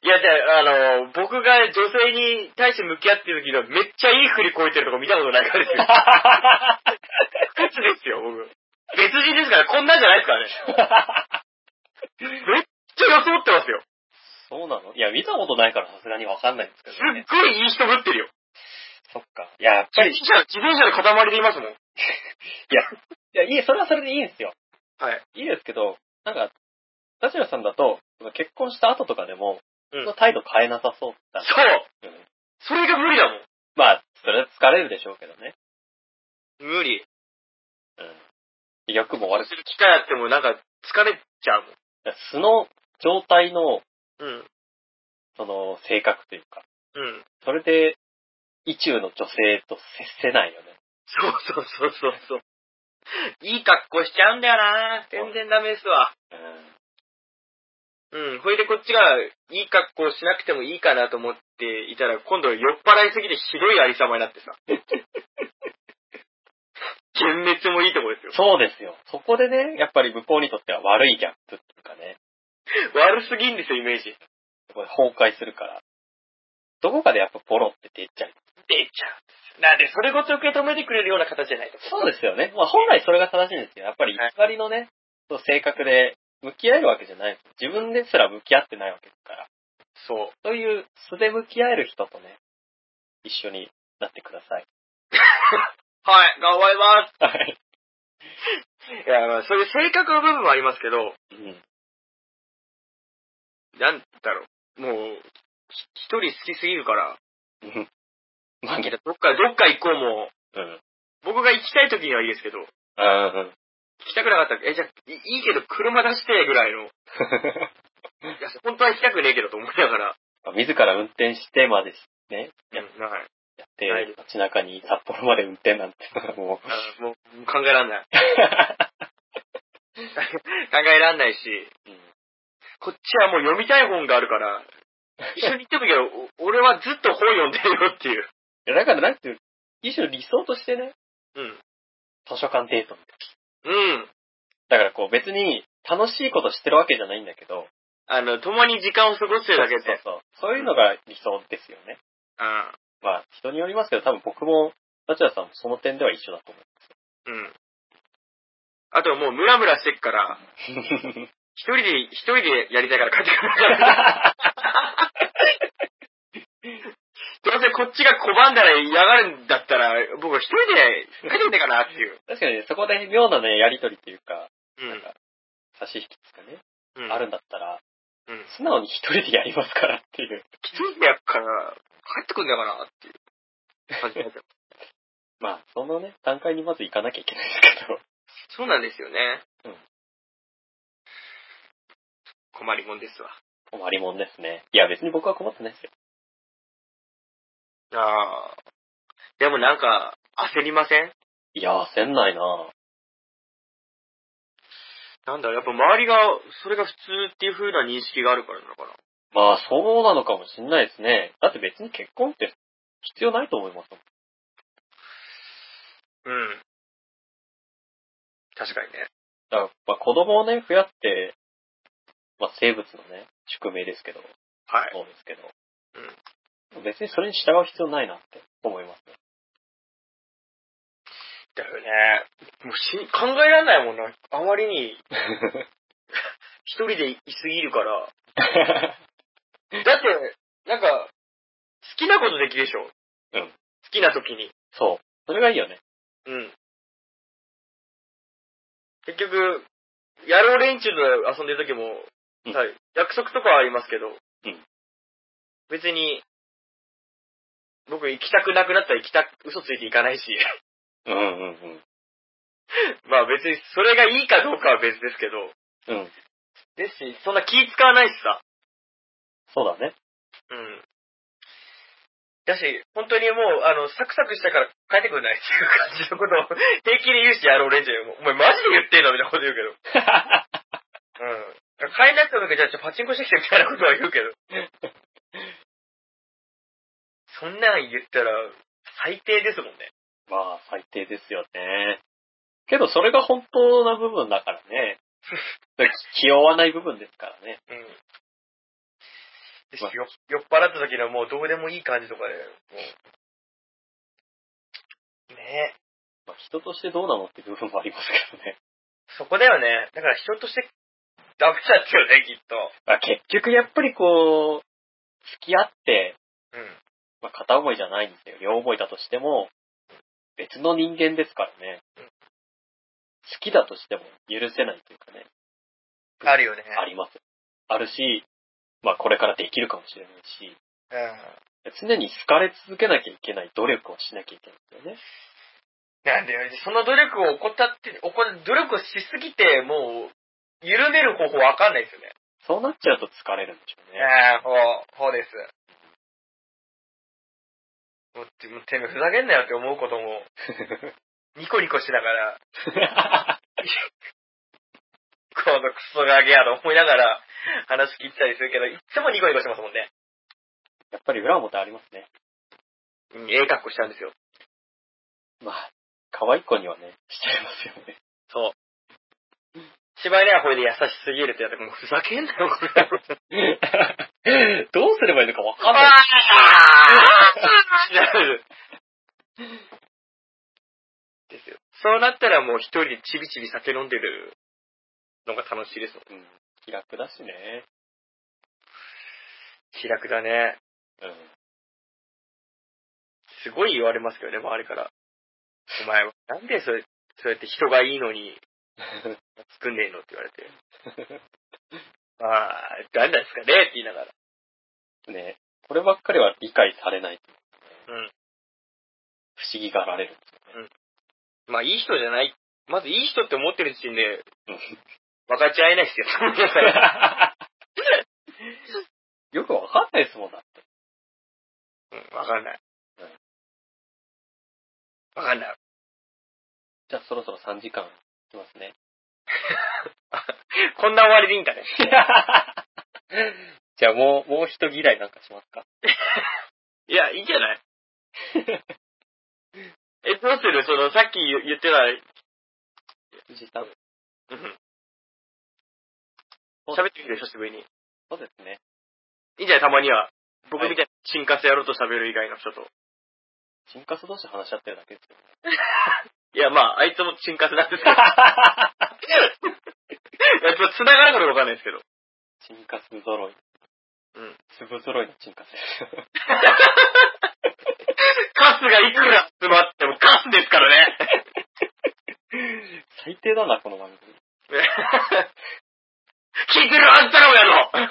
Speaker 1: いや、じゃあ、あの、僕が女性に対して向き合ってる時のめっちゃいい振りこいてるとこ見たことないからです よ。別ですよ、僕。別人ですから、こんなんじゃないですからね。 めっちゃ装ってますよ。
Speaker 2: そうなのいや、見たことないからさすがにわかんないんですけ
Speaker 1: す
Speaker 2: ど
Speaker 1: っ
Speaker 2: ね。
Speaker 1: ごいいい人ぶってるよ。
Speaker 2: そっか。いや、やっ
Speaker 1: 自
Speaker 2: ぱり、い
Speaker 1: 転車、自転車の塊でいますもん。
Speaker 2: や、いい、それはそれでいいんですよ。
Speaker 1: はい。
Speaker 2: いいですけど、なんか、ダチュラさんだと、その結婚した後とかでも、
Speaker 1: うん
Speaker 2: その態度変えなさそうだな
Speaker 1: そう
Speaker 2: うん
Speaker 1: それが無理だもん。
Speaker 2: まあ、それは疲れるでしょうけどね。
Speaker 1: 無理。
Speaker 2: うん。役も悪
Speaker 1: す
Speaker 2: く、
Speaker 1: る機会あってもなんか疲れちゃう
Speaker 2: 素の状態の、
Speaker 1: もん。うん。
Speaker 2: その、性格というか、
Speaker 1: うん。
Speaker 2: それで、意中の女性と接せないよね。
Speaker 1: そうそうそうそうそう。いい格好しちゃうんだよな全然ダメですわ。
Speaker 2: う
Speaker 1: うん。ほいでこっちが、いい格好しなくてもいいかなと思っていたら、今度酔っ払いすぎてひどいありさまになってさ。 幻滅もいいとこですよ
Speaker 2: ん。。そうですよ。そこでね、やっぱり向こうにとっては悪いギャップっていうかね、
Speaker 1: 悪すぎんですよ、イメージ。
Speaker 2: これ崩壊するから、どこかでやっぱボロって出ちゃう。
Speaker 1: 出ちゃう。なんで、それごと受け止めてくれるような形じゃないと。
Speaker 2: そうですよね。まあ本来それが正しいんですよ。やっぱり偽りのね、そう性格で向き合えるわけじゃない。自分ですら向き合ってないわけですから。
Speaker 1: そう。
Speaker 2: そういう素で向き合える人とね、一緒になってください。
Speaker 1: はい、頑張ります。
Speaker 2: はい。
Speaker 1: いや、まあ、そういう性格の部分もありますけど、
Speaker 2: うん。
Speaker 1: なんだろう。もう、ひ一人好きすぎるから、
Speaker 2: まあ、
Speaker 1: いや
Speaker 2: けど、
Speaker 1: どっか、どっか行こうも、
Speaker 2: うん。
Speaker 1: 僕が行きたい時にはいいですけど、行
Speaker 2: うん。
Speaker 1: きたくなかったら、え、じゃあ、いいいけど車出して、ぐらいの。いや、本当は行きたくねえけどと思いながら、
Speaker 2: 自ら運転してまでね、やっ
Speaker 1: うん、はい。
Speaker 2: て、
Speaker 1: はい
Speaker 2: 街中に札幌まで運転なんて、もう。
Speaker 1: あのもう、もう考えらんない。 考えらんないし、
Speaker 2: うん
Speaker 1: こっちはもう読みたい本があるから、一緒に行ってもいいけど、お俺はずっと本読んでるよっていう。
Speaker 2: いや、だからなんていう、一種の理想としてね、
Speaker 1: うん。
Speaker 2: 図書館デート。
Speaker 1: うん。
Speaker 2: だからこう別に楽しいことしてるわけじゃないんだけど、
Speaker 1: あの、共に時間を過ごしてるだけ
Speaker 2: そう
Speaker 1: で。
Speaker 2: そうそう。そういうのが理想ですよね。
Speaker 1: うん。
Speaker 2: まあ人によりますけど、多分僕も、ダチュラさんもその点では一緒だと思う。
Speaker 1: うん。あともうムラムラしてっから、一人で、一人でやりたいから帰ってくる。 どうせこっちが拒んだら嫌がるんだったら、僕一人で帰ってくんねえかなっていう。
Speaker 2: 確かにね、そこで妙なね、やりとりっていうか、
Speaker 1: うん
Speaker 2: 差し引きですかね、
Speaker 1: うん。
Speaker 2: あるんだったら、
Speaker 1: うん。
Speaker 2: 素直に一人でやりますからっていう。
Speaker 1: きついんだから、帰ってくんだからっていう感じになっちゃう。
Speaker 2: まあ、そのね、段階にまず行かなきゃいけないですけど。
Speaker 1: そうなんですよね。
Speaker 2: うん
Speaker 1: 困りもんですわ。
Speaker 2: 困りもんですね。いや、別に僕は困ってないですよ。
Speaker 1: ああ。でもなんか、焦りません
Speaker 2: いや、焦んないな
Speaker 1: なんだろう、やっぱ周りが、それが普通っていう風な認識があるからなのかな。
Speaker 2: まあ、そうなのかもしんないですね。だって別に結婚って必要ないと思いますもん。
Speaker 1: うん。確かにね。
Speaker 2: だから、まあ、子供をね、増やすって、まあ、生物のね、宿命ですけど、
Speaker 1: はい。
Speaker 2: そうですけど。別にそれに従う必要ないなって思い ますね。
Speaker 1: だよね。もうし、考えられないもんな。あまりに、一人でいすぎるから。だって、なんか、好きなことできるでしょ。
Speaker 2: うん。
Speaker 1: 好きな時に。
Speaker 2: そう。それがいいよね。
Speaker 1: うん。結局、野郎連中と遊んでる時も、
Speaker 2: うん
Speaker 1: はい、約束とかはありますけど、
Speaker 2: うん
Speaker 1: 別に、僕行きたくなくなったら行きた、嘘ついて行かないし、
Speaker 2: うんうんうん。
Speaker 1: まあ別にそれがいいかどうかは別ですけど、
Speaker 2: うん。
Speaker 1: ですし、そんな気使わないしさ。
Speaker 2: そうだ ね。
Speaker 1: うん。だし、本当にもう、あの、サクサクしたから帰ってくんないっていう感じのことを 平気で言うし、野郎連中にも、お前マジで言ってんのみたいなこと言うけど。うん。買えなくてもいいから、じゃあちょっとパチンコしてきてみたいなことは言うけど。そんなん言ったら、最低ですもんね。
Speaker 2: まあ、最低ですよね。けど、それが本当な部分だからね。だから気気負わない部分ですからね。
Speaker 1: うん。です
Speaker 2: まあ
Speaker 1: よ酔っ払った時のもうどうでもいい感じとかで、もう。ねえ。
Speaker 2: まあ、人としてどうなのって部分もありますけどね。
Speaker 1: そこだよね。だから人としてダメだったよね、きっと。
Speaker 2: まあ、結局、やっぱりこう、付き合って、
Speaker 1: うん。
Speaker 2: まあ、片思いじゃないんですよ。両思いだとしても、別の人間ですからね。好きだとしても許せないというかね。
Speaker 1: あるよね。
Speaker 2: あります。あるし、まあこれからできるかもしれないし、
Speaker 1: うん。
Speaker 2: 常に好かれ続けなきゃいけない努力をしなきゃいけないんだよね。
Speaker 1: なんだよ、その努力を怠って、怠努力をしすぎて、もう、緩める方法わかんないですよね。
Speaker 2: そうなっちゃうと疲れるんでしょうね。
Speaker 1: ええ、ほう、ほうです。もう、てもうてめえふざけんなよって思うことも、ニコニコしながら、 このクソガキやと思いながら話聞いてたりするけど、いっつもニコニコしてますもんね。
Speaker 2: やっぱり裏表ありますね。
Speaker 1: うん、ええ格好しちゃうんですよ。
Speaker 2: まあ、可愛い子にはね、しちゃいますよね。
Speaker 1: 芝居ではこれで優しすぎるってやって、もうふざけんなよ、これ。
Speaker 2: どうすればいいのかわかんない。
Speaker 1: ですよ。そうなったらもう一人でちびちび酒飲んでるのが楽しいですもん。
Speaker 2: うん、気楽だしね。
Speaker 1: 気楽だね。
Speaker 2: うん。
Speaker 1: すごい言われますけどね、周りから。お前は、なんでそれ、そうやって人がいいのに、作んねえのって言われて。 まあ、なんなんですかねって言いながら。
Speaker 2: ねこればっかりは理解されない。
Speaker 1: うん。
Speaker 2: 不思議がられ る。
Speaker 1: まあ、いい人じゃない。まずいい人って思ってる時点で
Speaker 2: うん、
Speaker 1: 分かち合えないですよ。
Speaker 2: よくわかんないですもんだ。
Speaker 1: うん、わかんない。わかんない。
Speaker 2: じゃあそろそろ3時間いきますね。
Speaker 1: こんな終わりでいいんだね。
Speaker 2: じゃあもう、もう人嫌いなんかしますか
Speaker 1: いや、いいんじゃない え、どうするその、さっき言言ってた、
Speaker 2: 藤井さん。
Speaker 1: うん喋ってみて、久しぶりに。い
Speaker 2: そうですね。
Speaker 1: いんじゃないたまには。僕
Speaker 2: はい
Speaker 1: みたいに、新活やろうと喋る以外の人と。
Speaker 2: 新活同士話し合ってるだけですよ。
Speaker 1: いや、まあ、あいつもチンカスなんです けど。やっぱ繋がらなのかわかんないですけど。
Speaker 2: チンカス揃い。
Speaker 1: うん。
Speaker 2: 粒揃いのチンカスです よ。
Speaker 1: カスがいくら詰まってもカスですからね。
Speaker 2: 最低だな、この番組。
Speaker 1: 聞いてるあんたらもやろ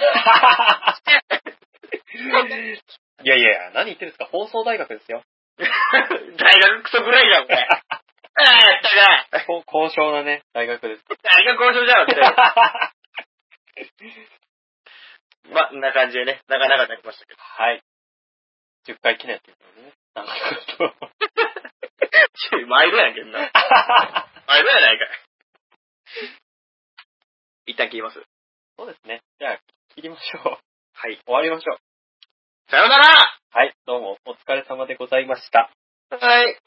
Speaker 2: いやいや、何言ってるんですか放送大学ですよ。
Speaker 1: 大学クソぐらいだもん、これ。ああ、ったかい。
Speaker 2: こ高尚なね、大学 です。
Speaker 1: 大学交渉じゃんっ て。
Speaker 2: は
Speaker 1: まあ、んな感じでね、なかなかなりましたけど。
Speaker 2: い。10回記念っていうのね。なんかちょっと
Speaker 1: ちょい毎度やんけんな。毎度やないかい。一旦切ります。
Speaker 2: そうですね。じゃあ、切りましょう。
Speaker 1: はい。
Speaker 2: 終わりましょう。
Speaker 1: さようなら
Speaker 2: はい、どうもお疲れ様でございました。
Speaker 1: はい。